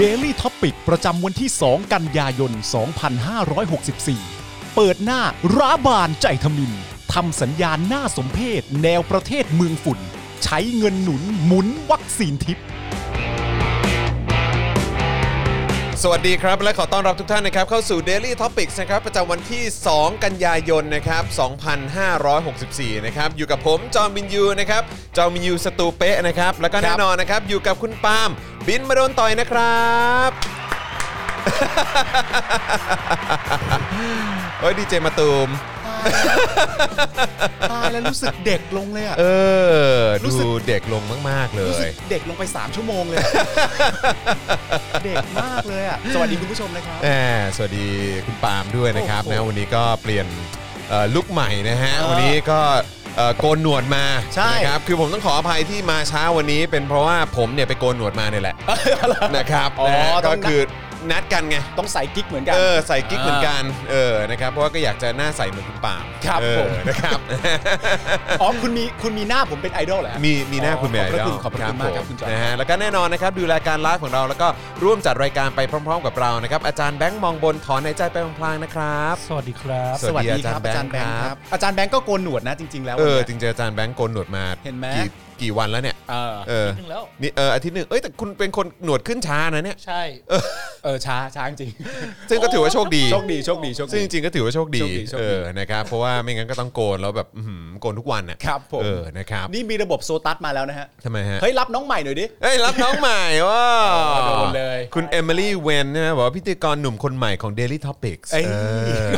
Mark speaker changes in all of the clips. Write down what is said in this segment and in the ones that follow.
Speaker 1: Daily t o p i c ประจำวันที่ 2 กันยายน 2564 เปิดหน้าร้าบานใจทมินทำสัญญาณหน้าสมเพศ แนวประเทศเมืองฝุ่น ใช้เงินหนุนหมุนวัคซีนทิพย์
Speaker 2: สวัสดีครับ และขอต้อนรับทุกท่านนะครับเข้าสู่ Daily Topics นะครับประจำวันที่ 2 กันยายนนะครับ2564 นะครับอยู่กับผมจอมบินยูนะครับจอมบินยูสตูเป๊ะนะครับแล้วก็แน่นอนนะครับอยู่กับคุณปาล์มบินมาโดนต่อยนะครับ เฮ้ยดีเจมาตูม
Speaker 1: ตายแล้วรู้สึกเด็กลงเลยอ่ะ
Speaker 2: เออ
Speaker 1: รู้
Speaker 2: ดู
Speaker 1: สึก
Speaker 2: เด็กลงมาก ๆ เล
Speaker 1: รู้สึ
Speaker 2: ย
Speaker 1: กเด็กลงไป 3 ชั่วโมงเลย อะ เด็กมากเลยอ่ะ สวัสดีคุณผู้ชมนะครับ
Speaker 2: แหมสวัสดีคุณปาล์มด้วยนะครับ
Speaker 1: โอ้โห
Speaker 2: นะวันนี้ก็เปลี่ยนเอ่อลุกใหม่นะฮะ
Speaker 1: เออ
Speaker 2: วันนี้ก็เอ่อโกนหนวดมา
Speaker 1: ใช่
Speaker 2: นะครับคือผมต้องขออภัยที่มาช้าวันนี้ เป็นเพราะว่าผมเนี่ยไปโกนหนวดมาเนี่ยแหละ นะครับ
Speaker 1: อ๋อ
Speaker 2: นะฮะ
Speaker 1: ต้อง
Speaker 2: ก็
Speaker 1: นัด
Speaker 2: คือนัดกันไง
Speaker 1: ต้องใส่กิ๊กเหมือนกัน
Speaker 2: เออใส่กิ๊กเหมือนกันเออนะครับเพราะว่าก็อยากจะหน้าใสเหมือนคุณปาล์ม
Speaker 1: ครับ
Speaker 2: เออ
Speaker 1: ผม
Speaker 2: นะครับ
Speaker 1: อ๋อคุณมีคุณมีหน้าผมเป็นไอดอลเหรอฮะ
Speaker 2: มีมีหน้าคุณแม่
Speaker 1: ขอบพระคุณขอบพระคุณมากครับคุณจอห์น
Speaker 2: นะฮะแล้วก็แน่นอนนะครับดูรายการไลฟ์ของเราแล้วก็ร่วมจัดรายการไปพร้อม ๆ กับเรานะครับอาจารย์แบงค์มองบนถอนในใจไปพลางๆนะครับ
Speaker 3: สวัสดีครับ
Speaker 2: สวัสดีอาจารย์แบงค์ครับ
Speaker 1: อาจารย์แบงค์ก็โกนหนวดนะจริง ๆ แล้ว
Speaker 2: เออ
Speaker 1: วัน
Speaker 2: จ
Speaker 1: นี้
Speaker 2: ริงๆอาจารย์แบงค์โกนหนวดมา
Speaker 1: เห็นไหม
Speaker 2: กี่กี่วันแล้วเนี่ย
Speaker 1: เออ
Speaker 2: เออ
Speaker 3: ถึงแล้ว
Speaker 2: นี่เอออาทิตย์หนึ่งเอ้ยแต่คุณเป็นคนหนวดขึ้นช้านะเนี่ย
Speaker 3: ใช่
Speaker 1: เออช้าช้าจริง
Speaker 2: ซึ่งก็ถือว่าโชคดี
Speaker 1: โชคดีโชคดีโชค
Speaker 2: ซึ่ง
Speaker 1: ดี
Speaker 2: จริงๆก็ถือว่าโชคดี
Speaker 1: โชคดีโชคดี
Speaker 2: เออนะครับเพราะว่าไม่งั้นก็ต้องโกนแล้วแบบอื้อหือโกนทุกวันน่ะ
Speaker 1: ครับผม
Speaker 2: เออนะครับ
Speaker 1: นี่มีระบบโซตัสมาแล้วนะฮะ
Speaker 2: ทำไมฮะ
Speaker 1: เฮ้ยรับน้องใหม่หน่อยดิ
Speaker 2: เอ้ยรับน้องใหม่ว้า
Speaker 1: โด
Speaker 2: วน
Speaker 1: เลย
Speaker 2: คุณเอมิลี่เวนนะบอกว่าพิธีกรหนุ่มคนใหม่ของ Daily Topics
Speaker 1: เอ้ย
Speaker 2: เอ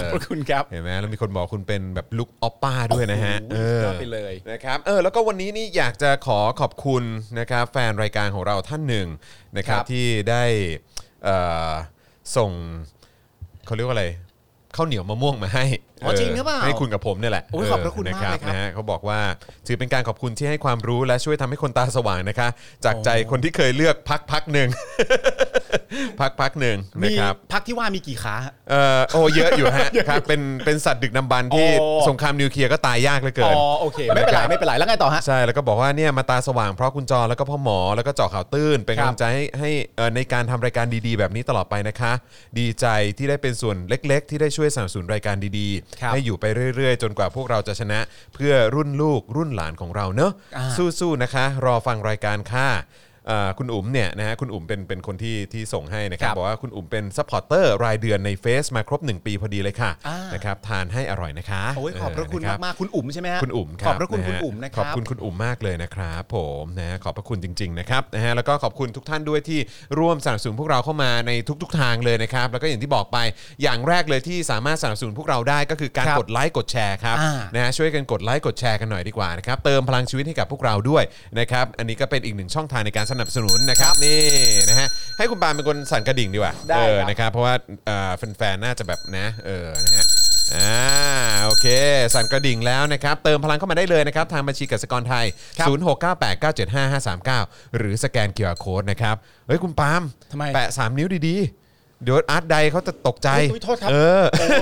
Speaker 2: อ
Speaker 1: ขอบคุณครับ
Speaker 2: เห็นไหมแล้วมีคนบอกคุณเป็นแบบลุกออปป้าด้วยนะฮะ
Speaker 1: โอ้โหสุดยอดไปเลย
Speaker 2: นะครับเออแล้วก็วันนี้นี่อยากจะขอขอบคุณนะครับแฟนรายการของเราท่านหนึ่งนะครั
Speaker 1: ค
Speaker 2: บ
Speaker 1: รับ
Speaker 2: ที่ได้เอ่อส่งเขาเรียกว่าอะไรข้าวเหนียวมะม่วงมาให้
Speaker 1: อ๋อจริงหรือเปล่า
Speaker 2: ให้คุณกับผมเนี่ยแหละ
Speaker 1: โอ้ยขอบพระคุณมากเลยครับ
Speaker 2: นะฮะเขาบอกว่าถือเป็นการขอบคุณที่ให้ความรู้และช่วยทำให้คนตาสว่างนะคะ จากใจคนที่เคยเลือกพักพักห นึ่ง พักพักหนึ่งนะ
Speaker 1: มี
Speaker 2: ครับ
Speaker 1: พักที่ว่ามีกี่ขาฮะ
Speaker 2: เออโอ้เยอะอยู่ฮะ ครับเป็นเป็นสัตว์ดึกดำบรรพ์ที่
Speaker 1: อ๋อ
Speaker 2: สงครามนิวเคลียร์ก็ตายยากเหลือเกิ
Speaker 1: อ๋
Speaker 2: น
Speaker 1: อโอเค ไม่เป็น
Speaker 2: นะครั
Speaker 1: ไร
Speaker 2: บ
Speaker 1: ไม่เป็นไรแล้วไงต่อฮะ
Speaker 2: ใช่แล้วก็บอกว่าเนี่ยมาตาสว่างเพราะคุณจอแล้วก็พ่อหมอแล้วก็เจาะข่าวตื้น เป็น
Speaker 1: ครั
Speaker 2: กำ
Speaker 1: บ
Speaker 2: ลังใจให้ให้เอ่อในการทำรายการดีๆ แบบนี้ตลอดไปนะคะ ดีใจที่ได้เป็นส่วนเล็ก ๆ ที่ได้ช่วยสนับสนุนรายการดี
Speaker 1: ครับ
Speaker 2: ๆ ให้อยู่ไปเรื่อย ๆ จนกว่าพวกเราจะชนะ เพื่อรุ่นลูกรุ่นหลานของเราเนอะ
Speaker 1: อ่า
Speaker 2: สู้ๆนะคะ รอฟังรายการค่ะเอ่อคุณอุ๋มเนี่ยนะฮะคุณอุ๋มเป็นเป็นคนที่ที่ส่งให้นะครับบอกว่าคุณอุ๋มเป็นซัพพอร์ตเตอร์รายเดือนในเฟซมาครบหนึ่งปีพอดีเลยค่ะ
Speaker 1: อ่าน
Speaker 2: นะครับทานให้อร่อยนะคะ
Speaker 1: โอ้ยขอบพระคุณ
Speaker 2: เนรับ
Speaker 1: มากๆคุณอุ๋มใช่ไหมฮะ
Speaker 2: คุณอุ๋มค
Speaker 1: ข
Speaker 2: รับ
Speaker 1: อบพระคุณ
Speaker 2: ฮ
Speaker 1: คุณอุ๋มนะค
Speaker 2: ข
Speaker 1: รั
Speaker 2: อบ บคุณคุณอุ๋มมากเลยนะครับผมนะฮะขอบพระคุณจริงๆนะครับนะฮะแล้วก็ขอบคุณทุกท่านด้วยที่ร่วมสนับสนุนพวกเราเข้ามาในทุก ๆ ทางเลยนะครับแล้วก็อย่างที่บอกไปอย่างแรกเลยที่สามารถสนับสนุนพวกเราได้ก็คือการ
Speaker 1: ครับ
Speaker 2: กดไลค์กดแชร์ครับ
Speaker 1: อ่า
Speaker 2: นะฮะช่วยกันกดไลค์กดแชร์กันหน่อยดีกว่านะครับเติมพลังชีวิตให้กับพวกเราด้วยนะครับอันนี้ก็เป็นอีกหนึ่งช่องทางในการสนับสนุนนะครับนี่นะฮะให้คุณปาล์มเป็นคนสั่นกระดิ่งดีกว่า
Speaker 1: ได้
Speaker 2: เอ
Speaker 1: ค
Speaker 2: อ
Speaker 1: รับ
Speaker 2: นะครับ เพราะว่าเอ่อแฟนๆ น่าจะแบบนะ เออ นะฮะ อ่า โอเค สั่นกระดิ่งแล้วนะครับ เติมพลังเข้ามาได้เลยนะครับ ทางบัญชีกสิกรไทย 0698975539 หรือสแกน QR Code นะครับ เฮ้ย คุณปาล์ม
Speaker 1: ทำไม
Speaker 2: แปะ 3 นิ้วดีๆ เดี๋ยวอาร์ตใดเขาจะตกใจ
Speaker 1: อุ๊ยอุ๊ยโทษครับ
Speaker 2: เออ
Speaker 1: โอ้โห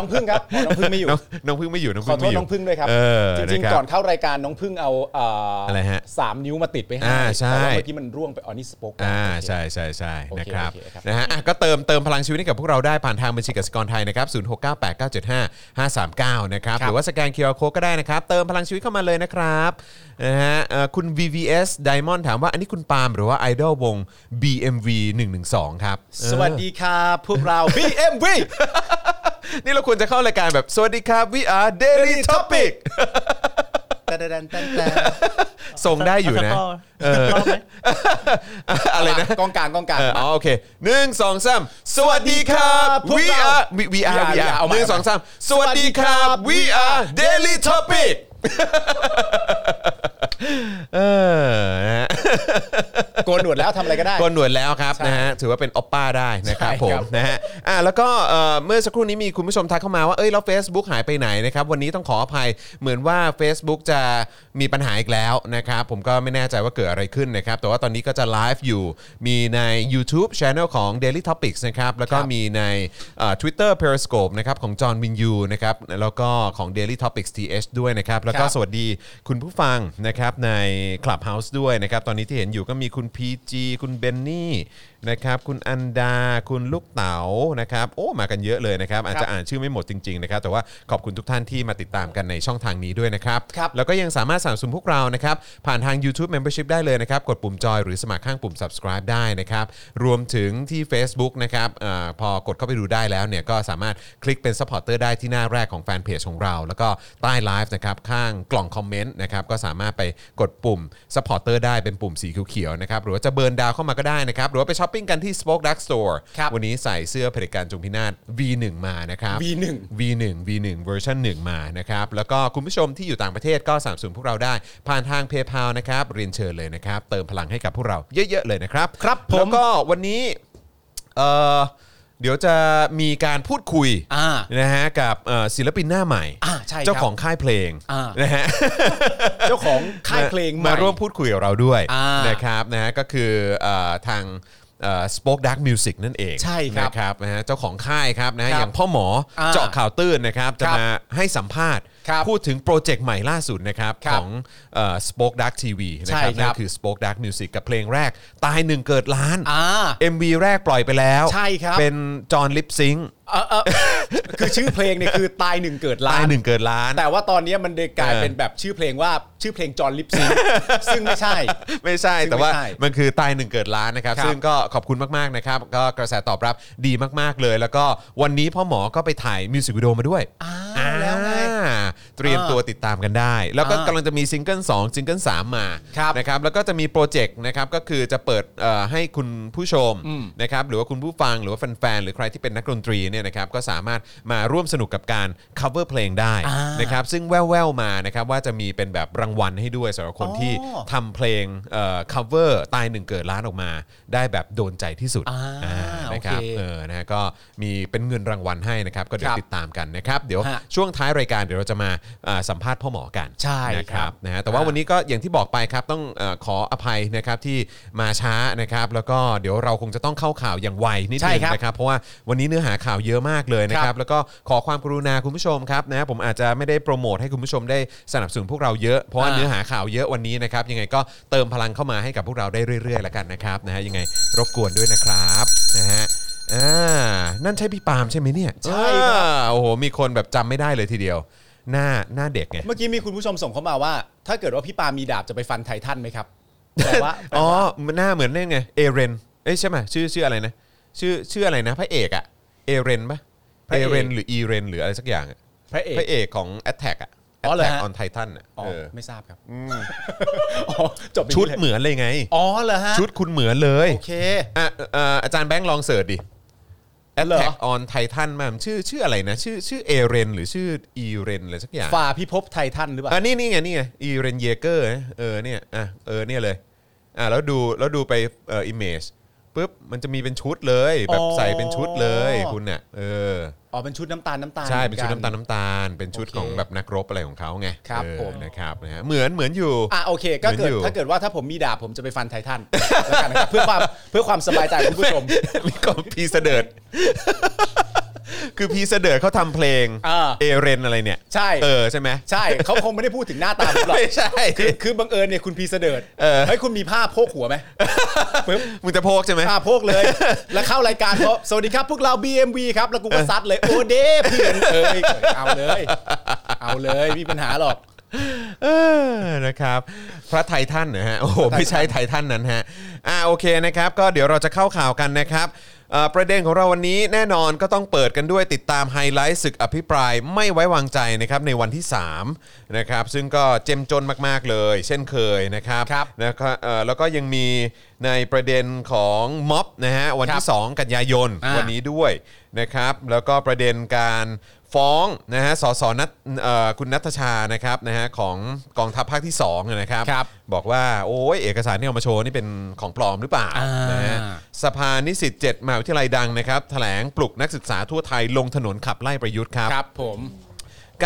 Speaker 1: น้องพึ่งครับอ๋อน้องพึ่งไม่อยู่
Speaker 2: น้องน้องพึ่งไม่อยู่ น้อง
Speaker 1: ขอ
Speaker 2: พึ่
Speaker 1: โทษ
Speaker 2: งไม่อยู่
Speaker 1: น้องพึ่งด้วยครับ
Speaker 2: เออ
Speaker 1: จริง
Speaker 2: ะค
Speaker 1: ๆ
Speaker 2: บ
Speaker 1: ก่อนเข้ารายการน้องพึ่งเอาเ
Speaker 2: ะไรฮะ
Speaker 1: สามนิ้วมาติดไปให้
Speaker 2: อ่าใช่
Speaker 1: แต่ว่าเมื่อกี้มันร่วงไปอ๋อนี่สปอก
Speaker 2: อ่าใช่ใช่ใช่
Speaker 1: โอเค
Speaker 2: นะครับ
Speaker 1: โอเคครับ
Speaker 2: นะฮะอ่ะก็เติมเติมพลังชีวิตให้กับพวกเราได้ผ่านทางบัญชีกสิกรไทยนะครับ 0698975539 นะครับ
Speaker 1: ครั
Speaker 2: ห
Speaker 1: บ
Speaker 2: รือว่าสแกน QR Code ก็ได้นะครับ เติมพลังชีวิตเข้ามาเลยนะครับนะฮะเอ่อคุณ VVS Diamond ถามว่าอันนี้คุณปาล์มหรือว่าไอดอลวง BMV 112 ครับเออ
Speaker 1: สวัสดีครับพวกเรา BMV
Speaker 2: นี่เราควรจะเข้ารายการแบบ สวัสดีครับ we are daily topic
Speaker 1: แต่แต่แต่แต่
Speaker 2: ส่งได้อยู่นะ
Speaker 3: เออ
Speaker 2: อะไรนะ
Speaker 1: กองกลางกองกลาง
Speaker 2: เอออ๋อโอเคหนึ่งสองสามสวัสดีครับ
Speaker 1: พวก
Speaker 2: we
Speaker 1: เรา
Speaker 2: are we we are we are
Speaker 1: เอาใหม่
Speaker 2: หนึ่งสองสามสวัสดีครับ we are daily topic เออนะฮะ
Speaker 1: โกนหนวดแล้วทำอะไรก็ได้
Speaker 2: โกนหนวดแล้วครับนะฮะถือว่าเป็นออปป้าได้นะครับ
Speaker 1: ใช่
Speaker 2: ผ
Speaker 1: ครั
Speaker 2: ม
Speaker 1: บ
Speaker 2: นะฮะอ่ะแล้วก็เอ่อเมื่อสักครู่นี้มีคุณผู้ชมทักเข้ามาว่าเอ้ยแล้ว Facebook หายไปไหนนะครับ วันนี้ต้องขออภัยเหมือนว่า Facebook จะมีปัญหาอีกแล้วนะครับผมก็ไม่แน่ใจว่าเกิดอะไรขึ้นนะครับแต่ว่าตอนนี้ก็จะไลฟ์อยู่มีใน YouTube Channel ของ Daily Topics นะครับแล้วก็
Speaker 1: ครับ
Speaker 2: มีในเอ่อ Twitter Periscope นะครับของจอห์นวินยูนะครับแล้วก็ของ Daily Topics TH ด้วยนะครับแล้วก็
Speaker 1: ครับ
Speaker 2: สวัสดีคุณผู้ฟังนะครับใน Clubhouse ด้วยนะครับตอนนี้ที่เห็นอยู่ก็มีคุณ P PG คุณเบนนี่นะครับคุณอันดาคุณลูกเต๋านะครับโอ้มากันเยอะเลยนะครับ อาจจะอ่านชื่อไม่หมดจริงๆนะครับแต่ว่าขอบคุณทุกท่านที่มาติดตามกันในช่องทางนี้ด้วยนะครับ
Speaker 1: ครับ
Speaker 2: แล้วก็ยังสามารถสนับสนุนพวกเรานะครับ ผ่านทาง YouTube Membership ได้เลยนะครับ กดปุ่มจอยหรือสมัครข้างปุ่ม subscribe ได้นะครับ รวมถึงที่ Facebook นะครับเออพอกดเข้าไปดูได้แล้วเนี่ย ก็สามารถคลิกเป็น supporter ได้ที่หน้าแรกของแฟนเพจของเรา แล้วก็ใต้ไลฟ์นะครับ ข้างกล่องคอมเมนต์นะครับ ก็สามารถไปกดปุ่ม supporter ได้เป็นปุ่มสีเขียวๆนะครับ หรือว่าจะเบิร์นดาวเข้ามาก็ได้นะครับ หรือว่าไปช้อปปิ้งกันที่ Spoke Dark Store
Speaker 1: ครับ
Speaker 2: วันนี้ใส่เสื้อเผด็จการจงพินาศ V1 มานะครับ
Speaker 1: V1
Speaker 2: V1 V1 เวอร์ชัน1มานะครับ แล้วก็คุณผู้ชมที่อยู่ต่างประเทศก็สามสูนพวกเราได้ ผ่านทาง PayPal นะครับ เรียนเชิญเลยนะครับ เติมพลังให้กับพวกเราเยอะ ๆ เลยนะครับ
Speaker 1: ครับผม
Speaker 2: แล้วก็วันนี้เอ่อเดี๋ยวจะมีการพูดคุย
Speaker 1: อ่า
Speaker 2: นะฮะกับเอ่อศิลปินหน้าใหม่
Speaker 1: อ่าใช่ครับ
Speaker 2: เจ้าของค่ายเพลง
Speaker 1: อ่าน
Speaker 2: นะฮะ
Speaker 1: เจ้าของค่ายเพลงให
Speaker 2: มาร่วมพูดคุยกับเราด้วย
Speaker 1: อ่าน
Speaker 2: นะครับนะฮะก็คือเอ่อทางสป็อคดักมิวสิกนั่นเอง
Speaker 1: ใช่ครับ
Speaker 2: นะครับนะฮะเจ้าของค่ายครับนะฮะ
Speaker 1: ครับ
Speaker 2: อย่างพ่อหมอ
Speaker 1: อ่า
Speaker 2: เจาะข่าวตื้นนะครับจะ
Speaker 1: ครับ
Speaker 2: มาให้สัมภาษณ์
Speaker 1: ครับ
Speaker 2: พูดถึงโปรเจกต์ใหม่ล่าสุดนะครับ
Speaker 1: ครั
Speaker 2: ข
Speaker 1: บ
Speaker 2: องสป็อคดักทีวีนะค
Speaker 1: ใช่
Speaker 2: รับ
Speaker 1: ครั
Speaker 2: นั่
Speaker 1: บ
Speaker 2: นคือ Spoke Dark Music กับเพลงแรก ตายหนึ่งเกิดล้าน
Speaker 1: อ่า
Speaker 2: MV แรกปล่อยไปแล้ว
Speaker 1: ใช่ครับ
Speaker 2: เป็นจอห์นลิปซิง
Speaker 1: เออเอ อคือชื่อเพลงเนี่ยคือตายหนึ่งเกิด
Speaker 2: ตา
Speaker 1: ล้าย น
Speaker 2: หนึ่งเกิดล้าน
Speaker 1: แต่ว่าตอนเนี้ยมันเลยกลาย
Speaker 2: เออ
Speaker 1: เป็นแบบชื่อเพลงว่าชื่อเพลงจอห์นลิปซิงค์ ซึ่งไม่ใช่
Speaker 2: ไม่ใช่
Speaker 1: ซึ่ง
Speaker 2: แต่ว่า
Speaker 1: ไม่ใช่
Speaker 2: มันคือตายหนึ่งเกิดล้านนะครับ
Speaker 1: ครับ
Speaker 2: ซึ่งก็ขอบคุณมาก ๆ นะครับ ก็กระแสตอบรับดีมาก ๆ เลย แล้วก็วันนี้พ่อหมอก็ไปถ่ายมิวสิกวิดีโอมาด้วย
Speaker 1: อ้าวแล้วไง
Speaker 2: อ่าเตรียมตัวติดตามกันได้ แล้ว
Speaker 1: อ่าก
Speaker 2: ก็ำลังจะมีซิงเกิล2ซิงเกิล3มา
Speaker 1: ครับ
Speaker 2: นะครับแล้วก็จะมีโปรเจกต์นะครับก็คือจะเปิดเอ่อให้คุณผู้ชมนะครับหรือว่าคุณผู้ฟังหรือว่าแฟน ๆ หรือใครที่เป็นนักดนตรีเนี่ยนะครับก็สามารถมาร่วมสนุกกับการ cover เพลงได้
Speaker 1: อ่าน
Speaker 2: นะครับซึ่งแว่วๆมานะครับว่าจะมีเป็นแบบรางวัลให้ด้วยสำหรับคนที่
Speaker 1: อ๋อ
Speaker 2: ทำเพลงเอ่อ cover ตายหนึ่งเกิดล้านออกมา ได้แบบโดนใจที่สุด
Speaker 1: อ่า
Speaker 2: อ่านะครับ
Speaker 1: โอเค
Speaker 2: เออนะฮะก็มีเป็นเงินรางวัลให้นะครับ ก็เดี๋ยว
Speaker 1: ครับ
Speaker 2: ติดตามกันนะครับ เดี๋ยว
Speaker 1: ฮะ
Speaker 2: ช่วงท้ายรายการเดี๋ยวเราจะมาอ่าสัมภาษณ์พ่อหมอกัน
Speaker 1: ใช่
Speaker 2: นะค
Speaker 1: ครั
Speaker 2: รับบ นะฮะแต่ว่า
Speaker 1: อ่า
Speaker 2: วันนี้ก็อย่างที่บอกไปครับต้องเอ่อขออภัยนะครับที่มาช้านะครับ แล้วก็เดี๋ยวเราคงจะต้องเข้าข่าวอย่างไวนิด
Speaker 1: ใช่
Speaker 2: นึง
Speaker 1: ครับ
Speaker 2: นะครับเพราะว่าวันนี้เนื้อหาข่าวเยอะมากเลยนะค
Speaker 1: ครั
Speaker 2: รับ
Speaker 1: บ
Speaker 2: แล้วก็ขอความกรุณาคุณผู้ชมครับนะผมอาจจะไม่ได้โปรโมทให้คุณผู้ชมได้สนับสนุนพวกเราเยอะเพราะว่า
Speaker 1: อ่า
Speaker 2: เนื้อ หาข่าวเยอะวันนี้นะครับ ยังไงก็เติมพลังเข้ามาให้กับพวกเราได้เรื่อยๆแล้วกันนะครับนะฮะยังไงรบกวนด้วยนะครับนะฮะอ่านั่นใช่พี่ปาล์มใช่ไหมเนี่ย
Speaker 1: ใช่ครับ
Speaker 2: อ่าโอ้โหมีคนแบบจำไม่ได้เลยทีเดียว หน้าหน้าเด็กไง
Speaker 1: เมื่อกี้มีคุณผู้ชมส่งเข้ามาว่า ถ้าเกิดว่าพี่ปามีดาบจะไปฟันไททันไหมครับแต่ว่า
Speaker 2: อ๋อหน้าเหมือนนั่นไงเอเรนเอ้ยใช่ไหมชื่อชื่ออะไรนะชื่อชื่ออะไรนะพระเอกอะเอเรนปะ
Speaker 1: พระ
Speaker 2: เอ
Speaker 1: เอก
Speaker 2: เรนหรืออีเรนหรืออะไรสักอย่างอะ
Speaker 1: พระเอก
Speaker 2: พระเอกของ Attack อะ
Speaker 1: อ๋อเหรอ
Speaker 2: Attack
Speaker 1: ฮะ
Speaker 2: on Titan อะ
Speaker 1: อ๋อ
Speaker 2: เออ
Speaker 1: ไม่ทราบครับอ๋อจบไป
Speaker 2: ชุด
Speaker 1: ลย
Speaker 2: เหมือนเลยไง
Speaker 1: อ๋อเหรอฮะ
Speaker 2: ชุดคุณเหมือนเลย
Speaker 1: โอเค
Speaker 2: อ่ะเอ่ออาจารย์แบงค์ลองเสิร์ชดิ
Speaker 1: เหรอ
Speaker 2: Attack on Titan มาชื่อชื่ออะไรนะ ชื่อชื่อเอเรนหรือชื่ออีเรนอะไรสักอย่าง
Speaker 1: ฝ่าพิภพไททันหรือเปล่า
Speaker 2: อ่ะนี่นี่ไงนี่ไงอีเรนเยเกอร์เออเนี่ยอ่ะเออเนี่ยเลยอ่ะแล้วดูแล้วดูไปเอ่ออิมเมจปุ๊บมันจะมีเป็นชุดเลย แบบ
Speaker 1: อ๋อ
Speaker 2: ใส่เป็นชุดเลยคุณเนี่ยเออ
Speaker 1: อ๋อเป็นชุดน้ำตาลน้ำตาล
Speaker 2: ใช่เป็นชุดน้ำตาล
Speaker 1: หมือกั
Speaker 2: น้ำตาล เป็นชุด
Speaker 1: โอเค
Speaker 2: ของแบบนักรบอะไรของเขาไง
Speaker 1: ครับ
Speaker 2: เออ
Speaker 1: ผม
Speaker 2: นะครับนะฮะเหมือนเหมือนอยู่
Speaker 1: อ่ะโอเคก็เกิด
Speaker 2: เหมือนอยู่
Speaker 1: ถ้าเกิดว่าถ้าผมมีดาบผมจะไปฟันไททัน แล้วกันนะครับเพื่อความเพื่อความสบายใจ ของคุณผู้ชม
Speaker 2: มีก็พีเสดิร์ด คือพีเสดิร์ดเขาทำเพลง
Speaker 1: อ่า
Speaker 2: เอเรนอะไรเนี่ย
Speaker 1: ใช่
Speaker 2: เออใช่ไหม
Speaker 1: ใช่เขาคงไม่ได้พูดถึงหน้าตาผมหรอก
Speaker 2: ไม่ใช่
Speaker 1: คือคือบังเอิญเนี่ยคุณพีเสดิร์ด
Speaker 2: เออ
Speaker 1: เฮ้ยคุณมีผ้าโพกหัวไหม ปึ๊บ
Speaker 2: มึงจะโพกใช่ไหม
Speaker 1: ผ้าโพกเลย แล้วเข้ารายการเขาสวัสดีครับพวกเรา BMV ครับ แล้วกูก็ซัดเลย โอเดเพื่อนเอ้ยเอาเลย เอาเลยไมมีปัญหาหรอก
Speaker 2: เออนะครับ พระไททันนะฮะโอ้โหไม่ใช่ไททันนั้นฮะอ่าโอเคนะครับ ก็เดี๋ยวเราจะเข้าข่าวกันนะครับเอ่อประเด็นของเราวันนี้แน่นอนก็ต้องเปิดกันด้วยติดตามไฮไลท์ศึกอภิปรายไม่ไว้วางใจนะครับในวันที่3นะครับซึ่งก็เจ้มจนมากๆเลย เช่นเคยนะครับ
Speaker 1: ครับ
Speaker 2: นะครับเอ่อแล้วก็ยังมีในประเด็นของม็อบนะฮะวันที่
Speaker 1: ครับ
Speaker 2: 2 กันยายน
Speaker 1: อ่า
Speaker 2: วันนี้ด้วยนะครับแล้วก็ประเด็นการฟ้องนะฮะสสนัทเอ่อคุณนัทชานะครับนะฮะของกองทัพภาคที่2เนี่ยนะครับ
Speaker 1: ครับ
Speaker 2: บอกว่าโอ้ยเอกสารที่เอามาโชว์นี่เป็นของปลอมหรือเปล่า
Speaker 1: อ่าน
Speaker 2: นะฮะสภานิสิต7มหาวิทยาลัยดังนะครับแถลงปลุกนักศึกษาทั่วไทยลงถนนขับไล่ประยุทธ์ครับ
Speaker 1: ครับผม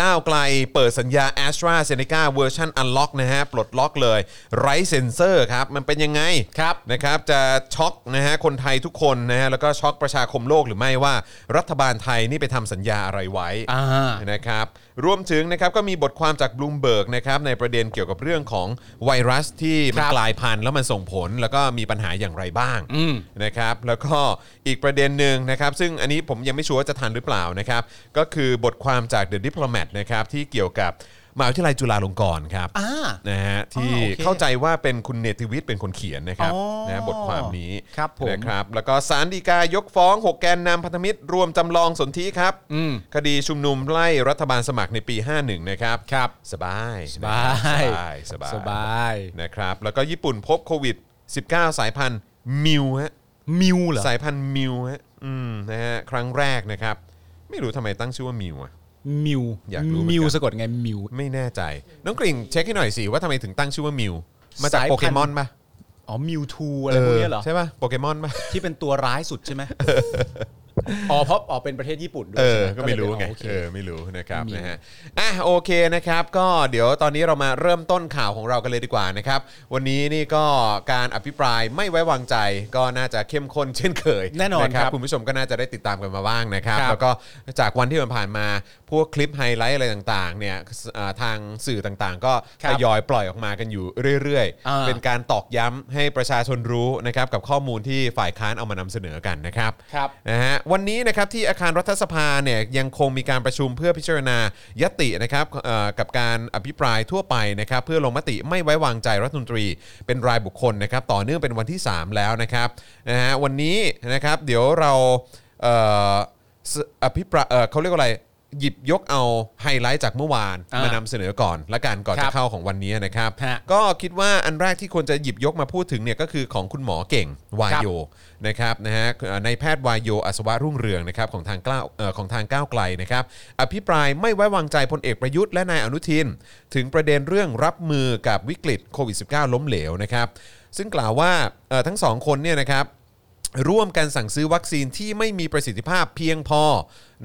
Speaker 2: ก้าวไกลเปิดสัญญา a s t r a z e ซ e c a เวอร์ชันอันล็อกนะฮะ ปลดล็อกเลย ไร้เซ็นเซอร์ครับ มันเป็นยังไง
Speaker 1: ครับ
Speaker 2: นะครับจะช็อกนะฮะคนไทยทุกคนนะฮะ แล้วก็ช็อกประชาคมโลกหรือไม่ว่ารัฐบาลไทยนี่ไปทำสัญญาอะไรไว้
Speaker 1: อ่า
Speaker 2: นะครับ รวมถึงนะครับก็มีบทความจากบลูมเบิร์กนะครับในประเด็นเกี่ยวกับเรื่องของไวรัสที่มั
Speaker 1: ค
Speaker 2: น
Speaker 1: รับ
Speaker 2: กลายพันธุ์แล้วมันส่งผลแล้วก็มีปัญหาอย่างไรบ้าง
Speaker 1: อืม
Speaker 2: นะครับแล้วก็อีกประเด็นหนึ่งนะครับซึ่งอันนี้ผมยังไม่ชัวร์ว่าจะทันหรือเปล่านะครับก็คือบทความจาก The Diplomat นะครับที่เกี่ยวกับมหาวิทยาลัยจุฬาลงกรณ์ครับ
Speaker 1: อ่า
Speaker 2: นะฮะที่
Speaker 1: อ๋อโอเค
Speaker 2: เข้าใจว่าเป็นคุณเนติวิทย์เป็นคนเขียนนะครับ
Speaker 1: อ๋อ
Speaker 2: นะฮะบทความนี้
Speaker 1: ครับผม
Speaker 2: นะครับแล้วก็สารดีกายกฟ้อง 6 แกนนำพันธมิตร รวมจำลองสนธิครับ
Speaker 1: อืม
Speaker 2: คดีชุมนุมไล่รัฐบาลสมัครในปี 51 นะครับ
Speaker 1: ครับ
Speaker 2: สบาย
Speaker 1: สบาย
Speaker 2: สบาย
Speaker 1: สบาย
Speaker 2: นะครับแล้วก็ญี่ปุ่นพบโควิด 19 สายพันธุ์มิวฮะ
Speaker 1: มิวเหรอ
Speaker 2: สายพันธุ์มิวฮะอืมนะฮะครั้งแรกนะครับ ไม่รู้ทำไมตั้งชื่อว่ามิวอะ
Speaker 1: มิว
Speaker 2: อยากรู้เหมือนกัน
Speaker 1: มิวสะกดไงมิว
Speaker 2: ไม่แน่ใจ น้องกลิ่งเช็คให้หน่อยสิว่าทำไมถึงตั้งชื่อว่ามิวมาจาก
Speaker 1: สายพันธุ์
Speaker 2: โปเกมอนปะ
Speaker 1: อ๋อมิวทูอะไรพวกเนี้ยเหรอ
Speaker 2: ใช่ป่ะโปเกมอนป่ะ
Speaker 1: ที่เป็นตัวร้ายสุดใช่ไหมอ๋อเพราะอ๋อเป็นประเทศญี่ปุ่นด้วย
Speaker 2: เออ
Speaker 1: ใช่ห
Speaker 2: ก็ไม่รู้ไง
Speaker 1: ก็เลยเป็นอ๋อโอเค
Speaker 2: เออ ไม่รู้นะครับ
Speaker 1: มี
Speaker 2: นะฮะ อ่ะ โอเคนะครับ ก็เดี๋ยวตอนนี้เรามาเริ่มต้นข่าวของเรากันเลยดีกว่านะครับ วันนี้นี่ก็การอภิปรายไม่ไว้วางใจ ก็น่าจะเข้มข้นเช่นเคย
Speaker 1: แน่นอนะครับ ครับ
Speaker 2: คุณผู้ชมก็น่าจะได้ติดตามกันมาบ้างนะครับ
Speaker 1: ครับ
Speaker 2: แล้วก็จากวันที่มันผ่านมา พวกคลิปไฮไลท์อะไรต่างๆ เนี่ยเอ่อทางสื่อต่างๆ ก็
Speaker 1: ครั
Speaker 2: ท
Speaker 1: บ
Speaker 2: ยอยปล่อยออกมากันอยู่เรื่อย
Speaker 1: อ่า
Speaker 2: เป็นการตอกย้ำให้ประชาชนรู้นะครับกับข้อมูลที่ฝ่ายค้านเอามานำเสนอกันนะครับ
Speaker 1: ครับ
Speaker 2: นะฮะวันนี้นะครับที่อาคารรัฐสภาเนี่ยยังคงมีการประชุมเพื่อพิจารณายตินะครับเอ่อกับการอภิปรายทั่วไปนะครับเพื่อลงมติไม่ไว้วางใจรัฐมนตรี เป็นรายบุคคลนะครับต่อเนื่องเป็นวันที่ 3 แล้วนะครับนะฮะวันนี้นะครับเดี๋ยวเราเอ่อสอภิปรายเอ่อเขาเรียกว่าอะไร หยิบยกเอาไฮไลท์จากเมื่อวาน
Speaker 1: อ่าม
Speaker 2: มานำเสนอก่อนละกันก่อน
Speaker 1: ครั
Speaker 2: จะ
Speaker 1: บ
Speaker 2: เข้าของวันนี้นะครับ
Speaker 1: ฮะ
Speaker 2: ก็คิดว่าอันแรกที่ควรจะหยิบยกมาพูดถึงเนี่ยก็คือของคุณหมอเก่งวายโยนะครับนะฮะเอ่อในแพทย์วายโยอัศวะรุ่งเรืองนะครับของทางกล้าวเอ่อของทางก้าวไกลนะครับอภิปรายไม่ไว้วางใจพลเอกประยุทธ์และนายอนุทิน ถึงประเด็นเรื่องรับมือกับวิกฤตโควิด -19 ล้มเหลวนะครับซึ่งกล่าวว่าเอ่อทั้งสองคนเนี่ยนะครับ ร่วมกันสั่งซื้อวัคซีนที่ไม่มีประสิทธิภาพเพียงพอ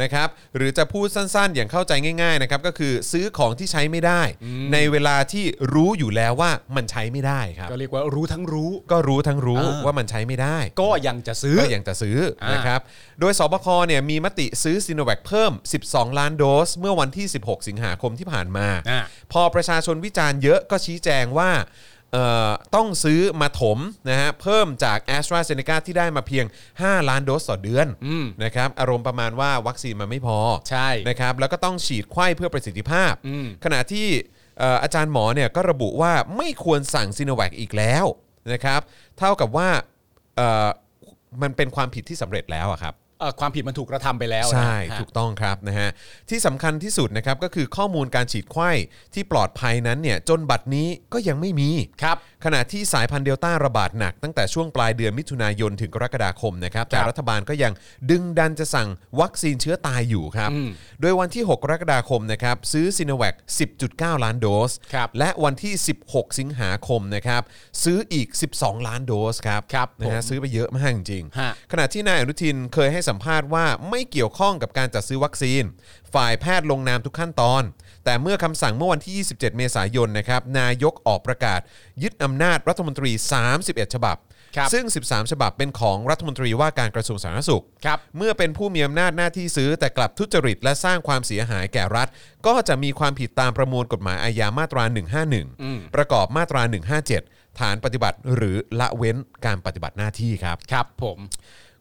Speaker 2: นะครับหรือจะพูดสั้นๆ อย่างเข้าใจง่ายๆนะครับก็คือซื้อของที่ใช้ไม่ได้ ในเวลาที่รู้อยู่แล้วว่ามันใช้ไม่ได้ครับ
Speaker 1: ก็เรียกว่ารู้ทั้งรู้
Speaker 2: ก็รู้ทั้งรู้
Speaker 1: อ่า
Speaker 2: ว่ามันใช้ไม่ได้
Speaker 1: ก็ยังจะซื้อ
Speaker 2: ก็ยังจะซื้อ
Speaker 1: อ่าน
Speaker 2: นะครับ โดยสบคเนี่ยมีมติซื้อซีโนแวคเพิ่ม 12 ล้านโดส เมื่อวันที่ 16 สิงหาคมที่ผ่านมา
Speaker 1: อ่า
Speaker 2: พอประชาชนวิจารณ์เยอะก็ชี้แจงว่าเอ่อต้องซื้อมาถมนะฮะเพิ่มจาก a s t r a z e ซ e c a ที่ได้มาเพียง 5 ล้านโดสต่อเดือน
Speaker 1: อืม
Speaker 2: นะครับอารมณ์ประมาณว่าวัคซีนมันไม่พอ
Speaker 1: ใช่
Speaker 2: นะครับแล้วก็ต้องฉีดไข้เพื่อประสิทธิภาพ
Speaker 1: อืม
Speaker 2: ขณะที่เอ่ออาจารย์หมอเนี่ยก็ระบุว่าไม่ควรสั่งซีโนแวคอีกแล้วนะครับเท่ากับว่าเอ่อมันเป็นความผิดที่สำเร็จแล้วอะครับ
Speaker 1: เอ่อความผิดมันถูกกระทำไปแล้วนะ
Speaker 2: ใช่
Speaker 1: ฮะ
Speaker 2: ถูกต้องครับนะฮะที่สำคัญที่สุดนะครับก็คือข้อมูลการฉีดไข้ที่ปลอดภัยนั้นเนี่ยจนบัดนี้ก็ยังไม่มี
Speaker 1: ครับ
Speaker 2: ขณะที่สายพันธุ์เดลต้าระบาดหนัก ตั้งแต่ช่วงปลายเดือนมิถุนายนถึงกรกฎาคมนะครับแต่รัฐบาลก็ยังดึงดันจะสั่งวัคซีนเชื้อตายอยู่ครับ
Speaker 1: อืม
Speaker 2: โดยวันที่ 6 กรกฎาคมนะครับซื้อซีโนแวค10.9 ล้านโดส
Speaker 1: ครับ
Speaker 2: และวันที่ 16 สิงหาคมนะครับซื้ออีก 12 ล้านโดสครับ
Speaker 1: ครับ
Speaker 2: นะฮะ
Speaker 1: ผม
Speaker 2: ซื้อไปเยอะมากจริงๆ
Speaker 1: ฮะ
Speaker 2: ขณะที่นายอนุทินเคยให้สัมภาษณ์ว่าไม่เกี่ยวข้องกับการจัดซื้อวัคซีน ฝ่ายแพทย์ลงนามทุกขั้นตอน แต่เมื่อคำสั่งเมื่อวันที่ 27 เมษายนนะครับนายกออกประกาศ ยึดอำนาจรัฐมนตรี 31 ฉบับ
Speaker 1: ครับ
Speaker 2: ซึ่ง 13 ฉบับเป็นของรัฐมนตรีว่าการกระทรวงสาธารณสุข
Speaker 1: ครับ
Speaker 2: เมื่อเป็นผู้มีอำนาจหน้าที่ซื้อแต่กลับทุจริตและสร้างความเสียหายแก่รัฐ ก็จะมีความผิดตามประมวลกฎหมายอาญามาตรา
Speaker 1: อืม
Speaker 2: 151 ประกอบมาตรา 157 ฐานปฏิบัติหรือละเว้นการปฏิบัติหน้าที่ครับ
Speaker 1: ครับผม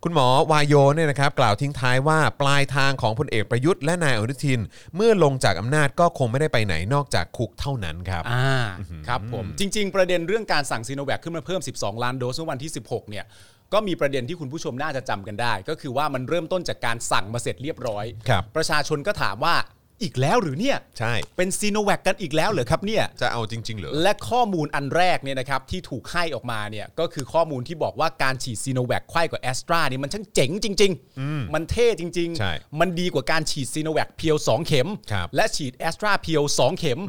Speaker 2: คุณหมอวายโยเนี่ยนะครับกล่าวทิ้งท้ายว่าปลายทางของพลเอกประยุทธ์และนายอนุทิน เมื่อลงจากอำนาจก็คงไม่ได้ไปไหนนอกจากคุกเท่านั้นครับ
Speaker 1: อ่าครับผม จริง ๆ ประเด็นเรื่องการสั่งซีโนแวคขึ้นมาเพิ่ม 12 ล้านโดสเมื่อวันที่ 16 เนี่ย ก็มีประเด็นที่คุณผู้ชมน่าจะจำกันได้ ก็คือว่ามันเริ่มต้นจากการสั่งมาเสร็จเรียบร้อย
Speaker 2: ครับ
Speaker 1: ประชาชนก็ถามว่าอีกแล้วหรือเนี่ย
Speaker 2: ใช่
Speaker 1: เป็นซีโนแวคกันอีกแล้วเหรอครับเนี่ย
Speaker 2: จะเอาจริง ๆ เหรอ
Speaker 1: และข้อมูลอันแรกเนี่ยนะครับที่ถูกให้ออกมาเนี่ยก็คือข้อมูลที่บอกว่าการฉีดซีโนแวคไข้กว่าแอสตรานี่มันช่างเจ๋งจริง ๆ มันเท่จริง
Speaker 2: ใช่
Speaker 1: ๆ มันดีกว่าการฉีดซีโนแวคเพียว 2 เข็ม
Speaker 2: ครับ
Speaker 1: และฉีดแอสตราเพียว 2 เข็ม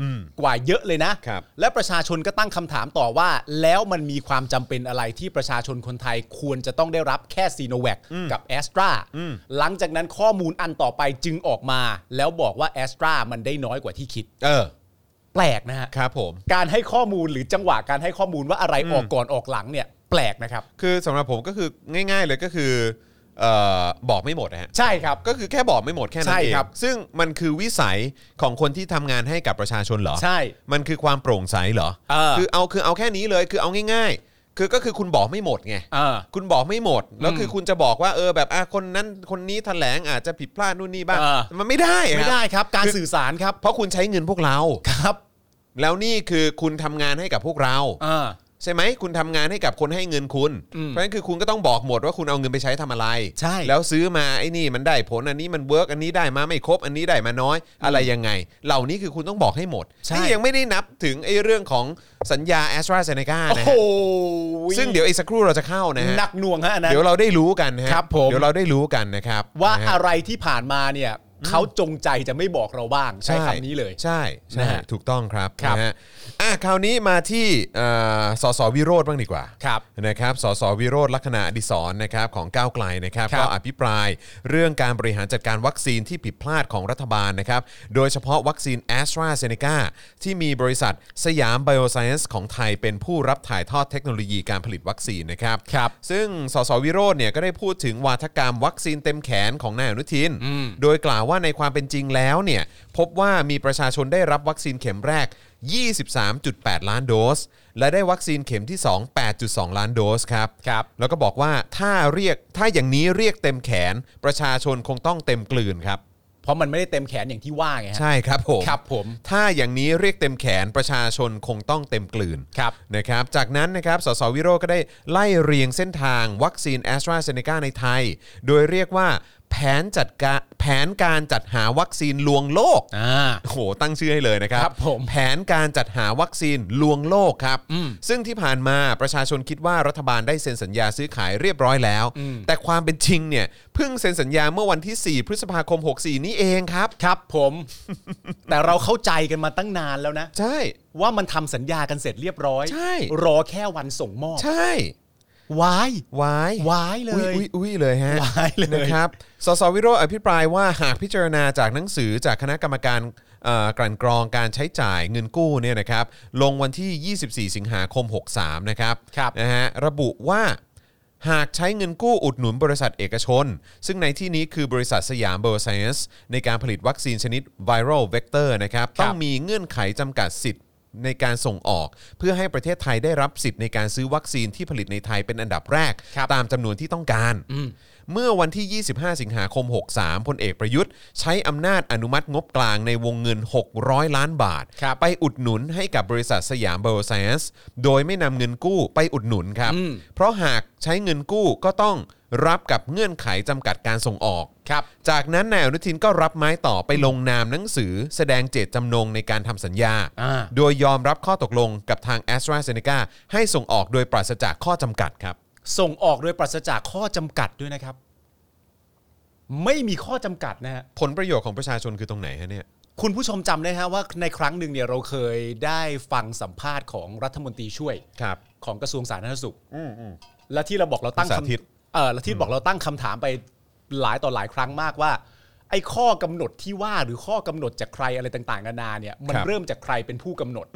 Speaker 1: กว่าเยอะเลยนะ
Speaker 2: ครับ
Speaker 1: และประชาชนก็ตั้งคำถามต่อว่า แล้วมันมีความจำเป็นอะไรที่ประชาชนคนไทยควรจะต้องได้รับแค่ซีโนแวคกับแอสตราหลังจากนั้นข้อมูลอันต่อไปจึงออกมา แล้วบอกว่าแอสตรามันได้น้อยกว่าที่คิด
Speaker 2: เออ
Speaker 1: แปลกนะฮะ
Speaker 2: ครับผม
Speaker 1: การให้ข้อมูลหรือจังหวะการให้ข้อมูลว่าอะไรออกก่อนออกหลังเนี่ยแปลกนะครับ
Speaker 2: คือสำหรับผมก็คือง่าย ๆ เลยก็คือ เอ่อบอกไม่หมดนะฮะ
Speaker 1: ใช่ครับ
Speaker 2: ก็คือแค่บอกไม่หมดแค่นั้น
Speaker 1: ใช่
Speaker 2: เอง
Speaker 1: ครับ
Speaker 2: ซึ่งมันคือวิสัยของคนที่ทำงานให้กับประชาชนเหรอ
Speaker 1: ใช่
Speaker 2: มันคือความโปร่งใสเหรอ
Speaker 1: เออ
Speaker 2: คือเอาคือเอาแค่นี้เลยคือเอาง่ายๆ คือก็คือคุณบอกไม่หมดไง
Speaker 1: เออ
Speaker 2: คุณบอกไม่หมด แล้ว
Speaker 1: อืม
Speaker 2: คือคุณจะบอกว่าเออแบบอ่ะคนนั้นคนนี้แถลงอาจจะผิดพลาดนู่นนี่บ้าง
Speaker 1: เออ
Speaker 2: มันไม่ได้
Speaker 1: ไม่
Speaker 2: ครับ
Speaker 1: ได้ครับการสื่อสารครับ
Speaker 2: เพราะคุณใช้เงินพวกเรา
Speaker 1: ครับ
Speaker 2: แล้วนี่คือคุณทำงานให้กับพวกเรา
Speaker 1: เออ
Speaker 2: ใช่ไหมคุณทำงานให้กับคนให้เงินคุณ
Speaker 1: อืม
Speaker 2: เพราะฉะนั้นคือคุณก็ต้องบอกหมดว่าคุณเอาเงินไปใช้ทำอะไร
Speaker 1: ใช่
Speaker 2: แล้วซื้อมาไอ้นี่มันได้ผลอันนี้มันเวิร์กอันนี้ได้มาไม่ครบอันนี้ได้มาน้อย อะไรยังไง เหล่านี้คือคุณต้องบอกให้หมด
Speaker 1: ใช่
Speaker 2: นี่ยังไม่ได้นับถึงไอ้เรื่องของสัญญาแอสตราเซเนกา
Speaker 1: โอ้
Speaker 2: นะ
Speaker 1: โห
Speaker 2: ฮะซึ่งเดี๋ยวอีกสักครู่เราจะเข้านะ
Speaker 1: หนั
Speaker 2: ฮะ
Speaker 1: กหน่วงฮะอันนั้น
Speaker 2: เดี๋ยวเราได้รู้กันฮะ
Speaker 1: ครับผม
Speaker 2: เดี๋ยวเราได้รู้กันนะครับ
Speaker 1: ว่า
Speaker 2: นะฮะ
Speaker 1: อะไรที่ผ่านมาเนี่ยเขาจงใจจะไม่บอกเราบ้างใช้คำนี้เลย
Speaker 2: ใช่ใช่
Speaker 1: นะฮะ
Speaker 2: ถูกต้องครับ
Speaker 1: ครับ
Speaker 2: นะฮะอ่ะคราวนี้มาที่เอ่อสสวิโรธบ้างดีกว่า
Speaker 1: ครับ
Speaker 2: นะครับสสวิโรธลักษณะอดิศรนะครับของก้าวไกลนะครับ
Speaker 1: ครับ
Speaker 2: ก็อภิปรายเรื่องการบริหารจัดการวัคซีนที่ผิดพลาดของรัฐบาลนะครับโดยเฉพาะวัคซีนแอสตราเซเนกาที่มีบริษัทสยามไบโอไซเอนซ์ของไทยเป็นผู้รับถ่ายทอดเทคโนโลยีการผลิตวัคซีนนะครับ
Speaker 1: ครับ
Speaker 2: ซึ่งสสวิโรจน์เนี่ยก็ได้พูดถึงวาทกรรมวัคซีนเต็มแขนของนายอนุทิน โดยกล่าวว่าในความเป็นจริงแล้วเนี่ยพบว่ามีประชาชนได้รับวัคซีนเข็มแรก 23.8 ล้านโดส และได้วัคซีนเข็มที่ 2 8.2 ล้านโดสครับ
Speaker 1: ครับ
Speaker 2: แล้วก็บอกว่าถ้าเรียกถ้าอย่างนี้เรียกเต็มแขน ประชาชนคงต้องเต็มกลืนครับ
Speaker 1: เพราะมันไม่ได้เต็มแขนอย่างที่ว่าไงฮะ
Speaker 2: ใช่ครับผม
Speaker 1: ครับผม
Speaker 2: ถ้าอย่างนี้เรียกเต็มแขนประชาชนคงต้องเต็มกลืน
Speaker 1: ครับ
Speaker 2: นะครับจากนั้นนะครับสสวิโรจน์ก็ได้ไล่เรียงเส้นทางวัคซีนแอสตราเซเนกาในไทย โดยเรียกว่าแผนจัดการแผนการจัดหาวัคซีนลวงโลก
Speaker 1: อ่า
Speaker 2: โอ้โหตั้งชื่อให้เลยนะครับ
Speaker 1: ครับผม
Speaker 2: แผนการจัดหาวัคซีนลวงโลกครับ ซึ่งที่ผ่านมาประชาชนคิดว่ารัฐบาลได้เซ็นสัญญาซื้อขายเรียบร้อยแล้ว แต่ความเป็นจริงเนี่ยเพิ่งเซ็นสัญญาเมื่อวันที่ 4 พฤษภาคม 64 นี้เองครับ
Speaker 1: ครับผม แต่เราเข้าใจกันมาตั้งนานแล้วนะ
Speaker 2: ใช่
Speaker 1: ว่ามันทำสัญญากันเสร็จเรียบร้อย
Speaker 2: ใช่
Speaker 1: รอแค่วันส่งมอบ
Speaker 2: ใช่
Speaker 1: วายว
Speaker 2: าย
Speaker 1: วายเล
Speaker 2: อุ้ย
Speaker 1: ย
Speaker 2: อุ้ยอุ้ยเลยฮะ
Speaker 1: ว้ายเลย
Speaker 2: นะครับ สสวิโรจน์อภิปรายว่าหากพิจารณาจากหนังสือจากคณะกรรมการเอ่อกลั่นกรองการใช้จ่ายเงินกู้เนี่ยนะครับ ลงวันที่ 24 สิงหาคม 63 นะครับ
Speaker 1: ครับ
Speaker 2: นะฮะ ระบุว่าหากใช้เงินกู้อุดหนุนบริษัทเอกชน ซึ่งในที่นี้คือบริษัทสยามเบอร์ไซเอนส์ในการผลิตวัคซีนชนิดไวรัลเวกเตอร์นะครับ
Speaker 1: ครับ
Speaker 2: ต้องมีเงื่อนไขจำกัดสิทธิ์ในการส่งออก เพื่อให้ประเทศไทยได้รับสิทธิ์ในการซื้อวัคซีนที่ผลิตในไทยเป็นอันดับแรก
Speaker 1: ครับ
Speaker 2: ตามจำนวนที่ต้องการ เมื่อวันที่ 25 สิงหาคม 63 พลเอกประยุทธ์ ใช้อำนาจอนุมัติงบกลางในวงเงิน 600 ล้านบาท
Speaker 1: ครับ
Speaker 2: ไปอุดหนุนให้กับบริษัทสยามเบอร์ไซเอนส์โดยไม่นำเงินกู้ไปอุดหนุนครับ
Speaker 1: อืม
Speaker 2: เพราะหากใช้เงินกู้ก็ต้องรับกับเงื่อนไขจำกัดการส่งออก
Speaker 1: ครับ
Speaker 2: จากนั้นนายอนุทินก็รับไม้ต่อไปลงนามหนังสือแสดงเจตจำนงในการทำสัญญา
Speaker 1: อ่า
Speaker 2: โดยยอมรับข้อตกลงกับทาง a s t r a z เซ e c a ให้ส่งออกโดยปราศจากข้อจำกัดครับ
Speaker 1: ส่งออกโดยปราศจากข้อจำกัดด้วยนะครับ ไม่มีข้อจำกัดนะฮะ
Speaker 2: ผลประโยชน์ของประชาชนคือตรงไหนฮะเนี่ย
Speaker 1: คุณผู้ชมจำได้ฮะว่าในครั้งหนึ่งเนี่ยเราเคยได้ฟังสัมภาษณ์ของรัฐมนตรีช่วย
Speaker 2: ครับ
Speaker 1: ของกระทรวงสาธารณสุข และที่เราบอกเราตั้ง
Speaker 2: คุณสาธิต
Speaker 1: คำเออและที่บอกเราตั้งคำถามไปหลายต่อหลายครั้งมากว่า ไอ้ข้อกำหนดที่ว่าหรือข้อกำหนดจากใครอะไรต่างๆนานาเนี่ย มันเริ่มจากใครเป็นผู้กำหนด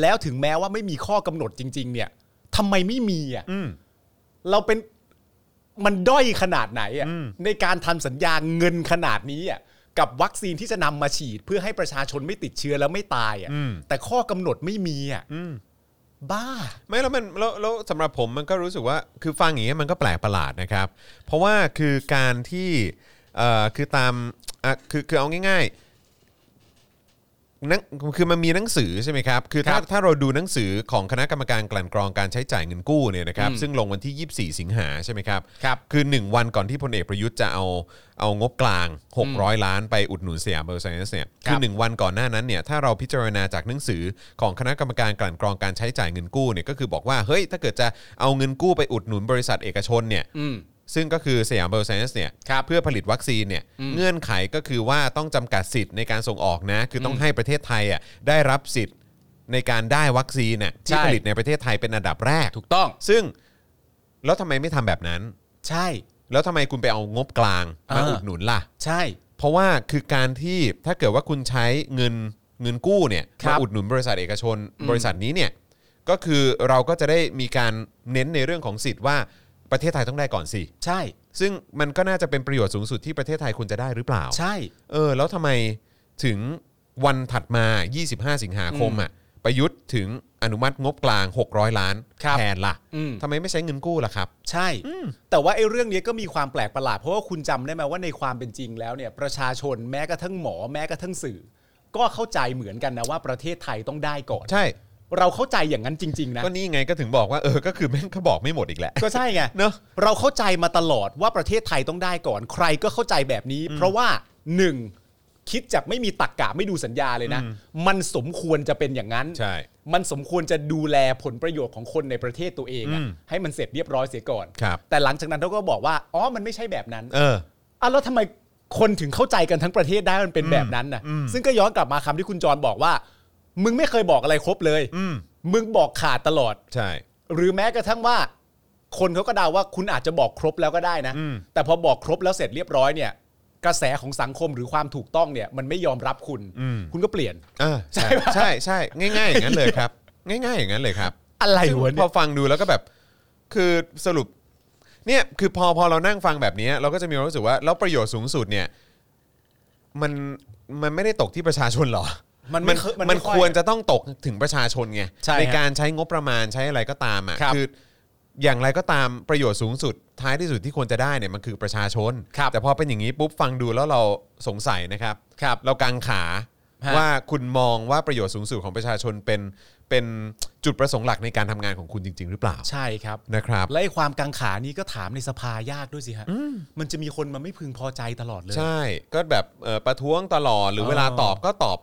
Speaker 1: แล้วถึงแม้ว่าไม่มีข้อกำหนดจริง ๆ เนี่ยทำไมไม่มีอ่ะ
Speaker 2: อืม
Speaker 1: เราเป็นมันด้อยขนาดไหนอ่ะ
Speaker 2: อืม
Speaker 1: ในการทำสัญญาเงินขนาดนี้อ่ะกับวัคซีนที่จะนำมาฉีด เพื่อให้ประชาชนไม่ติดเชื้อแล้วไม่ตายอ่ะ
Speaker 2: อืม
Speaker 1: แต่ข้อกำหนดไม่มีอ่ะ
Speaker 2: อืม
Speaker 1: บ้า
Speaker 2: ไม่แล้วมันแล้วแล้วสำหรับผมมันก็รู้สึกว่าคือฟังอย่างเงี้ยมันก็แปลกประหลาดนะครับ เพราะว่าคือการที่เอ่อคือตามอ่ะคือคือเอาง่ายๆหนังคือมันมีหนังสือใช่ไหมครับ คือถ้า
Speaker 1: ครับ
Speaker 2: ถ้าเราดูหนังสือของคณะกรรมการกลั่นกรองการใช้จ่ายเงินกู้เนี่ยนะครับ
Speaker 1: อืม
Speaker 2: ซึ่งลงวันที่ 24 สิงหาใช่ไหมครับ
Speaker 1: ครับ
Speaker 2: คือ 1 วันก่อนที่พลเอกประยุทธ์จะเอาเอางบกลาง 600 ล้านไปอุดหนุนสยามเบอร์ไซเนสเนี่ย
Speaker 1: ครับ
Speaker 2: คือ 1 วันก่อนหน้านั้นเนี่ยถ้าเราพิจารณาจากหนังสือของคณะกรรมการกลั่นกรองการใช้จ่ายเงินกู้เนี่ยก็คือบอกว่าเฮ้ยถ้าเกิดจะเอาเงินกู้ไปอุดหนุนบริษัทเอกชนเนี่ย
Speaker 1: อืม
Speaker 2: ซึ่งก็คือสยามเบอร์ไซเนสเนี่ย
Speaker 1: ครับ
Speaker 2: เพื่อผลิตวัคซีนเนี่ยเงื่อนไขก็คือว่าต้องจำกัดสิทธิ์ในการส่งออกนะคือต้องให้ประเทศไทยอ่ะได้รับสิทธิ์ในการได้วัคซีนน่ะที่
Speaker 1: ใช่
Speaker 2: ผลิตในประเทศไทยเป็นอันดับแรก
Speaker 1: ถูกต้อง
Speaker 2: ซึ่งแล้วทำไมไม่ทำแบบนั้น
Speaker 1: ใช่
Speaker 2: แล้วทำไมคุณไปเอางบกลางมา
Speaker 1: อ่า
Speaker 2: อุดหนุนล่ะ
Speaker 1: ใช่
Speaker 2: เพราะว่าคือการที่ถ้าเกิดว่าคุณใช้เงินเงินกู้เนี่ย
Speaker 1: ครั
Speaker 2: มา
Speaker 1: บ
Speaker 2: อุดหนุนบริษัทเอกชน
Speaker 1: อืม
Speaker 2: บริษัทนี้เนี่ยก็คือเราก็จะได้มีการเน้นในเรื่องของสิทธิ์ว่าประเทศไทยต้องได้ก่อนสิ
Speaker 1: ใช่
Speaker 2: ถ ซึ่งมันก็น่าจะเป็นประโยชน์สูงสุดที่ประเทศไทยควรจะได้หรือเปล่า
Speaker 1: ใช่
Speaker 2: เออแล้วทำไมถึงวันถัดมา 25 สิงหาคมอ่ะประยุทธ์ถึงอนุมัติงบกลาง 600 ล้าน
Speaker 1: ครับ
Speaker 2: แทนล่ะ
Speaker 1: อืม
Speaker 2: ทำไมไม่ใช้เงินกู้ล่ะครับ
Speaker 1: ใช่ แต่ว่าไอ้เรื่องเนี้ยก็มีความแปลกประหลาด เพราะว่าคุณจำได้ไหมว่าในความเป็นจริงแล้วเนี่ยประชาชนแม้กระทั่งหมอแม้กระทั่งสื่อ ก็เข้าใจเหมือนกันนะว่าประเทศไทยต้องได้ก่อน
Speaker 2: ใช่
Speaker 1: เราเข้าใจอย่างนั้นจริง ๆ นะ
Speaker 2: ก็นี่ไงก็ถึงบอกว่าเออก็คือแม่งก็บอกไม่หมดอีกแหละ
Speaker 1: ก็ใช่ไง
Speaker 2: เนอะ
Speaker 1: เราเข้าใจมาตลอดว่าประเทศไทยต้องได้ก่อน ใครก็เข้าใจแบบนี้ เพราะว่าหนึ่งคิดจากไม่มีตักกะไม่ดูสัญญาเลยนะ มันสมควรจะเป็นอย่างนั้น
Speaker 2: ใช่
Speaker 1: มันสมควรจะดูแลผลประโยชน์ของคนในประเทศตัวเองอะ
Speaker 2: อืม
Speaker 1: ให้มันเสร็จเรียบร้อยเสียก่อน
Speaker 2: ครับ
Speaker 1: แต่หลังจากนั้นเขาก็บอกว่าอ๋อมันไม่ใช่แบบนั้น
Speaker 2: เออ
Speaker 1: อ่ะแล้วทำไมคนถึงเข้าใจกันทั้งประเทศได้มันเป็นแบบนั้นนะ
Speaker 2: อืม
Speaker 1: ซึ่งก็ย้อนกลับมาคำที่คุณจรบอกว่า มึงไม่เคยบอกอะไรครบเลย
Speaker 2: อืม
Speaker 1: มึงบอกขาดตลอด
Speaker 2: ใช่
Speaker 1: หรือแม้กระทั่งว่า คนเขาก็เดาว่าคุณอาจจะบอกครบแล้วก็ได้นะ
Speaker 2: อืม
Speaker 1: แต่พอบอกครบแล้วเสร็จเรียบร้อยเนี่ย กระแสของสังคมหรือความถูกต้องเนี่ย มันไม่ยอมรับคุณ
Speaker 2: อืม
Speaker 1: คุณก็เปลี่ยน
Speaker 2: เออใช่ใช่ใช่ง่ายๆอย่างนั้นเลยครับ ง่ายๆอย่างนั้นเลยครับ
Speaker 1: อะไร
Speaker 2: ซึ่ง
Speaker 1: วะ
Speaker 2: พ
Speaker 1: เนี่
Speaker 2: อย ฟังดูแล้วก็แบบคือสรุปเนี่ยคือพอพอเรานั่งฟังแบบนี้ เราก็จะมีความรู้สึกว่าแล้วประโยชน์สูงสุดเนี่ยมันมันไม่ได้ตกที่ประชาชนเหรอ
Speaker 1: มันไม่เคยมันไม่
Speaker 2: มัน
Speaker 1: ค่อย
Speaker 2: ควรจะต้องตกถึงประชาชนไง
Speaker 1: ใช่ฮะ
Speaker 2: การใช้งบประมาณใช้อะไรก็ตามอ่ะ
Speaker 1: ครับ
Speaker 2: คืออย่างไรก็ตามประโยชน์สูงสุด ท้ายที่สุดที่ควรจะได้เนี่ยมันคือประชาชน
Speaker 1: ครับ
Speaker 2: แต่พอเป็นอย่างนี้ปุ๊บฟังดูแล้วเราสงสัยนะครับ
Speaker 1: ครับ
Speaker 2: เรากังขา
Speaker 1: ฮะ
Speaker 2: ว่า ว่าคุณมองว่าประโยชน์สูงสุดของประชาชนเป็นเป็นจุดประสงค์หลักในการทำงานของคุณจริง ๆ หรือเปล่า
Speaker 1: ใช่ครับ
Speaker 2: นะครับ
Speaker 1: และไอ้ความกังขานี้ก็ถามในสภายากด้วยสิฮะ มันจะมีคนมาไม่พึงพอใจตลอดเลย
Speaker 2: ใช่ก็แบบเอ่อประท้วงตลอดหรือ
Speaker 1: เออ
Speaker 2: เวลาตอบก็ตอบ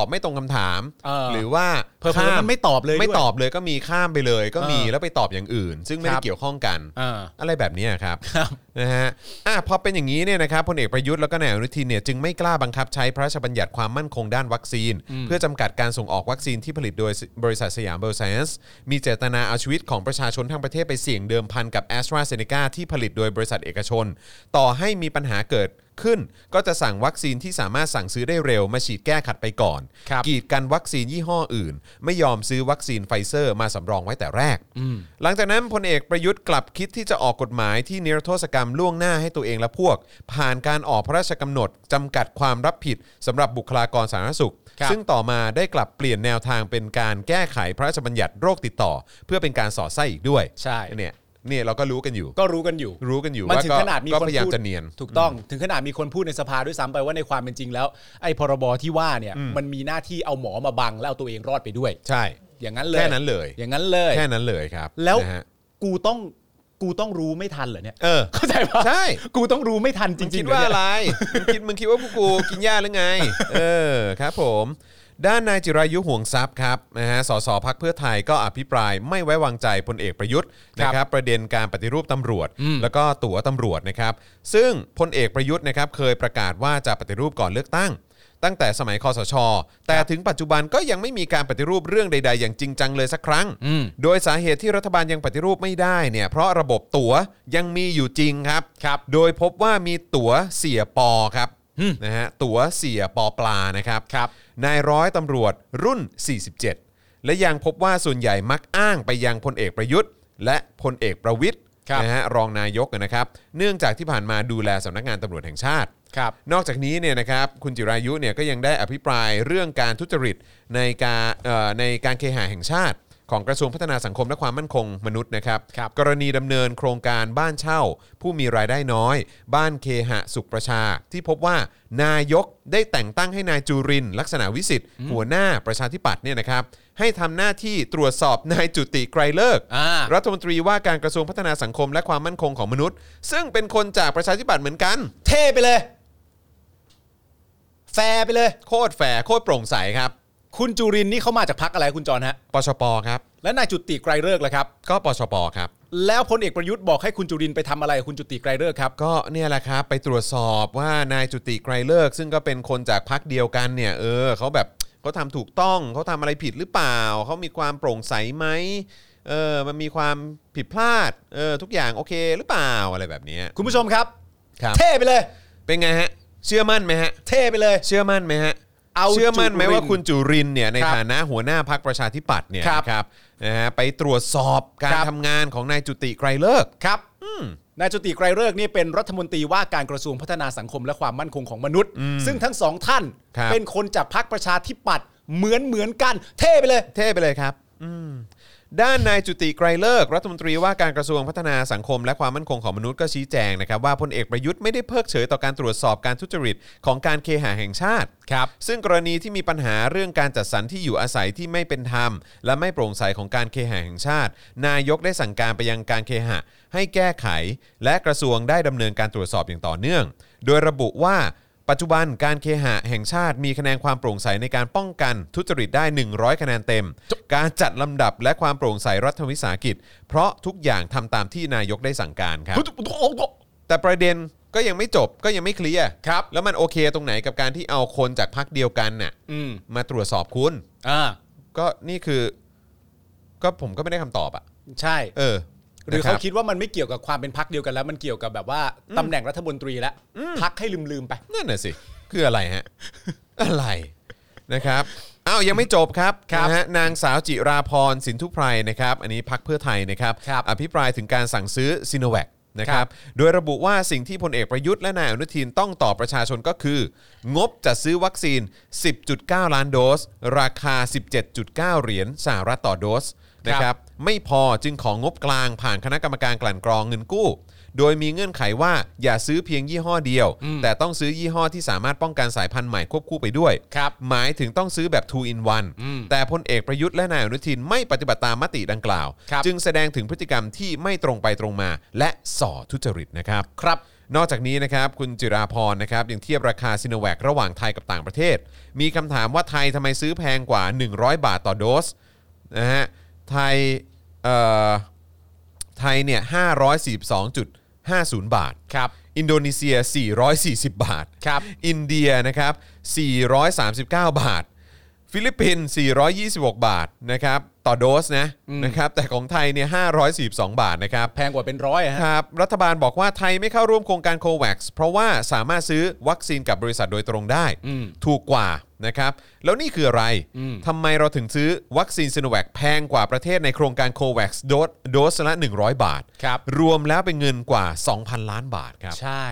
Speaker 2: ตอบไม่ตรงคำถาม
Speaker 1: เออ
Speaker 2: หรือว่า
Speaker 1: เผลอๆ
Speaker 2: ข้า
Speaker 1: มันไม่ตอบเลยด้วย
Speaker 2: ไม่ตอบเลยก็มีข้ามไปเลย ก็มี
Speaker 1: เออ
Speaker 2: แล้วไปตอบอย่างอื่น ซึ่งไม่
Speaker 1: ค
Speaker 2: ได้
Speaker 1: รับ
Speaker 2: เกี่ยวข้องกัน
Speaker 1: อ่า
Speaker 2: อะไรแบบเนี้ยครับ
Speaker 1: ครับ
Speaker 2: นะฮะอ่ะพอเป็นอย่างนี้เนี่ยนะครับพลเอกประยุทธ์แล้วก็นายอนุทินเนี่ยจึงไม่กล้าบังคับใช้พระราชบัญญัติความมั่นคงด้านวัคซีน เพื่อจำกัดการส่งออกวัคซีนที่ผลิตโดยบริษัทสยามเบอร์ไซนส์มีเจตนาเอาชีวิตของประชาชนทั้งประเทศไปเสี่ยงเดิมพันกับแอสตราเซเนกาที่ผลิตโดยบริษัทเอกชน ต่อให้มีปัญหาเกิดขึ้น ก็จะสั่งวัคซีนที่สามารถสั่งซื้อได้เร็วมาฉีดแก้ขัดไปก่อน
Speaker 1: ครับ
Speaker 2: กีดกันวัคซีนยี่ห้ออื่น ไม่ยอมซื้อวัคซีนไฟเซอร์มาสำรองไว้แต่แรก หลังจากนั้นพลเอกประยุทธ์กลับคิดที่จะออกกฎหมายที่นิรโทษกรรมล่วงหน้าให้ตัวเองและพวก ผ่านการออกพระราชกำหนดจำกัดความรับผิดสำหรับบุคลากรสาธารณสุข
Speaker 1: ครับ
Speaker 2: ซึ่งต่อมาได้กลับเปลี่ยนแนวทางเป็นการแก้ไขพระราชบัญญัติโรคติดต่อ เพื่อเป็นการสอดไส้อีกด้วย
Speaker 1: ใช่
Speaker 2: เนี่ยเนี่ยเราก็รู้กันอยู่
Speaker 1: ก็รู้กันอยู่
Speaker 2: รู้กันอยู่
Speaker 1: มัน
Speaker 2: ว่า
Speaker 1: ถึง
Speaker 2: ก็
Speaker 1: ขนาดมี
Speaker 2: ก็
Speaker 1: คน
Speaker 2: พยายาม
Speaker 1: พูด
Speaker 2: จะเนียน
Speaker 1: ถูกต้องถึงขนาดมีคนพูดในสภาด้วยซ้ำไปว่าในความเป็นจริงแล้วไอ้พรบที่ว่าเนี่ยมันมีหน้าที่เอาหมอมาบังแล้วเอาตัวเองรอดไปด้วย
Speaker 2: ใช่
Speaker 1: อย่างนั้นเลย
Speaker 2: แค่นั้นเลย
Speaker 1: อย่างนั้นเลย
Speaker 2: แค่นั้นเลยครับ
Speaker 1: แล้ว
Speaker 2: นะฮะ
Speaker 1: กูต้องกูต้องรู้ไม่ทันเหรอเนี่ย
Speaker 2: เออ
Speaker 1: เข้าใจปะ
Speaker 2: ใช่
Speaker 1: กูต้องรู้ไม่ทันจ
Speaker 2: มึง
Speaker 1: ริ
Speaker 2: คิ
Speaker 1: งๆ
Speaker 2: ด
Speaker 1: เหร
Speaker 2: ว่า
Speaker 1: อ
Speaker 2: อะไร
Speaker 1: เนี่ย
Speaker 2: มึงคิดมึงคิดว่าพวกกูกินหญ้าหรือไง เออครับผม ด้านนายจิรายุห่วงทรัพย์ครับนะฮะสสพักเพื่อไทยก็อภิปรายไม่ไว้วางใจพลเอกประยุทธ์
Speaker 1: ครับ
Speaker 2: นะครับประเด็นการปฏิรูปตำรวจ แล้วก็ตั๋วตำรวจนะครับ ซึ่งพลเอกประยุทธ์นะครับเคยประกาศว่าจะปฏิรูปก่อนเลือกตั้ง ตั้งแต่สมัยคอสช แต่ถึงปัจจุบันก็ยังไม่มีการปฏิรูปเรื่องใด ๆ อย่างจริงจังเลยสักครั้ง
Speaker 1: อืม
Speaker 2: โดยสาเหตุที่รัฐบาลยังปฏิรูปไม่ได้เนี่ยเพราะระบบตั๋วยังมีอยู่จริงครับ
Speaker 1: ครับ
Speaker 2: โดยพบว่ามีตั๋วเสียปอครับนะฮะตั๋วเสียปอปลานะครับ
Speaker 1: ครับ
Speaker 2: นายร้อยตำรวจรุ่น 47 และยังพบว่าส่วนใหญ่มักอ้างไปยังพลเอกประยุทธ์ และพลเอกประวิทย์
Speaker 1: ครับ
Speaker 2: นะฮะรองนายกนะครับ เนื่องจากที่ผ่านมาดูแลสำนักงานตำรวจแห่งชาติ
Speaker 1: ครับ
Speaker 2: นอกจากนี้เนี่ยนะครับคุณจิรายุเนี่ยก็ยังได้อภิปรายเรื่องการทุจริตในการเอ่อในการเคหะแห่งชาติ ของกระทรวงพัฒนาสังคมและความมั่นคงมนุษย์นะครับ
Speaker 1: ครับ
Speaker 2: กรณีดำเนินโครงการบ้านเช่า ผู้มีรายได้น้อย บ้านเคหะสุขประชา ที่พบว่านายกได้แต่งตั้งให้นายจุรินทร์ลักษณะวิสิทธิ์หัวหน้าประชาธิปัตย์เนี่ยนะครับให้ทำหน้าที่ตรวจสอบนายจุติไกรเลิกษ์
Speaker 1: อ่า
Speaker 2: รัฐมนตรีว่าการกระทรวงพัฒนาสังคมและความมั่นคงของมนุษย์ ซึ่งเป็นคนจากประชาธิปัตย์เหมือนกัน
Speaker 1: เท่ไปเลย แฟร์ไปเลย
Speaker 2: โคตรแฟร์โคตรโปร่งใสครับ
Speaker 1: คุณจุรินทร์นี่เขามาจากพักอะไรคุณจรฮะ
Speaker 2: ปชปครับ
Speaker 1: และนายจุติไกรเลิกษ์ล่ะครับ
Speaker 2: ก็ปชปครับ
Speaker 1: แล้วพลเอกประยุทธ์บอกให้คุณจุรินทร์ไปทำอะไรกับคุณจุติไกรเลิกษ์ครับ
Speaker 2: ก็เนี่ยแหละครับ ไปตรวจสอบว่านายจุติไกรเลิกษ์ซึ่งก็เป็นคนจากพักเดียวกันเนี่ย เออเขาแบบเขาทำถูกต้องเขาทำอะไรผิดหรือเปล่า เขามีความโปร่งใสไหมเออมันมีความผิดพลาดเออทุกอย่างโอเคหรือเปล่าอะไรแบบเนี้ย
Speaker 1: คุณผู้ชมครับ
Speaker 2: ครับ
Speaker 1: เท่ไปเลย
Speaker 2: เป็นไงฮะ เชื่อมั่นไหมฮะ
Speaker 1: เท่ไปเลย
Speaker 2: เชื่อมั่นไหมฮะ
Speaker 1: เอา
Speaker 2: เชื่อมั่นไหม
Speaker 1: จุรินทร์
Speaker 2: ว่าคุณจุรินทร์เนี่ยใน
Speaker 1: ครับ
Speaker 2: ฐานะหัวหน้าพักประชาธิปัตย์เนี่ย
Speaker 1: ครับ
Speaker 2: นะครับนะฮะไปตรวจสอบการ
Speaker 1: ครับ
Speaker 2: ทำงานของนายจุติไกรเลิกษ์
Speaker 1: ครับ นายจุติไกรเลิกษ์นี่เป็นรัฐมนตรีว่าการกระทรวงพัฒนาสังคมและความมั่นคงของมนุษย์ ซึ่งทั้งสองท่าน
Speaker 2: ครับ
Speaker 1: เป็นคนจากพรรคประชาธิปัตย์เหมือนเหมือนกัน เท่ไปเลย
Speaker 2: เท่ไปเลยครับ ด้านนายจุติไกรเลิกษ์รัฐมนตรีว่าการกระทรวงพัฒนาสังคมและความมั่นคงของมนุษย์ก็ชี้แจงนะครับว่าพลเอกประยุทธ์ไม่ได้เพิกเฉยต่อการตรวจสอบการทุจริตของการเคหะแห่งชาติ
Speaker 1: ครับ
Speaker 2: ซึ่งกรณีที่มีปัญหาเรื่องการจัดสรรที่อยู่อาศัยที่ไม่เป็นธรรม และไม่โปร่งใสของการเคหะแห่งชาติ นายกได้สั่งการไปยังการเคหะ ให้แก้ไข และกระทรวงได้ดำเนินการตรวจสอบอย่างต่อเนื่อง โดยระบุว่าปัจจุบันการเคหะแห่งชาติมีคะแนนความโปร่งใสในการป้องกันทุจริตได้ 100 คะแนนเต็ม การจัดลำดับและความโปร่งใสรัฐวิสาหกิจ เพราะทุกอย่างทำตามที่นายกได้สั่งการครับ แต่ประเด็นก็ยังไม่จบก็ยังไม่เคลียร์
Speaker 1: ครับ
Speaker 2: แล้วมันโอเคตรงไหนกับการที่เอาคนจากพักเดียวกันน่ะ
Speaker 1: อืม
Speaker 2: มาตรวจสอบคุณ
Speaker 1: อ่า
Speaker 2: ก็นี่คือ ก็ผมก็ไม่ได้คำตอบอ่ะ
Speaker 1: ใช่
Speaker 2: เออ
Speaker 1: หรือ
Speaker 2: นะ
Speaker 1: เขา
Speaker 2: บ
Speaker 1: คิดว่ามันไม่เกี่ยวกับความเป็นพักเดียวกันแล้ว มันเกี่ยวกับแบบว่าตำแหน่งรัฐมนตรีแล้วพักให้ลืมๆไป
Speaker 2: นั่นน่ะสิ คืออะไรฮะ อะไรนะครับอ้าวยังไม่จบครับ
Speaker 1: ครับ
Speaker 2: นะฮะนางสาวจิราพรสินทุไพรนะครับ อันนี้พักเพื่อไทยนะครับ
Speaker 1: ครับ
Speaker 2: อภิปรายถึงการสั่งซื้อซีโนแวคนะครับ โดยระบุว่าสิ่งที่พลเอกประยุทธ์และนายอนุทินต้องต่อประชาชนก็คือ งบจัดซื้อวัคซีน 10.9 ล้านโดส ราคา 17.9 เหรียญสหรัฐต่อโดสนะครับไม่พอจึงของงบกลางผ่านคณะกรรมการกลั่นกรองเงินกู้ โดยมีเงื่อนไขว่าอย่าซื้อเพียงยี่ห้อเดียว แต่ต้องซื้อยี่ห้อที่สามารถป้องกันสายพันธุ์ใหม่ควบคู่ไปด้วย
Speaker 1: ครับ
Speaker 2: หมายถึงต้องซื้อแบบ 2 in 1 แต่พลเอกประยุทธ์และนายอนุทินไม่ปฏิบัติตามมติดังกล่าว
Speaker 1: ครับ
Speaker 2: จึงแสดงถึงพฤติกรรมที่ไม่ตรงไปตรงมา และส่อทุจริตนะครับ
Speaker 1: ครับ
Speaker 2: นอกจากนี้นะครับคุณจิราพรนะครับยังเทียบราคาซิโนแวคระหว่างไทยกับต่างประเทศ มีคำถามว่าไทยทำไมซื้อแพงกว่า 100 บาทต่อโดสนะฮะไทยเอ่อไทยเนี่ย542.50 บาท
Speaker 1: ครับ
Speaker 2: อินโดนีเซีย 440 บาท
Speaker 1: ครับ
Speaker 2: อินเดียนะครับ 439 บาท ฟิลิปปินส์426 บาทนะครับต่อโดสนะนะครับแต่ของไทยเนี่ย542 บาทนะครับ
Speaker 1: แพงกว่าเป็นร้อยอะฮะ
Speaker 2: ครับรัฐบาลบอกว่าไทยไม่เข้าร่วมโครงการโควัคเพราะว่าสามารถซื้อวัคซีนกับบริษัทโดยตรงได้
Speaker 1: อืม
Speaker 2: ถูกกว่านะครับ แล้วนี่คืออะไร
Speaker 1: อืม
Speaker 2: ทำไมเราถึงซื้อวัคซีนซิโนแวคแพงกว่าประเทศในโครงการโควัคโดสโดสละ 100 บาท
Speaker 1: ครับ
Speaker 2: รวมแล้วเป็นเงินกว่า 2,000 ล้านบาทครับ
Speaker 1: ใช่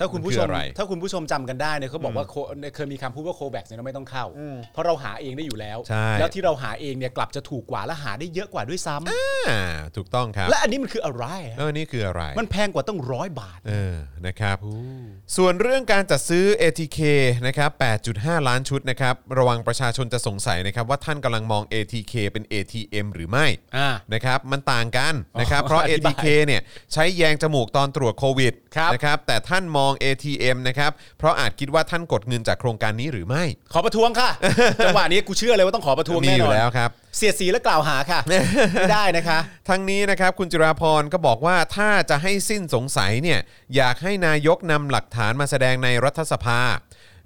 Speaker 1: ถ้าคุณผู้ช
Speaker 2: มั
Speaker 1: ม
Speaker 2: นคืออะไร
Speaker 1: ถ้าคุณผู้ชมจำกันได้เนี่ยเขาบอกว่าโคเคยมีคำพูดว่าโคแบกเนี่ยเราไม่ต้องเข้า เพราะเราหาเองได้อยู่แล้ว
Speaker 2: ใช่
Speaker 1: แล้วที่เราหาเองเนี่ยกลับจะถูกกว่าและหาได้เยอะกว่าด้วยซ้ำ
Speaker 2: อ่าถูกต้องครับ
Speaker 1: และอันนี้มันคืออะไรอะ
Speaker 2: แล้วอันนี่คืออะไร
Speaker 1: มันแพงกว่าต้องร้อยบาท
Speaker 2: เออ นะครับ ส่วนเรื่องการจัดซื้อ ATK นะครับ 8.5 ล้านชุดนะครับ ระวังประชาชนจะสงสัยนะครับว่าท่านกำลังมอง ATK เป็น ATM หรือไม่
Speaker 1: อ่า
Speaker 2: นะครับ มันต่างกันนะครับ
Speaker 1: อ๋อ
Speaker 2: เพราะ
Speaker 1: อธิบาย
Speaker 2: ATK เนี่ยใช้แยงจมูกตอนตรวจโควิด
Speaker 1: ครับ
Speaker 2: นะครับ แต่ท่านมอง ATM นะครับ เพราะอาจคิดว่าท่านกดเงินจากโครงการนี้หรือไม่
Speaker 1: ขอประท้วง ค่ะ จังหวะนี้กูเชื่อเลยว่าต้องขอประท้วง
Speaker 2: มี
Speaker 1: แน่
Speaker 2: อน
Speaker 1: อยู่น
Speaker 2: แล้วครับ
Speaker 1: เสียดสีและกล่าวหาค่ะ ไม่ได้นะคะ
Speaker 2: ทั้งนี้นะครับคุณจิราพรก็บอกว่าถ้าจะให้สิ้นสงสัยเนี่ยอยากให้นายกนำหลักฐานมาแสดงในรัฐสภา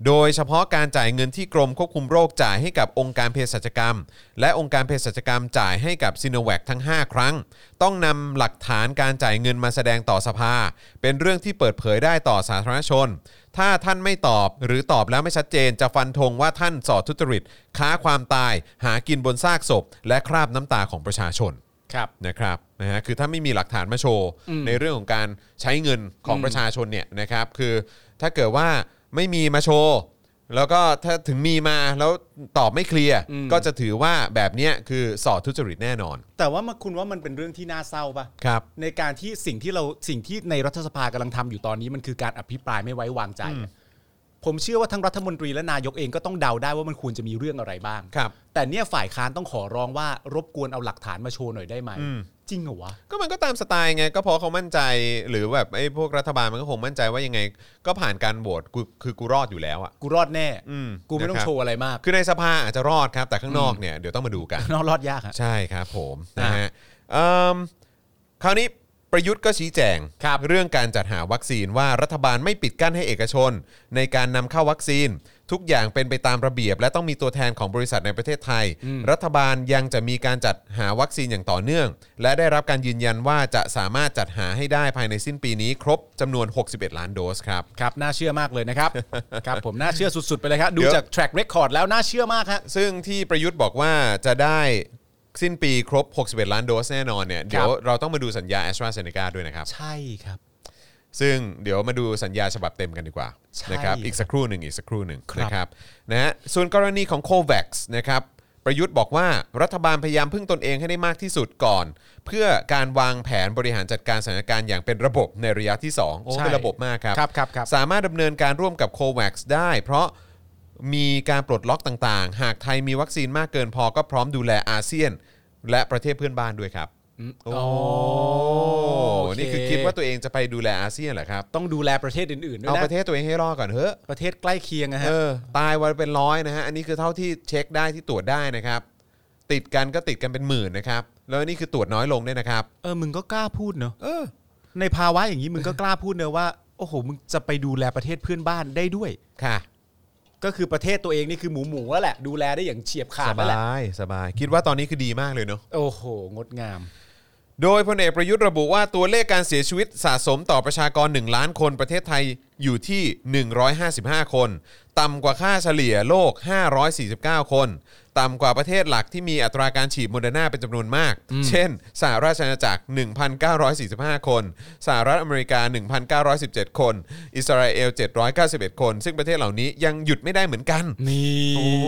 Speaker 2: โดยเฉพาะการจ่ายเงินที่กรมควบคุมโรคจ่ายให้กับองค์การเภสัชกรรม และองค์การเภสัชกรรมจ่ายให้กับซิโนแวคทั้ง 5 ครั้ง ต้องนำหลักฐานการจ่ายเงินมาแสดงต่อสภา เป็นเรื่องที่เปิดเผยได้ต่อสาธารณชน ถ้าท่านไม่ตอบหรือตอบแล้วไม่ชัดเจน จะฟันธงว่าท่านสอดทุจริต ค้าความตาย หากินบนซากศพ และคราบน้ำตาของประชาชน
Speaker 1: ครับ
Speaker 2: นะครับนะฮะคือถ้าไม่มีหลักฐานมาโชว์ ในเรื่องของการใช้เงินของประชาชนเนี่ยนะครับคือถ้าเกิดว่าไม่มีมาโชว์ แล้วก็ถ้าถึงมีมาแล้วตอบไม่เคลียร์
Speaker 1: อืม
Speaker 2: ก็จะถือว่าแบบเนี้ยคือสอดทุจริตแน่นอน
Speaker 1: แต่ว่ามันคุณว่ามันเป็นเรื่องที่น่าเศร้าปะ
Speaker 2: ครับ
Speaker 1: ในการที่สิ่งที่เราสิ่งที่ในรัฐสภากำลังทำอยู่ตอนนี้มันคือการอภิปรายไม่ไว้วางใจ ผมเชื่อว่าทั้งรัฐมนตรีและนายกเองก็ต้องเดาได้ว่ามันควรจะมีเรื่องอะไรบ้าง
Speaker 2: ครับ
Speaker 1: แต่เนี่ยฝ่ายค้านต้องขอร้องว่ารบกวนเอาหลักฐานมาโชว์หน่อยได้ไหม
Speaker 2: อืม
Speaker 1: จริงเหรอวะ
Speaker 2: ก็มันก็ตามสไตล์ไงก็เพราะเขามั่นใจหรือแบบไอ้พวกรัฐบาลมันก็คงมั่นใจว่ายังไง ก็ผ่านการโหวตกูคือกูรอดอยู่แล้วอ่ะ
Speaker 1: กูรอดแน่
Speaker 2: อืม
Speaker 1: กูไม่ต้อ
Speaker 2: นะค
Speaker 1: ง
Speaker 2: รับ
Speaker 1: โชว์อะไรมาก
Speaker 2: คือในสภาอาจจะรอดครับ แต่ข้างนอกเนี่ยเดี๋ยวต้องมาดูกัน
Speaker 1: นอกรอดยากอะ
Speaker 2: ใช่ครับผม
Speaker 1: อ่ะ
Speaker 2: นะฮะเอิ่มคราวนี้ประยุทธ์ก็ชี้แจง
Speaker 1: ครับ
Speaker 2: เรื่องการจัดหาวัคซีนว่ารัฐบาลไม่ปิดกั้นให้เอกชน ในการนำเข้าวัคซีน ทุกอย่างเป็นไปตามระเบียบ และต้องมีตัวแทนของบริษัทในประเทศไทย
Speaker 1: อืม
Speaker 2: รัฐบาลยังจะมีการจัดหาวัคซีนอย่างต่อเนื่อง และได้รับการยืนยันว่าจะสามารถจัดหาให้ได้ภายในสิ้นปีนี้ ครบจำนวน 61 ล้านโดสครับ
Speaker 1: ครับน่าเชื่อมากเลย นะครับ ครับผมน่าเชื่อสุดๆไปเลยครับดู
Speaker 2: เดี๋ยว
Speaker 1: จาก track record แล้วน่าเชื่อมากฮะ
Speaker 2: ซึ่งที่ประยุทธ์บอกว่าจะได้สิ้นปีครบ 61 ล้านโดสแน่นอนเนี่ยเดี๋ยวเราต้องมาดูสัญญาแอสตราเซเนกาด้วยนะครับ
Speaker 1: ใช่ครับ
Speaker 2: ซึ่งเดี๋ยวมาดูสัญญาฉบับเต็มกันดีกว่า
Speaker 1: ใช่
Speaker 2: นะครับอีกสักครู่หนึ่งอีกสักครู่หนึ่ง
Speaker 1: ครับ
Speaker 2: นะครับนะฮะส่วนกรณีของโควัคนะครับประยุทธ์บอกว่ารัฐบาลพยายามพึ่งตนเองให้ได้มากที่สุดก่อน เพื่อการวางแผนบริหารจัดการสถานการณ์อย่างเป็นระบบในระยะที่ 2 โอ้
Speaker 1: ใช่
Speaker 2: เป็นระบบมากครับ
Speaker 1: ครับครับครับ
Speaker 2: สามารถดำเนินการร่วมกับโควัคได้ เพราะมีการปลดล็อกต่างๆ หากไทยมีวัคซีนมากเกินพอก็พร้อมดูแลอาเซียน และประเทศเพื่อนบ้านด้วยครับโอ้
Speaker 1: อ๋อโอเค
Speaker 2: นี่คือคิดว่าตัวเองจะไปดูแลอาเซียนเหรอครับ
Speaker 1: ต้องดูแลประเทศอื่นๆด้ว
Speaker 2: เอา
Speaker 1: ยนะ
Speaker 2: ประเทศตัวเองให้รอดก่อนเถอะ
Speaker 1: ประเทศใกล้เคียงนะฮะ
Speaker 2: เออตายวันเป็นร้อยนะฮะ อันนี้คือเท่าที่เช็คได้ที่ตรวจได้นะครับ ติดกันก็ติดกันเป็นหมื่นนะครับ แล้วนี่คือตรวจน้อยลงด้วยนะครับ
Speaker 1: เออมึงก็กล้าพูดเนอะ
Speaker 2: เออ
Speaker 1: ในภาวะอย่างนี้มึงก็กล้าพูดเนอะว่าโอ้โหมึงจะไปดูแลประเทศเพื่อนบ้านได้ด้วย
Speaker 2: ค่ะ
Speaker 1: ก็คือประเทศตัวเองนี่คือหมูหมูๆแล้วแหละ ดูแลได้อย่างเฉียบขา
Speaker 2: ส
Speaker 1: ดแล้วแหละ
Speaker 2: บายสบาย คิดว่าตอนนี้คือดีมากเลยเนอะ
Speaker 1: โอ้โห งดงาม
Speaker 2: โดยพลเอกประยุทธ์ระบุว่าตัวเลขการเสียชีวิตสะสมต่อประชากร 1 ล้านคนประเทศไทยอยู่ที่ 155 คน ต่ำกว่าค่าเฉลี่ยโลก 549 คน ต่ำกว่าประเทศหลักที่มีอัตราการฉีดโมเดอร์นาเป็นจำนวนมาก เช่น สหราชอาณาจักร 1,945 คน สหรัฐอเมริกา 1,917 คน อิสราเอล 791 คน ซึ่งประเทศเหล่านี้ยังหยุดไม่ได้เหมือนกัน
Speaker 1: นี่
Speaker 2: โอ้โห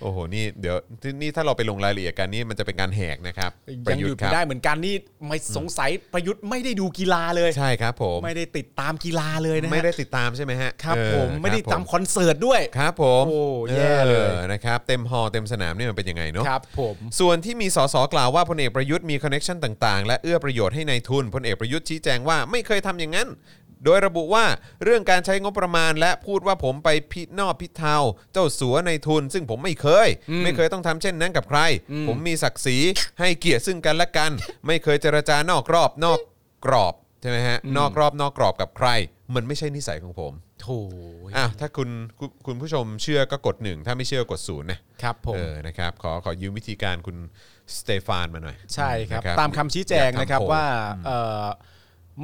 Speaker 2: โอ้โห นี่เดี๋ยวนี่ถ้าเราไปลงรายละเอียดกันนี่มันจะเป็นการแหกนะครับป
Speaker 1: ยัง
Speaker 2: ระ
Speaker 1: หยุ
Speaker 2: ท
Speaker 1: ด
Speaker 2: ธ์ครั
Speaker 1: ไม่
Speaker 2: บ
Speaker 1: ได้เหมือนกันนี่ไม่สงสัยประยุทธ์ไม่ได้ดูกีฬาเลย
Speaker 2: ใช่ครับผม
Speaker 1: ไม่ได้ติดตามกีฬาเลยนะฮะ
Speaker 2: ไม่ได้ติดตามใช่ไหมฮะ
Speaker 1: ครับ
Speaker 2: เออ
Speaker 1: ผมไม่ได้
Speaker 2: ค
Speaker 1: ตา
Speaker 2: รับ
Speaker 1: มคอนเสิร์ตด้วย
Speaker 2: ครับผม
Speaker 1: โอ้แย่เลย
Speaker 2: ออนะครับเต็มฮอลล์เต็มสนามเนี่ยมันเป็นยังไงเนาะ
Speaker 1: ครับผม
Speaker 2: ส่วนที่มีสสกล่าวว่าพลเอกประยุทธ์มีคอนเน็ชันต่างๆ และเอื้อประโยชน์ให้ในายทุนพลเอกประยุทธ์ชี้แจงว่าไม่เคยทำอย่างนั้น โดยระบุว่าเรื่องการใช้งบประมาณ และพูดว่าผมไปพินอบพิเทาเจ้าสัวในายทุน ซึ่งผมไม่เคย ไม่เคยต้องทำเช่นนั้นกับใคร ผมมีศักดิ์ศรีให้เกียรติซึ่งกันและกัน ไม่เคยเจรจานอกรอบนอกกรอบใช่ไหมฮะนอกรอบนอกกรอบกับใคร มันไม่ใช่นิสัยของผม
Speaker 1: โถย
Speaker 2: อ่ะถ้าคุณคุณคุณผู้ชมเชื่อก็กดหนึ่งถ้าไม่เชื่อก็กดศูนย์นะครับ
Speaker 1: ผม
Speaker 2: เออนะครับขอขอยืมวิธีการคุณสเตฟานมาหน่อย
Speaker 1: ใช่ครับ
Speaker 2: นะ
Speaker 1: ตามคำชี้แจง
Speaker 2: อยากทำ
Speaker 1: นะครับ
Speaker 2: โพล
Speaker 1: ว่าเอ่อ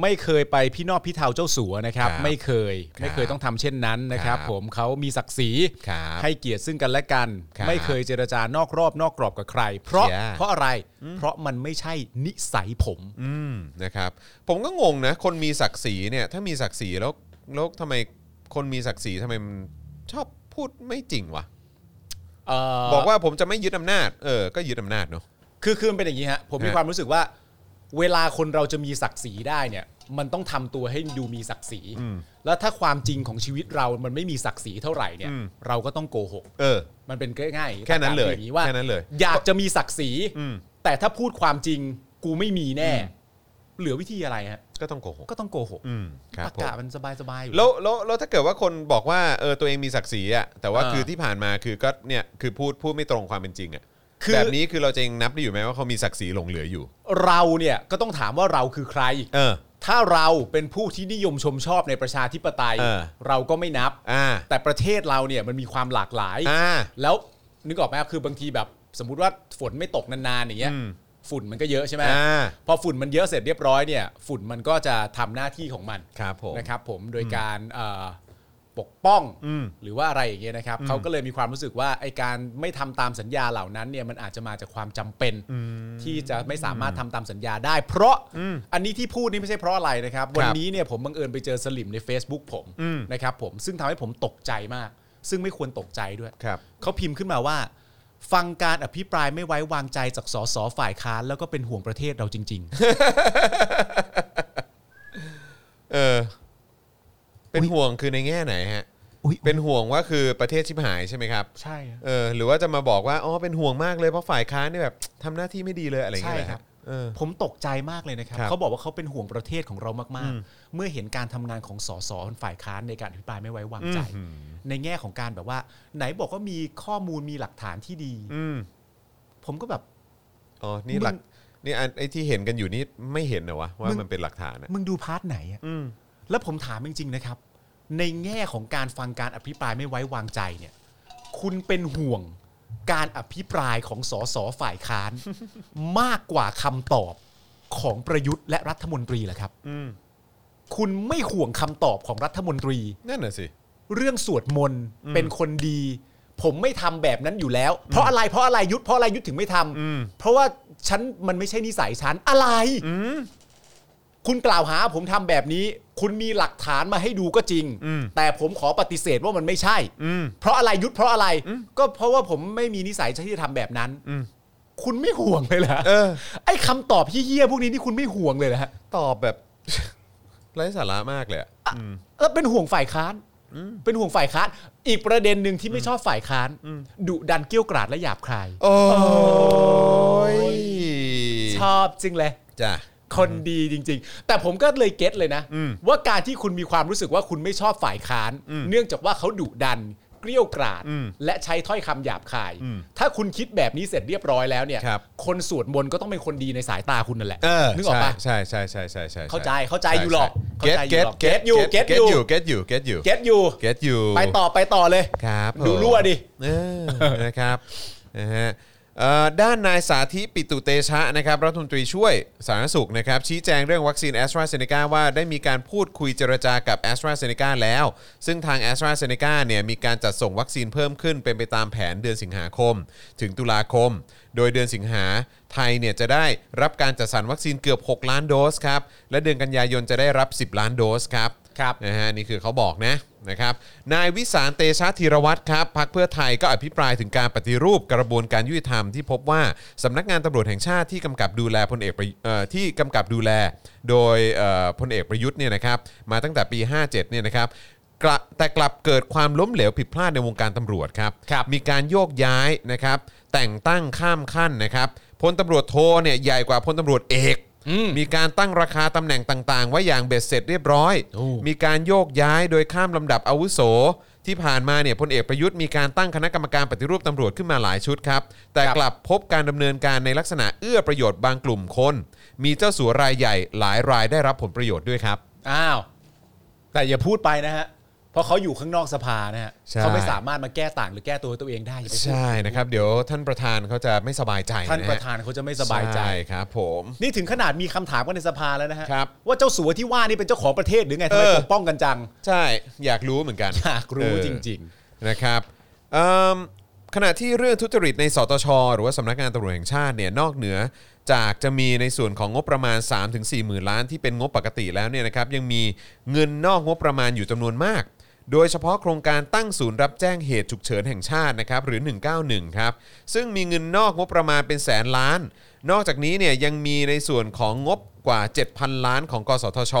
Speaker 1: ไม่เคยไปพี่นอบพี่เทาเจ้าสัวนะครับ
Speaker 2: ครับ
Speaker 1: ไม่เคย
Speaker 2: ครับ
Speaker 1: ไม่เคยต้องทำเช่นนั้นนะครับ
Speaker 2: ครับ
Speaker 1: ผมเขามีศักดิ์ศรี
Speaker 2: ครับ
Speaker 1: ให้เกียรติซึ่งกันและกัน
Speaker 2: ครับ
Speaker 1: ไม่เคยเจรจานอกรอบนอกกรอบกับใคร เพราะ
Speaker 2: เชี่ย
Speaker 1: เพราะอะไร เพราะมันไม่ใช่นิสัยผม
Speaker 2: อืมนะครับผมก็งงนะ คนมีศักดิ์ศรีเนี่ยถ้ามีศักดิ์ศรีแล้วแล้วทำไมคนมีศักดิ์ศรีทำไมมันชอบพูดไม่จริงวะ
Speaker 1: เอ่อ
Speaker 2: บอกว่าผมจะไม่ยึดอำนาจเออก็ยึดอำนาจเนาะ
Speaker 1: คือคือมันเป็นอย่างนี้ฮะผมมี
Speaker 2: ฮะ
Speaker 1: ความรู้สึกว่า เวลาคนเราจะมีศักดิ์ศรีได้เนี่ยมันต้องทำตัวให้ดูมีศักดิ์ศรีแล้วถ้าความจริงของชีวิตเรามันไม่มีศักดิ์ศรีเท่าไหร่เนี่ยเราก็ต้องโกหก
Speaker 2: เออ
Speaker 1: มันเป็นง่ายๆ
Speaker 2: แค่นั้นเลย
Speaker 1: ตามที่อางว่า
Speaker 2: แค่นั้นเลย
Speaker 1: อยากจะมีศักดิ์ศรี
Speaker 2: อืม
Speaker 1: แต่ถ้าพูดความจริงกูไม่มีแน่ เหลือวิธีอะไรฮะ
Speaker 2: ก็ต้องโกหก
Speaker 1: ก็ต้องโกหก
Speaker 2: อืมครับ
Speaker 1: ปาก
Speaker 2: ผม
Speaker 1: กาศมันสบายๆอยู่
Speaker 2: แล้วแล้วแล้วถ้าเกิดว่าคนบอกว่าเออตัวเองมีศักดิ์ศรีอะแต่ว่า
Speaker 1: อ่า
Speaker 2: คือที่ผ่านมาคือก็เนี่ยคือพูดพูดไม่ตรงความเป็นจริงอะ
Speaker 1: คือ
Speaker 2: แบบนี้คือเราจะยังนับได้อยู่ไหมว่าเขามีศักดิ์ศรีหลงเหลืออยู่
Speaker 1: เราเนี่ยก็ต้องถามว่าเราคือใคร
Speaker 2: เออ
Speaker 1: ถ้าเราเป็นผู้ที่นิยมชมชอบในประชาธิปไตย
Speaker 2: เออ
Speaker 1: เราก็ไม่นับ
Speaker 2: อ่า
Speaker 1: แต่ประเทศเราเนี่ยมันมีความหลากหลาย
Speaker 2: อ่า
Speaker 1: แล้วนึกออกไหมครับคือบางทีแบบ สมมติว่าฝนไม่ตกนานๆอย่างเงี้ย
Speaker 2: อืม
Speaker 1: ฝุ่นมันก็เยอะใช่ไหม
Speaker 2: อ่า
Speaker 1: พอฝุ่นมันเยอะเสร็จเรียบร้อยเนี่ย ฝุ่นมันก็จะทำหน้าที่ของมัน
Speaker 2: ครับผม
Speaker 1: นะครับผมโดยการเอ่อปกป้อง
Speaker 2: อืม
Speaker 1: หรือว่าอะไรอย่างเงี้ยนะครับเขาก็เลยมีความรู้สึกว่าไอการไม่ทำตามสัญญาเหล่านั้นเนี่ยมันอาจจะมาจากความจำเป็น ที่จะไม่สามารถทำตามสัญญาได้ เพราะอันนี้ที่พูดนี่ไม่ใช่เพราะอะไรนะครับ วันนี้เนี่ยผมบังเอิญไปเจอสลิมใน Facebook ผม
Speaker 2: อืม
Speaker 1: นะครับผมซึ่งทำให้ผมตกใจมาก ซึ่งไม่ควรตกใจด้วย
Speaker 2: ครับ
Speaker 1: เขาพิมพ์ขึ้นมาว่า ฟังการอภิปรายไม่ไว้วางใจจากสสฝ่ายค้านแล้วก็เป็นห่วงประเทศเราจริง
Speaker 2: เออ เป็นห่วงคือในแง่ไหนฮะ
Speaker 1: อุ๊ย
Speaker 2: เป็นห่วงว่าคือประเทศชิบหายใช่ไหมครับ
Speaker 1: ๆ ใช่
Speaker 2: เออหรือว่าจะมาบอกว่าอ๋อเป็นห่วงมากเลยเพราะฝ่ายค้านเนี่ยแบบทำหน้าที่ไม่ดีเลยอะไรอย่าง
Speaker 1: ใช่
Speaker 2: เงี้ยเหอ
Speaker 1: ครับ
Speaker 2: เออ
Speaker 1: ผมตกใจมากเลยนะครับ
Speaker 2: ครับ
Speaker 1: เขาบอกว่าเขาเป็นห่วงประเทศของเรามาก ๆ เมื่อเห็นการทำงานของสสฝ่ายค้านในการอภิปรายไม่ไว้วางใจ
Speaker 2: อืม
Speaker 1: ในแง่ของการแบบว่า ไหนบอกว่ามีข้อมูลมีหลักฐานที่ดี
Speaker 2: อืม
Speaker 1: ผมก็แบบ
Speaker 2: อ๋อนี่หลักนี่อันไอ้ที่เห็นกันอยู่นี่ไม่เห็นเหรอวะว่ามันเป็นหลักฐานอะ
Speaker 1: มึงดูพาร์ทไหนอะ
Speaker 2: อืม
Speaker 1: แล้วผมถามจริง ๆ นะครับ ในแง่ของการฟังการอภิปรายไม่ไว้วางใจเนี่ย คุณเป็นห่วงการอภิปรายของสสฝ่ายค้าน มากกว่าคำตอบของประยุทธ์และรัฐมนตรีเหรอครับ
Speaker 2: อืม
Speaker 1: คุณไม่ห่วงคำตอบของรัฐมนตรี
Speaker 2: นั่นน่ะสิ
Speaker 1: เรื่องสวดมนต์เป็นคนดี ผมไม่ทำแบบนั้นอยู่แล้ว เพราะอะไรเพราะอะไรยุทธเพราะอะไรยุทธถึงไม่ทำ
Speaker 2: อืม
Speaker 1: เพราะว่าฉันมันไม่ใช่นิสัยฉันอะไร
Speaker 2: อืม
Speaker 1: คุณกล่าวหาผมทำแบบนี้ คุณมีหลักฐานมาให้ดูก็จริง
Speaker 2: อืม
Speaker 1: แต่ผมขอปฏิเสธว่ามันไม่ใช่
Speaker 2: อืม
Speaker 1: เพราะอะไรยุทธเพราะอะไร ก็เพราะว่าผมไม่มีนิสัยที่จะทำแบบนั้น
Speaker 2: อืม
Speaker 1: คุณไม่ห่วงเลยเหรอ
Speaker 2: เออ
Speaker 1: ไอ้คำตอบเฮี้ยๆพวกนี้นี่คุณไม่ห่วงเลยนะฮะ
Speaker 2: ตอบแบบ ไร้สาระมากเลยอะอืม
Speaker 1: แล้วเป็นห่วงฝ่ายค้านเป็นห่วงฝ่ายค้าน อีกประเด็นหนึ่งที่ไม่ชอบฝ่ายค้านดุดันเกรี้ยวกราดและหยาบคาย
Speaker 2: โอ้ย
Speaker 1: ชอบจริงเลย
Speaker 2: จ้ะ
Speaker 1: คนดีจริง ๆ แต่ผมก็เลยเก็ตเลยนะ
Speaker 2: อืม
Speaker 1: ว่าการที่คุณมีความรู้สึกว่าคุณไม่ชอบฝ่ายค้าน
Speaker 2: อืม
Speaker 1: เนื่องจากว่าเขาดุดัน เกลี้ยวกราด
Speaker 2: อืม
Speaker 1: และใช้ถ้อยคำหยาบคาย
Speaker 2: อืม
Speaker 1: ถ้าคุณคิดแบบนี้เสร็จเรียบร้อยแล้วเนี่ย
Speaker 2: ครับ
Speaker 1: นสวดมนต์ก็ต้องเป็นคนดีในสายตาคุณนั่นแหละ
Speaker 2: เออ
Speaker 1: นึกออกปะ
Speaker 2: ใช่ใช่ใช่ใช่ใช่
Speaker 1: เข้าใจเข้าใจอยู่หรอก
Speaker 2: เก็ต
Speaker 1: เข้าใจ
Speaker 2: เก็ต
Speaker 1: อยู่หรอก
Speaker 2: เก็ต
Speaker 1: get อยู่
Speaker 2: เก็ตอยู่เก็ตอยู่เก็ตอยู่
Speaker 1: เก็ตอยู่
Speaker 2: เก็ตอยู่
Speaker 1: ไปต่อไปต่อเลย
Speaker 2: ครับผม
Speaker 1: ดูรั่วดิ
Speaker 2: เออนะครับนะฮะเอ่อด้านนายสาธิปิตุเตชะนะครับรัฐมนตรีช่วยสาธารณสุขนะครับ ชี้แจงเรื่องวัคซีนแอสตราเซเนกาว่าได้มีการพูดคุยเจรจากับแอสตราเซเนกาแล้ว ซึ่งทางแอสตราเซเนกาเนี่ยมีการจัดส่งวัคซีนเพิ่มขึ้นเป็นไปตามแผนเดือนสิงหาคม ถึงตุลาคม โดยเดือนสิงหาไทยเนี่ยจะได้รับการจัดสรรวัคซีนเกือบ 6 ล้านโดสครับและเดือนกันยายนจะได้รับ 10 ล้านโดสครับ
Speaker 1: ครับ
Speaker 2: นะฮะนี่คือเขาบอกนะนะครับนายวิสารเตชะธีรวัตรครับพักเพื่อไทยก็อภิปรายถึงการปฏิรูปกระบวนการยุติธรรมที่พบว่าสำนักงานตำรวจแห่งชาติที่กำกับดูแลพลเอกประยุเอ่อที่กำกับดูแล โดยเอ่อพลเอกประยุทธ์เนี่ยนะครับมาตั้งแต่ปี 57เนี่ยนะครับกลับแต่กลับเกิดความล้มเหลวผิดพลาดในวงการตำรวจครับ
Speaker 1: ครับ
Speaker 2: มีการโยกย้ายนะครับ แต่งตั้งข้ามขั้นนะครับพลตำรวจโทเนี่ยใหญ่กว่าพลตำรวจเอก มีการตั้งราคาตำแหน่งต่างๆ ไว้อย่างเบ็ดเสร็จเรียบร้อย
Speaker 1: โอ้
Speaker 2: มีการโยกย้ายโดยข้ามลำดับอาวุโส ที่ผ่านมาเนี่ยพลเอกประยุทธ์มีการตั้งคณะกรรมการปฏิรูปตำรวจขึ้นมาหลายชุดครับ แต่กลับพบการดำเนินการในลักษณะเอื้อประโยชน์บางกลุ่มคน มีเจ้าสัวรายใหญ่หลายรายได้รับผลประโยชน์ด้วยครับ
Speaker 1: อ้าว แต่อย่าพูดไปนะฮะ เพราะเขาอยู่ข้างนอกสภานะฮะ
Speaker 2: ใช่
Speaker 1: เขาไม่สามารถมาแก้ต่างหรือแก้ตัวตัวเองได้อย่าไปพูด
Speaker 2: ใช่นะครับเดี๋ยวท่านประธานเขาจะไม่สบายใจ
Speaker 1: ท่านประธานเขาจะไม่สบายใจ
Speaker 2: ช่ครับผม
Speaker 1: นี่ถึงขนาดมีคำถามกันในสภาแล้วนะฮะ
Speaker 2: ครับ
Speaker 1: ว่าเจ้าสัวที่ว่านี่เป็นเจ้าของประเทศหรือไงทำไม
Speaker 2: เออ
Speaker 1: ปกป้องกันจัง
Speaker 2: ใช่อยากรู้เหมือนกัน
Speaker 1: อยากรู้จริง
Speaker 2: นะครับเอิ่มขณะที่เรื่องทุจริตในสตช หรือว่าสำนักงานตำรวจแห่งชาติเนี่ยนอกเหนือจากจะมีในส่วนของงบประมาณ 3-4หมื่นล้านที่เป็นงบปกติแล้วเนี่ยนะครับยังมีเงินนอกงบประมาณอยู่จำนวนมาก โดยเฉพาะโครงการตั้งศูนย์รับแจ้งเหตุฉุกเฉินแห่งชาตินะครับหรือ 191 ครับ ซึ่งมีเงินนอกงบประมาณเป็นแสนล้าน นอกจากนี้เนี่ยยังมีในส่วนของงบกว่า 7,000 ล้านของกสทช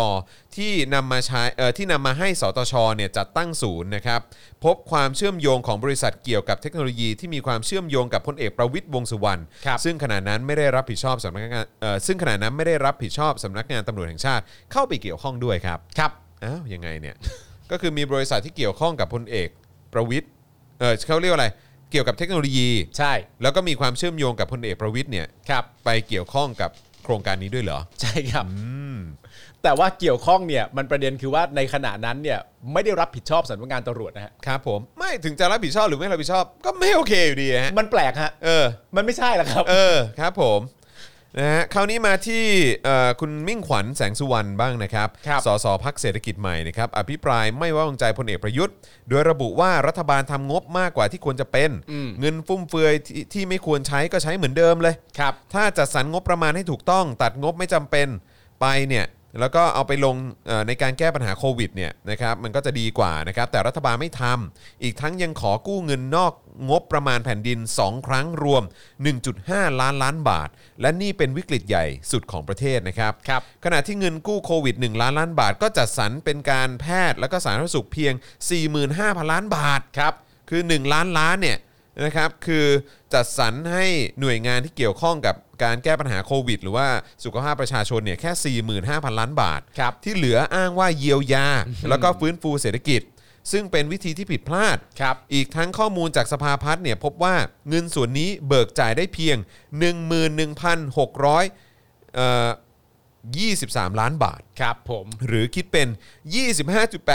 Speaker 2: ที่นำมาใช้เอ่อที่นำมาให้สตชเนี่ยจัดตั้งศูนย์นะครับ พบความเชื่อมโยงของบริษัทเกี่ยวกับเทคโนโลยีที่มีความเชื่อมโยงกับพลเอกประวิทย์วงษ์สุวรรณ
Speaker 1: ครับ
Speaker 2: ซึ่งขณะนั้นไม่ได้รับผิดชอบสำนักงานเอ่อซึ่งขณะนั้นไม่ได้รับผิดชอบสำนักงานตำรวจแห่งชาติเข้าไปเกี่ยวข้องด้วยครับ
Speaker 1: ครับ
Speaker 2: อ้าวยังไงเนี่ย ก็คือมีบริษัทที่เกี่ยวข้องกับพลเอกประวิทย์เออเขาเรียกว่าอะไร เกี่ยวกับเทคโนโลยี
Speaker 1: ใช่
Speaker 2: แล้วก็มีความเชื่อมโยงกับพลเอกประวิทย์เนี่ย
Speaker 1: ครับ
Speaker 2: ไปเกี่ยวข้องกับโครงการนี้ด้วยเหรอ
Speaker 1: ใช่ครับ
Speaker 2: อืม
Speaker 1: แต่ว่าเกี่ยวข้องเนี่ยมันประเด็นคือว่าในขณะนั้นเนี่ยไม่ได้รับผิดชอบสำนักงานตำรวจนะฮะ
Speaker 2: ครับผม ไม่ถึงจะรับผิดชอบหรือไม่รับผิดชอบ ก็ไม่โอเคอยู่ดีฮะ
Speaker 1: มันแปลกฮะ
Speaker 2: เออ
Speaker 1: มันไม่ใช่หรอกครับ
Speaker 2: เออครับผมนะฮะคราวนี้มาที่เอ่อคุณมิ่งขวัญแสงสุวรรณบ้างนะครับ
Speaker 1: ครับ
Speaker 2: สสพักเศรษฐกิจใหม่นะครับอภิปรายไม่ไว้วางใจพลเอกประยุทธ์ โดยระบุว่ารัฐบาลทำงบมากกว่าที่ควรจะเป็น เงินฟุ่มเฟือยที่ที่ไม่ควรใช้ก็ใช้เหมือนเดิมเลย
Speaker 1: ครับ
Speaker 2: ถ้าจัดสรรงบประมาณให้ถูกต้อง ตัดงบไม่จำเป็นไปเนี่ยแล้วก็เอาไปลงเอ่อในการแก้ปัญหาโควิดเนี่ยนะครับมันก็จะดีกว่านะครับแต่รัฐบาลไม่ทำอีกทั้งยังขอกู้เงินนอกงบประมาณแผ่นดิน 2 ครั้งรวม 1.5 ล้านล้านบาท และนี่เป็นวิกฤตใหญ่สุดของประเทศนะครับ
Speaker 1: ครับ
Speaker 2: ขณะที่เงินกู้โควิด 1 ล้านล้านบาท ก็จัดสรรเป็นการแพทย์และก็สาธารณสุขเพียง 45,000 ล้านบาทครับคือ 1 ล้านล้านเนี่ยนะครับคือจัดสรรให้หน่วยงานที่เกี่ยวข้องกับการแก้ปัญหาโควิด หรือว่าสุขภาพประชาชนเนี่ยแค่ 45,000 ล้านบาท
Speaker 1: ครับ
Speaker 2: ที่เหลืออ้างว่าเยียวยา แล้วก็ฟื้นฟูเศรษฐกิจ ซึ่งเป็นวิธีที่ผิดพลาด
Speaker 1: ครับ
Speaker 2: อีกทั้งข้อมูลจากสภาพัฒน์เนี่ยพบว่าเงินส่วนนี้เบิกจ่ายได้เพียง 11,600เอ่อ23 ล้านบาท
Speaker 1: ครับผม
Speaker 2: หรือคิดเป็น 25.83%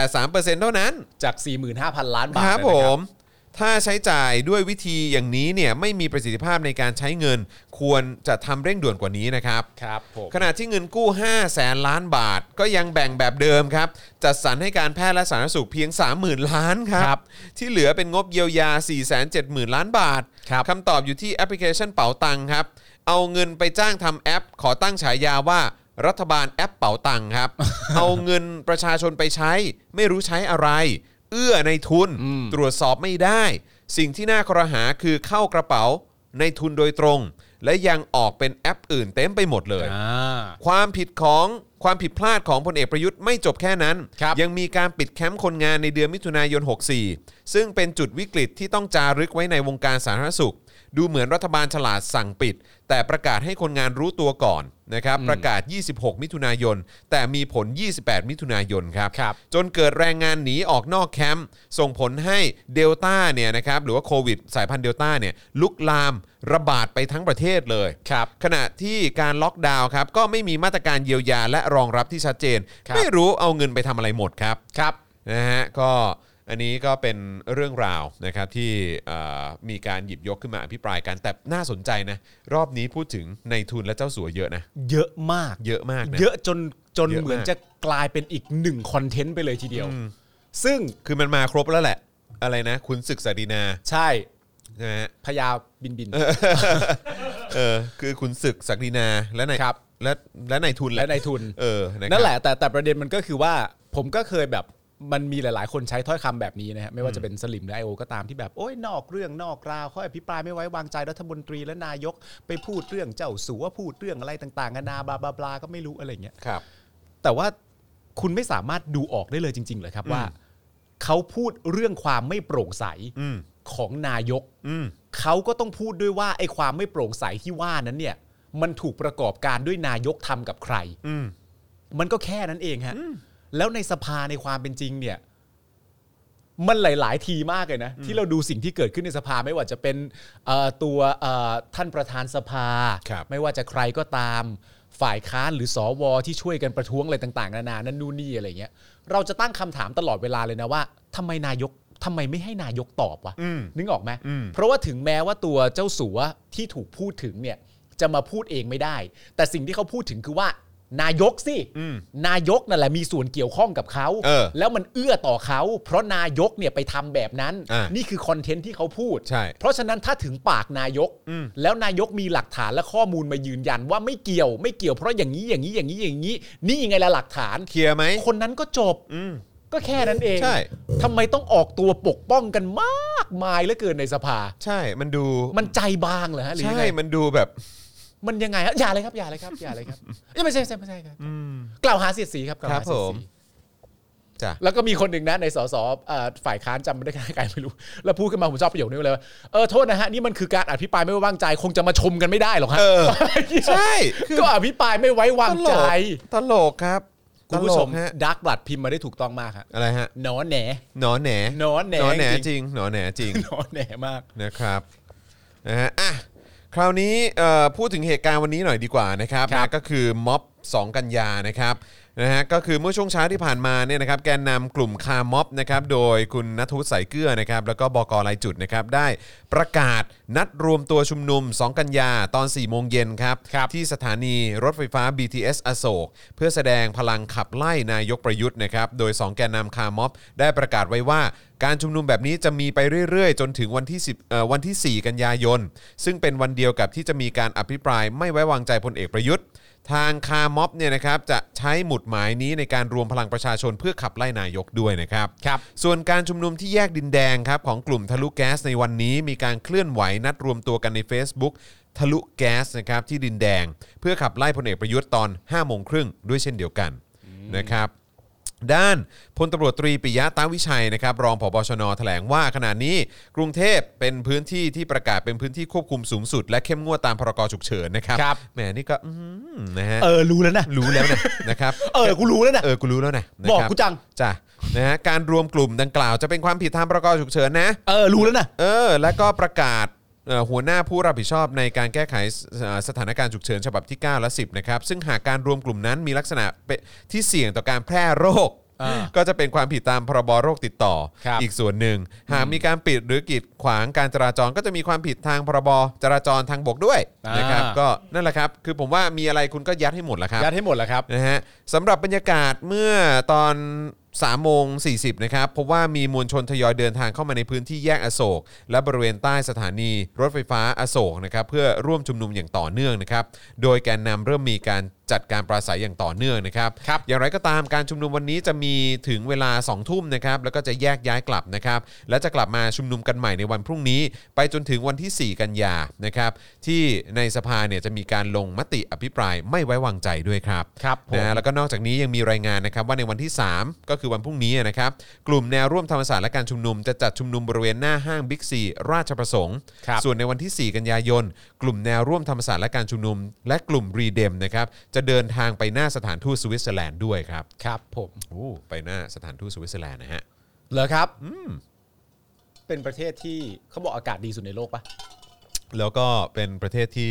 Speaker 2: เท่านั้น
Speaker 1: จาก 45,000 ล้านบาท
Speaker 2: ครับ
Speaker 1: นะ
Speaker 2: ผม ถ้าใช้จ่ายด้วยวิธีอย่างนี้เนี่ยไม่มีประสิทธิภาพในการใช้เงิน ควรจะทำเร่งด่วนกว่านี้นะครับ
Speaker 1: ครับผม
Speaker 2: ขณะที่เงินกู้ 5 แสนล้านบาท ก็ยังแบ่งแบบเดิมครับ จัดสรรให้การแพทย์และสาธารณสุขเพียง 30,000 ล้านครับ
Speaker 1: ครับ
Speaker 2: ที่เหลือเป็นงบเยียวยา 4 7 0 0 0 ล้านบาท
Speaker 1: ครับ
Speaker 2: ตอบอยู่ที่แอปพลิเคชันเป๋าตังครับ เอาเงินไปจ้างทำแอป ขอตั้งฉายาว่า รัฐบาลแอปเป๋าตังค์ ครับ เอาเงินประชาชนไปใช้ ไม่รู้ใช้อะไร เอื้อในทุน ตรวจสอบไม่ได้ สิ่งที่น่าครหาคือเข้ากระเป๋าในทุนโดยตรง และยังออกเป็นแอปอื่นเต็มไปหมดเลย
Speaker 1: อ่า
Speaker 2: ความผิดของความผิดพลาดของพลเอกประยุทธ์ไม่จบแค่นั้น
Speaker 1: ครับ
Speaker 2: ยังมีการปิดแคมป์คนงานในเดือนมิถุนายน 64 ซึ่งเป็นจุดวิกฤตที่ต้องจารึกไว้ในวงการสาธารณสุข ดูเหมือนรัฐบาลฉลาดสั่งปิด แต่ประกาศให้คนงานรู้ตัวก่อนนะครับประกาศ 26 มิถุนายน แต่มีผล 28 มิถุนายนครับ
Speaker 1: ครับ
Speaker 2: จนเกิดแรงงานหนีออกนอกแคมป์ส่งผลให้เดลต้าเนี่ยนะครับหรือว่าโควิดสายพันธุ์เดลต้าเนี่ยลุกลามระบาดไปทั้งประเทศเลย
Speaker 1: ครับ
Speaker 2: ขณะที่การล็อกดาวน์ครับก็ไม่มีมาตรการเยียวยาและรองรับที่ชัดเจน
Speaker 1: ครับ
Speaker 2: ไม่รู้เอาเงินไปทำอะไรหมดครับ
Speaker 1: ครับ
Speaker 2: นะฮะก็อันนี้ก็เป็นเรื่องราวนะครับที่เอ่อมีการหยิบยกขึ้นมาอภิปรายกันแต่น่าสนใจนะ รอบนี้พูดถึงในทุนและเจ้าสัวเยอะนะ
Speaker 1: เยอะมาก
Speaker 2: เยอะมากนะ
Speaker 1: เยอะจนจน
Speaker 2: เยอะมาก
Speaker 1: เหมือนจะกลายเป็นอีกหนึ่งคอนเทนต์ไปเลยทีเดียว ซึ่ง
Speaker 2: คือมันมาครบแล้วแหละ อะไรนะ คุณศึกษาดีนา
Speaker 1: ใช่
Speaker 2: ใช่ไหมฮะ
Speaker 1: พญาบินบิน
Speaker 2: เออคือคุณศึกศักดินาและนาย
Speaker 1: ครับ
Speaker 2: และและนายทุน
Speaker 1: และนายทุน
Speaker 2: เออครับ
Speaker 1: นั่นแหละแต่แต่ประเด็นมันก็คือว่าผมก็เคยแบบมันมีหลาย ๆ คนใช้ถ้อยคำแบบนี้นะฮะไม่ว่าจะเป็นสลิมหรือไอโอก็ตามที่แบบโอ้ยนอกเรื่องนอกราวเขาอภิปรายไม่ไว้วางใจรัฐมนตรีและนายก ไปพูดเรื่องเจ้าสัวพูดเรื่องอะไรต่างๆนานาบลาบลาบลาก็ไม่รู้อะไรเงี้ย
Speaker 2: ครับ
Speaker 1: แต่ว่าคุณไม่สามารถดูออกได้เลยจริงๆเหรอครับว่าเขาพูดเรื่องความไม่โปร่งใส
Speaker 2: อืม
Speaker 1: ของนายก
Speaker 2: อืม
Speaker 1: เขาก็ต้องพูดด้วยว่าไอ้ความไม่โปร่งใสที่ว่านั้นเนี่ย มันถูกประกอบการด้วยนายกทำกับใคร
Speaker 2: อืม
Speaker 1: มันก็แค่นั้นเองฮะ แล้วในสภาในความเป็นจริงเนี่ย มันหลาย ๆ ทีมากเลยนะ ที่เราดูสิ่งที่เกิดขึ้นในสภาไม่ว่าจะเป็นเอ่อตัวเอ่อท่านประธานสภา
Speaker 2: ครับ
Speaker 1: ไม่ว่าจะใครก็ตาม ฝ่ายค้านหรือสอวอที่ช่วยกันประท้วงอะไรต่างๆนานานั่นนู่นนี่อะไรเงี้ย เราจะตั้งคำถามตลอดเวลาเลยนะว่าทำไมนายกทำไมไม่ให้นายกตอบวะ
Speaker 2: อืม
Speaker 1: นึกออกไหม
Speaker 2: อืม
Speaker 1: เพราะว่าถึงแม้ว่าตัวเจ้าสัวที่ถูกพูดถึงเนี่ย จะมาพูดเองไม่ได้ แต่สิ่งที่เขาพูดถึงคือว่า นายกสิ
Speaker 2: อืม
Speaker 1: นายกนั่นแหละมีส่วนเกี่ยวข้องกับเขา
Speaker 2: เออ
Speaker 1: แล้วมันเอื้อต่อเขา เพราะนายกเนี่ยไปทำแบบนั้น
Speaker 2: อ่านี่
Speaker 1: นี่คือคอนเทนต์ที่เขาพูด
Speaker 2: ใช่
Speaker 1: เพราะฉะนั้นถ้าถึงปากนายก
Speaker 2: อืม
Speaker 1: แล้วนายกมีหลักฐานและข้อมูลมายืนยันว่าไม่เกี่ยวไม่เกี่ยวเพราะอย่างนี้อย่างนี้อย่างนี้อย่างนี้ นี่ไงละหลักฐาน
Speaker 2: เคลียร์ไหม
Speaker 1: คนนั้นก็จบ
Speaker 2: อืม
Speaker 1: ก็แค่นั้นเอง
Speaker 2: ใช่
Speaker 1: ทำไมต้องออกตัวปกป้องกันมากมายเหลือเกินในสภา
Speaker 2: ใช่มันดู
Speaker 1: มันใจบางเหรอฮะหรือยั
Speaker 2: ใช่
Speaker 1: งไง
Speaker 2: มันดูแบบ
Speaker 1: มันยังไงฮะอย่าเลยครับอย่าเลยครับอย่าเลยครับเอ้ยไม่ใช่ไม่ใช่ไม่ใช่ครับกล่าวหาเสียดสีครับกล่าว
Speaker 2: ครั
Speaker 1: หา
Speaker 2: บ
Speaker 1: เสี
Speaker 2: ผ
Speaker 1: ยด
Speaker 2: ม
Speaker 1: สี
Speaker 2: จ้ะ
Speaker 1: แล้วก็มีคนหนึ่งนะในสสเอ่อฝ่ายค้านจำไม่ได้ ใครไม่รู้ แล้วพูดขึ้นมาผมชอบประโยคนี้เลยว่าเออโทษนะฮะนี่มันคือการอภิปรายไม่ไว้วางใจ คงจะมาชมกันไม่ได้หรอกฮะ
Speaker 2: เออ ใช่
Speaker 1: ก็อภิปรายไม่ไว้วางใจ
Speaker 2: ตลกครับ
Speaker 1: คุณผู้ชม
Speaker 2: ตลกฮะ
Speaker 1: ดักบัตพิมพ์มาได้ถูกต้องมากฮะ
Speaker 2: อะไรฮะ
Speaker 1: หนอนแหน
Speaker 2: หนอแหน
Speaker 1: หนอแหน
Speaker 2: แหน
Speaker 1: จริง
Speaker 2: จริงหนอแหนจริง
Speaker 1: หนอนแหนมาก
Speaker 2: นะครับนะฮะอ่ะคราวนี้เอ่อพูดถึงเหตุการณ์วันนี้หน่อยดีกว่านะครับ
Speaker 1: ครับ
Speaker 2: นะก็คือม็อบ 2 กันยานะครับนะฮะก็คือเมื่อช่วงเช้าที่ผ่านมาเนี่ยนะครับแกนนำกลุ่มคาร์ม็อบนะครับโดยคุณนัทวุฒิสายเกลือนะครับแล้วก็บกลายจุดนะครับได้ประกาศนัดรวมตัวชุมนุม 2 กันยาตอน 4 โมงเย็นครับ
Speaker 1: ครับ
Speaker 2: ที่สถานีรถไฟฟ้า BTS อโศกเพื่อแสดงพลังขับไล่นายกประยุทธ์นะครับโดย 2 แกนนำคาร์ม็อบได้ประกาศไว้ว่า การชุมนุมแบบนี้จะมีไปเรื่อยๆ จนถึงวันที่10เอ่อวันที่ 4 กันยายน ซึ่งเป็นวันเดียวกับที่จะมีการอภิปรายไม่ไว้วางใจพลเอกประยุทธ์ ทางคาร์ม็อบเนี่ยนะครับจะใช้หมุดหมายนี้ในการรวมพลังประชาชนเพื่อขับไล่นายกด้วยนะครับ
Speaker 1: ครับ
Speaker 2: ส่วนการชุมนุมที่แยกดินแดงครับของกลุ่มทะลุแก๊สในวันนี้มีการเคลื่อนไหวนัดรวมตัวกันใน Facebook ทะลุแก๊สนะครับที่ดินแดง เพื่อขับไล่พลเอกประยุทธ์ตอน5โมงครึ่งด้วยเช่นเดียวกันนะครับ ด้านพลตำรวจตรีปิยะตาวิชัยนะครับรองผบชนแถลงว่าขณะนี้กรุงเทพเป็นพื้นที่ที่ประกาศเป็นพื้นที่ควบคุมสูงสุด และเข้มงวดตามพรกฉุกเฉินนะครับ
Speaker 1: ครับ
Speaker 2: แหมนี่ก็อื้อหือนะฮะ
Speaker 1: เออรู้แล้วนะ
Speaker 2: รู้แล้วนะนะครับ
Speaker 1: เออกูรู้แล้วนะ
Speaker 2: เออ กูรู้แล้วนะนะ
Speaker 1: บอก
Speaker 2: ครั
Speaker 1: กูจัง
Speaker 2: จ้ะนะฮะ การรวมกลุ่มดังกล่าวจะเป็นความผิดตามพรกฉุกเฉินนะ
Speaker 1: เออรู้แล้วนะ
Speaker 2: เออ และก็ประกาศเอ่อหัวหน้าผู้รับผิดชอบในการแก้ไขสเอ่อสถานการณ์ฉุกเฉินฉบับที่ 9 และ 10 นะครับ ซึ่งหากการรวมกลุ่มนั้นมีลักษณะเป็นที่เสี่ยงต่อการแพร่โรค
Speaker 1: อ่า
Speaker 2: ก็จะเป็นความผิดตามพรบโรคติดต่อ
Speaker 1: ครับ
Speaker 2: อีกส่วนหนึ่ง หากมีการปิดหรือกีดขวางการจราจรก็จะมีความผิดทางพรบจราจรทางบกด้วยนะครับ
Speaker 1: อ่า
Speaker 2: ก็นั่นแหละครับ คือผมว่ามีอะไรคุณก็ยัดให้หมดแหละครับ
Speaker 1: ยัดให้หมดแล้วครับ
Speaker 2: นะฮะสำหรับบรรยากาศเมื่อตอน3โมง40นะครับพบว่ามีมวลชนทยอยเดินทางเข้ามาในพื้นที่แยกอโศก และบริเวณใต้สถานีรถไฟฟ้าอโศกนะครับเพื่อร่วมชุมนุมอย่างต่อเนื่องนะครับ โดยแกนนำเริ่มมีการ จัดการปราศัยอย่างต่อเนื่องนะครับครับอย่างไรก็ตามการชุมนุมวันนี้จะมีถึงเวลา2องทุ่มนะครับแล้วก็จะแยกย้ายกลับนะครับและจะกลับมาชุมนุมกันใหม่ในวันพรุ่งนี้ ไปจนถึงวันที่ 4 กันยานะครับที่ในสภาเนี่ยจะมีการลงมติอภิปรายไม่ไว้วางใจด้วยครับ
Speaker 1: ครับผม
Speaker 2: นะฮะแล้วก็นอกจากนี้ยังมีรายงานนะครับว่าในวันที่ 3 ก็คือวันพรุ่งนี้นะครับกลุ่มแนวร่วมธรรมศาสตร์และการชุมนุมจะจัดชุมนุมบริเวณหน้าห้างบิ๊กซีราชประสงค์
Speaker 1: ครับ
Speaker 2: ส่วนในวันที่ 4 กันยายน กลุ่มแนวร่วมธรรมศาสตร์และการชุมนุม และกลุ่มรีเดมนะครับจะเดินทางไปหน้าสถานทูตสวิตเซอร์แลนด์ด้วยครับ
Speaker 1: ครับผม
Speaker 2: โอ้ไปหน้าสถานทูตสวิตเซอร์แลนด์นะฮะ
Speaker 1: เหรอครับเป็นประเทศที่เขาบอกอากาศดีสุดในโลกปะ
Speaker 2: แล้วก็เป็นประเทศที่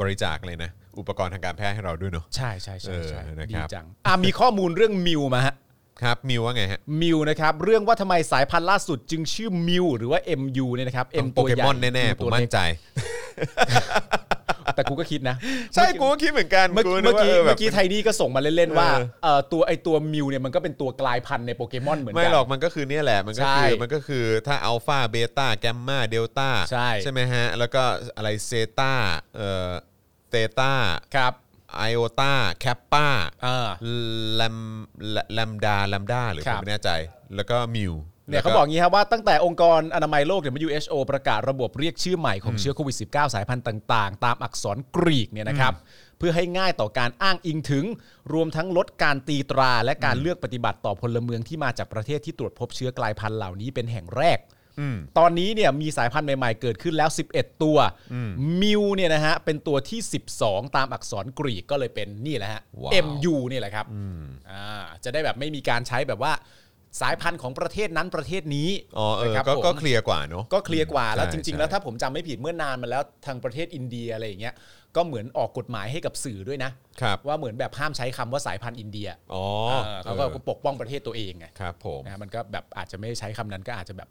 Speaker 2: บริจาคเลยนะอุปกรณ์ทางการแพทย์ให้เราด้วยเนาะ
Speaker 1: ใช่ใช่ใช่ใช่
Speaker 2: เออนะค
Speaker 1: ดี
Speaker 2: รับ
Speaker 1: จังอ่ะมีข้อมูลเรื่องมิวมาฮะ
Speaker 2: ครับมิวว่าไงฮะ
Speaker 1: มิวนะครับเรื่องว่าทำไมสายพันธุ์ล่าสุดจึงชื่อมิวหรือว่า MU เนี่ยนะครับ
Speaker 2: ต้อ
Speaker 1: M
Speaker 2: งโป
Speaker 1: ตัว
Speaker 2: เก
Speaker 1: ใหญ่
Speaker 2: มอนแน่ๆผมมั่นใจ
Speaker 1: แต่กูก็คิดนะ
Speaker 2: ใช่กูก็คิดเหมือนกัน
Speaker 1: เมื่อกี้
Speaker 2: นึ
Speaker 1: เมื่อกี้
Speaker 2: ว่าแบบ
Speaker 1: เมื่อกี้ไทนี่ก็ส่งมาเล่นๆว่า
Speaker 2: เออ
Speaker 1: เอ่อตัวไอตัวมิวเนี่ยมันก็เป็นตัวกลายพันธุ์ในโปเกมอนเหมือน
Speaker 2: ไม่
Speaker 1: กั
Speaker 2: หรอกมันก็คือเนี่ยแหละมันก็
Speaker 1: ใช่
Speaker 2: คือมันก็คือถ้าอัลฟาเบต้าแกมมาเดลต้า
Speaker 1: ใช่
Speaker 2: ไหมฮะ แล้วก็อะไรเซต้าเอ่อเตต้า
Speaker 1: ครับ
Speaker 2: ไอโอต้าแคปป้า
Speaker 1: เออ
Speaker 2: แลมแลมดาแลมดาหรือ
Speaker 1: ค
Speaker 2: ผ
Speaker 1: รั
Speaker 2: ม
Speaker 1: บ
Speaker 2: ไม่แน่ใจ แล้วก็มิว
Speaker 1: เนี่ยเขาบอกงี้ครับว่าตั้งแต่องค์กรอนามัยโลก WHO ประกาศระบบเรียกชื่อใหม่ของเชื้อโควิด -19 สายพันธุ์ต่าง ๆ ตามอักษรกรีกเนี่ยนะครับเพื่อให้ง่ายต่อการอ้างอิงถึง รวมทั้งลดการตีตรา และการเลือกปฏิบัติต่อพลเมืองที่มาจากประเทศที่ตรวจพบเชื้อกลายพันธุ์เหล่านี้เป็นแห่งแรก
Speaker 2: อืม
Speaker 1: ตอนนี้เนี่ยมีสายพันธุ์ใหม่ๆเกิดขึ้นแล้ว 11 ตัว
Speaker 2: อืม
Speaker 1: มิวเนี่ยนะฮะเป็นตัวที่ 12 ตามอักษรกรีกก็เลยเป็นนี่แหละฮะ
Speaker 2: ว้าว
Speaker 1: MU เนี่ยแหละครับอ่าจะได้แบบไม่มีการใช้แบบว่าสายพันธุ์ของประเทศนั้นประเทศนี้
Speaker 2: อ๋อเออ
Speaker 1: นะครับ
Speaker 2: ก็
Speaker 1: ผม
Speaker 2: ก็เคลียร์กว่าเนอะ
Speaker 1: ก็เคลียร์กว่าแล้ว
Speaker 2: ใช่
Speaker 1: จริงๆ
Speaker 2: ใช่
Speaker 1: แล้วถ้าผมจำไม่ผิดเมื่อนานมาแล้วทางประเทศอินเดียอะไรอย่างเงี้ยก็เหมือนออกกฎหมายให้กับสื่อด้วยนะ
Speaker 2: ครับ
Speaker 1: ว่าเหมือนแบบห้ามใช้คำว่าสายพันธุ์อินเดีย
Speaker 2: อ๋อ
Speaker 1: เออเขาก็ปกป้องประเทศตัวเองไง
Speaker 2: ครับผม
Speaker 1: นะฮะมันก็แบบอาจจะไม่ได้ใช้คำนั้นก็อาจจะแบบ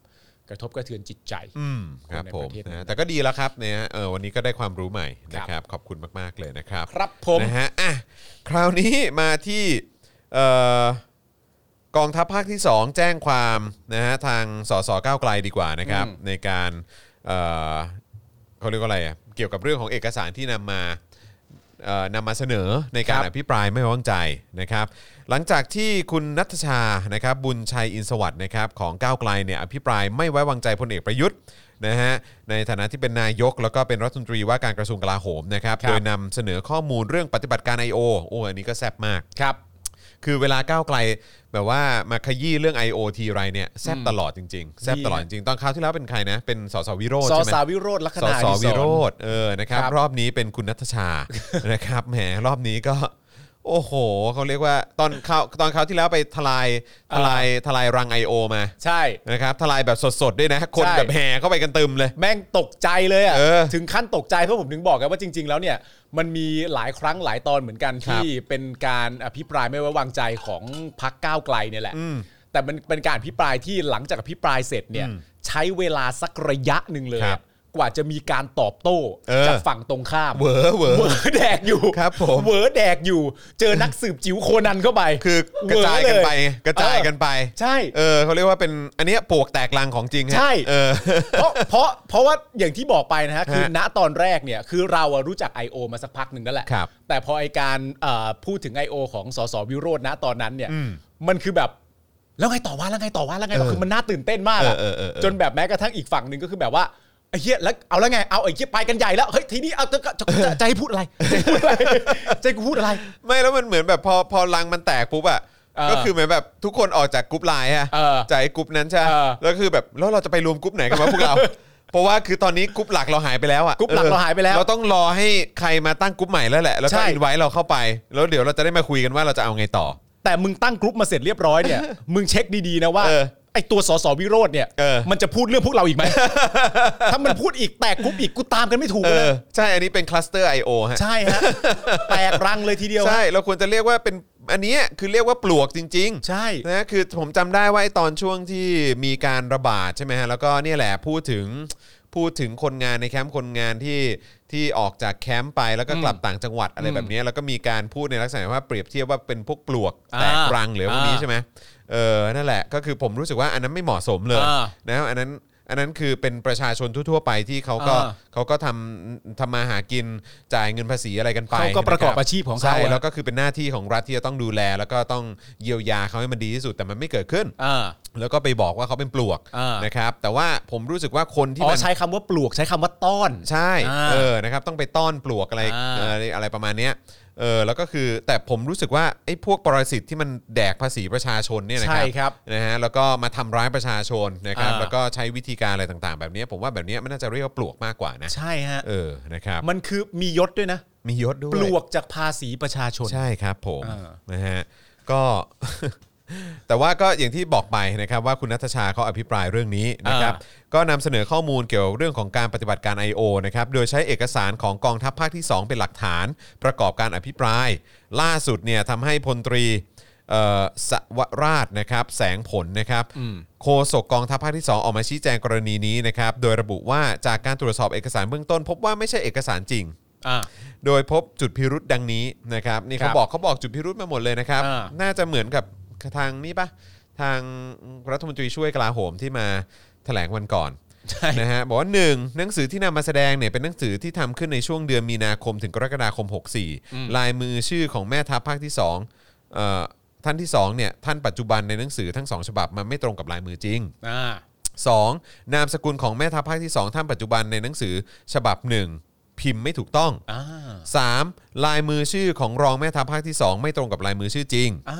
Speaker 1: กระทบกระเทือนจิตใจ
Speaker 2: อืมครับผม
Speaker 1: คนในประเทศนั้น
Speaker 2: นะแต่ก็ดีแล้วครับเนี่ยฮะเออวันนี้ก็ได้ความรู้ใหม่นะค
Speaker 1: ครั
Speaker 2: รับ
Speaker 1: บ
Speaker 2: ขอบคุณมากๆเลยนะครับ
Speaker 1: ครับผม
Speaker 2: นะฮะอ่ะคราวนี้มาที่เอ่อกองทัพภาคที่ 2 แจ้งความนะฮะทางสสก้าวไกลดีกว่านะครับ
Speaker 1: อืม
Speaker 2: ในการเอ่อเขาเรียกว่าอะไรอ่ะเกี่ยวกับเรื่องของเอกสารที่นำมาเอ่อนำมาเสนอในการ
Speaker 1: ครั
Speaker 2: อบ ภิปรายไม่ไว้วางใจนะครับ หลังจากที่คุณนัทชานะครับบุญชัยอินสวัสด์นะครับของก้าวไกลเนี่ยอภิปรายไม่ไว้วางใจพลเอกประยุทธ์นะฮะในฐานะที่เป็นนายกแล้วก็เป็นรัฐมนตรีว่าการกระทรวงกลาโหมนะครับ
Speaker 1: ครับ
Speaker 2: โดยนำเสนอข้อมูลเรื่องปฏิบัติการ I.O. โอ้อันนี้ก็แซ่บมาก
Speaker 1: ครับ
Speaker 2: คือเวลาก้าวไกลแบบว่ามาขยี้เรื่อง I.O. ทีไรเนี่ยแซ่บตลอดจริงๆแซ่บตลอดจริงๆตอนคราวที่แล้วเป็นใครนะเป็นสสวิโรจน์
Speaker 1: สอ
Speaker 2: ใช่ไหม
Speaker 1: สาวิโรธลักษ
Speaker 2: ส
Speaker 1: ณะ
Speaker 2: ส
Speaker 1: อดีศ
Speaker 2: วิโรธเออนะครับ
Speaker 1: ครับ
Speaker 2: รอบนี้เป็นคุณนัทชา นะครับแหมรอบนี้ก็ โอ้โหเขาเรียกว่าตอนเขาวตอนเขาวที่แล้วไปทลาย
Speaker 1: เออ
Speaker 2: ทลายทลายรัง I.O. มา
Speaker 1: ใช่
Speaker 2: นะครับทลายแบบสดๆด้วยนะ คน
Speaker 1: ใช่
Speaker 2: แบบแห่เข้าไปกันตึมเลย
Speaker 1: แม่งตกใจเลยอ่ะ
Speaker 2: เออ
Speaker 1: ถึงขั้นตกใจเพราะผมถึงบอกกันว่าจริง ๆ แล้วเนี่ยมันมีหลายครั้งหลายตอนเหมือนกัน
Speaker 2: ครับ
Speaker 1: ที่เป็นการอภิปรายไม่ไว้วางใจของพักก้าวไกลเนี่ยแหละ
Speaker 2: อืม
Speaker 1: แต่มันเป็นการอภิปรายที่หลังจากอภิปรายเสร็จเนี่ย
Speaker 2: อืม
Speaker 1: ใช้เวลาสักระยะหนึ่งเลย
Speaker 2: ครับ
Speaker 1: อะกว่าจะมีการตอบโต้
Speaker 2: เออ
Speaker 1: จากฝั่งตรงข้าม
Speaker 2: เหวอเหวอ
Speaker 1: เหวอแดกอยู่
Speaker 2: ครับผม
Speaker 1: เหวอแดกอยู่ เจอนักสืบจิ๋วโคนันเข้าไป
Speaker 2: คือกระจายกันไป
Speaker 1: เหวอเลย
Speaker 2: กระจายกันไป
Speaker 1: ใช่
Speaker 2: เออเขาเรียกว่าเป็นอันเนี้ยปลวกแตกรังของจริงฮะ
Speaker 1: ใช่
Speaker 2: เออ
Speaker 1: เพราะเพราะเพราะว่าอย่างที่บอกไปนะฮะคือ
Speaker 2: ฮะ
Speaker 1: ณตอนแรกเนี่ยคือเราอะรู้จัก I.O. มาสักพักหนึ่งนั่นแหละ
Speaker 2: ครับ
Speaker 1: แต่พอไอการเอ่อพูดถึง I.O. ของสสวิโรจน์ณตอนนั้นเนี่ย
Speaker 2: อืม
Speaker 1: มันคือแบบแล้วไงต่อว่าแล้วไงต่อว่าแล้วไงต่อ
Speaker 2: เออ
Speaker 1: คือมันน่าตื่นเต้นมากอะ
Speaker 2: เออเออเออ
Speaker 1: จนแบบแม้กระทั่งอีกฝั่งหนึ่งก็คือแบบว่าไอ้เหี้ยแล้วเอาแล้วไงเอาไอ้เหี้ยไปกันใหญ่แล้วเฮ้ยทีนี้เอาจะจะจะจะให้พูดอะไรจะให้พูดอะไร จะให้กูพูดอะไร
Speaker 2: ไม่แล้วมันเหมือนแบบพอพอรังมันแตกปุ๊บอะ
Speaker 1: เออ
Speaker 2: ก็คือเหมือนแบบทุกคนออกจากกรุ๊ปไลน์อะ
Speaker 1: เออ
Speaker 2: จากไอ้กรุ๊ปนั้นใช่ไหม
Speaker 1: เออ
Speaker 2: แล้วคือแบบแล้วเราจะไปรวมกรุ๊ปไหนกันวะพ วกเรา เพราะว่าคือตอนนี้กรุ๊ปหลักเราหายไปแล้วอะ
Speaker 1: กรุ๊ปหลักเราหายไปแล้ว
Speaker 2: เราต้องรอให้ใครมาตั้งกรุ๊ปใหม่แล้วแหละแล้วก็
Speaker 1: ใช่
Speaker 2: อินไว้เราเข้าไป แล้วเดี๋ยวเราจะได้มาคุยกันว่าเราจะเอาไงต่อ
Speaker 1: แต่มึงตั้งกรุ๊ปมาเสร็จเรียบร้อย เนี่ย มึงเช็คดีๆนะว่า
Speaker 2: เออ
Speaker 1: ไอตัวสสวิโรธเนี่ย
Speaker 2: เออ
Speaker 1: มันจะพูดเรื่องพวกเราอีกไหม ถ้ามันพูดอีกแตกกรุ๊ปอีกกูตามกันไม่ถูก
Speaker 2: เอ
Speaker 1: เล
Speaker 2: อย ใช่อันนี้เป็นคลัสเตอร์ I.O. ฮะ
Speaker 1: ใช่ฮะ แตกรังเลยทีเดียวฮะ
Speaker 2: ใช่เราควรจะเรียกว่าเป็นอันเนี้ยคือเรียกว่าปลวกจริง ๆ
Speaker 1: ใช่
Speaker 2: นะคือผมจำได้ว่าไอ้ตอนช่วงที่มีการระบาดใช่ไหมฮะแล้วก็เนี่ยแหละพูดถึงพูดถึงคนงานในแคมป์คนงานที่ที่ออกจากแคมป์ไปแล้วก็กลับต่างจังหวัดอะไรแบบเนี้ยแล้วก็มีการพูดในลักษณะว่าเปรียบเทียบว่าเป็นพวกปลวก
Speaker 1: อ่า
Speaker 2: แตกรังหรือพวกนี้
Speaker 1: อ่า
Speaker 2: ใช่ไหมเออนั่นแหละก็คือผมรู้สึกว่าอันนั้นไม่เหมาะสมเลย
Speaker 1: อ่า
Speaker 2: นะอันนั้นอัน อันนั้นคือเป็นประชาชนทั่วๆไปที่เขาก็
Speaker 1: อ่า
Speaker 2: เขาก็ทำทำมาหากินจ่ายเงินภาษีอะไรกันไป
Speaker 1: เขาก็ประกอบ
Speaker 2: นค
Speaker 1: อาชีพของเขา
Speaker 2: ใช่
Speaker 1: อะ
Speaker 2: แล้วก็คือเป็นหน้าที่ของรัฐที่จะต้องดูแล แล้วก็ต้องเยียวยาเขาให้มันดีที่สุดแต่มันไม่เกิดขึ้น
Speaker 1: อ่า
Speaker 2: แล้วก็ไปบอกว่าเขาเป็นปลวก
Speaker 1: อ่าน
Speaker 2: นะครับ แต่ว่าผมรู้สึกว่าคนที่
Speaker 1: อ๋อ
Speaker 2: มัน
Speaker 1: ใช้คำว่าปลวกใช้คำว่าต้อน
Speaker 2: ใช่
Speaker 1: อ่า
Speaker 2: เออนะครับต้องไปต้อนปลวกอะไร
Speaker 1: อ่า
Speaker 2: เอ่ออะไรประมาณเนี้ยเออแล้วก็คือแต่ผมรู้สึกว่าไอ้พวกปรสิตที่มันแดกภาษีประชาชนเนี่ยนะครั
Speaker 1: ใช่ครับ
Speaker 2: นะฮะแล้วก็มาทำร้ายประชาชนนะครับ
Speaker 1: อ่า
Speaker 2: แล้วก็ใช้วิธีการอะไรต่างๆ แบบเนี้ยผมว่าแบบเนี้ยมันน่าจะเรียกว่าปลวกมากกว่านะ
Speaker 1: ใช่ฮะ
Speaker 2: เออนะครับ
Speaker 1: มันคือมียศด้วยนะ
Speaker 2: มียศด้วย
Speaker 1: ปลวกจากภาษีประชาชน
Speaker 2: ใช่ครับผม
Speaker 1: อ่า
Speaker 2: นะฮะก็ แต่ว่าก็อย่างที่บอกไปนะครับว่าคุณนัทชาเขาอภิปรายเรื่องนี้นะครับก็นำเสนอข้อมูลเกี่ยวเรื่องของการปฏิบัติการ I.O. นะครับโดยใช้เอกสารของกองทัพภาคที่ 2 เป็นหลักฐาน ประกอบการอภิปราย ล่าสุดเนี่ยทำให้พลตรีเอ่อสวราชนะครับแสงผลนะครับโฆษกกองทัพภาคที่ 2 ออกมาชี้แจงกรณีนี้นะครับโดยระบุว่าจากการตรวจสอบเอกสารเบื้องต้น พบว่าไม่ใช่เอกสารจริง
Speaker 1: อ่า
Speaker 2: โดยพบจุดพิรุษดังนี้นะครับนี่เขา
Speaker 1: ครับ
Speaker 2: บอกเขาบอกจุดพิรุษมาหมดเลยนะครับ
Speaker 1: อ่า
Speaker 2: น่าจะเหมือนกับทางนี้ปะทางรัฐมนตรีช่วยกลาโหมที่มาแถลงวันก่อน
Speaker 1: ใช่
Speaker 2: นะฮะบอกว่าหนึ่งหนังสือที่นำมาแสดงเนี่ยเป็นหนังสือที่ทำขึ้นในช่วงเดือนมีนาคมถึงกรกฎาคม 64 ลายมือชื่อของแม่ทัพภาคที่สองเอ่อท่านที่สองเนี่ยท่านปัจจุบันในหนังสือทั้งสองฉบับมันไม่ตรงกับลายมือจริง
Speaker 1: อ่า
Speaker 2: 2. นามสกุลของแม่ทัพภาคที่สองท่านปัจจุบันในหนังสือฉบับหนึ่งพิมพ์ไม่ถูกต้อง
Speaker 1: อ่า
Speaker 2: 3. ลายมือชื่อของรองแม่ทัพภาคที่ 2 ไม่ตรงกับลายมือชื่อจริง
Speaker 1: อ่า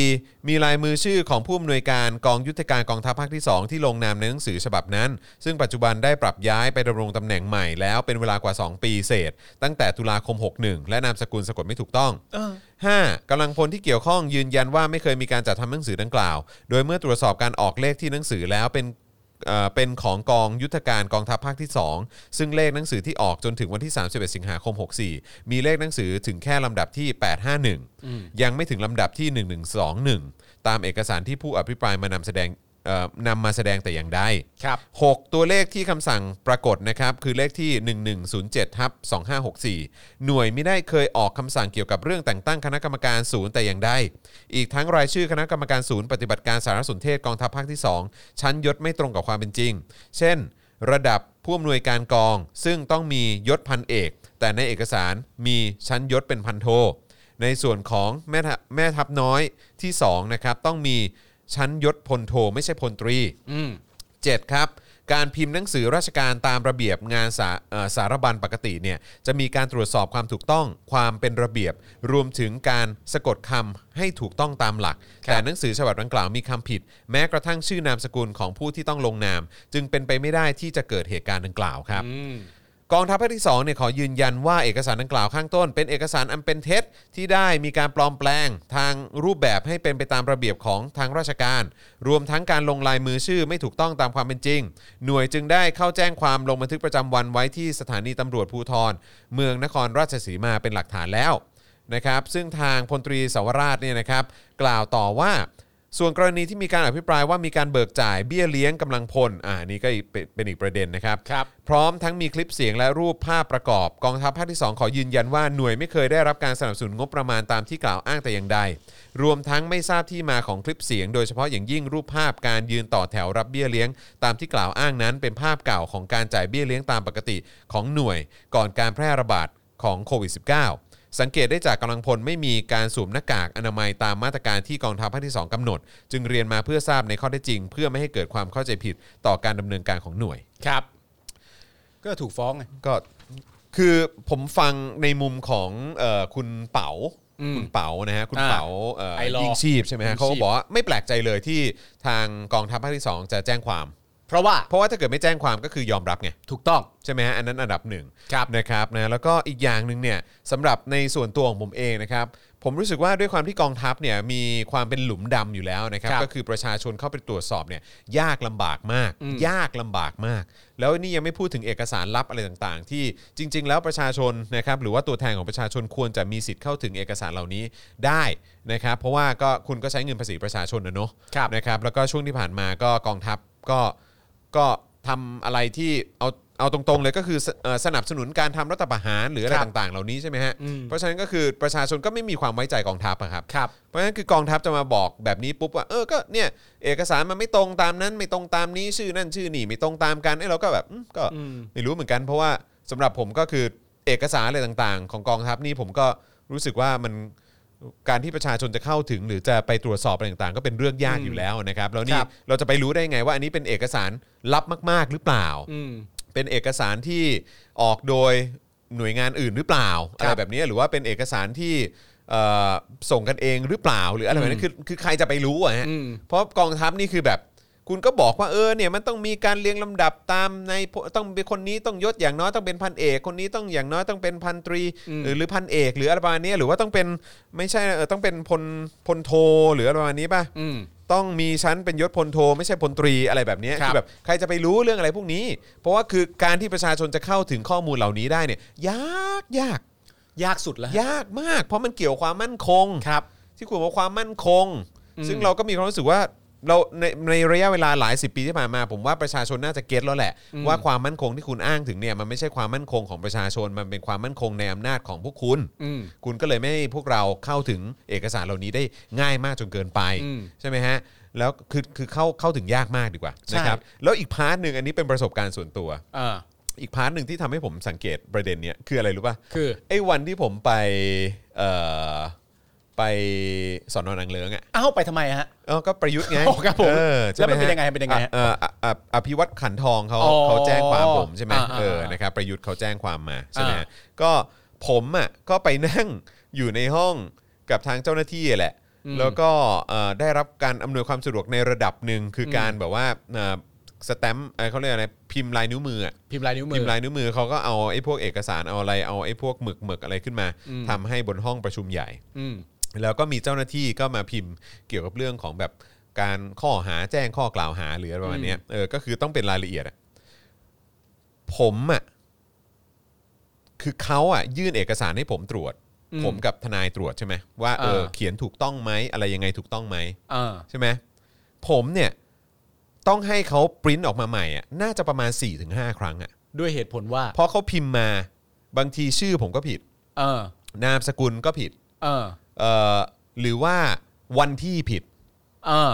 Speaker 2: 4. มีลายมือชื่อของผู้อำนวยการกองยุทธการกองทัพภาคที่ 2 ที่ลงนามในหนังสือฉบับนั้น ซึ่งปัจจุบันได้ปรับย้ายไปดำรงตำแหน่งใหม่แล้วเป็นเวลากว่า 2 ปีเศษ ตั้งแต่ตุลาคม 61 และนามสกุลสะกดไม่ถูกต้อง
Speaker 1: เออ
Speaker 2: 5. กำลังพลที่เกี่ยวข้องยืนยันว่าไม่เคยมีการจัดทำหนังสือดังกล่าว โดยเมื่อตรวจสอบการออกเลขที่หนังสือแล้วเป็นเอ่อเป็นของกองยุทธการกองทัพภาคที่ 2 ซึ่งเลขหนังสือที่ออกจนถึงวันที่ 31 สิงหาคม 64 มีเลขหนังสือถึงแค่ลำดับที่ 851 ยังไม่ถึงลำดับที่ 1121 ตามเอกสารที่ผู้อภิปรายมานำแสดงเอ่อนำมาแสดงแต่อย่างใด
Speaker 1: ครับ
Speaker 2: 6 ตัวเลขที่คำสั่งปรากฏนะครับ คือเลขที่ 1107ทับ2564 หน่วยไม่ได้เคยออกคำสั่งเกี่ยวกับเรื่องแต่งตั้งคณะกรรมการศูนย์แต่อย่างใดอีกทั้งรายชื่อคณะกรรมการศูนย์ปฏิบัติการสารสนเทศกองทัพภาคที่ 2 ชั้นยศไม่ตรงกับความเป็นจริง เช่น ระดับผู้อำนวยการกอง ซึ่งต้องมียศพันเอก แต่ในเอกสารมีชั้นยศเป็นพันโท ในส่วนของแม่ทัพแม่ทัพน้อยที่สองนะครับต้องมีชั้นยศพลโทไม่ใช่พลตรี
Speaker 1: อืม
Speaker 2: 7ครับการพิมพ์หนังสือราชการตามระเบียบงานสาเอ่อสารบัญปกติเนี่ยจะมีการตรวจสอบความถูกต้องความเป็นระเบียบ รวมถึงการสะกดคำให้ถูกต้องตามหลัก แต่หนังสือฉบับดังกล่าวมีคำผิด แม้กระทั่งชื่อนามสกุลของผู้ที่ต้องลงนาม จึงเป็นไปไม่ได้ที่จะเกิดเหตุการณ์ดังกล่าวครับ
Speaker 1: อืม
Speaker 2: กองทัพภาคที่2เนี่ยขอยืนยันว่าเอกสารดังกล่าวข้างต้น เป็นเอกสารอันเป็นเท็จที่ได้มีการปลอมแปลง ทางรูปแบบให้เป็นไปตามระเบียบของทางราชการ รวมทั้งการลงลายมือชื่อไม่ถูกต้องตามความเป็นจริง หน่วยจึงได้เข้าแจ้งความลงบันทึกประจำวันไว้ที่สถานีตำรวจภูธรเมืองนครราชสีมาเป็นหลักฐานแล้วนะครับ ซึ่งทางพลตรีสวราชเนี่ยนะครับกล่าวต่อว่า ส่วนกรณีที่มีการอภิปรายว่ามีการเบิกจ่ายเบี้ยเลี้ยงกำลังพลอ่านี่ก็อีกเป็นเป็นอีกประเด็นนะครับ
Speaker 1: ครับ
Speaker 2: พร้อมทั้งมีคลิปเสียงและรูปภาพประกอบกองทัพภาคที่ 2 ขอยืนยันว่าหน่วยไม่เคยได้รับการสนับสนุนงบประมาณตามที่กล่าวอ้างแต่อย่างใด รวมทั้งไม่ทราบที่มาของคลิปเสียง โดยเฉพาะอย่างยิ่งรูปภาพการยืนต่อแถวรับเบี้ยเลี้ยง ตามที่กล่าวอ้างนั้นเป็นภาพเก่าของการจ่ายเบี้ยเลี้ยงตามปกติของหน่วยก่อนการแพร่ระบาดของโควิด -19 สังเกตได้จากกำลังพลไม่มีการสวมหน้ากากอนามัยตามมาตรการที่กองทัพภาคที่ 2กำหนด จึงเรียนมาเพื่อทราบในข้อเท็จจริง เพื่อไม่ให้เกิดความเข้าใจผิดต่อการดำเนินการของหน่วย
Speaker 1: ครับ ก็ถูกฟ้องไง
Speaker 2: ก็คือผมฟังในมุมของเออคุณเป๋า
Speaker 1: อืม
Speaker 2: คุณเป๋านะฮะคุณ
Speaker 1: อ่า
Speaker 2: เป๋าเอ่อ
Speaker 1: ไอลอ
Speaker 2: ยิ่งชีพใช่ไหม
Speaker 1: ยิ่
Speaker 2: ฮะ
Speaker 1: งชีพ
Speaker 2: เขาก็บอกว่าไม่แปลกใจเลยที่ทางกองทัพภาคที่ 2 จะแจ้งความ
Speaker 1: เพราะว่า
Speaker 2: เพราะว่าถ้าเกิดไม่แจ้งความก็คือยอมรับไง
Speaker 1: ถูกต้อง
Speaker 2: ใช่ไหมฮะอันนั้นอันดับหนึ่ง
Speaker 1: ครับ
Speaker 2: นะครับนะแล้วก็อีกอย่างหนึ่งเนี่ยสำหรับในส่วนตัวของผมเองนะครับ ผมรู้สึกว่าด้วยความที่กองทัพเนี่ยมีความเป็นหลุมดำอยู่แล้วนะครับ
Speaker 1: ครับ
Speaker 2: ก็คือประชาชนเข้าไปตรวจสอบเนี่ยยากลำบากมาก
Speaker 1: อืม
Speaker 2: ยากลำบากมาก แล้วนี่ยังไม่พูดถึงเอกสารลับอะไรต่างๆ ที่จริง ๆ แล้วประชาชนนะครับหรือว่าตัวแทนของประชาชนควรจะมีสิทธิ์เข้าถึงเอกสารเหล่านี้ได้นะครับเพราะว่าก็คุณก็ใช้เงินภาษีประชาชนนะเนอะ
Speaker 1: ครับ
Speaker 2: นะครับแล้วก็ช่วงที่ผ่านมาก็กองทัพก็ ก็ทำอะไรที่เอา เอาตรงๆเลยก็คือสเอ่อสนับสนุนการทำรัฐประหารหรืออะไร
Speaker 1: ครับ
Speaker 2: ต่างๆ เหล่านี้ใช่ไหมฮะ
Speaker 1: อืม
Speaker 2: เพราะฉะนั้นก็คือประชาชนก็ไม่มีความไว้ใจกองทัพอะครับ
Speaker 1: ครับ
Speaker 2: เพราะฉะนั้นคือกองทัพจะมาบอกแบบนี้ปุ๊บว่าเออก็เนี่ยเอกสารมันไม่ตรงตามนั้นไม่ตรงตามนี้ชื่อนั่นชื่อนี่ไม่ตรงตามกันไอ้เราก็แบบอืมก็
Speaker 1: อืม
Speaker 2: ไม่รู้เหมือนกัน เพราะว่าสำหรับผมก็คือเอกสารอะไรต่างๆ ของกองทัพนี่ผมก็รู้สึกว่ามันการที่ประชาชนจะเข้าถึง หรือจะไปตรวจสอบอะไรต่างๆ ก็เป็นเรื่องยากอยู่แล้วนะครับแล้ว
Speaker 1: ค
Speaker 2: นี่
Speaker 1: รับ
Speaker 2: เราจะไปรู้ได้ไงว่าอันนี้เป็นเอกสารลับมาก ๆ หรือเปล่า
Speaker 1: อืม
Speaker 2: เป็นเอกสารที่ออกโดยหน่วยงานอื่นหรือเปล่าอะไรแบบนี้หรือว่าเป็นเอกสารที่เอ่อส่งกันเองหรือเปล่า หรืออะไรแบบนี้คือคือใครจะไปรู้อะฮะ
Speaker 1: อืม
Speaker 2: เพราะกองทัพนี่คือแบบ คุณก็บอกว่าเออเนี่ยมันต้องมีการเรียงลำดับตามในต้องเป็นคนนี้ต้องยศอย่างน้อยต้องเป็นพันเอก คนนี้ต้องอย่างน้อยต้องเป็นพันตรี
Speaker 1: อืม
Speaker 2: หรือหรือพันเอก หรืออะไรประมาณนี้หรือว่าต้องเป็นไม่ใช่เออต้องเป็นพลพลโทหรืออะไรประมาณนี้ป่ะ
Speaker 1: อืม
Speaker 2: ต้องมีชั้นเป็นยศพลโทไม่ใช่พลตรีอะไรแบบเนี้ย
Speaker 1: ครับ
Speaker 2: คือแบบใครจะไปรู้เรื่องอะไรพวกนี้ เพราะว่าคือการที่ประชาชนจะเข้าถึงข้อมูลเหล่านี้ได้เนี่ยยากยาก
Speaker 1: ยากสุดแล้ว
Speaker 2: ยากมาก เพราะมันเกี่ยวกับความมั่นคง
Speaker 1: ครับ
Speaker 2: ที่คุณบอกว่าความมั่นคง
Speaker 1: อืม
Speaker 2: ซึ่งเราก็มีความรู้สึกว่าเราในในระยะเวลาหลายสิบปีที่ผ่านมา ผมว่าประชาชนน่าจะเก็ตแล้วแหละ
Speaker 1: อืม
Speaker 2: ว่าความมั่นคงที่คุณอ้างถึงเนี่ยมันไม่ใช่ความมั่นคงของประชาชนมันเป็นความมั่นคงในอำนาจของพวกคุณ
Speaker 1: อืม
Speaker 2: คุณก็เลยไม่ให้พวกเราเข้าถึงเอกสารเหล่านี้ได้ง่ายมากจนเกินไป
Speaker 1: อืม
Speaker 2: ใช่ไหมฮะ แล้วคือคือเข้าเข้าถึงยากมากดีกว่า
Speaker 1: ใช่
Speaker 2: นะครับแล้วอีกพาร์ทหนึ่งอันนี้เป็นประสบการณ์ส่วนตัว
Speaker 1: เออ
Speaker 2: อีกพาร์ทหนึ่งที่ทำให้ผมสังเกตประเด็นเนี้ยคืออะไรรู้ป่ะ
Speaker 1: คือ
Speaker 2: ไอ้วันที่ผมไปเอ่อไปสอนอนังเลิงอ่ะ
Speaker 1: อ้าวไปทำไมฮะ
Speaker 2: เอ้าก็ประยุทธ์ไง
Speaker 1: อ๋อครับผม
Speaker 2: เออใช่ไห
Speaker 1: แล้วมันเป็นยังไงเป็นยังไงฮะ
Speaker 2: เอออ่ะอ่ะอภิวัตขันทองเขา
Speaker 1: อ๋อ
Speaker 2: เขาแจ้งความผมใช่ไหม
Speaker 1: อ่าอ่า
Speaker 2: เออนะครับประยุทธ์เขาแจ้งความมาใช่ไหม
Speaker 1: อ่า
Speaker 2: ก็ผมอ่ะก็ไปนั่งอยู่ในห้องกับทางเจ้าหน้าที่แหละ แล้วก็เอ่อได้รับการอำนวยความสะดวกในระดับหนึ่งคือการแบบว่าเอ่อสแตมป์เอ่อเขาเรียกอะไรพิมพ์ลายนิ้วมืออะ
Speaker 1: พิมพ์ลายนิ้วมื
Speaker 2: พิ
Speaker 1: อ
Speaker 2: มพ์ลายนิ้วมือเขาก็เอาไอ้พวกเอกสารเอาอะไรเอาไอ้พวกหมึกหมึกอะไรขึ้นมา
Speaker 1: อืม
Speaker 2: ทำให้บนห้องประชุมใหญ่
Speaker 1: อืม
Speaker 2: แล้วก็มีเจ้าหน้าที่ก็มาพิมพ์เกี่ยวกับเรื่องของแบบการข้อหาแจ้งข้อกล่าวหาหรืออะไรประมาณเนี้ยเออก็คือต้องเป็นรายละเอียดอะผมอ่ะคือเขาอ่ะยื่นเอกสารให้ผมตรวจ
Speaker 1: อืม
Speaker 2: ผมกับทนายตรวจใช่ไหมว่าเออ
Speaker 1: เออ
Speaker 2: เขียนถูกต้องไหมอะไรยังไงถูกต้องไหม
Speaker 1: เออ
Speaker 2: ใช่ไหมผมเนี่ยต้องให้เขาปริ้นออกมาใหม่อ่ะน่าจะประมาณ 4-5 ครั้งอ่ะ
Speaker 1: ด้วยเหตุผลว่า
Speaker 2: เพราะเขาพิมพ์มาบางทีชื่อผมก็ผิด
Speaker 1: เออน
Speaker 2: ามสกุลก็ผิด
Speaker 1: เออ
Speaker 2: เอ่อหรือว่าวันที่ผิด
Speaker 1: เออ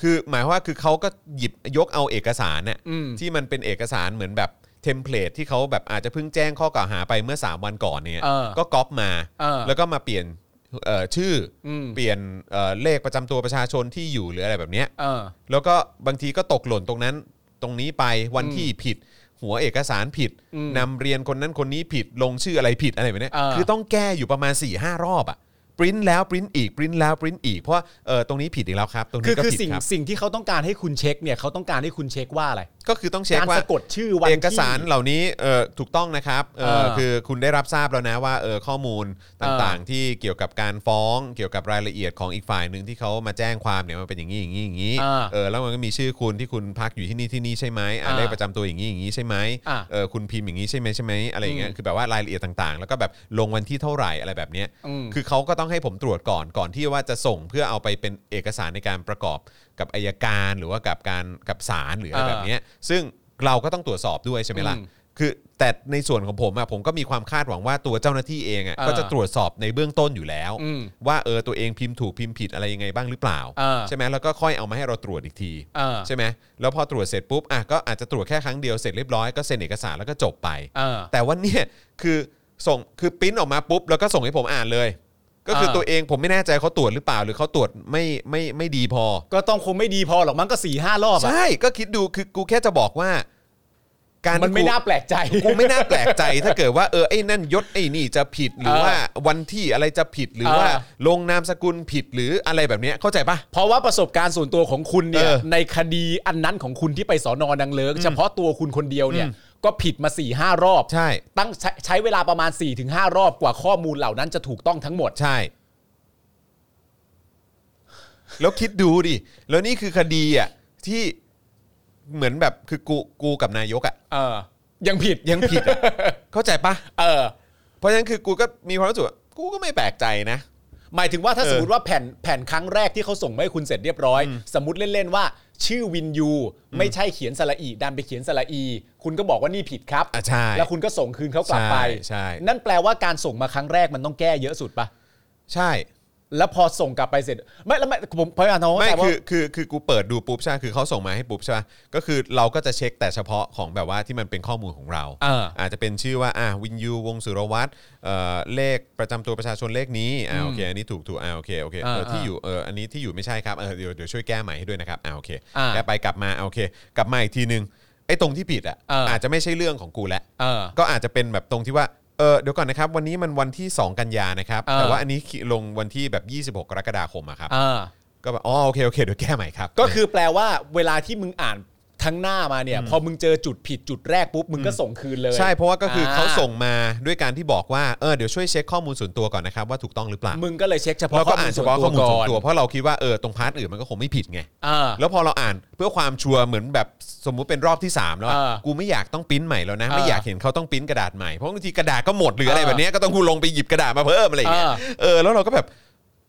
Speaker 2: คือหมายความว่าคือเขาก็หยิบยกเอาเอกสารเนี่ย
Speaker 1: อืม
Speaker 2: ที่มันเป็นเอกสารเหมือนแบบเทมเพลตที่เขาแบบอาจจะเพิ่งแจ้งข้อกล่าวหาไปเมื่อ 3 วันก่อนเนี่ย
Speaker 1: เออ
Speaker 2: ก็ก๊อปมา
Speaker 1: เออ
Speaker 2: แล้วก็มาเปลี่ยนเอ่อชื่ออ
Speaker 1: ม
Speaker 2: เปลี่ยนเอ่อเลขประจำตัวประชาชนที่อยู่หรืออะไรแบบเนี้ย
Speaker 1: เออ
Speaker 2: แล้วก็บางทีก็ตกหล่นตรงนั้นตรงนี้ไปวันที่ผิด หัวเอกสารผิด
Speaker 1: อืม
Speaker 2: นำเรียนคนนั้นคนนี้ผิดลงชื่ออะไรผิดอะไรแบบเนี้ย
Speaker 1: เออ
Speaker 2: คือต้องแก้อยู่ประมาณ4ี่ห้ารอบอะปริ้นแล้วปริ้นอีกปริ้นแล้วปริ้นอีกเพราะว่าเออตรงนี้ผิดอีกแล้วครับ ตรง
Speaker 1: คื
Speaker 2: นี้
Speaker 1: อ
Speaker 2: ก็
Speaker 1: คือ
Speaker 2: ผิด
Speaker 1: สิ่ง
Speaker 2: ครับ
Speaker 1: สิ่งที่เขาต้องการให้คุณเช็คเนี่ยเขาต้องการให้คุณเช็คว่าอะไร
Speaker 2: ก็คือต้องเช็ค
Speaker 1: การ
Speaker 2: ว่า
Speaker 1: สะกดชื่อวัน
Speaker 2: เอกสาร
Speaker 1: ที่
Speaker 2: เหล่านี้เออถูกต้องนะครับเอ
Speaker 1: เออ
Speaker 2: อคือคุณได้รับทราบแล้วนะว่าเออข้อมูลต่างๆ ที่เกี่ยวกับการฟ้องเกี่ยวกับรายละเอียดของอีกฝ่ายหนึ่งที่เขามาแจ้งความเนี่ยมันเป็นอย่างนี้อย่างนี้อย่างนี้
Speaker 1: เออ
Speaker 2: เออแล้วมันก็มีชื่อคุณที่คุณพักอยู่ที่นี่ที่นี่ใช่ไหม อ่ะ
Speaker 1: อ่า
Speaker 2: เลขประจำตัวอย่างนี้อย่างนี้ใช่ไหม
Speaker 1: อ่า
Speaker 2: เออคุณพิมพ์อย่างนี้ใช่ไหมใช่ไหมอะไรอย่างเงี้ย
Speaker 1: อืม
Speaker 2: คือแบบว่ารายละเอียดต่างๆ แล้วก็แบบลงวันที่เท่าไหร่อะไรแบบเนี้ย
Speaker 1: อืม
Speaker 2: คือเขาก็ต้องให้ผมตรวจก่อนก่อนที่ว่าจะส่งเพื่อเอาไปเป็นเอกสารในการประกอบกับอายการหรือว่ากับการกับศาลหรืออะไร
Speaker 1: อ่า
Speaker 2: แบบเนี้ยซึ่งเราก็ต้องตรวจสอบด้วยใช่ไหมล่ะ
Speaker 1: อืม
Speaker 2: คือแต่ในส่วนของผมอะผมก็มีความคาดหวังว่าตัวเจ้าหน้าที่เองอะ
Speaker 1: อ่า
Speaker 2: ก็จะตรวจสอบในเบื้องต้นอยู่แล้ว
Speaker 1: อืม
Speaker 2: ว่าเออตัวเองพิมพ์ถูกพิมพ์ผิดอะไรยังไงบ้างหรือเปล่า
Speaker 1: อ่า
Speaker 2: ใช่ไหมแล้วก็ค่อยเอามาให้เราตรวจอีกที
Speaker 1: เออ
Speaker 2: ใช่ไหมแล้วพอตรวจเสร็จปุ๊บอ่ะก็อาจจะตรวจแค่ครั้งเดียวเสร็จเรียบร้อยก็เซ็นเอกสารแล้วก็จบไป
Speaker 1: เออ
Speaker 2: แต่ว่าเนี่ยคือส่งคือปริ้นออกมาปุ๊บแล้วก็ส่งให้ผมอ่านเลย ก็คือ
Speaker 1: เออ
Speaker 2: ตัวเองผมไม่แน่ใจเขาตรวจหรือเปล่า หรือเขาตรวจไม่ไม่ไม่ดีพอ
Speaker 1: ก็ต้องคงไม่ดีพอหรอกมั้งก็สี่ห้ารอบอะ
Speaker 2: ใช่ก็คิดดูคือกูแค่จะบอกว่า การ
Speaker 1: มันไม่
Speaker 2: กู
Speaker 1: น่าแปลกใจ
Speaker 2: กูไม่น่าแปลกใจถ้าเกิดว่าเออไอ้นั่นยศไอ้นี่จะผิดหรือ
Speaker 1: เออ
Speaker 2: ว่าวันที่อะไรจะผิดหรือ
Speaker 1: เออ
Speaker 2: ว่าลงนามสกุลผิดหรืออะไรแบบเนี้ยเข้าใจปะ
Speaker 1: เพราะว่าประสบการณ์ส่วนตัวของคุณเนี่ย
Speaker 2: เออ
Speaker 1: ในคดีอันนั้นของคุณที่ไปสอนอดังเลิกเฉพาะตัวคุณคนเดียวเนี่ยก็ผิดมา4ี่ห้ารอบ
Speaker 2: ใช่
Speaker 1: ตั้งใช้ใช้เวลาประมาณ4ี่ถึงห้ารอบกว่าข้อมูลเหล่านั้นจะถูกต้องทั้งหมด
Speaker 2: ใช่ แล้วคิดดูดิ แล้วนี่คือคดีอ่ะที่เหมือนแบบคือกูกูกับนายกอ่ะ
Speaker 1: เออ ยังผิด
Speaker 2: ยังผิดอะ เข้าใจปะ
Speaker 1: เออ
Speaker 2: เพราะฉะนั้นคือกูก็มีความรู้สึกว่ากูก็ไม่แปลกใจนะ
Speaker 1: หมายถึงว่าถ้า
Speaker 2: เออ
Speaker 1: สมมติว่าแผ่นแผ่นครั้งแรกที่เขาส่งมาให้คุณเสร็จเรียบร้อย สมมติเล่นๆว่า ชื่อวินยูไม่ใช่เขียนสระอีดันไปเขียนสระอี คุณก็บอกว่านี่ผิดครับ
Speaker 2: อ่ะใช่
Speaker 1: แล้วคุณก็ส่งคืนเขากลับไป
Speaker 2: ใช่ใช่
Speaker 1: นั่นแปลว่าการส่งมาครั้งแรกมันต้องแก้เยอะสุดปะ
Speaker 2: ใช่
Speaker 1: แล้วพอส่งกลับไปเสร็จ ไม่แล้วไม่ผมพยายามทำความเข้า
Speaker 2: ไม่
Speaker 1: ใจว่า
Speaker 2: คือคือคือกูเปิดดูปุ๊บใช่ไหมคือเขาส่งมาให้ปุ๊บใช่ไหมก็คือเราก็จะเช็คแต่เฉพาะของแบบว่าที่มันเป็นข้อมูลของเรา
Speaker 1: เออ
Speaker 2: จจะเป็นชื่อว่าอ่ะวินยูวงศ์สุรวัตรเอ่อเลขประจำตัวประชาชนเลขนี้อ่าโอเคอันนี้ถูกถูกอ่าโอเคโอเคเอ
Speaker 1: เอ
Speaker 2: อ
Speaker 1: อ
Speaker 2: ที่อยู่เอออันนี้ที่อยู่ไม่ใช่ครับเออเดี๋ยวเดี๋ยวช่วยแก้ใหม่ให้ด้วยนะครับอ่าโอเค
Speaker 1: อ่า
Speaker 2: แก้ไปกลับมาอ่าโอเค กลับมาอีกทีนึงไอ้ตรงที่ผิดอ่ะ
Speaker 1: เอออ
Speaker 2: อาจจะไม่ใช่เรื่องของกูแล้ว
Speaker 1: เออ
Speaker 2: ก็อาจจะเป็นแบบตรงที่ว่า เออเดี๋ยวก่อนนะครับ วันนี้มันวันที่ 2 กันยานะครับ
Speaker 1: เออ
Speaker 2: แต่ว่าอันนี้ลงวันที่แบบ 26 กรกฎาคมอะครับ
Speaker 1: เออ
Speaker 2: ก็แบบ อ๋อ โอเค โอเค เดี๋ยวแก้ใหม่ครับ
Speaker 1: ก็คือแปลว่าเวลาที่มึงอ่านทั้งหน้ามาเนี่ย พอมึงเจอจุดผิดจุดแรกปุ๊บ มึงก็ส่งคืนเลย
Speaker 2: ใช่ เพราะว่าก็คืออา เขาส่งมาด้วยการที่บอกว่า เออ เดี๋ยวช่วยเช็คข้อมูลส่วนตัวก่อนนะครับ ว่าถูกต้องหรือเปล่า
Speaker 1: มึงก็เลยเช็คเฉพาะ
Speaker 2: เราก็อ่านเฉพาะข้อมูลส่วนตัว
Speaker 1: ก่
Speaker 2: เพราะเราคิดว่า เออ ตรงพาร์ทอื่นมันก็คงไม่ผิดไง
Speaker 1: อ่า
Speaker 2: แล้วพอเราอ่านเพื่อความชัวร์เหมือนแบบสมมุติเป็นรอบที่ 3 แล้วอะ
Speaker 1: เออ
Speaker 2: กูไม่อยากต้องปริ้นใหม่แล้วนะ
Speaker 1: เออ
Speaker 2: ไม่อยากเห็นเขาต้องปริ้นกระดาษใหม่เพราะบางทีกระดาษก็หมดหรืออะไร
Speaker 1: เออ
Speaker 2: แบบเนี้ยก็ต้องกูลงไปหยิบกระดาษมาเพิ่มอะไรอย่างเงี้ย
Speaker 1: เออ
Speaker 2: เออแล้วเราก็แบบ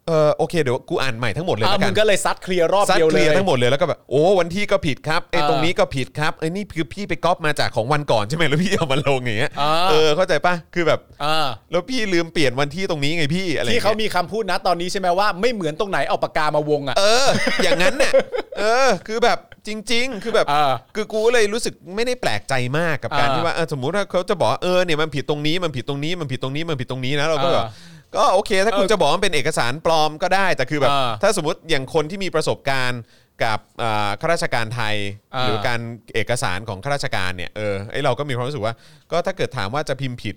Speaker 2: เออโอเคเดี๋ยวกูอ่านใหม่ทั้งหมดเลย
Speaker 1: อ่า
Speaker 2: แล้ว
Speaker 1: มึ
Speaker 2: กั
Speaker 1: ง
Speaker 2: น
Speaker 1: ก็เลยซัดเคลียร์รอบ
Speaker 2: ซัด
Speaker 1: เดียว
Speaker 2: เค
Speaker 1: เล
Speaker 2: ลีย
Speaker 1: ย
Speaker 2: ร์ทั้งหมดเลยแล้วก็แบบโอ้วันที่ก็ผิดครับไอ้
Speaker 1: เออ
Speaker 2: ตรงนี้ก็ผิดครับไอ้นี่คือพี่ไปก๊อปมาจากของวันก่อนใช่ไหมแล้วพี่เอามาลงอย่างเงี้ย
Speaker 1: เออ
Speaker 2: เออเข้าใจปะคือแบบ
Speaker 1: อ่า
Speaker 2: แล้วพี่ลืมเปลี่ยนวันที่ตรงนี้ไงพี่อะไรอย่ง
Speaker 1: ที่
Speaker 2: งี้ย
Speaker 1: เขามีคำพูดนะตอนนี้ใช่ไหมว่าไม่เหมือนตรงไหนเอาปากกามาวงอ่ะ
Speaker 2: เออ อย่างนั้นเนี่ยเออ คือแบบจริง ๆ คือแบบ
Speaker 1: เออ
Speaker 2: คือกูเลยรู้สึกไม่ได้แปลกใจมากกับการ
Speaker 1: เออ
Speaker 2: ที่ว่าเออสมมุติว่าเขาจะบอกว่าเออเนี่ยมันผิดตรงนี้มันผิดตรงนี้มันผิดตรงนี้มันผิดตรงนี้นะเราก็แบบ
Speaker 1: เออ
Speaker 2: ก็โอเค ถ้าคุณ
Speaker 1: เออ
Speaker 2: จะบอกว่ามันเป็นเอกสารปลอมก็ได้แต่คือแบบ
Speaker 1: เออ
Speaker 2: ถ้าสมมติอย่างคนที่มีประสบการณ์กับอ่าข้าราชการไทย
Speaker 1: เออ
Speaker 2: หรือการเอกสารของข้าราชการเนี่ยเออไอเราก็มีความรู้สึกว่า ก็ถ้าเกิดถามว่าจะพิมพ์ผิด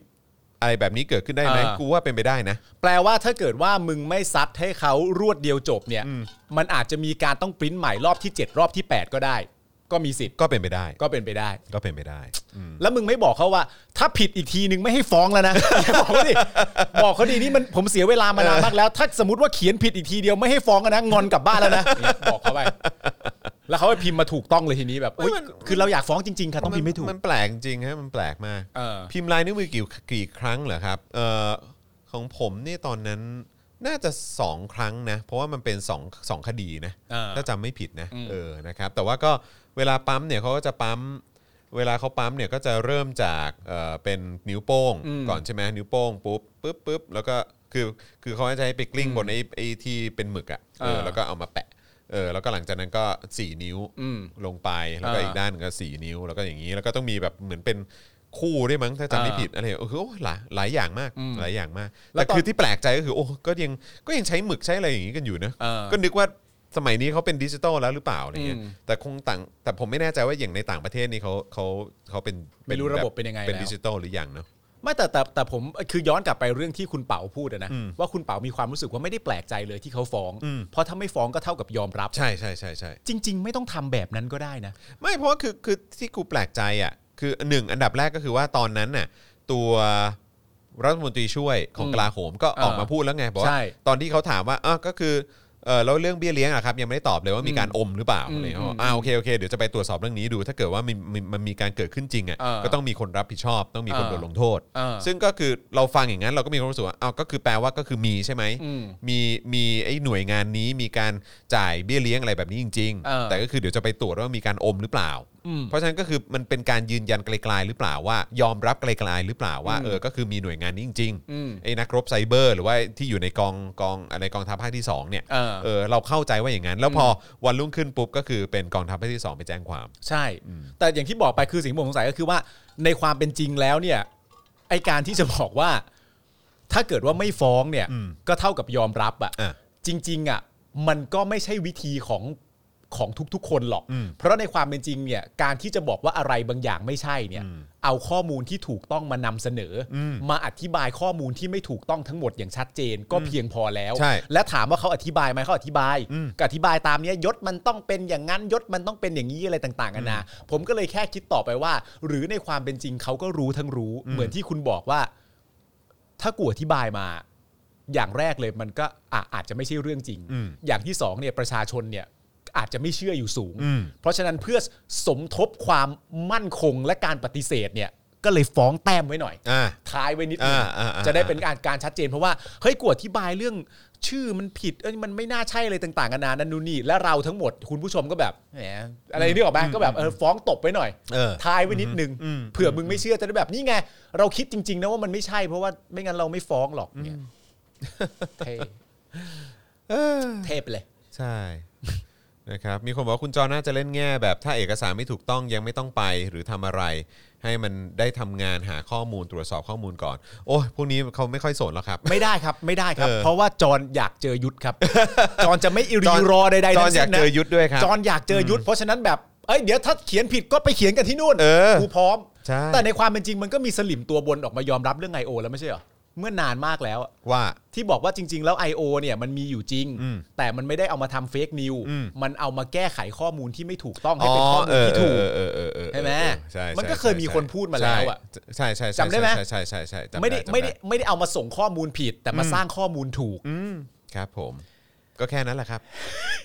Speaker 2: อะไรแบบนี้เกิดขึ้นได้ไหม
Speaker 1: เออ
Speaker 2: กูว่าเป็นไปได้นะ
Speaker 1: แปลว่าถ้าเกิดว่ามึงไม่ซัดให้เขารวดเดียวจบเนี่ย มันอาจจะมีการต้องปริ้นใหม่รอบที่ 7 รอบที่ 8 ก็ได้ ก็มีสิทธิ์
Speaker 2: ก็เป็นไปได้
Speaker 1: ก็เป็นไปได้
Speaker 2: ก็เป็นไปได้
Speaker 1: แล้วมึงไม่บอกเขาว่า ถ้าผิดอีกทีนึงไม่ให้ฟ้องแล้วนะ บอกเขาดิบอกเขาดีนี่มันผมเสียเวลามานานมากแล้ว ถ้าสมมติว่าเขียนผิดอีกทีเดียวไม่ให้ฟ้องกันนะงอนกลับบ้านแล้วนะเนี่ยบอกเขาไปแล้วเขาไปพิมพ์มาถูกต้องเลยทีนี้แบบอุ๊ย
Speaker 2: มัน
Speaker 1: คือเราอยากฟ้องจริงๆค่ะต้องพิมพ์ไม่ถูก
Speaker 2: นแปลกจริงฮะมันแปลกมาก
Speaker 1: เออ
Speaker 2: พิมพ์ลายนิ้วมือกี่กี่ครั้งเหรอครับเออของผมนี่ตอนนั้นน่าจะ 2 ครั้งนะ เพราะว่ามันเป็น2 2คดีนะ
Speaker 1: เออ
Speaker 2: ถ้าจำไม่ผิดนะเออนะครับแต่ว่าก็เวลาปั๊มเนี่ยเขาก็จะปั๊มเวลาเขาปั๊มเนี่ยก็จะเริ่มจากเอ่อเป็นนิ้วโป้ง
Speaker 1: อืม
Speaker 2: ก่อนใช่ไหมนิ้วโป้งปุ๊บปุ๊บปุ๊บแล้วก็คือคือเขาจะให้ไปกลิ้งบนไอ้ไอ้ที่เป็นหมึกอ่ะเอ
Speaker 1: เอ
Speaker 2: อ
Speaker 1: อ
Speaker 2: แล้วก็เอามาแปะเออแล้วก็หลังจากนั้นก็ 4 นิ้ว
Speaker 1: อืม
Speaker 2: ลงไปแล้วก็
Speaker 1: เอออี
Speaker 2: อีกด้านหนึ่งก็ 4 นิ้ว แล้วก็อย่างนี้แล้วก็ต้องมีแบบเหมือนเป็นคู่ด้วยมั้งถ้าจำไม่
Speaker 1: เออ
Speaker 2: ผิดอะไรโอ้โหหลายหลายอย่างมาก
Speaker 1: อืม
Speaker 2: หลายอย่างมาก
Speaker 1: แล้
Speaker 2: แต่
Speaker 1: วตอน
Speaker 2: คือที่แปลกใจก็คือโอ้ก็ยังก็ยังใช้หมึกใช้อะไรอย่างนี้กันอยู่นะ
Speaker 1: เออ
Speaker 2: ก็ นึกว่าสมัยนี้เขาเป็นดิจิตอลแล้วหรือเปล่าอะไรเงี้ย
Speaker 1: อืม
Speaker 2: แต่คงต่างแต่ผมไม่แน่ใจว่าอย่างในต่างประเทศนี่เขาเขาเขาเป็น
Speaker 1: ไม่รู้ระบบเป็นยังไง
Speaker 2: เป็น
Speaker 1: แล้ว
Speaker 2: ดิจิตอลหรือยังเนาะ
Speaker 1: ไม่แต่แต่แต่ผมคือย้อนกลับไปเรื่องที่คุณเป๋าพูดอะนะ
Speaker 2: อืม
Speaker 1: ว่าคุณเป๋ามีความรู้สึกว่าไม่ได้แปลกใจเลยที่เขาฟ้อง เพราะถ้าไม่ฟ้องก็เท่ากับยอมรับ
Speaker 2: ใช่ใช่ใช่ใช่
Speaker 1: จริง ๆ ไม่ต้องทำแบบนั้นก็ได้นะ
Speaker 2: ไม่เพราะว่าคือคือที่กูแปลกใจอ่ะคือหนึ่งอันดับแรกก็คือว่าตอนนั้นน่ะตัวรัฐมนตรีช่วยของ
Speaker 1: อืม
Speaker 2: กลาโหมก็ออกมา
Speaker 1: เออ
Speaker 2: พูดแล้วไงบอกว่า
Speaker 1: ใช่
Speaker 2: ตอนที่เขาถามว่าอ่ะก็คือเออแล้วเรื่องเบี้ยเลี้ยงอะครับยังไม่ได้ตอบเลยว่ามีการอมหรือเปล่า
Speaker 1: อืม
Speaker 2: อะไรเงี้ย
Speaker 1: อืม
Speaker 2: อ่าโอเคโอเคเดี๋ยวจะไปตรวจสอบเรื่องนี้ดู ถ้าเกิดว่ามันมันมันมีการเกิดขึ้นจริงอ่ะ
Speaker 1: เออ
Speaker 2: ก็ต้องมีคนรับผิดชอบ ต้องมีคน
Speaker 1: เออ
Speaker 2: โดนลงโทษ
Speaker 1: เออ
Speaker 2: ซึ่งก็คือเราฟังอย่างนั้นเราก็มีความรู้สึกว่าอ้าวก็คือแปลว่าก็คือมีใช่ไหม
Speaker 1: อืม
Speaker 2: มีมีไอ้หน่วยงานนี้มีการจ่ายเบี้ยเลี้ยงอะไรแบบนี้จริง
Speaker 1: เออ
Speaker 2: ๆ แต่ก็คือเดี๋ยวจะไปตรวจว่ามีการอมหรือเปล่า
Speaker 1: อืม
Speaker 2: เพราะฉะนั้นก็คือมันเป็นการยืนยันไกลๆหรือเปล่าว่ายอมรับไกลๆหรือเปล่าว่า
Speaker 1: อืม
Speaker 2: เออก็คือมีหน่วยงานนี้จริง
Speaker 1: อืม
Speaker 2: ไอ้นักรบไซเบอร์ หรือว่าที่อยู่ในกองกองอะไรกองทัพภาคที่สองเนี่ย
Speaker 1: เออ
Speaker 2: เออเราเข้าใจว่าอย่างนั้น แล้วพอวันรุ่งขึ้นปุ๊บก็คือเป็นกองทัพภาคที่สองไปแจ้งความ
Speaker 1: ใช่ แต่อย่างที่บอกไปคือสิ่งที่ผมสงสัยก็คือว่าในความเป็นจริงแล้วเนี่ยไอการที่จะบอกว่า ถ้าเกิดว่าไม่ฟ้องเนี่ย
Speaker 2: อืม
Speaker 1: ก็เท่ากับยอมรับอะ
Speaker 2: อ่ะ
Speaker 1: จริงๆอะมันก็ไม่ใช่วิธีของของทุกๆ คนหรอก
Speaker 2: อืม
Speaker 1: เพราะในความเป็นจริงเนี่ยการที่จะบอกว่าอะไรบางอย่างไม่ใช่เนี่ย
Speaker 2: อืม
Speaker 1: เอาข้อมูลที่ถูกต้องมานำเสนออ
Speaker 2: ม
Speaker 1: มาอธิบายข้อมูลที่ไม่ถูกต้องทั้งหมดอย่างชัดเจน ก็เพียงพอแล้ว
Speaker 2: ใช่
Speaker 1: และถามว่าเขาอธิบายไหมเขาอธิบาย
Speaker 2: อืม
Speaker 1: ก็อธิบายตามเนี้ยยศมันต้องเป็นอย่างนั้นยศมันต้องเป็นอย่างนี้อะไรต่างๆกันานะผมก็เลยแค่คิดต่อไปว่า หรือในความเป็นจริงเขาก็รู้ทั้งรู้ เหมือนที่คุณบอกว่า ถ้ากูอธิบายมา อย่างแรกเลยมันก็อ่ะอาจจะไม่ใช่เรื่องจริง
Speaker 2: อืม
Speaker 1: อย่างที่สองเนี่ยประชาชนเนี่ยอาจจะไม่เชื่ออยู่สูง
Speaker 2: อืม
Speaker 1: เพราะฉะนั้นเพื่อสมทบความมั่นคงและการปฏิเสธเนี่ย ก็เลยฟ้องแต้มไว้หน่อย
Speaker 2: อ่า
Speaker 1: ท้ายไว้นิดนึง
Speaker 2: อ่าอ่าอ่า
Speaker 1: จะได้เป็นการการชัดเจนเพราะว่าเฮ้ยกวดที่บายเรื่องชื่อมันผิดเอ้ยมันไม่น่าใช่เลยต่างๆกันานานั่นนู่นนี่และเราทั้งหมดคุณผู้ชมก็แบบแหมอะไรนี่ออกไหมก็แบบเออฟ้องตบไว้หน่อย
Speaker 2: เออ
Speaker 1: ท้ายไว้นิดนึง
Speaker 2: อืม
Speaker 1: เผื่อมึงไม่เชื่อจะได้แบบนี่ไง เราคิดจริง ๆ นะว่ามันไม่ใช่เพราะว่าไม่งั้นเราไม่ฟ้องหรอกเนี่ยเท่
Speaker 2: เออ
Speaker 1: เทพเลย
Speaker 2: ใช่ นะครับมีคนบอกว่าคุณจอน่าจะเล่นแง่แบบถ้าเอกสารไม่ถูกต้องยังไม่ต้องไปหรือทำอะไร ให้มันได้ทำงานหาข้อมูลตรวจสอบข้อมูลก่อน โอ้ยพวกนี้เขาไม่ค่อยสนหรอกครับ
Speaker 1: ไม่ได้ครับไม่ได้ครับ
Speaker 2: เออ
Speaker 1: เพราะว่าจอนอยากเจอยุทธ ครับ จอนจะไม่อิ
Speaker 2: จ
Speaker 1: ริ
Speaker 2: อน
Speaker 1: รอใดๆ
Speaker 2: จอ
Speaker 1: ทั้
Speaker 2: น
Speaker 1: ง
Speaker 2: อยา
Speaker 1: สิ้
Speaker 2: ก
Speaker 1: นนะ
Speaker 2: เจอยุทธด้วยครับ
Speaker 1: จอนอยากเจอยุทธเพราะฉะนั้นแบบเอ้ยเดี๋ยวถ้าเขียนผิดก็ไปเขียนกันที่นู่น
Speaker 2: เออ
Speaker 1: กูพร้อม
Speaker 2: ใช่
Speaker 1: แต่ในความเป็นจริงมันก็มีสลิมตัวบนออกมายอมรับเรื่องไอโอแล้วไม่ใช่เหรอเมื่อนานมากแล้วอะ
Speaker 2: ว่า
Speaker 1: ที่บอกว่าจริง ๆ แล้ว I.O. เนี่ยมันมีอยู่จริง
Speaker 2: อืม
Speaker 1: แต่มันไม่ได้เอามาทำเฟกนิว
Speaker 2: อืม
Speaker 1: มันเอามาแก้ไขข้อมูลที่ไม่ถูกต้องให้เป็นข้อมูลที่ถูก
Speaker 2: เออเออเออเออ
Speaker 1: ใช่ไหม
Speaker 2: เออใช่
Speaker 1: มันก็เคย
Speaker 2: ใช่
Speaker 1: มีคนพูดมาแล้วอะ
Speaker 2: ใช่ใช่ใช่
Speaker 1: จำได้ไหม
Speaker 2: ใช่ใช่ใช่ใช่จำ
Speaker 1: ไม่ได้
Speaker 2: จำ
Speaker 1: ไม่ได้ไม่ได้เอามาส่งข้อมูลผิด แต่มาสร้างข้อมูลถูก
Speaker 2: อืมครับผม ก็แค่นั้นแหละครับ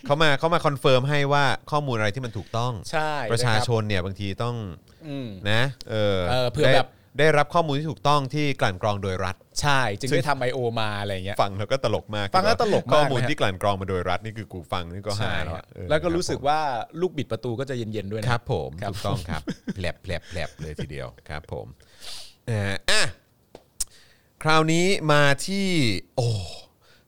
Speaker 2: เขามาเขามาคอนเฟิร์มให้ว่าข้อมูลอะไรที่มันถูกต้อง
Speaker 1: ใช่
Speaker 2: ประชาช
Speaker 1: น
Speaker 2: นเนี่ยบางทีต้อง
Speaker 1: ะครับอืม
Speaker 2: นะเออ
Speaker 1: เออเผื่อ
Speaker 2: ได้
Speaker 1: แบบ
Speaker 2: ได้รับข้อมูลที่ถูกต้องที่กลั่นกรองโดยรัฐ
Speaker 1: ใช่จึง
Speaker 2: ซึ่ง
Speaker 1: ได้ทำไอโอมาอะไรอย่างเงี้ย
Speaker 2: ฟังแล้วก็ตลกมาก
Speaker 1: ฟังแล้วตลกมาก
Speaker 2: ข้อมูล
Speaker 1: นะฮะ
Speaker 2: ที่กลั่นกรองมาโดยรัฐนี่คือกูฟังนี่ก็หา
Speaker 1: ใช่
Speaker 2: แล้วอะ
Speaker 1: ฮะ
Speaker 2: เออ
Speaker 1: แล้วก็รู้สึก
Speaker 2: คบผม
Speaker 1: ว่าลูกบิดประตูก็จะเย็นๆด้วยนะ
Speaker 2: ครับผม
Speaker 1: ครับ
Speaker 2: ถูกต้อง ครับแผลบแผลบแผลบเลยทีเดียวครับผมเอ่ออ่ะคราวนี้มาที่โอ้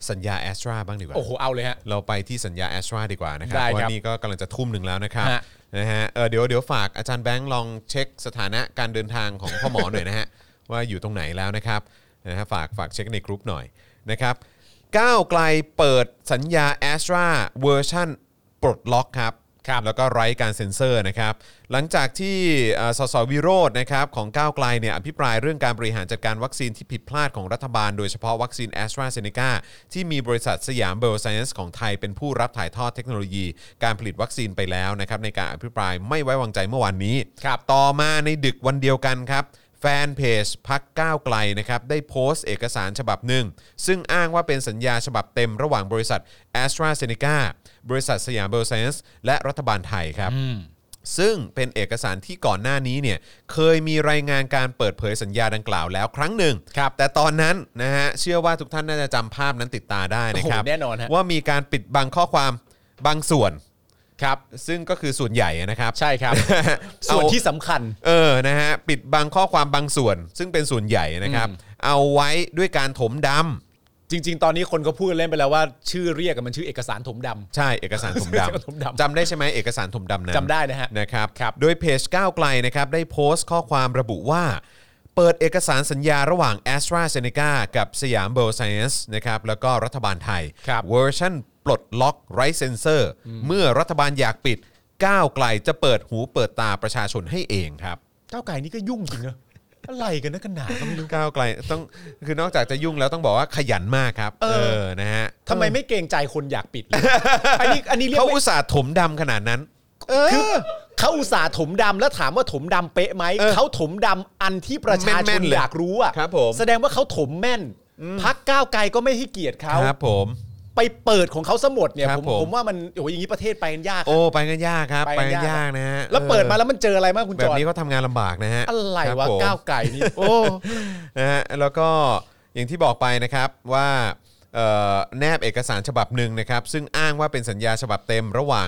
Speaker 2: สัญญาแอสตราบ้างดีกว่า
Speaker 1: โอ้โหเอาเลยฮะ
Speaker 2: เราไปที่สัญญาแอสตราดีกว่านะครั
Speaker 1: ได้
Speaker 2: เพ
Speaker 1: ครับ
Speaker 2: ราะว่านี่ก็กำลังจะทุ่มหนึ่งแล้วนะครับ
Speaker 1: ฮะ
Speaker 2: นะฮะเออเดี๋ยวเดี๋ยวฝากอาจารย์แบงค์ลองเช็คสถานะการเดินทางของพ่อหมอหน่อยนะฮ ะ ว่าอยู่ตรงไหนแล้วนะครับนะฮะฝากฝากเช็คในกรุ๊ปหน่อยนะครับก้าวไกลเปิดสัญญาแอสตราเวอร์ชั่นปลดล็อกครับครับ แล้วก็ไร้การเซ็นเซอร์นะครับ หลังจากที่เอ่อสสวิโรจน์นะครับของก้าวไกลเนี่ยอภิปรายเรื่องการบริหารจัดการวัคซีนที่ผิดพลาดของรัฐบาล โดยเฉพาะวัคซีนแอสตราเซเนกาที่มีบริษัทสยามเบลไซเอนซ์ของไทยเป็นผู้รับถ่ายทอดเทคโนโลยี การผลิตวัคซีนไปแล้วนะครับในการอภิปรายไม่ไว้วางใจเมื่อวานนี้
Speaker 1: ครับ
Speaker 2: ต่อมาในดึกวันเดียวกันครับ แฟนเพจพักก้าวไกลนะครับ ได้โพสต์เอกสารฉบับหนึ่ง ซึ่งอ้างว่าเป็นสัญญาฉบับเต็มระหว่างบริษัท a s t r a z เซ e c a บริษัทสยามเบลไซเอนส์และรัฐบาลไทยครับ ซึ่งเป็นเอกสารที่ก่อนหน้านี้เนี่ยเคยมีรายงานการเปิดเผยสัญญาดังกล่าวแล้วครั้งหนึ่ง
Speaker 1: ครับ
Speaker 2: แต่ตอนนั้นนะฮะเชื่อว่าทุกท่านน่าจะจำภาพนั้นติดตาได้นะครับ
Speaker 1: โอ้โหแน่นอนฮะ
Speaker 2: ว่ามีการปิดบังข้อความบางส่วน
Speaker 1: ครับ
Speaker 2: ซึ่งก็คือส่วนใหญ่นะครับ
Speaker 1: ใช่ครับ ส่วน
Speaker 2: เอา
Speaker 1: ที่สำคัญ
Speaker 2: เออ นะฮะ ปิดบางข้อความบางส่วน ซึ่งเป็นส่วนใหญ่นะครับ เอาไว้ด้วยการถมดำ
Speaker 1: จริง ๆ ตอนนี้คนก็พูดกันเล่นไปแล้วว่าชื่อเรียกกันมันชื่อเอกสารถมดำ
Speaker 2: ใช่ เอกสารถม
Speaker 1: เอกสารถม
Speaker 2: ดำ
Speaker 1: ดำ
Speaker 2: จำได้ใช่ไหมเอกสารถมดำนั้น
Speaker 1: จำได้นะฮะ
Speaker 2: นะครับ
Speaker 1: ครับ
Speaker 2: โดยเพจก้าวไกลนะครับ ได้โพสต์ข้อความระบุว่า เปิดเอกสารสัญญาระหว่าง a s t r a z เซ e c a กับสยามเบลไซเอนส์นะครับ แล้วก็รัฐบาลไทย
Speaker 1: ครับ
Speaker 2: เวอร์ชันปลดล็อกไร้เซนเซอร์ เมื่อรัฐบาลอยากปิดก้าวไกลจะเปิดหูเปิดตาประชาชนให้เองครับ
Speaker 1: ก้าวไก่นี่ก็ยุ่งจริงเนอะอะไรกันนะกันหนาก็ไม่รู้
Speaker 2: ก้าวไกลต้องคือนอกจากจะยุ่งแล้วต้องบอกว่าขยันมากครับ เออนะฮะ
Speaker 1: ทำไมไม่เกรงใจคนอยากปิดเลย อันนี้อันนี้เรียก
Speaker 2: เขา
Speaker 1: ไม่
Speaker 2: อุตส่าห์ถมดำขนาดนั้น เออ
Speaker 1: คือเขาอุตส่าห์ถมดำแล้วถามว่าถมดำเป๊ะไหม
Speaker 2: เออ
Speaker 1: เขาถมดำอันที่ประชาช
Speaker 2: แม่
Speaker 1: น
Speaker 2: นๆเลย
Speaker 1: อยากรู้อ่ะ
Speaker 2: ครับผม
Speaker 1: แสดงว่าเขาถมแม่นพักก้าวไกลก็ไม่ให้เกียรติเขา
Speaker 2: ครับผม
Speaker 1: ไปเปิดของเขาสมดเนี่ย
Speaker 2: ครับ
Speaker 1: ผม
Speaker 2: ผม
Speaker 1: ผมว่ามันโอ้ยอย่างนี้ประเทศไปกันยาก
Speaker 2: โอ้ไปกันยากครับ ไป
Speaker 1: ไปกั
Speaker 2: กันยาย
Speaker 1: นาก ก
Speaker 2: นะฮะ
Speaker 1: แล้วเปิดมา
Speaker 2: ออ
Speaker 1: แล้วมันเจออะไรบ้างคุณ
Speaker 2: แบ
Speaker 1: จ
Speaker 2: บ
Speaker 1: อน
Speaker 2: นี้ก็ทำงานลำบากนะฮะ
Speaker 1: อะไร
Speaker 2: คบ
Speaker 1: วะ
Speaker 2: ผม
Speaker 1: ก้าวไก่นี่
Speaker 2: โอ้ นะฮะแล้วก็อย่างที่บอกไปนะครับว่าเอ่อแนบเอกสารฉบับหนึ่งนะครับ ซึ่งอ้างว่าเป็นสัญญาฉบับเต็มระหว่าง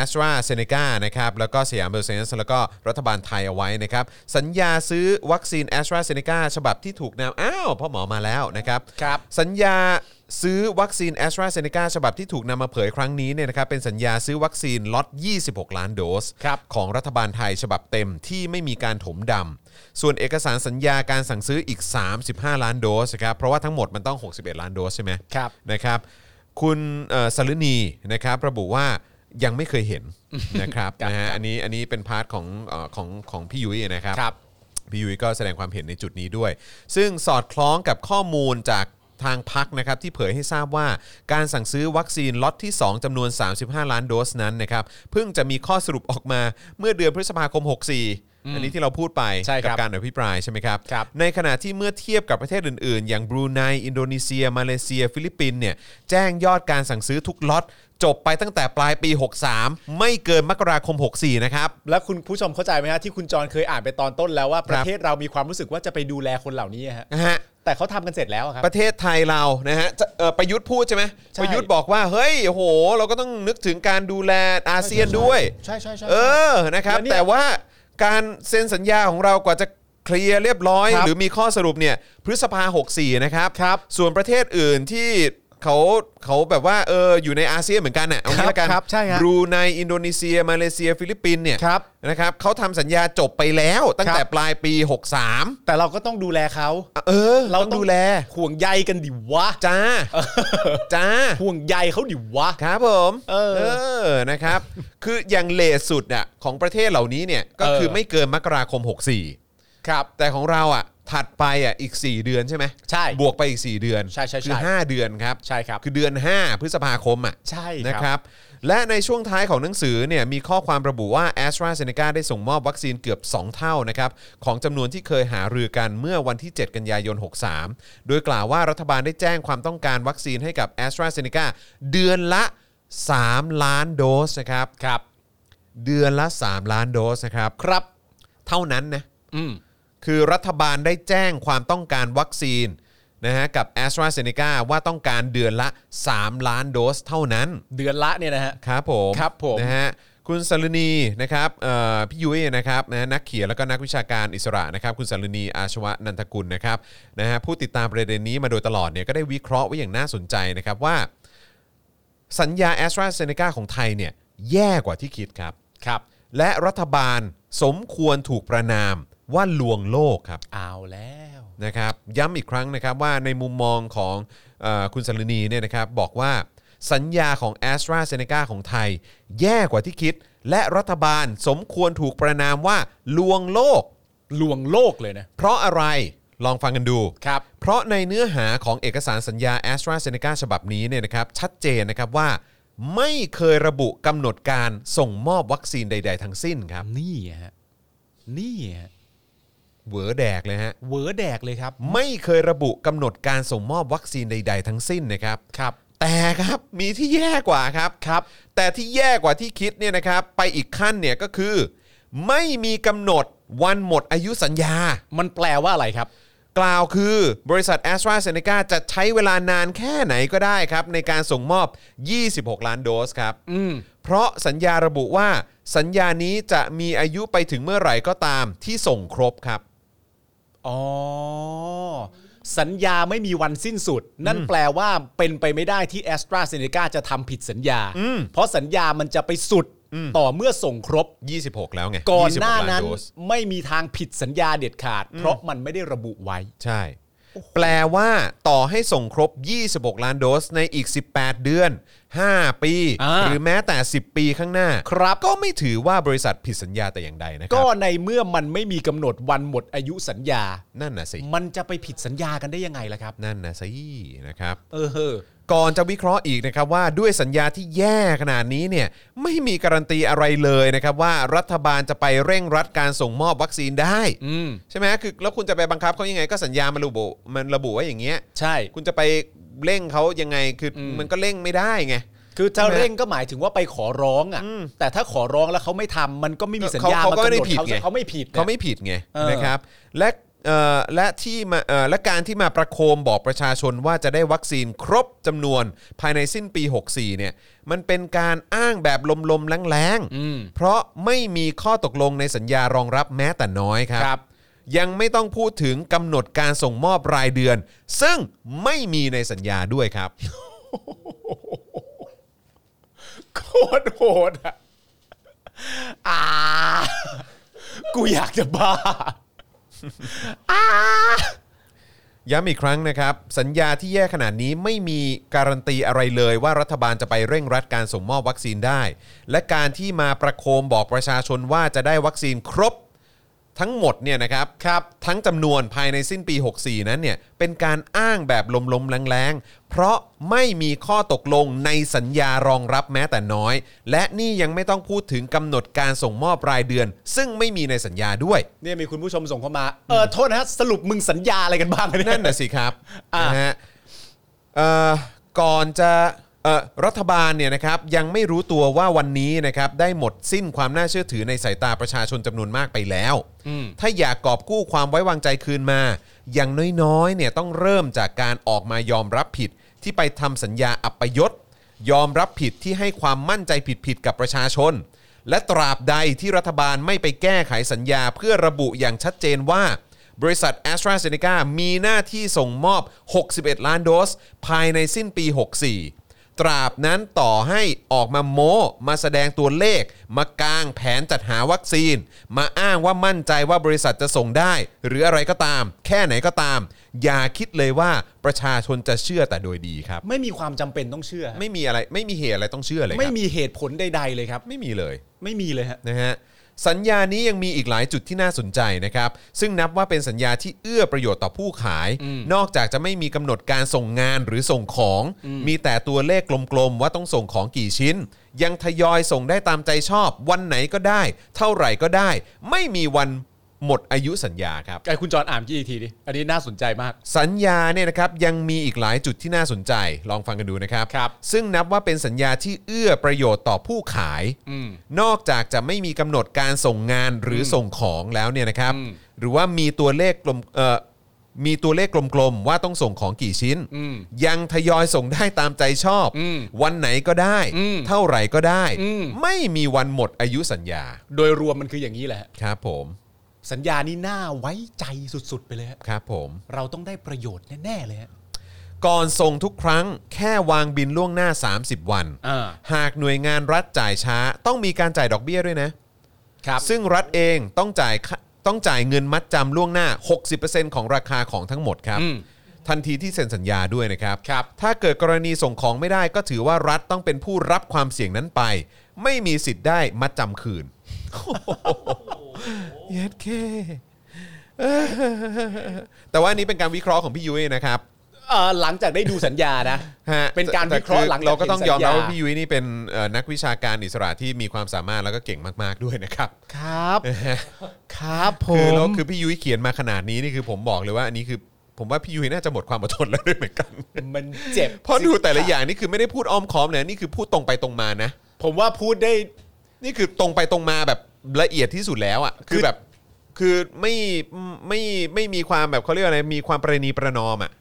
Speaker 2: a s t r a z เซ e c a นะครับแล้วก็สยามเบลเซนส์แล้วก็รัฐบาลไทยเอาไว้นะครับ สัญญาซื้อวัคซีน a s t r a z เซ e c a ฉบับที่ถูกนำอ้าวพ่อหมอมาแล้วนะครับ
Speaker 1: ครับ
Speaker 2: สัญญาซื้อวัคซีนแอสตราเซเนกาฉบับที่ถูกนำมาเผยครั้งนี้เนี่ยนะครับเป็นสัญญาซื้อวัคซีนล็อต 26 ล้านโดส
Speaker 1: ครับ
Speaker 2: ของรัฐบาลไทยฉบับเต็มที่ไม่มีการถมดำ ส่วนเอกสารสัญญาการสั่งซื้ออีก 35 ล้านโดสครับเพราะว่าทั้งหมดมันต้อง 61 ล้านโดสใช่ไหม
Speaker 1: ครับ
Speaker 2: นะครับ คุณเอ่อสรุณีนะครับระบุว่ายังไม่เคยเห็น นะครับนะฮะอันนี้อันนี้เป็นพาร์ทของเอ่อของของพี่ยุ้ยนะครับ
Speaker 1: ครับ
Speaker 2: พี่ยุ้ยก็แสดงความเห็นในจุดนี้ด้วย ซึ่งสอดคล้องกับข้อมูลจากทางพักนะครับ ที่เผยให้ทราบว่าการสั่งซื้อวัคซีนล็อตที่ 2จำนวน 35 ล้านโดสนั้นนะครับ เพิ่งจะมีข้อสรุปออกมาเมื่อเดือนพฤษภาคม 64 อันนี้ที่เราพูดไป
Speaker 1: ใช่ครั
Speaker 2: กับ การอภิปรายใช่ไหมครับ
Speaker 1: ครับ
Speaker 2: ในขณะที่เมื่อเทียบกับประเทศอื่นๆ อย่างบรูไนอินโดนีเซีย มาเลเซีย ฟิลิปปินส์เนี่ยแจ้งยอดการสั่งซื้อทุกล็อต จบไปตั้งแต่ปลายปี 63 ไม่เกินมกราคม 64 นะครับ
Speaker 1: แล้วคุณผู้ชมเข้าใจไหมฮะที่คุณจรเคยอ่านไปตอนต้นแล้วว่าประเทศเรามีความรู้สึกว่าจะไปดูแลคนเหล่านี้ฮะ
Speaker 2: นะฮะ
Speaker 1: แต่เขาทำกันเสร็จแล้วอะครับ
Speaker 2: ประเทศไทยเรานะฮะจะเอ่อประยุทธ์พูดใช่ไหม
Speaker 1: ใช่
Speaker 2: ประยุทธ์บอกว่า เฮ้ยโอ้โห เราก็ต้องนึกถึงการดูแลอาเซียนด้วย
Speaker 1: ใช่ใช่ใช่
Speaker 2: เออ นะครับ
Speaker 1: แล้วเนี่ย
Speaker 2: แต่ว่าการเซ็นสัญญาของเรากว่าจะเคลียร์เรียบร้อย
Speaker 1: ครับ
Speaker 2: หรือมีข้อสรุปเนี่ยพฤษภา 64 นะครับ
Speaker 1: ครับ
Speaker 2: ส่วนประเทศอื่นที่เขาเขาแบบว่าเอออยู่ในอาเซียนเหมือนกันน่ะเอางี้ละกัน
Speaker 1: ครับใช่ฮะ
Speaker 2: รูไนอินโดนีเซีย มาเลเซีย ฟิลิปปินส์เนี่ย
Speaker 1: ครับ
Speaker 2: นะครับเขาทำสัญญาจบไปแล้วตั้ง
Speaker 1: ครับ
Speaker 2: แต่ปลายปี 63
Speaker 1: แต่เราก็ต้องดูแลเขา
Speaker 2: เออ
Speaker 1: เราต้
Speaker 2: ต้อง
Speaker 1: อง
Speaker 2: ดูแล
Speaker 1: ห่วงใยกันดิวะ
Speaker 2: จ้า จ้า
Speaker 1: ห่วงใยเขาดิวะ
Speaker 2: ครับผม
Speaker 1: เออ
Speaker 2: อนะครับ คืออย่างเลทสุดอ่ะของประเทศเหล่านี้เนี่ยก็
Speaker 1: เออ
Speaker 2: คือไม่เกินมกราคม 64
Speaker 1: ครับ
Speaker 2: แต่ของเราอ่ะถัดไปอ่ะอีก 4 เดือนใช่ไหม
Speaker 1: ใช่
Speaker 2: บวกไปอีก 4 เดือน
Speaker 1: ใช่ใช่ใช่
Speaker 2: คือ5เดือนครับ
Speaker 1: ใช่ครับ
Speaker 2: คือเดือน 5 พฤษภาคมอ่ะ
Speaker 1: ใช่
Speaker 2: นะครับและในช่วงท้ายของหนังสือเนี่ยมีข้อความระบุว่า a s t r a z e ซ e c a ได้ส่งมอบวัคซีนเกือบ 2 เท่านะครับของจำนวนที่เคยหารือกันเมื่อวันที่ 7 กันยายน 63 โดยกล่าวว่ารัฐบาลได้แจ้งความต้องการวัคซีนให้กับ a s t r a z e ซ e c a เดือนละ 3 ล้านโดสนะครับ
Speaker 1: ครับ
Speaker 2: เดือนละ 3 ล้านโดสนะครับ
Speaker 1: ครับ
Speaker 2: เท่านั้นนะ
Speaker 1: อืม
Speaker 2: คือรัฐบาลได้แจ้งความต้องการวัคซีนนะฮะกับ a s t r a z e ซ e c a ว่าต้องการเดือนละ 3 ล้านโดสเท่านั้น
Speaker 1: เดือนละเนี่ยนะฮะ
Speaker 2: ครับผม
Speaker 1: ครับผม
Speaker 2: นะฮะคุณสรณีนะครับเอ่อพี่ยุ้ยนะครับนะฮะนักเขียนแล้วก็นักวิชาการอิสระนะครับคุณสรณีอาชวะนันทกุลนะครับนะฮะผู้ติดตามประเด็นนี้มาโดยตลอดเนี่ยก็ได้วิเคราะห์ไว้อย่างน่าสนใจนะครับว่า สัญญาแอสตราเซเนกาของไทยเนี่ยแย่กว่าที่คิดครับ
Speaker 1: ครับ
Speaker 2: และรัฐบาลสมควรถูกประนามว่าลวงโลกครับ
Speaker 1: เอาแล้ว
Speaker 2: นะครับย้ำอีกครั้งนะครับว่าในมุมมองของเออคุณสรณีเนี่ยนะครับบอกว่าสัญญาของ a s t r a z e ซ e c a ของไทย แย่กว่าที่คิด และรัฐบาลสมควรถูกประนามว่าลวงโลก
Speaker 1: ลวงโลกเลยนะ
Speaker 2: เพราะอะไรลองฟังกันดู
Speaker 1: ครับ
Speaker 2: เพราะในเนื้อหาของเอกสารสัญญา a s t r a z e ซ e c a ฉบับนี้เนี่ยนะครับชัดเจนนะครับว่า ไม่เคยระบุกำหนดการส่งมอบวัคซีนใด ๆ ทั้งสิ้นครับ
Speaker 1: นี่ฮะ นี่ฮะ
Speaker 2: เหวอแดกเลยฮะ
Speaker 1: เวอร์แดกเลยครับ
Speaker 2: ไม่เคยระบุกำหนดการส่งมอบวัคซีนใด ๆ ทั้งสิ้นนะครับ
Speaker 1: ครับ
Speaker 2: แต่ครับมีที่แย่กว่าครับ
Speaker 1: ครับ
Speaker 2: แต่ที่แย่กว่าที่คิดเนี่ยนะครับ ไปอีกขั้นเนี่ยก็คือ ไม่มีกำหนดวันหมดอายุสัญญา
Speaker 1: มันแปลว่าอะไรครับ
Speaker 2: กล่าวคือบริษัท a s t r a z e ซ e c a จะใช้เวลานานแค่ไหนก็ได้ครับ ในการส่งมอบ 26 ล้านโดสครับ
Speaker 1: อืม
Speaker 2: เพราะสัญญาระบุว่าสัญญานี้จะมีอายุไปถึงเมื่อไหร่ก็ตามที่ส่งครบครับ
Speaker 1: อ๋อ สัญญาไม่มีวันสิ้นสุด นั่นแปลว่าเป็นไปไม่ได้ที่แอสตราเซเนกาจะทำผิดสัญญา เพราะสัญญามันจะไปสุดต่อเมื่อส่งครบ
Speaker 2: 26 แล้วไง
Speaker 1: ก่อน
Speaker 2: 26
Speaker 1: หน้า
Speaker 2: ล้
Speaker 1: นั้น
Speaker 2: โดส
Speaker 1: ไม่มีทางผิดสัญญาเด็ดขาด เพราะมันไม่ได้ระบุไว้
Speaker 2: ใช่ แปลว่าต่อให้ส่งครบ 26 ล้านโดสในอีก 18 เดือน 5 ปี
Speaker 1: อ่า
Speaker 2: หรือแม้แต่ 10 ปีข้างหน้า
Speaker 1: ครับ
Speaker 2: ก็ไม่ถือว่าบริษัทผิดสัญญาแต่อย่างใดนะครั
Speaker 1: ก็ในเมื่อมันไม่มีกำหนดวันหมดอายุสัญญา
Speaker 2: นั่นนะสิ
Speaker 1: มันจะไปผิดสัญญากันได้ยังไงล่ะครับ
Speaker 2: นั่นนะสินะครับ
Speaker 1: เออเออ
Speaker 2: ก่อนจะวิเคราะห์อีกนะครับว่าด้วยสัญญาที่แย่ขนาดนี้เนี่ยไม่มีการันตีอะไรเลยนะครับว่ารัฐบาลจะไปเร่งรัดการส่งมอบวัคซีนได้
Speaker 1: อืม
Speaker 2: ใช่ไหมคือแล้วคุณจะไปบังคับเขายังไงก็สัญญามันระบุมันระบุไว่าอย่างเงี้ย
Speaker 1: ใช่
Speaker 2: คุณจะไปเร่งเขายังไงคืออมันก็เร่งไม่ได้ไง
Speaker 1: คือจะเร่งก็หมายถึงว่าไปขอร้องอ่ะ แต่ถ้าขอร้องแล้วเขาไม่ทำมันก็ไม่มีสัญญา
Speaker 2: เขาเขาก็
Speaker 1: กำหน
Speaker 2: ไม่ได้ผิด
Speaker 1: เขา
Speaker 2: ไง
Speaker 1: เขาไม่ผิดนะ
Speaker 2: เขาไม่ผิดไง
Speaker 1: เออ
Speaker 2: นะครับและเอ่อและที่มาเอ่อและการที่มาประโคมบอกประชาชนว่าจะได้วัคซีนครบจำนวนภายในสิ้นปี 64เนี่ยมันเป็นการอ้างแบบลมๆแรง
Speaker 1: อืม
Speaker 2: ๆ เพราะไม่มีข้อตกลงในสัญญารองรับแม้แต่น้อยครับ
Speaker 1: ครับ
Speaker 2: ยังไม่ต้องพูดถึงกำหนดการส่งมอบรายเดือน ซึ่งไม่มีในสัญญาด้วยครับ
Speaker 1: โคตรโหดอ่ะอ่า กูอยากจะบ้า
Speaker 2: ย้ำอีกครั้งนะครับ สัญญาที่แย่ขนาดนี้ไม่มีการันตีอะไรเลยว่ารัฐบาลจะไปเร่งรัดการส่งมอบวัคซีนได้ และการที่มาประโคมบอกประชาชนว่าจะได้วัคซีนครบ ทั้งหมดเนี่ยนะครับครับทั้งจำนวนภายในสิ้นปี 64 นั้นเนี่ยเป็นการอ้างแบบลมๆแรงๆ เพราะไม่มีข้อตกลงในสัญญารองรับแม้แต่น้อย และนี่ยังไม่ต้องพูดถึงกำหนดการส่งมอบรายเดือน ซึ่งไม่มีในสัญญาด้วย
Speaker 1: เนี่ยมีคุณผู้ชมส่งเข้ามา เออ โทษนะฮะ สรุปมึงสัญญาอะไรกันบ้างเย
Speaker 2: นั่นน่ะสิครับ
Speaker 1: อ่ะ
Speaker 2: นะฮะเอ่อก่อนจะ เอ่อรัฐบาลเนี่ยนะครับยังไม่รู้ตัวว่าวันนี้นะครับได้หมดสิ้นความน่าเชื่อถือในสายตาประชาชนจำนวนมากไปแล้ว ถ้าอยากกอบกู้ความไว้วางใจคืนมา อย่างน้อยๆเนี่ยต้องเริ่มจากการออกมายอมรับผิด ที่ไปทำสัญญาอัปยศ ยอมรับผิดที่ให้ความมั่นใจผิดๆกับประชาชน และตราบใดที่รัฐบาลไม่ไปแก้ไขสัญญาเพื่อระบุอย่างชัดเจนว่า บริษัท a s t r a z เซ e c a มีหน้าที่ส่งมอบ 61 ล้านโดส ภายในสิ้นปี 64 ตราบนั้นต่อให้ออกมาโม้มาแสดงตัวเลข มากางแผนจัดหาวัคซีน มาอ้างว่ามั่นใจว่าบริษัทจะส่งได้ หรืออะไรก็ตาม แค่ไหนก็ตาม อย่าคิดเลยว่าประชาชนจะเชื่อแต่โดยดีครับ
Speaker 1: ไม่มีความจำเป็นต้องเชื่อฮะ
Speaker 2: ไม่มีอะไรไม่มีเหตุอะไรต้องเชื่อเลยครับ
Speaker 1: ไม่มีเหตุผลใดๆเลยครับ
Speaker 2: ไม่มีเลย
Speaker 1: ไม่มีเลยฮะ
Speaker 2: นะฮะสัญญานี้ยังมีอีกหลายจุดที่น่าสนใจนะครับ ซึ่งนับว่าเป็นสัญญาที่เอื้อประโยชน์ต่อผู้ขาย นอกจากจะไม่มีกำหนดการส่งงานหรือส่งของ มีแต่ตัวเลขกลมๆ ว่าต้องส่งของกี่ชิ้น ยังทยอยส่งได้ตามใจชอบ วันไหนก็ได้ เท่าไหร่ก็ได้ ไม่มีวันหมดอายุสัญญาครับ
Speaker 1: ไอ้คุณจอนอ่านกี่อีกทีดิ อันนี้น่าสนใจมาก
Speaker 2: สัญญาเนี่ยนะครับยังมีอีกหลายจุดที่น่าสนใจลองฟังกันดูนะครับ
Speaker 1: ครับ
Speaker 2: ซึ่งนับว่าเป็นสัญญาที่เอื้อประโยชน์ต่อผู้ขาย
Speaker 1: อืม
Speaker 2: นอกจากจะไม่มีกำหนดการส่งงานหรือส่งของแล้วเนี่ยนะครับ
Speaker 1: อืม
Speaker 2: หรือว่ามีตัวเลขกลมเอ่อมีตัวเลขกลมๆว่าต้องส่งของกี่ชิ้น
Speaker 1: อืม
Speaker 2: ยังทยอยส่งได้ตามใจชอบ
Speaker 1: อืม
Speaker 2: วันไหนก็ได้
Speaker 1: อืม
Speaker 2: เท่าไหร่ก็ได้
Speaker 1: อืม
Speaker 2: ไม่มีวันหมดอายุสัญญา
Speaker 1: โดยรวมมันคืออย่างนี้แหละฮะ
Speaker 2: ครับผม
Speaker 1: สัญญานี้น่าไว้ใจสุดๆ ไปเลยฮะ
Speaker 2: ครับผม
Speaker 1: เราต้องได้ประโยชน์แน่ๆเลยฮะ
Speaker 2: ก่อนส่งทุกครั้งแค่วางบินล่วงหน้า 30 วัน
Speaker 1: อ่า
Speaker 2: หากหน่วยงานรัฐจ่ายช้า ต้องมีการจ่ายดอกเบี้ยด้วยนะ
Speaker 1: ครับ
Speaker 2: ซึ่งรัฐเองต้องจ่ายค่าต้องจ่ายเงินมัดจำล่วงหน้า 60%ของราคาของทั้งหมดครับ
Speaker 1: อืม
Speaker 2: ทันทีที่เซ็นสัญญาด้วยนะครับ
Speaker 1: ครับ
Speaker 2: ถ้าเกิดกรณีส่งของไม่ได้ก็ถือว่ารัฐต้องเป็นผู้รับความเสี่ยงนั้นไป ไม่มีสิทธิ์ได้มัดจำคืนเย็ดเคแต่ว่าอันนี้เป็นการวิเคราะห์ของพี่ยุ้ยนะครับ
Speaker 1: เอ่อหลังจากได้ดูสัญญานะ
Speaker 2: ฮะ
Speaker 1: เป็นการ
Speaker 2: แต่
Speaker 1: วิเคราะห์หลังจาก
Speaker 2: เราก็ต้องยอมรับ
Speaker 1: เห็นสัญญา
Speaker 2: ว่าพี่ยุ้ยนี่เป็นเอ่อนักวิชาการอิสระที่มีความสามารถแล้วก็เก่งมากๆด้วยนะครับ
Speaker 1: ครับ ครับผ
Speaker 2: คือแล้ว
Speaker 1: ม
Speaker 2: คือพี่ยุ้ยเขียนมาขนาดนี้นี่คือผมบอกเลยว่าอันนี้คือ ผมว่าพี่ยุ้ยน่าจะหมดความอดทนแล้วด้วยเหมือนกัน
Speaker 1: มันเจ็บ
Speaker 2: เพราะดูแต่ละอย่างนี่คือไม่ได้พูดอ้อมค้อมเลยนี่คือพูดตรงไปตรงมานะ
Speaker 1: ผมว่าพูดได้
Speaker 2: นี่คือตรงไปตรงมาแบบละเอียดที่สุดแล้วอ่ะคือแบบคือไม่ไม่ไม่มีความแบบเขาเรียกอะไรมีความประนีประนอมอ่ะ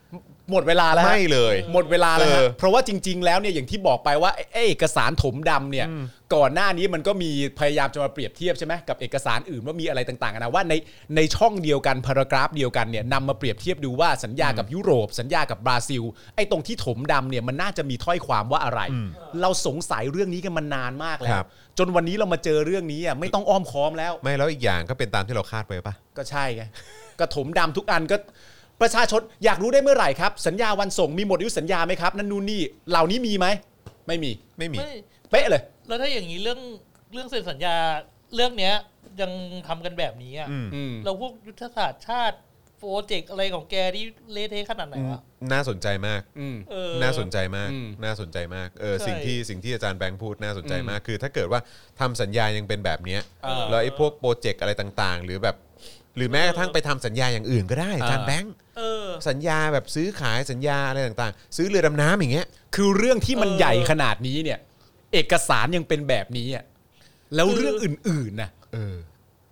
Speaker 1: หมดเวลาแล้วฮะ
Speaker 2: ไม่เลย
Speaker 1: หมดเวลาแล้วฮะ
Speaker 2: เออ
Speaker 1: เพราะว่าจริง ๆ แล้วเนี่ยอย่างที่บอกไปว่าไอ้ไอ้เอกสารถมดำเนี่ย ก่อนหน้านี้มันก็มีพยายามจะมาเปรียบเทียบใช่ไหมกับเอกสารอื่นว่ามีอะไรต่างๆกันะว่าในในช่องเดียวกันพารากราฟเดียวกันเนี่ยนำมาเปรียบเทียบดูว่าสัญญากับยุโรป สัญญากับบราซิล ไอ้ตรงที่ถมดำเนี่ยมันน่าจะมีถ้อยความว่าอะไร เราสงสัยเรื่องนี้กันมานานมากแล้
Speaker 2: ครั
Speaker 1: ว
Speaker 2: บ
Speaker 1: จนวันนี้เรามาเจอเรื่องนี้อ่ะไม่ต้องอ้อมค้อมแล้ว
Speaker 2: ไม่แล้วอีกอย่างก็เป็นตามที่เราคาดไว้ปะ
Speaker 1: ก็ใช่ไง ก็ถมดำทุกอันก็ประชาชนอยากรู้ได้เมื่อไหร่ครับ สัญญาวันส่งมีหมดอายุสัญญาไหมครับ นั่นนู่นนี่เหล่านี้มีไหม ไม่มี
Speaker 2: ไม่มี
Speaker 4: ไม่
Speaker 1: เป๊ะเลย
Speaker 4: แล้วถ้าอย่างนี้เรื่องเรื่องเซ็นสัญญาเรื่องเนี้ยยังทำกันแบบนี้อ่ะ
Speaker 2: อืม
Speaker 1: อืม
Speaker 4: เราพวกยุทธศาสตร์ชาติโปรเจกต์อะไรของแกที่เละเทะขนาดไหนวะ
Speaker 2: น่าสนใจมาก
Speaker 1: อืม
Speaker 4: เออ
Speaker 2: น่าสนใจมาก
Speaker 1: อืม
Speaker 2: น่าสนใจมาก เออ
Speaker 4: ใช่
Speaker 2: สิ่งที่สิ่งที่อาจารย์แบงค์พูดน่าสนใจ
Speaker 1: อืม
Speaker 2: มาก คือถ้าเกิดว่าทำสัญญายังเป็นแบบเนี้ย
Speaker 4: เออ
Speaker 2: แล้วไอ้พวกโปรเจกต์อะไรต่างๆ หรือแบบ หรือแม้กระทั่งไปทำสัญญาอย่างอื่นก็ได้ อาจาร
Speaker 1: เอ
Speaker 2: ย์
Speaker 1: อ
Speaker 2: แบงค์
Speaker 4: เออ
Speaker 2: สัญญาแบบซื้อขายสัญญาอะไรต่างๆ ซื้อเรือดำน้ำอย่างเงี้ย
Speaker 1: คือเรื่องที่มัน
Speaker 4: เออ
Speaker 1: ใหญ่ขนาดนี้เนี่ย เอกสารยังเป็นแบบนี้อ่ะแล้วเรื่องอื่นๆนะ
Speaker 2: เออ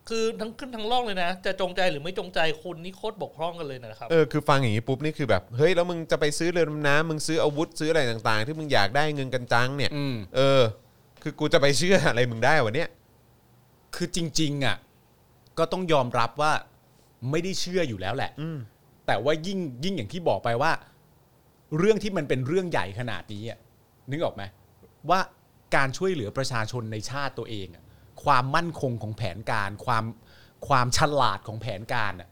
Speaker 4: คือทั้งขึ้นทั้งล่องเลยนะ จะจงใจหรือไม่จงใจคนนี่โคตรบกพร่องกันเลยนะครับ
Speaker 2: เออ คือฟังอย่างนี้ปุ๊บนี่คือแบบ เฮ้ย แล้วมึงจะไปซื้อเรือดำน้ำมึงซื้ออาวุธซื้ออะไรต่างๆ ที่มึงอยากได้เงินกันจังเนี่ย
Speaker 1: อืม
Speaker 2: เออ คือกูจะไปเชื่ออะไรมึงได้วะเนี่ย
Speaker 1: คือจริง ๆอ่ะก็ต้องยอมรับว่าไม่ได้เชื่ออยู่แล้วแหละ
Speaker 2: อืม
Speaker 1: แต่ว่ายิ่งยิ่งอย่างที่บอกไปว่า เรื่องที่มันเป็นเรื่องใหญ่ขนาดนี้อะนึกออกไหมว่าการช่วยเหลือประชาชนในชาติตัวเองอะความมั่นคงของแผนการ ความความฉลาดของแผนการอะ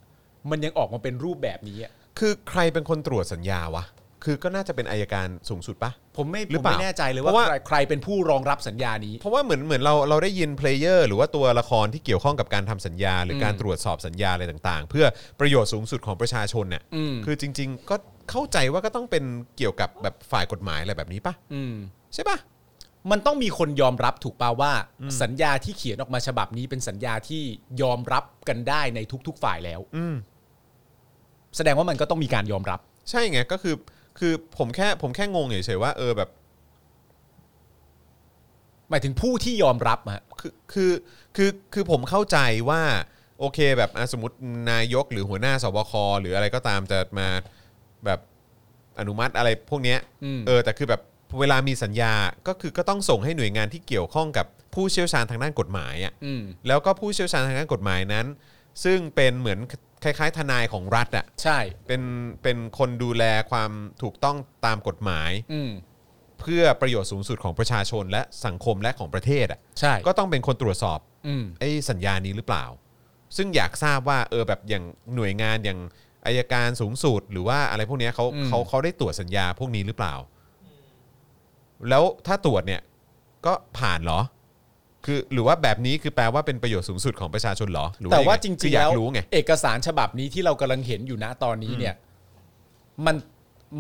Speaker 1: มันยังออกมาเป็นรูปแบบนี้อะ
Speaker 2: คือใครเป็นคนตรวจสัญญาวะ คือก็น่าจะเป็นอายการสูงสุดปะ
Speaker 1: ผมไม่
Speaker 2: หรื
Speaker 1: ผ
Speaker 2: อ
Speaker 1: ม
Speaker 2: เปล่า
Speaker 1: ไม่แน่ใจเลย
Speaker 2: เพราะ
Speaker 1: ว่า
Speaker 2: ว่า
Speaker 1: ใครใครเป็นผู้รองรับสัญญานี้
Speaker 2: เพราะว่าเหมือนเหมือนเราเราได้ยินเพลเยอร์หรือว่าตัวละครที่เกี่ยวข้องกับการทำสัญญา หรือการตรวจสอบสัญญาอะไรต่าง ๆ เพื่อประโยชน์สูงสุดของประชาชนเนี่ย
Speaker 1: อืม
Speaker 2: คือจริง ๆ ก็เข้าใจว่าก็ต้องเป็นเกี่ยวกับแบบฝ่ายกฎหมายอะไรแบบนี้ปะ
Speaker 1: อืม
Speaker 2: ใช่ปะ
Speaker 1: มันต้องมีคนยอมรับถูกป่าวว่า สัญญาที่เขียนออกมาฉบับนี้เป็นสัญญาที่ยอมรับกันได้ในทุก ๆ ฝ่ายแล้ว
Speaker 2: อืม
Speaker 1: แสดงว่ามันก็ต้องมีการยอมรับ
Speaker 2: ใช่ไงก็คือคือผมแค่ผมแค่งงเฉยๆว่าเออแบบ
Speaker 1: หมายถึงผู้ที่ยอมรับฮะ
Speaker 2: คือคือคือคือผมเข้าใจว่าโอเคแบบอ่ะสมมตินายกหรือหัวหน้าสบคหรืออะไรก็ตามจะมาแบบอนุมัติอะไรพวกเนี้ย
Speaker 1: อืม
Speaker 2: เออแต่คือแบบเวลามีสัญญาก็คือก็ต้องส่งให้หน่วยงานที่เกี่ยวข้องกับผู้เชี่ยวชาญทางด้านกฎหมายอ่ะ
Speaker 1: อืม
Speaker 2: แล้วก็ผู้เชี่ยวชาญทางด้านกฎหมายนั้น ซึ่งเป็นเหมือนคล้ายๆ ทนายของรัฐอ่ะ
Speaker 1: ใช่
Speaker 2: เป็นเป็นคนดูแลความถูกต้องตามกฎหมาย
Speaker 1: อืม
Speaker 2: เพื่อประโยชน์สูงสุดของประชาชนและสังคมและของประเทศอ่ะ
Speaker 1: ใช่
Speaker 2: ก็ต้องเป็นคนตรวจสอบ
Speaker 1: อืม
Speaker 2: ไอ้สัญญานี้หรือเปล่า ซึ่งอยากทราบว่าเออแบบอย่างหน่วยงานอย่างอายการสูงสุดหรือว่าอะไรพวกเนี้ยเขา
Speaker 1: อืม
Speaker 2: เขาเขาได้ตรวจสัญญาพวกนี้หรือเปล่า แล้วถ้าตรวจเนี่ยก็ผ่านเหรอ คือหรือว่าแบบนี้คือแปลว่าเป็นประโยชน์สูงสุดของประชาชนเหรอหอ
Speaker 1: แต่ว่า
Speaker 2: ยั
Speaker 1: จ
Speaker 2: ไคื
Speaker 1: ริงๆ
Speaker 2: ออยา
Speaker 1: แล้
Speaker 2: ก
Speaker 1: ว
Speaker 2: รู้ไง
Speaker 1: เอกสารฉบับนี้ที่เรากำลังเห็นอยู่นะตอนนี้เนี่ย มัน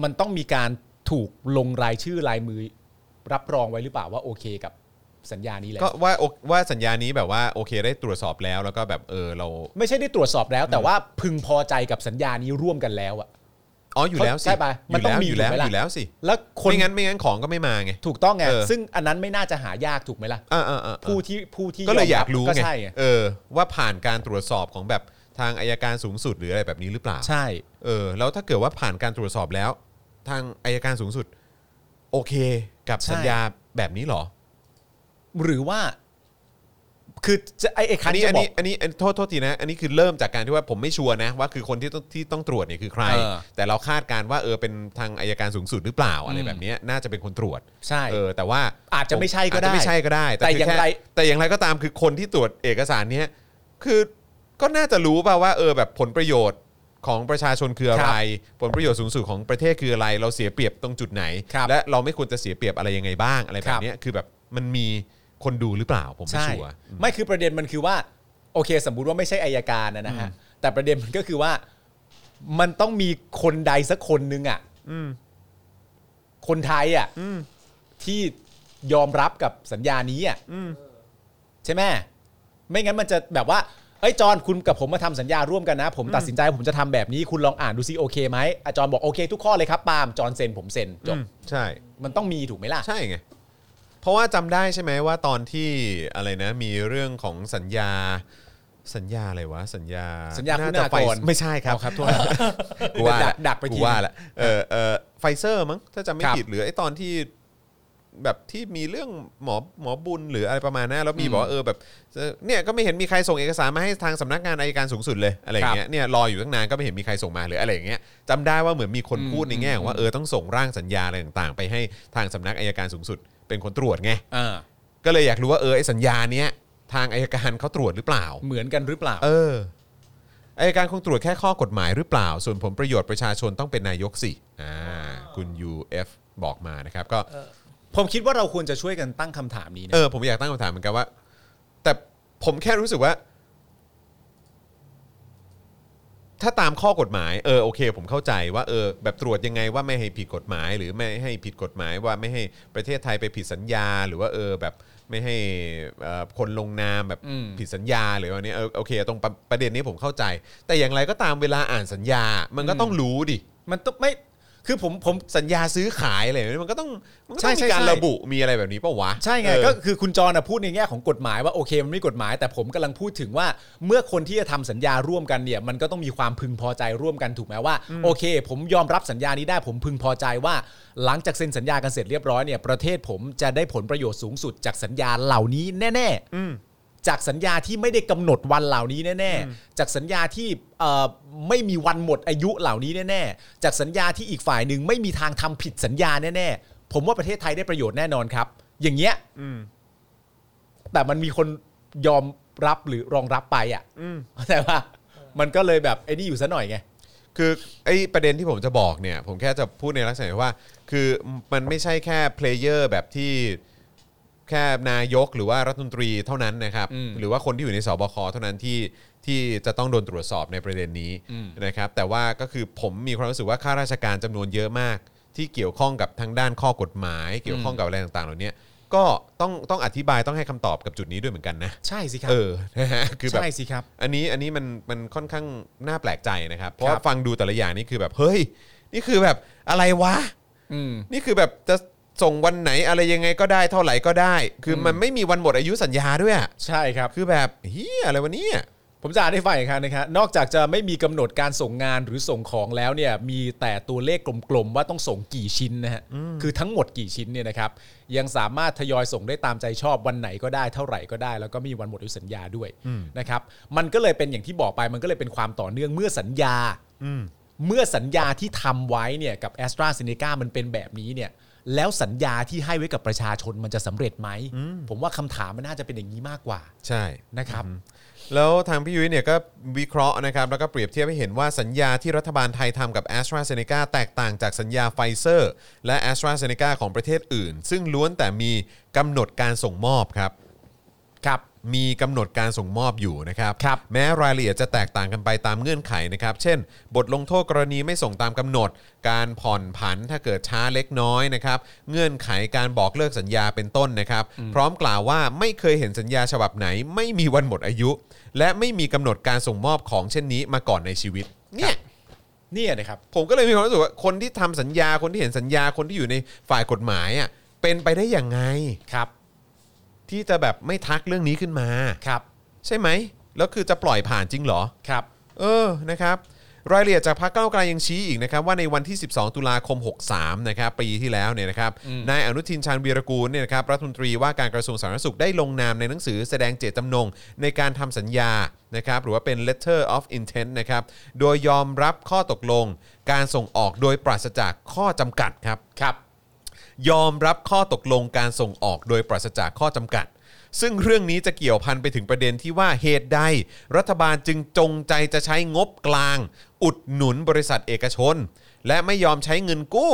Speaker 1: มันต้องมีการถูกลงรายชื่อลายมือ รับรองไว้หรือเปล่าว่าโอเคกับสัญญานี้แล้ว
Speaker 2: ก็ว่าโอว่าสัญญานี้แบบว่าโอเคได้ตรวจสอบแล้ว แล้วก็แบบเออเรา
Speaker 1: ไม่ใช่ได้ตรวจสอบแล้ว แต่ว่าพึงพอใจกับสัญญานี้ร่วมกันแล้วอะ
Speaker 2: อ๋ออยู่แล้วสิ
Speaker 1: ใช่ปะ
Speaker 2: อ
Speaker 1: มัน
Speaker 2: ยู่
Speaker 1: ต้อ
Speaker 2: แล้
Speaker 1: ง
Speaker 2: ว
Speaker 1: มี
Speaker 2: อยู่แล้ว
Speaker 1: ถูกไหม
Speaker 2: อ
Speaker 1: ล่ะ
Speaker 2: ยู่แล้วสิ
Speaker 1: แล้วคน
Speaker 2: ไม่งั้นไม่งั้นของก็ไม่มาไง
Speaker 1: ถูกต้องไง
Speaker 2: เออ
Speaker 1: ซึ่งอันนั้นไม่น่าจะหายากถูกไหมล่ะ
Speaker 2: อ่าอ่าอ่า
Speaker 1: ผู้ที่ผู้ที่
Speaker 2: ก็เลย
Speaker 1: ม
Speaker 2: อยากรู้
Speaker 1: ก็
Speaker 2: ไง
Speaker 1: ใช่ไง
Speaker 2: เออ ว่าผ่านการตรวจสอบของแบบทางอายการสูงสุดหรืออะไรแบบนี้หรือเปล่า
Speaker 1: ใช่
Speaker 2: เออแล้วถ้าเกิดว่าผ่านการตรวจสอบแล้ว ทางอายการสูงสุด โอเคกับ
Speaker 1: ใช่
Speaker 2: สัญญาแบบนี้เหรอ
Speaker 1: หรือว่า คือจะไอ้ไอ้คั
Speaker 2: อั
Speaker 1: น
Speaker 2: นนี้
Speaker 1: จะ
Speaker 2: อัน
Speaker 1: บอ
Speaker 2: นี้
Speaker 1: ก
Speaker 2: อันนี้อันนี้โทษโทษทีนะ อันนี้คือเริ่มจากการที่ว่าผมไม่ชัวร์นะว่าคือคนที่ต้องที่ต้องตรวจเนี่ยคือใคร
Speaker 1: เออ
Speaker 2: แต่เราคาดการณ์ว่าเออเป็นทางอายการสูงสุดหรือเปล่าอะไรแบบเนี้ยน่าจะเป็นคนตรวจ
Speaker 1: ใช่
Speaker 2: เออแต่ว่า
Speaker 1: อาจจะไม่ใช่ก็ได้
Speaker 2: อาจจะไม่ใช่ก็ได้
Speaker 1: แต่
Speaker 2: คื
Speaker 1: อย่างไร
Speaker 2: แค่แต่อย่างไรก็ตามคือคนที่ตรวจเอกสารเนี้ยคือก็น่าจะรู้ป่าว่าเออแบบผลประโยชน์ของประชาชนคืออะไร ผลประโยชน์สูงสุดของประเทศคืออะไร เราเสียเปรียบตรงจุดไหน
Speaker 1: ครับ
Speaker 2: และเราไม่ควรจะเสียเปรียบอะไรยังไงบ้างอะไรแบ
Speaker 1: ครับ บ
Speaker 2: เนี้ยคือแบบมันมีคนดูหรือเปล่าผมไม่
Speaker 1: ใช่
Speaker 2: ชัวร์
Speaker 1: ไม่คือประเด็นมันคือว่า โอเค สมมุติว่าไม่ใช่อายการนะนะฮะแต่ประเด็นมันก็คือว่า มันต้องมีคนใดสักคนนึงอ่ะคนไทยอ่ะที่ยอมรับกับสัญญานี้อ่ะใช่ไหมไม่งั้นมันจะแบบว่าเอ้ยจอนคุณกับผมมาทำสัญญาร่วมกันนะ ผมตัดสินใจว่าผมจะทำแบบนี้คุณลองอ่านดูซิโอเคไหมอาจอนบอกโอเค ทุกข้อเลยครับปาล์มจอนเซ็นผมเซ็นจบ
Speaker 2: อืมใช่
Speaker 1: มันต้องมีถูกไหมล่ะ
Speaker 2: ใช่ไง เพราะว่าจำได้ใช่ไหมว่าตอนที่อะไรนะ มีเรื่องของสัญญา สัญญาอะไรวะ สัญญา
Speaker 1: สัญญา
Speaker 2: น่
Speaker 1: คุณากร
Speaker 2: ไฟไม่ใช่ครับครับโทษ กูว่าละ
Speaker 1: ดักดักไปที
Speaker 2: กูว่าละเออเออไฟเซอร์มั้งถ้าจำไม่
Speaker 1: ครับ
Speaker 2: ผิดหรือไอ้ตอนที่แบบที่มีเรื่องหมอหมอบุญหรืออะไรประมาณนั้นแล้วมี
Speaker 1: อืม
Speaker 2: บอกว่าเออแบบเนี่ยก็ไม่เห็นมีใครส่งเอกสารมาให้ทางสำนักงานอายการสูงสุดเลยอะไรอย่างเงี้ยเนี่ยรออยู่ตั้งนานก็ไม่เห็นมีใครส่งมาหรืออะไรอย่างเงี้ยจำได้ว่าเหมือนมีคน
Speaker 1: อืม
Speaker 2: พูดในแง่ของว่าเออต้องส่งร่างสัญญาอะไรต่างๆ ไปให้ทางสำนักอายการสูงสุด เป็นคนตรวจไง
Speaker 1: อ่า
Speaker 2: ก็เลยอยากรู้ว่าเออไอสัญญาเนี้ยทางอายการเขาตรวจหรือเปล่า
Speaker 1: เหมือนกันหรือเปล่า
Speaker 2: เอออายการคงตรวจแค่ข้อกฎหมายหรือเปล่า ส่วนผลประโยชน์ประชาชนต้องเป็นนายกสิอ่าคุณ UF บอกมานะครับ ก็
Speaker 1: ผมคิดว่าเราควรจะช่วยกันตั้งคำถามนี้นะ
Speaker 2: เออผมอยากตั้งคำถามเหมือนกันว่า แต่ผมแค่รู้สึกว่า ถ้าตามข้อกฎหมายเออโอเค ผมเข้าใจว่าเออแบบตรวจยังไงว่าไม่ให้ผิดกฎหมาย หรือไม่ให้ผิดกฎหมายว่าไม่ให้ประเทศไทยไปผิดสัญญา หรือว่าเออแบบไม่ให้เอ่อคนลงนามแบบผิดสัญญาหรือว่าเนี้ยเออโอเค ตรงประประเด็นนี้ผมเข้าใจ แต่อย่างไรก็ตามเวลาอ่านสัญญา มันก็ต้องรู้ดิ
Speaker 1: มันต้องไม่คือผมผม
Speaker 2: สัญญาซื้อขายอะไรแบบนี้มันก็ต้องมันก็
Speaker 1: ใช่
Speaker 2: ต้อง
Speaker 1: ใช่
Speaker 2: มีการ
Speaker 1: ใช่
Speaker 2: ระบุมีอะไรแบบนี้ปะวะ
Speaker 1: ใช่ไง
Speaker 2: เออ
Speaker 1: ก็คือคุณจรนะพูดในแง่ของกฎหมายว่าโอเคมันไม่กฎหมาย แต่ผมกำลังพูดถึงว่าเมื่อคนที่จะทำสัญญาร่วมกันเนี่ยมันก็ต้องมีความพึงพอใจร่วมกันถูกไหมว่าโอเค ผมยอมรับสัญญานี้ได้ ผมพึงพอใจว่า หลังจากเซ็นสัญญากันเสร็จเรียบร้อยเนี่ยประเทศผมจะได้ผลประโยชน์สูงสุดจากสัญญาเหล่านี้แน่ๆ จากสัญญาที่ไม่ได้กำหนดวันเหล่านี้แน่ๆ จากสัญญาที่เอ่อไม่มีวันหมดอายุเหล่านี้แน่ๆ จากสัญญาที่อีกฝ่ายหนึ่งไม่มีทางทำผิดสัญญาแน่ๆ ผมว่าประเทศไทยได้ประโยชน์แน่นอนครับ อย่างเงี้ยแต่มันมีคนยอมรับหรือรองรับไปอ่ะเข้าใจป่ะมันก็เลยแบบไอ้นี่อยู่ซะหน่อยไง
Speaker 2: คือไอ้ประเด็นที่ผมจะบอกเนี่ย ผมแค่จะพูดในลักษณะว่า คือมันไม่ใช่แค่เพลเยอร์แบบที่แค่นายกหรือว่ารัฐมนตรีเท่านั้นนะครับ
Speaker 1: อืม
Speaker 2: หรือว่าคนที่อยู่ในสบคเท่านั้นที่ที่จะต้องโดนตรวจสอบในประเด็นนี้
Speaker 1: อืม
Speaker 2: นะครับ แต่ว่าก็คือผมมีความรู้สึกว่าข้าราชการจำนวนเยอะมาก ที่เกี่ยวข้องกับทางด้านข้อกฎหมาย เกี่ยวข้องกับอะไรต่างๆเหล่านี้ก็ต้องต้องอธิบายต้องให้คำตอบกับจุดนี้ด้วยเหมือนกันนะ
Speaker 1: ใช่สิครับ
Speaker 2: เออนะฮะคือแบบ
Speaker 1: ใช่สิครับ
Speaker 2: อันนี้อันนี้มันมันค่อนข้างน่าแปลกใจนะครับ เพราะ
Speaker 1: ครั
Speaker 2: ว่า
Speaker 1: บ
Speaker 2: ฟังดูแต่ละอย่างนี่คือแบบเฮ้ย นี่คือแบบอะไรวะ
Speaker 1: อืม
Speaker 2: นี่คือแบบจะ ส่งวันไหนอะไรยังไงก็ได้เท่าไหร่ก็ได้ คือมันไม่มีวันหมดอายุสัญญาด้วยอะ
Speaker 1: ใช่ครับ
Speaker 2: คือแบบเฮียอะไรวะเนี่ย
Speaker 1: ผมจะอ่านให้ฟังอีกครั้งนะครับนอกจากจะไม่มีกำหนดการส่งงานหรือส่งของแล้วเนี่ยมีแต่ตัวเลขกลมๆว่าต้องส่งกี่ชิ้นนะฮะคือทั้งหมดกี่ชิ้นเนี่ยนะครับยังสามารถทยอยส่งได้ตามใจชอบวันไหนก็ได้เท่าไหร่ก็ได้ แล้วก็ไมมีวันหมดอายุสัญญาด้วยนะครับมันก็เลยเป็นอย่างที่บอกไปมันก็เลยเป็นความต่อเนื่องเมื่อสัญญา เมื่อสัญญาที่ทำไว้เนี่ยกับแอสตราเซเนกามันเป็นแบบนี้เนี่ยแล้วสัญญาที่ให้ไว้กับประชาชนมันจะสำเร็จไหมผมว่าคำถามมันน่าจะเป็นอย่างนี้มากกว่า
Speaker 2: ใช่
Speaker 1: นะครับ
Speaker 2: แล้วทางพี่ยุ้ยเนี่ยก็วิเคราะห์นะครับ แล้วก็เปรียบเทียบให้เห็นว่าสัญญาที่รัฐบาลไทยทำกับ a s t r a z เซ e c a แตกต่างจากสัญญาไฟเซอร์ และ a s t r a z เซ e c a ของประเทศอื่น ซึ่งล้วนแต่มีกำหนดการส่งมอบครับ
Speaker 1: ครับ
Speaker 2: มีกำหนดการส่งมอบอยู่นะครับ
Speaker 1: ครับ
Speaker 2: แม้รายละเอียดจะแตกต่างกันไปตามเงื่อนไขนะครับ เช่น บทลงโทษกรณีไม่ส่งตามกำหนด การผ่อนผันถ้าเกิดช้าเล็กน้อยนะครับ เงื่อนไขการบอกเลิกสัญญาเป็นต้นนะครับ พร้อมกล่าวว่าไม่เคยเห็นสัญญาฉบับไหน ไม่มีวันหมดอายุ และไม่มีกำหนดการส่งมอบของเช่นนี้มาก่อนในชีวิต เนี่
Speaker 1: ครั
Speaker 2: ย
Speaker 1: บ เนี่ยนะครับ
Speaker 2: ผมก็เลยมีความรู้สึกว่าคนที่ทำสัญญาคนที่เห็นสัญญาคนที่อยู่ในฝ่ายกฎหมายอ่ะเป็นไปได้อย่างไง
Speaker 1: ครับ
Speaker 2: ที่จะแบบไม่ทักเรื่องนี้ขึ้นมา
Speaker 1: ครับ
Speaker 2: ใช่ไหม แล้วคือจะปล่อยผ่านจริงเหรอ
Speaker 1: ครับ
Speaker 2: เออ นะครับ รายละเอียดจากพรรคก้าวไกลยังชี้อีกนะครับ ว่าในวันที่ 12 ตุลาคม 63 นะครับ ปีที่แล้วเนี่ยนะครับ นายอนุทินชาญวีรกูลเนี่ยนะครับ รัฐมนตรีว่าการกระทรวงสาธารณสุขได้ลงนามในหนังสือแสดงเจตจำนง ในการทำสัญญา นะครับ หรือว่าเป็น letter of intent นะครับ โดยยอมรับข้อตกลง การส่งออกโดยปราศจากข้อจำกัดครับ
Speaker 1: ครับ
Speaker 2: ยอมรับข้อตกลงการส่งออกโดยปราศจากข้อจำกัด ซึ่งเรื่องนี้จะเกี่ยวพันไปถึงประเด็นที่ว่าเหตุใด รัฐบาลจึงจงใจจะใช้งบกลาง อุดหนุนบริษัทเอกชน และไม่ยอมใช้เงินกู้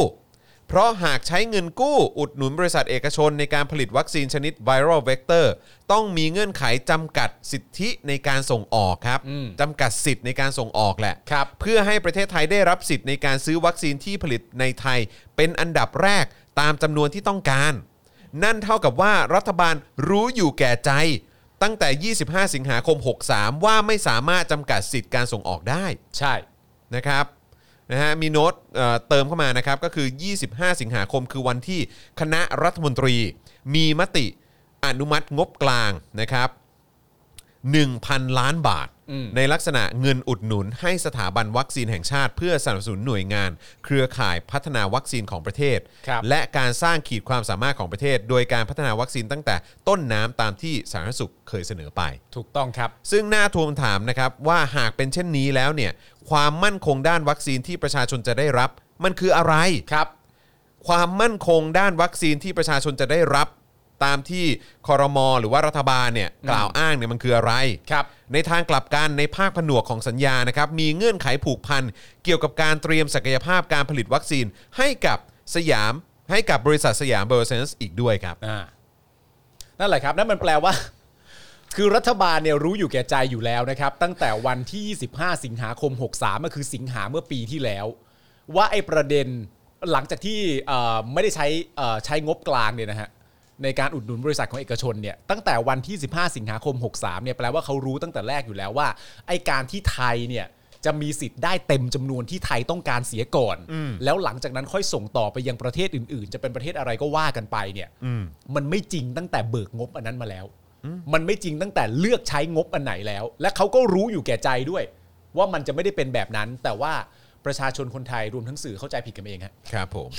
Speaker 2: เพราะหากใช้เงินกู้ อุดหนุนบริษัทเอกชน ในการผลิตวัคซีนชนิดไวรัลเวกเตอร์ต้องมีเงื่อนไขจำกัดสิทธิในการส่งออกครับจำกัดสิทธิ์ในการส่งออกแหละ
Speaker 1: ครับ
Speaker 2: เพื่อให้ประเทศไทยได้รับสิทธิ์ในการซื้อวัคซีนที่ผลิตในไทย เป็นอันดับแรกตามจำนวนที่ต้องการ นั่นเท่ากับว่ารัฐบาลรู้อยู่แก่ใจ ตั้งแต่ 25 สิงหาคม 63 ว่าไม่สามารถจำกัดสิทธิ์การส่งออกได้
Speaker 1: ใช่
Speaker 2: นะครับนะฮะมีโน้ตเอ่อเติมเข้ามานะครับก็คือ 25 สิงหาคมคือวันที่คณะรัฐมนตรี มีมติอนุมัติงบกลางนะครับ 1,000 ล้านบาท
Speaker 1: อืม
Speaker 2: ในลักษณะเงินอุดหนุนให้สถาบันวัคซีนแห่งชาติ เพื่อสนับสนุนหน่วยงาน เครือข่ายพัฒนาวัคซีนของประเทศ
Speaker 1: ครับ
Speaker 2: และการสร้างขีดความสามารถของประเทศ โดยการพัฒนาวัคซีนตั้งแต่ต้นน้ำตามที่สาธารณสุขเคยเสนอไป
Speaker 1: ถูกต้องครับ
Speaker 2: ซึ่งน่าทวงถามนะครับว่าหากเป็นเช่นนี้แล้วเนี่ยความมั่นคงด้านวัคซีนที่ประชาชนจะได้รับ มันคืออะไร
Speaker 1: ครับ
Speaker 2: ความมั่นคงด้านวัคซีนที่ประชาชนจะได้รับ ตามที่คอรมอหรือว่ารัฐบาลเนี่ยกล่าวอ้างเนี่ยมันคืออะไร
Speaker 1: ครับ
Speaker 2: ในทางกลับกันในภาคผนวกของสัญญานะครับมีเงื่อนไขผูกพันเกี่ยวกับการเตรียมศักยภาพการผลิตวัคซีนให้กับสยามให้กับบริษัทสยามเบอร์เซนส์อีกด้วยครับ
Speaker 1: อ่า นั่นแหละครับ นั่นมันแปลว่า คือรัฐบาลเนี่ยรู้อยู่แก่ใจอยู่แล้วนะครับ ตั้งแต่วันที่ 25 สิงหาคม 63ก็คือสิงหาเมื่อปีที่แล้ว ว่าไอ้ประเด็นหลังจากที่เอ่อไม่ได้ใช้เอ่อใช้งบกลางเนี่ยนะฮะในการอุดหนุนบริษัทของเอกชนเนี่ยตั้งแต่วันที่ 15 สิงหาคม 63เนี่ยแปลว่าเขารู้ตั้งแต่แรกอยู่แล้วว่าไอ้การที่ไทยเนี่ยจะมีสิทธิ์ได้เต็มจำนวนที่ไทยต้องการเสียก่อน แล้วหลังจากนั้นค่อยส่งต่อไปยังประเทศอื่น ๆ จะเป็นประเทศอะไรก็ว่ากันไปเนี่ยมันไม่จริงตั้งแต่เบิกงบอันนั้นมาแล้ว มันไม่จริงตั้งแต่เลือกใช้งบอันไหนแล้ว และเขาก็รู้อยู่แก่ใจด้วย ว่ามันจะไม่ได้เป็นแบบนั้น แต่ว่าประชาชนคนไทยรวมทั้งสื่อเข้าใจผิดกันเองฮะ
Speaker 2: ครับ ผม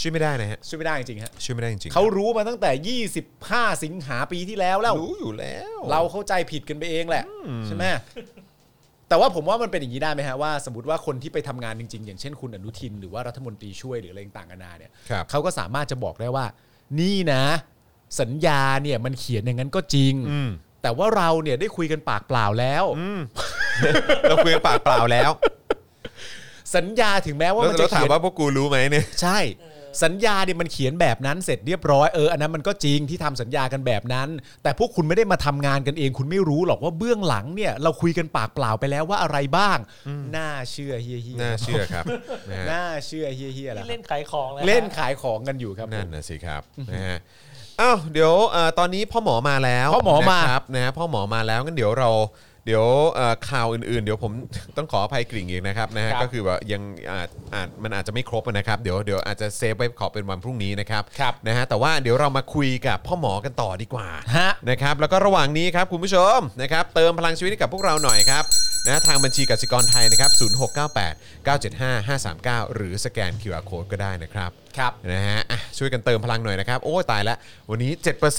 Speaker 2: ช่วยไม่ได้นะฮะ
Speaker 1: ช่วยไม่ได้จริงๆฮะ
Speaker 2: ช่วยไม่ได้จริงๆ
Speaker 1: เขารู้มาตั้งแต่ 25 สิงหาปีที่แล้วแล้ว
Speaker 2: รู้อยู่แล้ว
Speaker 1: เราเข้าใจผิดกันไปเองแหละใช่ไหมแต่ว่าผมว่ามันเป็นอย่างนี้ได้ไหมฮะว่าสมมติว่าคนที่ไปทำงานจริง ๆ อย่างเช่นคุณอนุทินหรือว่ารัฐมนตรีช่วยหรืออะไรต่างกันานาเนี่ย
Speaker 2: ครับ
Speaker 1: เขาก็สามารถจะบอกได้ว่า นี่นะ สัญญาเนี่ยมันเขียนอย่างนั้นก็จริง
Speaker 2: อืม
Speaker 1: แต่ว่าเราเนี่ยได้คุยกันปากเปล่าแล้ว
Speaker 2: เราคุยกันปากเปล่าแล้ว
Speaker 1: สัญญาถึงแม้ว่า
Speaker 2: แล้ว
Speaker 1: มัน
Speaker 2: เรา
Speaker 1: จะ
Speaker 2: ถาม
Speaker 1: เขียน
Speaker 2: ว่าพวกกูรู้ไหมเนี่ย
Speaker 1: ใช่ สัญญาเนี่ยมันเขียนแบบนั้นเสร็จเรียบร้อยเอออันนั้นมันก็จริงที่ทำสัญญากันแบบนั้น แต่พวกคุณไม่ได้มาทำงานกันเอง คุณไม่รู้หรอกว่าเบื้องหลังเนี่ย เราคุยกันปากเปล่าไปแล้วว่าอะไรบ้าง น่าเชื่อเฮียเฮีย
Speaker 2: น่าเชื่อ ครับนะฮะ
Speaker 1: น่าเชื่อเฮียเฮียแหละ
Speaker 4: ที่เล่นขายของแล้ว
Speaker 1: เล่นขายของกันอยู่ครับผม
Speaker 2: นั่นนะสิครับนะฮะอ้าวเดี๋ยวเอ่อตอนนี้พ่อหมอมาแล้ว
Speaker 1: พ่อหมอมา
Speaker 2: นะครับนะฮะพ่อหมอมาแล้วงั้นเดี๋ยวเรา เดี๋ยวเอ่อข่าวอื่นๆ เดี๋ยวผม ต้องขออภัยกริ่งอีกนะครับนะฮะ
Speaker 1: ครับ
Speaker 2: ก็คือว่ายังอาจอาจมันอาจจะไม่ครบนะครับเดี๋ยวเดี๋ยวอาจจะเซฟไว้ขอเป็นวันพรุ่งนี้นะครับ
Speaker 1: ครับ
Speaker 2: นะฮะแต่ว่าเดี๋ยวเรามาคุยกับพ่อหมอกันต่อดีกว่า
Speaker 1: ฮะ
Speaker 2: นะครับแล้วก็ระหว่างนี้ครับคุณผู้ชมนะครับเติมพลังชีวิตให้กับพวกเราหน่อยครับนะทางบัญชีกสิกรไทยนะครับ0698 975 539 หรือสแกน QR Code ก็ได้นะครับ
Speaker 1: ครับ
Speaker 2: นะฮะอ่ะช่วยกันเติมพลังหน่อยนะครับ โอ้ยตายละวันนี้ 7%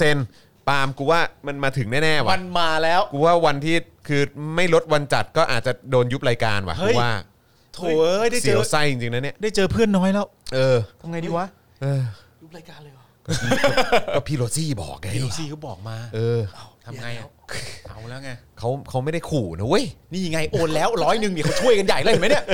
Speaker 2: ปาล์มกูว่ามันมาถึงแน่ๆว่ะ
Speaker 1: มันมาแล้ว
Speaker 2: กูว่าวันที่คือไม่ลดวันจัดก็อาจจะโดนยุบรายการว่ะ
Speaker 1: เฮ้
Speaker 2: กู
Speaker 1: ย
Speaker 2: ว่า
Speaker 1: โถเอ้ยได้เจ
Speaker 2: เสีย
Speaker 1: อ
Speaker 2: วไส้จริงๆนะเนี่ย
Speaker 3: ได้เจอเพื่อนน้อยแล้ว
Speaker 2: เออ
Speaker 3: ทำไงดีวะ
Speaker 2: เออ
Speaker 4: ยุบรายการเลยเหรอ
Speaker 2: ก็พี่โรซี่บอกไง
Speaker 1: พี่ลูซี่เขาบอกมา
Speaker 2: เออ
Speaker 1: ทำไงอะเอาแล้วไง
Speaker 2: เขาเขาไม่ได้ขู่นะเว้ย
Speaker 1: นี่ไงโอนแล้วร้อยหนึ่งเนี่ยเขาช่วยกันใหญ่เลยเห็นไหมเนี่ย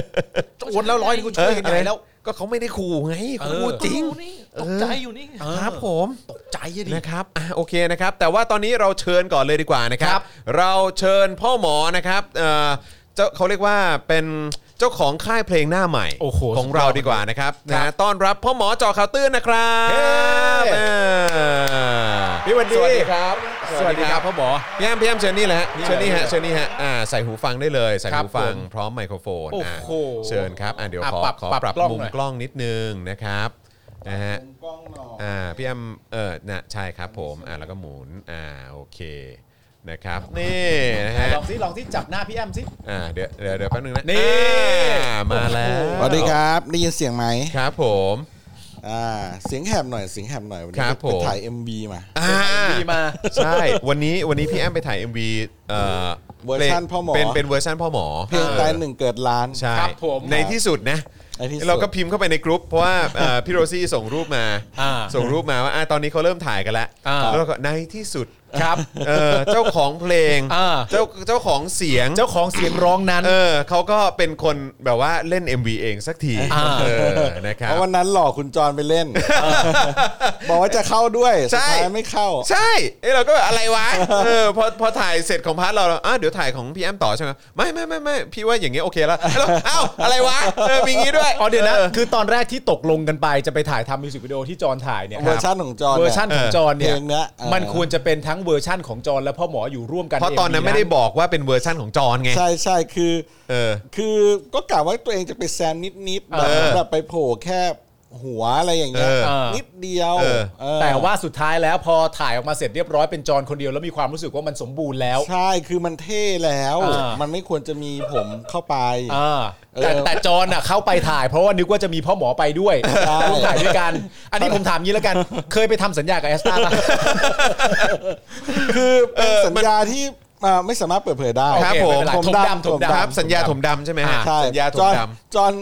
Speaker 1: โอนแล้วร้อยนึงเขาช่วยกันใหญ่แล้ว
Speaker 2: ก็เขาไม่ได้ขู่ไงเขา
Speaker 1: เออ
Speaker 2: พูดจริง
Speaker 4: ดูนี่ตกใจอยู่นี่
Speaker 1: เออ
Speaker 2: ครับผม
Speaker 1: ตกใจอะดิ
Speaker 2: นะครับอ่ะโอเคนะครับ แต่ว่าตอนนี้เราเชิญก่อนเลยดีกว่านะครั
Speaker 1: ครับ บ
Speaker 2: เราเชิญพ่อหมอนะครับเอ่อเจ้าเขาเรียกว่าเป็นเจ้าของค่ายเพลงหน้าใหม่
Speaker 1: โอ้โห
Speaker 2: ของเราดีกว่านะครับ
Speaker 1: ครั
Speaker 2: นะ
Speaker 1: บ
Speaker 2: ต้อนรับพ่อหมอจอข่าวตื้นนะครับ
Speaker 1: เฮ้
Speaker 2: เออ
Speaker 1: พี่วันดี
Speaker 2: สวัสดีครับ
Speaker 1: สวัสดีครับพ่อหมอ
Speaker 2: พี่แอมพี่แอมเชิญนี่แหละฮะ
Speaker 1: นี่
Speaker 2: เชิญนี่ฮะ
Speaker 1: เลย
Speaker 2: เชิญนี่ฮะอ่าใส่หูฟังได้เลยใส่
Speaker 1: ครับ
Speaker 2: หูฟั
Speaker 1: ผ
Speaker 2: ง
Speaker 1: ม
Speaker 2: พร้อมไมโครโฟน
Speaker 1: โอ้
Speaker 2: อ่า
Speaker 1: โห
Speaker 2: เชิญครับอ่าเดี๋ยว
Speaker 1: อ่ะ
Speaker 2: ขอ
Speaker 1: ปรับ
Speaker 2: ขอ
Speaker 1: ปรับ
Speaker 2: ปรับ
Speaker 1: กล้อง
Speaker 2: มุม
Speaker 1: หน่อย
Speaker 2: กล้องนิดนึงนะครับนะฮะอ่าพี่แอมเออนะใช่ครับผมอ่าแล้วก็หมุนอ่าโอเคนะครับนี่นะฮะ
Speaker 1: ลองซิลองซิจับหน้าพี่แอมซิ
Speaker 2: อ่าเดี๋ยวเดี๋ยวเดี๋ยวแป๊บนึงนะ
Speaker 1: นี่
Speaker 2: อ่ามาแล้ว
Speaker 5: สวัสดีครับได้ยินเสียงไหม
Speaker 2: ครับผม
Speaker 5: อ่าเสียงแหบหน่อยเสียงแหบหน่อยวัน
Speaker 2: ค
Speaker 5: นี้
Speaker 2: รับ
Speaker 5: ไป
Speaker 2: ผม
Speaker 5: ถ่าย MB มา
Speaker 2: อ่า
Speaker 1: ดีมา
Speaker 2: ใช่วันนี้วันนี้พี่แอมไปถ่าย MV เอ่อ
Speaker 5: เวอร์ชันพ่อหมอ
Speaker 2: เป็นเป็นเวอร์ชันพ่อหมอ
Speaker 5: เพลงตายหนึ่งเกิดล้าน
Speaker 2: ใช่
Speaker 1: ครับผม
Speaker 2: ในที่สุดนะ
Speaker 5: ในที่สุด
Speaker 2: เราก็พิมพ์เข้าไปในกรุ๊ปเพราะว่าเอ่อพี่โรซี่ส่งรูปมา
Speaker 1: อ่า
Speaker 2: ส่งรูปมาว่าอ่ะตอนนี้เขาเริ่มถ่ายกันแล้ว
Speaker 1: อ่า
Speaker 2: แล้วเราก็ในที่สุด
Speaker 1: ครับ
Speaker 2: เออเจ้าของเพลง
Speaker 1: อ่า
Speaker 2: เจ้าเจ้าของเสียง
Speaker 1: เจ้าของเสียงร้องนั้น
Speaker 2: เออเขาก็เป็นคนแบบว่าเล่น MV เองสักที
Speaker 1: อ่า
Speaker 2: เออนะครับ
Speaker 5: เพราะวันนั้นหลอกคุณจรไปเล่น บอกว่าจะเข้าด้วย
Speaker 2: ใช่
Speaker 5: สุดท้ายไม่เข้า
Speaker 2: ใช่เอ้ยเราก็แบบอะไรวะเออพอพอถ่ายเสร็จของพาร์ทเราเราอ่ะเดี๋ยวถ่ายของพี่แอมต่อใช่ไหมไม่ไม่ไม่ไม่พี่ว่าอย่างเงี้ยโอเคแล้วแล้วเอ้าอะไรวะเออมีงี้ด้วย
Speaker 1: อ๋อเดี๋ยวนะ คือตอนแรกที่ตกลงกันไปจะไปถ่ายทำมิวสิกวิดีโอที่จอนถ่ายเนี่ย
Speaker 5: เวอร์ชันของจร
Speaker 1: เวอร์ชันของจอน
Speaker 5: เนี่
Speaker 1: เนี่ยย
Speaker 5: เพลงเนี้ยเอ่อ
Speaker 1: มันควรจะเป็นทั้งเวอร์ชั่นของจอนและพ่อหมออยู่ร่วมกัน
Speaker 2: เพราะตอนนั้น
Speaker 1: ใ MV
Speaker 2: ไม่ได้บอกว่าเป็นเวอร์ชั่นของจอนไง
Speaker 5: ใช่ใช่คือ
Speaker 2: เออ
Speaker 5: คือก็กะว่าตัวเองจะไปแซมนิดนิดๆ
Speaker 1: เอ
Speaker 5: แบ
Speaker 1: อ
Speaker 5: บเหมือนแบบไปโผล่แค่หัวอะไรอย่างเงี้ย
Speaker 2: เออ
Speaker 5: นิดเดียว
Speaker 2: เออ
Speaker 5: เออ
Speaker 1: แต่ว่าสุดท้ายแล้วพอถ่ายออกมาเสร็จเรียบร้อยเป็นจอนคนเดียวแล้วมีความรู้สึกว่ามันสมบูรณ์แล้ว
Speaker 5: ใช่ คือมันเท่แล้ว
Speaker 1: อ่ามั
Speaker 5: มันไม่ควรจะมีผมเข้าไป
Speaker 1: อ่า
Speaker 5: เออ
Speaker 1: แต่แต่จอนอ่ะเข้าไปถ่ายเพราะว่านึกว่าจะมีพ่อหมอไปด้วย
Speaker 5: ใช่
Speaker 1: ร่วมถ่ายด้วยกัน อันนี้ผมถามงี้แล้วกัน เคยไปทำสัญญากับแอสตาปะ
Speaker 5: คือเป็นสัญญาที่อ่าไม่สามารถเปิดเผยได้
Speaker 2: ครับ
Speaker 1: โอ
Speaker 2: ผม
Speaker 1: เไเป็นไร
Speaker 5: ผม
Speaker 1: ถม
Speaker 5: ดำ
Speaker 1: ดำถม
Speaker 5: ผมดำ
Speaker 1: ดำ
Speaker 2: ครับสัญญาถมดำใช่ไหมฮะ
Speaker 5: ใช่
Speaker 2: สัญญาถ
Speaker 5: จ
Speaker 2: ม
Speaker 5: อน
Speaker 2: ด
Speaker 5: จอน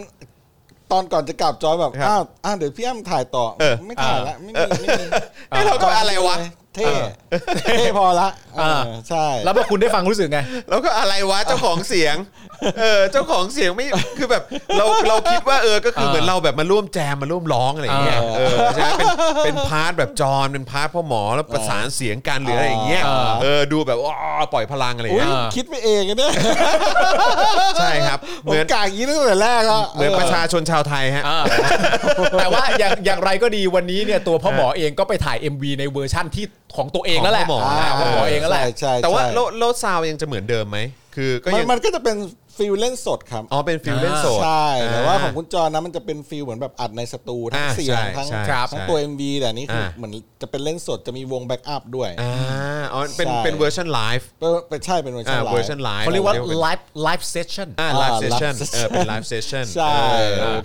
Speaker 5: ตอนก่อนจะกลับจอนแบบ
Speaker 2: ครับ
Speaker 5: อ้าวอ้าวเดี๋ยวพี่อ้ำถ่ายต่อ
Speaker 2: เออ
Speaker 5: ไม่ถ่ายละไม่มีไม่มี
Speaker 2: ำเอ้ยเราก็อะไรวะ
Speaker 5: เท่เท่พอละเออ
Speaker 1: เออ
Speaker 5: ใช่
Speaker 1: แล้วพอคุณได้ฟังรู้สึกไง
Speaker 2: แล้วก็อะไรวะเจ้าของเสียง เออเจ้าของเสียงไม่คือแบบเราเราคิดว่าเออก็คือเหมือนเราแบบมาร่วมแจมมาร่วมร้องอะไรอย่างเงี้ยเออใช่ไหมเป็นเป็นพาร์ทแบบจอนเป็นพาร์ทพ่อหมอแล้วประสานเสียงกันหรืออะไรอย่างเงี้ยเออดูแบบอ๋อปล่อยพลังอะไรอย่าง
Speaker 5: อุ๊ย
Speaker 2: เงี้ย
Speaker 5: คิดไปเองอะเนี่ย
Speaker 2: ใช่ครับเห
Speaker 5: ผม
Speaker 2: มือน
Speaker 5: กะอย่างนี้ตั้งแต่แรกแล้ว
Speaker 2: เหมือนประชาชนชาวไทยฮะ
Speaker 1: แต่ว่า อย่างอย่างไรก็ดีวันนี้เนี่ยตัวพ่อหมอเองก็ไปถ่าย MV ในเวอร์ชั่นที่ของตัวเองแล้วแหละ
Speaker 2: ของพ่อหมอ
Speaker 1: าของพ่อหมอเองแล้วแหละ
Speaker 5: ใช่ใช่
Speaker 2: แต่ว่า
Speaker 5: ใช่
Speaker 2: โลโลซาวยังจะเหมือนเดิมไหมคือก็
Speaker 5: มัน
Speaker 2: ยัง
Speaker 5: มันก็จะเป็นฟิลเล่นสดครับ
Speaker 2: อ๋อเป็นฟิลเล่นโสด
Speaker 5: ใช่ แต่ว่าของคุณจอนะมันจะเป็นฟิลเหมือนแบบอัดในสตูทั้ง
Speaker 2: อ่า
Speaker 5: เสียง
Speaker 2: ใช่
Speaker 5: ทั้ง
Speaker 2: ใช่
Speaker 1: ครับ
Speaker 5: ทั้ง
Speaker 2: ใช่
Speaker 5: ตัว MV แต่นี่คืออา เหมือนจะเป็นเล่นสดจะมีวงแบ็กอัพด้วย
Speaker 2: อ่าอ๋อเป็น
Speaker 5: ใช่
Speaker 2: เป็นเวอร์ชันไลฟ์
Speaker 5: เออเป็นใช่เป็นเวอร์ชั
Speaker 2: อ่าน
Speaker 5: ไล
Speaker 2: เวอร์ชัน
Speaker 5: ฟ์
Speaker 2: ไลฟ์
Speaker 1: เขาเรียกว่า
Speaker 2: ป็น
Speaker 1: ไลฟ์ไลฟ์เซสชั่น
Speaker 2: อ่าไลฟ์
Speaker 5: อ่า
Speaker 2: เซสชั่น
Speaker 5: live session
Speaker 2: เออเป็นไลฟ์เซสชั่น
Speaker 5: ใช่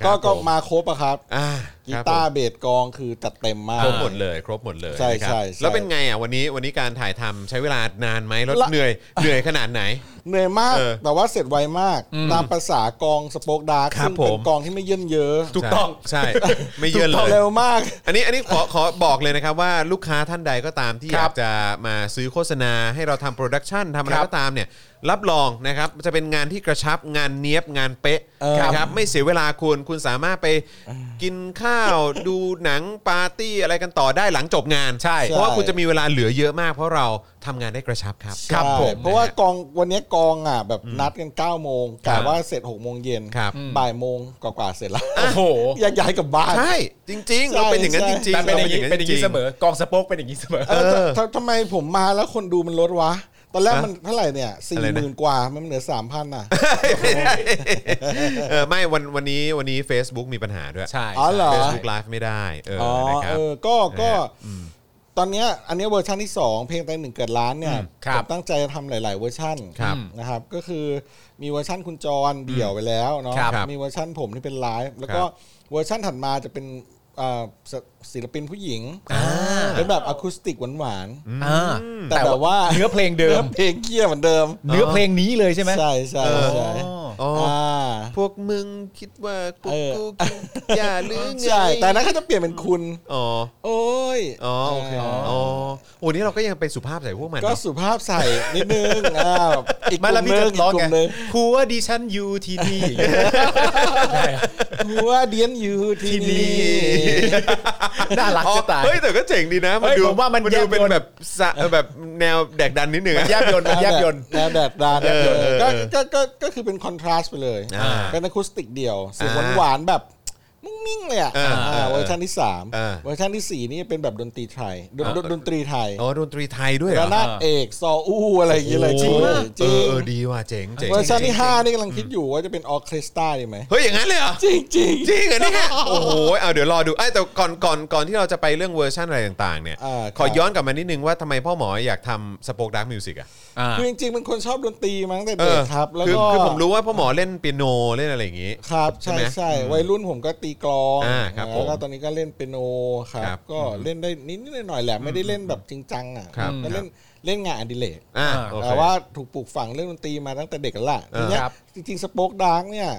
Speaker 5: ก็ก็มาครบอะครับ
Speaker 2: อ่า
Speaker 5: กี
Speaker 2: ครับ
Speaker 5: ตา
Speaker 2: ผม
Speaker 5: ร์เบสกลองคือจัดเต็มมาก
Speaker 2: ครบหมดเลยครบหมดเลย
Speaker 5: ใช่
Speaker 2: นะครับ
Speaker 5: ใช่ใช่
Speaker 2: แล้วเป็นไงอ่ะวันนี้วันนี้การถ่ายทำใช้เวลานานไหมแล้ว
Speaker 5: ละ
Speaker 2: เหนื่อยเหนื่อยขนาดไหน
Speaker 5: เหนื่อยมาก
Speaker 2: เออ
Speaker 5: แต่ว่าเสร็จไวมาก ตามภาษากลองสโปกดาร์ก
Speaker 2: ครับ
Speaker 5: ซึ่งเป็
Speaker 2: ผ
Speaker 5: น
Speaker 2: ม
Speaker 5: กลองที่ไม่เยินเยอะ
Speaker 1: ถูกต้อง
Speaker 2: ใช่ใช่ไม่เยอะเล
Speaker 5: ถูกต้ง
Speaker 2: ย
Speaker 5: เร็วมาก
Speaker 2: อันนี้อันนี้ขอขอบอกเลยนะครับว่าลูกค้าท่านใดก็ตามที่อ
Speaker 1: ครั
Speaker 2: ยา
Speaker 1: บ
Speaker 2: กจะมาซื้อโฆษณาให้เราทำโปรดักชันทำอะไร
Speaker 1: ครับ
Speaker 2: ก็ตามเนี่ยรับรองนะครับจะเป็นงานที่กระชับงานเนี้ยบงานเป๊ะ
Speaker 5: เออ
Speaker 2: นะครับไม่เสียเวลาคุณคุณสามารถไปกินข้าว ดูหนังปาร์ตี้อะไรกันต่อได้หลังจบงาน
Speaker 1: ใช่
Speaker 2: เพราะว่าคุณจะมีเวลาเหลือเยอะมาก เพราะเราทำงานได้กระชับครับ
Speaker 5: ใช่เพราะว่ากองวันนี้กองอ่ะแบบนัดกัน9ก้าโมง
Speaker 2: ครั
Speaker 5: กะ
Speaker 2: บ
Speaker 5: ว่าเสร็จ6กโมงเย็น
Speaker 2: ครับ
Speaker 5: บ่ายโมงกว่าๆเสร็จแล้ว
Speaker 1: โอ้โห
Speaker 5: อยากย้ายกลับบ้าน
Speaker 2: ใช่จริงๆ เราเป็นอย่างนั้นจริง
Speaker 1: แต่
Speaker 2: ๆ
Speaker 1: เป็นอย่างนี้
Speaker 2: ร
Speaker 1: เป็นอย่างนี้
Speaker 2: จริๆ
Speaker 1: เสมอกองสโปกเป็นอย่างนี้เสมอ
Speaker 5: เออทำทำทำไมผมมาแล้วคนดูมันลดวะ ต อนแรกมันเท่าไหร่เนี่ยสี่
Speaker 2: อะไร
Speaker 5: หมื่น
Speaker 2: นะ
Speaker 5: กว่ามันเหลือสามพันอ่ะ
Speaker 2: เออไม่วันวันนี้วันนี้ Facebook มีปัญหาด้วย
Speaker 1: ใช่
Speaker 5: อ๋อเหรอ
Speaker 2: Facebook Live ไม่ได้เออ
Speaker 5: อ๋อ
Speaker 2: นะครับ
Speaker 5: เออก็ก็
Speaker 2: นะฮะ
Speaker 5: ตอนเนี้ยอันเนี้ยเวอร์ชันที่ 2 เพลงแต่หนึ่งเกิดล้านเนี่ยผมตั้งใจจะทำหลาย ๆ เวอร์ชัน
Speaker 2: ครับ
Speaker 5: นะครับก็คือมีเวอร์ชันคุณจรเดี่ยวไปแล้วเนาะ
Speaker 2: ครับ
Speaker 5: มีเวอร์ชันผมที่เป็นไลฟ์แล้วก็
Speaker 2: ครับ
Speaker 5: เวอร์ชันถัดมาจะเป็นเอ่อศศิลปินผู้หญิง
Speaker 2: อ่า
Speaker 5: เป็นแบบอะคูสติกหวาน
Speaker 1: อ่า
Speaker 5: ๆแต่
Speaker 1: แต่
Speaker 5: แบบ
Speaker 1: ว่า
Speaker 5: ว่า
Speaker 1: เนื้อเพลงเดิ
Speaker 5: เนื้
Speaker 1: ม
Speaker 5: อเพลงเกี้ยเหมือนเดิม
Speaker 1: เนื้อเพลงนี้เลยใช่ไหม
Speaker 5: ใช่ใช่
Speaker 1: อ๋อ
Speaker 5: ใช่
Speaker 2: อ๋ออ
Speaker 5: อ่า
Speaker 2: พวกมึงคิดว่าพวก
Speaker 5: เออ
Speaker 2: กูกินยาหรือไง
Speaker 5: ใช่แต่อันนั้นเขาจะเปลี่ยนเป็นคุณ
Speaker 2: อ๋อ
Speaker 5: โอ้ย
Speaker 2: อ๋อโอเคอ๋อโอ้นี่เราก็ยังไปสุภาพใส่พวกมัน
Speaker 5: ก็
Speaker 2: เนอะ
Speaker 5: สุภาพใส่นิดนึงอ่าอีกก
Speaker 1: ไม่แล้ว
Speaker 5: ลุ่ม
Speaker 1: พี่
Speaker 5: นึ
Speaker 1: จะ
Speaker 5: ง
Speaker 1: ร้อง
Speaker 5: กลุ่
Speaker 1: ไง
Speaker 5: มนึง
Speaker 1: ผัวดิฉันอยู่ที่ นี่ ได้อะ
Speaker 5: หัวเดียนอยู่ที่นี่
Speaker 1: น่ารักจะตาย
Speaker 2: อ๋อเฮ้ยแต่ก็เจ๋งดีนะ มัน
Speaker 1: เฮ้ย
Speaker 2: ดู
Speaker 1: ผมว่ามัน
Speaker 2: ดู
Speaker 1: แยบยล
Speaker 2: เป็นแบบสะเออแบบแนวแดกดันนิดนึงอะ
Speaker 1: แยบยนต์มันแยบยนต์
Speaker 5: แนวแดดดานแนวแดด
Speaker 2: เออ
Speaker 5: ก็
Speaker 2: เออ
Speaker 5: ก็ก็ก็คือเป็นคอนทราสต์ไปเลย
Speaker 2: อ่า
Speaker 5: เป็นอะคูสติกเดียวเสียง
Speaker 2: อ่า
Speaker 5: หวานๆแบบมุ้งมิ้งเลยอ่ะ
Speaker 2: อ่า
Speaker 5: อ่าเวอร์ชันที่สาม
Speaker 2: อ่า
Speaker 5: เวอร์ชันที่สี่นี่เป็นแบบดนตรีไทยดน
Speaker 2: อ่า
Speaker 5: ดนตรีไทย
Speaker 2: อ๋อดนตรีไทยด้วยเหร
Speaker 5: ระ
Speaker 2: อ
Speaker 5: นาดเอกซออู้อะไรอย่างเงี้ยเลย
Speaker 2: โอ้
Speaker 5: จริง
Speaker 2: เออ
Speaker 5: ปะจริง
Speaker 2: เออดีว่ะเจ๋งเจ๋ง
Speaker 5: เวอร์ชันที่
Speaker 2: เจ๋ง
Speaker 5: ห้านี่กำลังคิดอยู่ว่าจะเป็นออร์เคสตราดีไหม
Speaker 2: เฮ้ยอย่างนั้นเลยเหรอ
Speaker 5: จริงจริง
Speaker 2: จริงเหรอเนี่ยโอ้โหเอาเดี๋ยวรอดูไอ้ยแต่ก่อนก่อนก่อนที่เราจะไปเรื่องเวอร์ชันอะไรต่างๆเนี่ย
Speaker 5: อ่าครับ
Speaker 2: ขอย้อนกลับมานิดนึงว่าทำไมพ่อหมออยากทำสป o อ e ด a r k กมิวสิกอะ
Speaker 5: คือจริงๆเป็นคนชอบดนตรีมาตั้งแต่
Speaker 2: เอ
Speaker 5: เด็ก
Speaker 2: อ
Speaker 5: ครับแล้ว
Speaker 2: คือ
Speaker 5: ก็
Speaker 2: คือผมรู้ว่าพ่อหมอเล่นเปียโนเล่นอะไรอย่างงี้
Speaker 5: ครับ
Speaker 2: ใช่
Speaker 5: ใช่
Speaker 2: ไหม
Speaker 5: ใช่วัยรุ่นผมก็ตีกลอง
Speaker 2: อ่าครับ
Speaker 5: แล้ว
Speaker 2: ผ
Speaker 5: ก็
Speaker 2: ม
Speaker 5: ตอนนี้ก็เล่นเปียโนครั
Speaker 2: ครับ บ
Speaker 5: ก็เล่นได้นิดๆหน่อยๆแหละไม่ได้เล่นแบบจริงจังอ่ะ
Speaker 2: ครับ
Speaker 5: ก็เล่นเล่นงานอดิเรก
Speaker 2: อ่าโอเค
Speaker 5: แต่ว่าถูกปลูกฝังเรื่องดนตรีมาตั้งแต่เด็กแล้วล่ะ
Speaker 2: เออ
Speaker 5: ทีเนี้ย
Speaker 2: ครับ
Speaker 5: จริงๆสป็อกดาร์กเนี่ย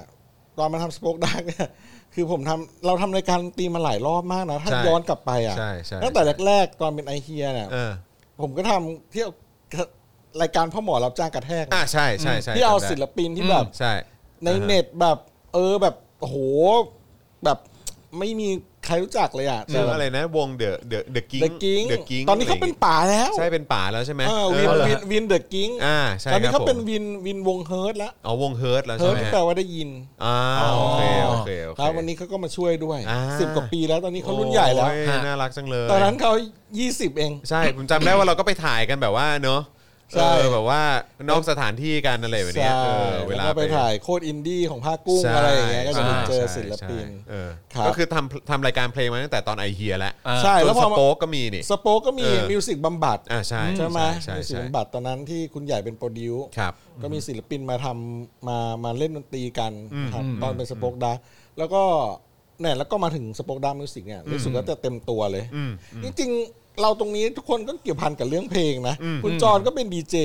Speaker 5: ตอนมาทำสป็อกดาร์กเนี่ย คือผมทำเราทำรายการดนตรีมาหลายรอบมากนะถ้า
Speaker 2: ใช่
Speaker 5: ย้อนกลับไปอ่ะ
Speaker 2: ใช่ใช่
Speaker 5: ตั้งแต่แรกๆตอนเป็นไอเฮียเนี่ย
Speaker 2: เออ
Speaker 5: ผมก็ทำเที่ยวรายการพ่อหมอรับจ้างกระแทก
Speaker 2: อ่าใช่ใช่ใช่
Speaker 5: ที่เอา
Speaker 2: จำได้
Speaker 5: ศิลปินที่แบบ
Speaker 2: ใช่
Speaker 5: ในเน็ตแบบ เออแบบโอ้โหแบบไม่มีใครรู้จักเลยอ่ะ
Speaker 2: ชื่ออะไรนะวงเดอะเดอะเดอะกิ้ง
Speaker 5: เดอะกิ้ง
Speaker 2: เดอะกิ้ง
Speaker 5: ตอนนี้เขาเป็นป่าแล้ว
Speaker 2: ใช่เป็นป่าแล้วใช่ไหม
Speaker 5: เออวิน
Speaker 2: เออ
Speaker 5: วินวินเดอะกิ้ง
Speaker 2: อ่าใช่
Speaker 5: ตอนนี้
Speaker 2: ครั
Speaker 5: เขา
Speaker 2: บผ
Speaker 5: เป็น
Speaker 2: ม
Speaker 5: วินวินวงเฮิร์ตแล้ว
Speaker 2: อ๋อวงเฮิร์ตแล้ว
Speaker 5: เฮิ
Speaker 2: ใช่
Speaker 5: ร์
Speaker 2: ไหม
Speaker 5: ตที่
Speaker 2: ฮะ
Speaker 5: แปลว่าได้ยิน
Speaker 2: อ่าโอเคโอเคโอเค
Speaker 5: ครับวันนี้เขาก็มาช่วยด้วย
Speaker 2: อ่า
Speaker 5: สิบกว่าปีแล้วตอนนี้เขารุ่นใหญ่แล้ว
Speaker 2: โอ้ยน่ารักจังเลย
Speaker 5: ตอนนั้นเขา20 เอง
Speaker 2: ใช่ผมจำได้ว่าเราก็ไปถ่ายกันแบบว่าเนอะ
Speaker 5: ใช่
Speaker 2: เออแบบว่านอกสถานที่กันอะไรแบบเนี้ย
Speaker 5: ใช่
Speaker 2: เออเว
Speaker 5: แล้ว
Speaker 2: ลา
Speaker 5: ก็ไปถ่ายโคตรอินดี้ของภาคกุ้งอะไรอย่างเงี้ยก็จะไปเจอ
Speaker 2: ใช่
Speaker 5: ศิลปิน
Speaker 2: ใช่เออ
Speaker 5: ครับ
Speaker 2: ก็คือทำทำรายการเพลงมาตั้งแต่ตอนไอเฮียแล้ว
Speaker 5: ใช่แล้วพ
Speaker 2: ส
Speaker 5: อมา
Speaker 2: โป๊กก็มีนี่
Speaker 5: สโป๊กก็มี
Speaker 2: เออ
Speaker 5: มิวสิกบำบัด
Speaker 2: อ่าใช่
Speaker 5: ใช่ไหม
Speaker 2: ใช่
Speaker 5: มีศิ
Speaker 2: ใช่
Speaker 5: ลปินบัตรตอนนั้นที่คุณใหญ่เป็นโปรดิวซ์
Speaker 2: ครับ
Speaker 5: ก็มีศิลปินมาทำมามาเล่นดนตรีกันครับตอนเป็นสปอกดาร์กแล้วก็เนี่ยแล้วก็มาถึงสปอกดาร์กมิวสิกเนี่ยรู้สึกว่าจะเต็มตัวเลย
Speaker 2: อืม
Speaker 5: จริงๆ เราตรงนี้ทุกคนก็เกี่ยวพันกับเรื่องเพลงนะ คุณจอนก็เป็นดีเจ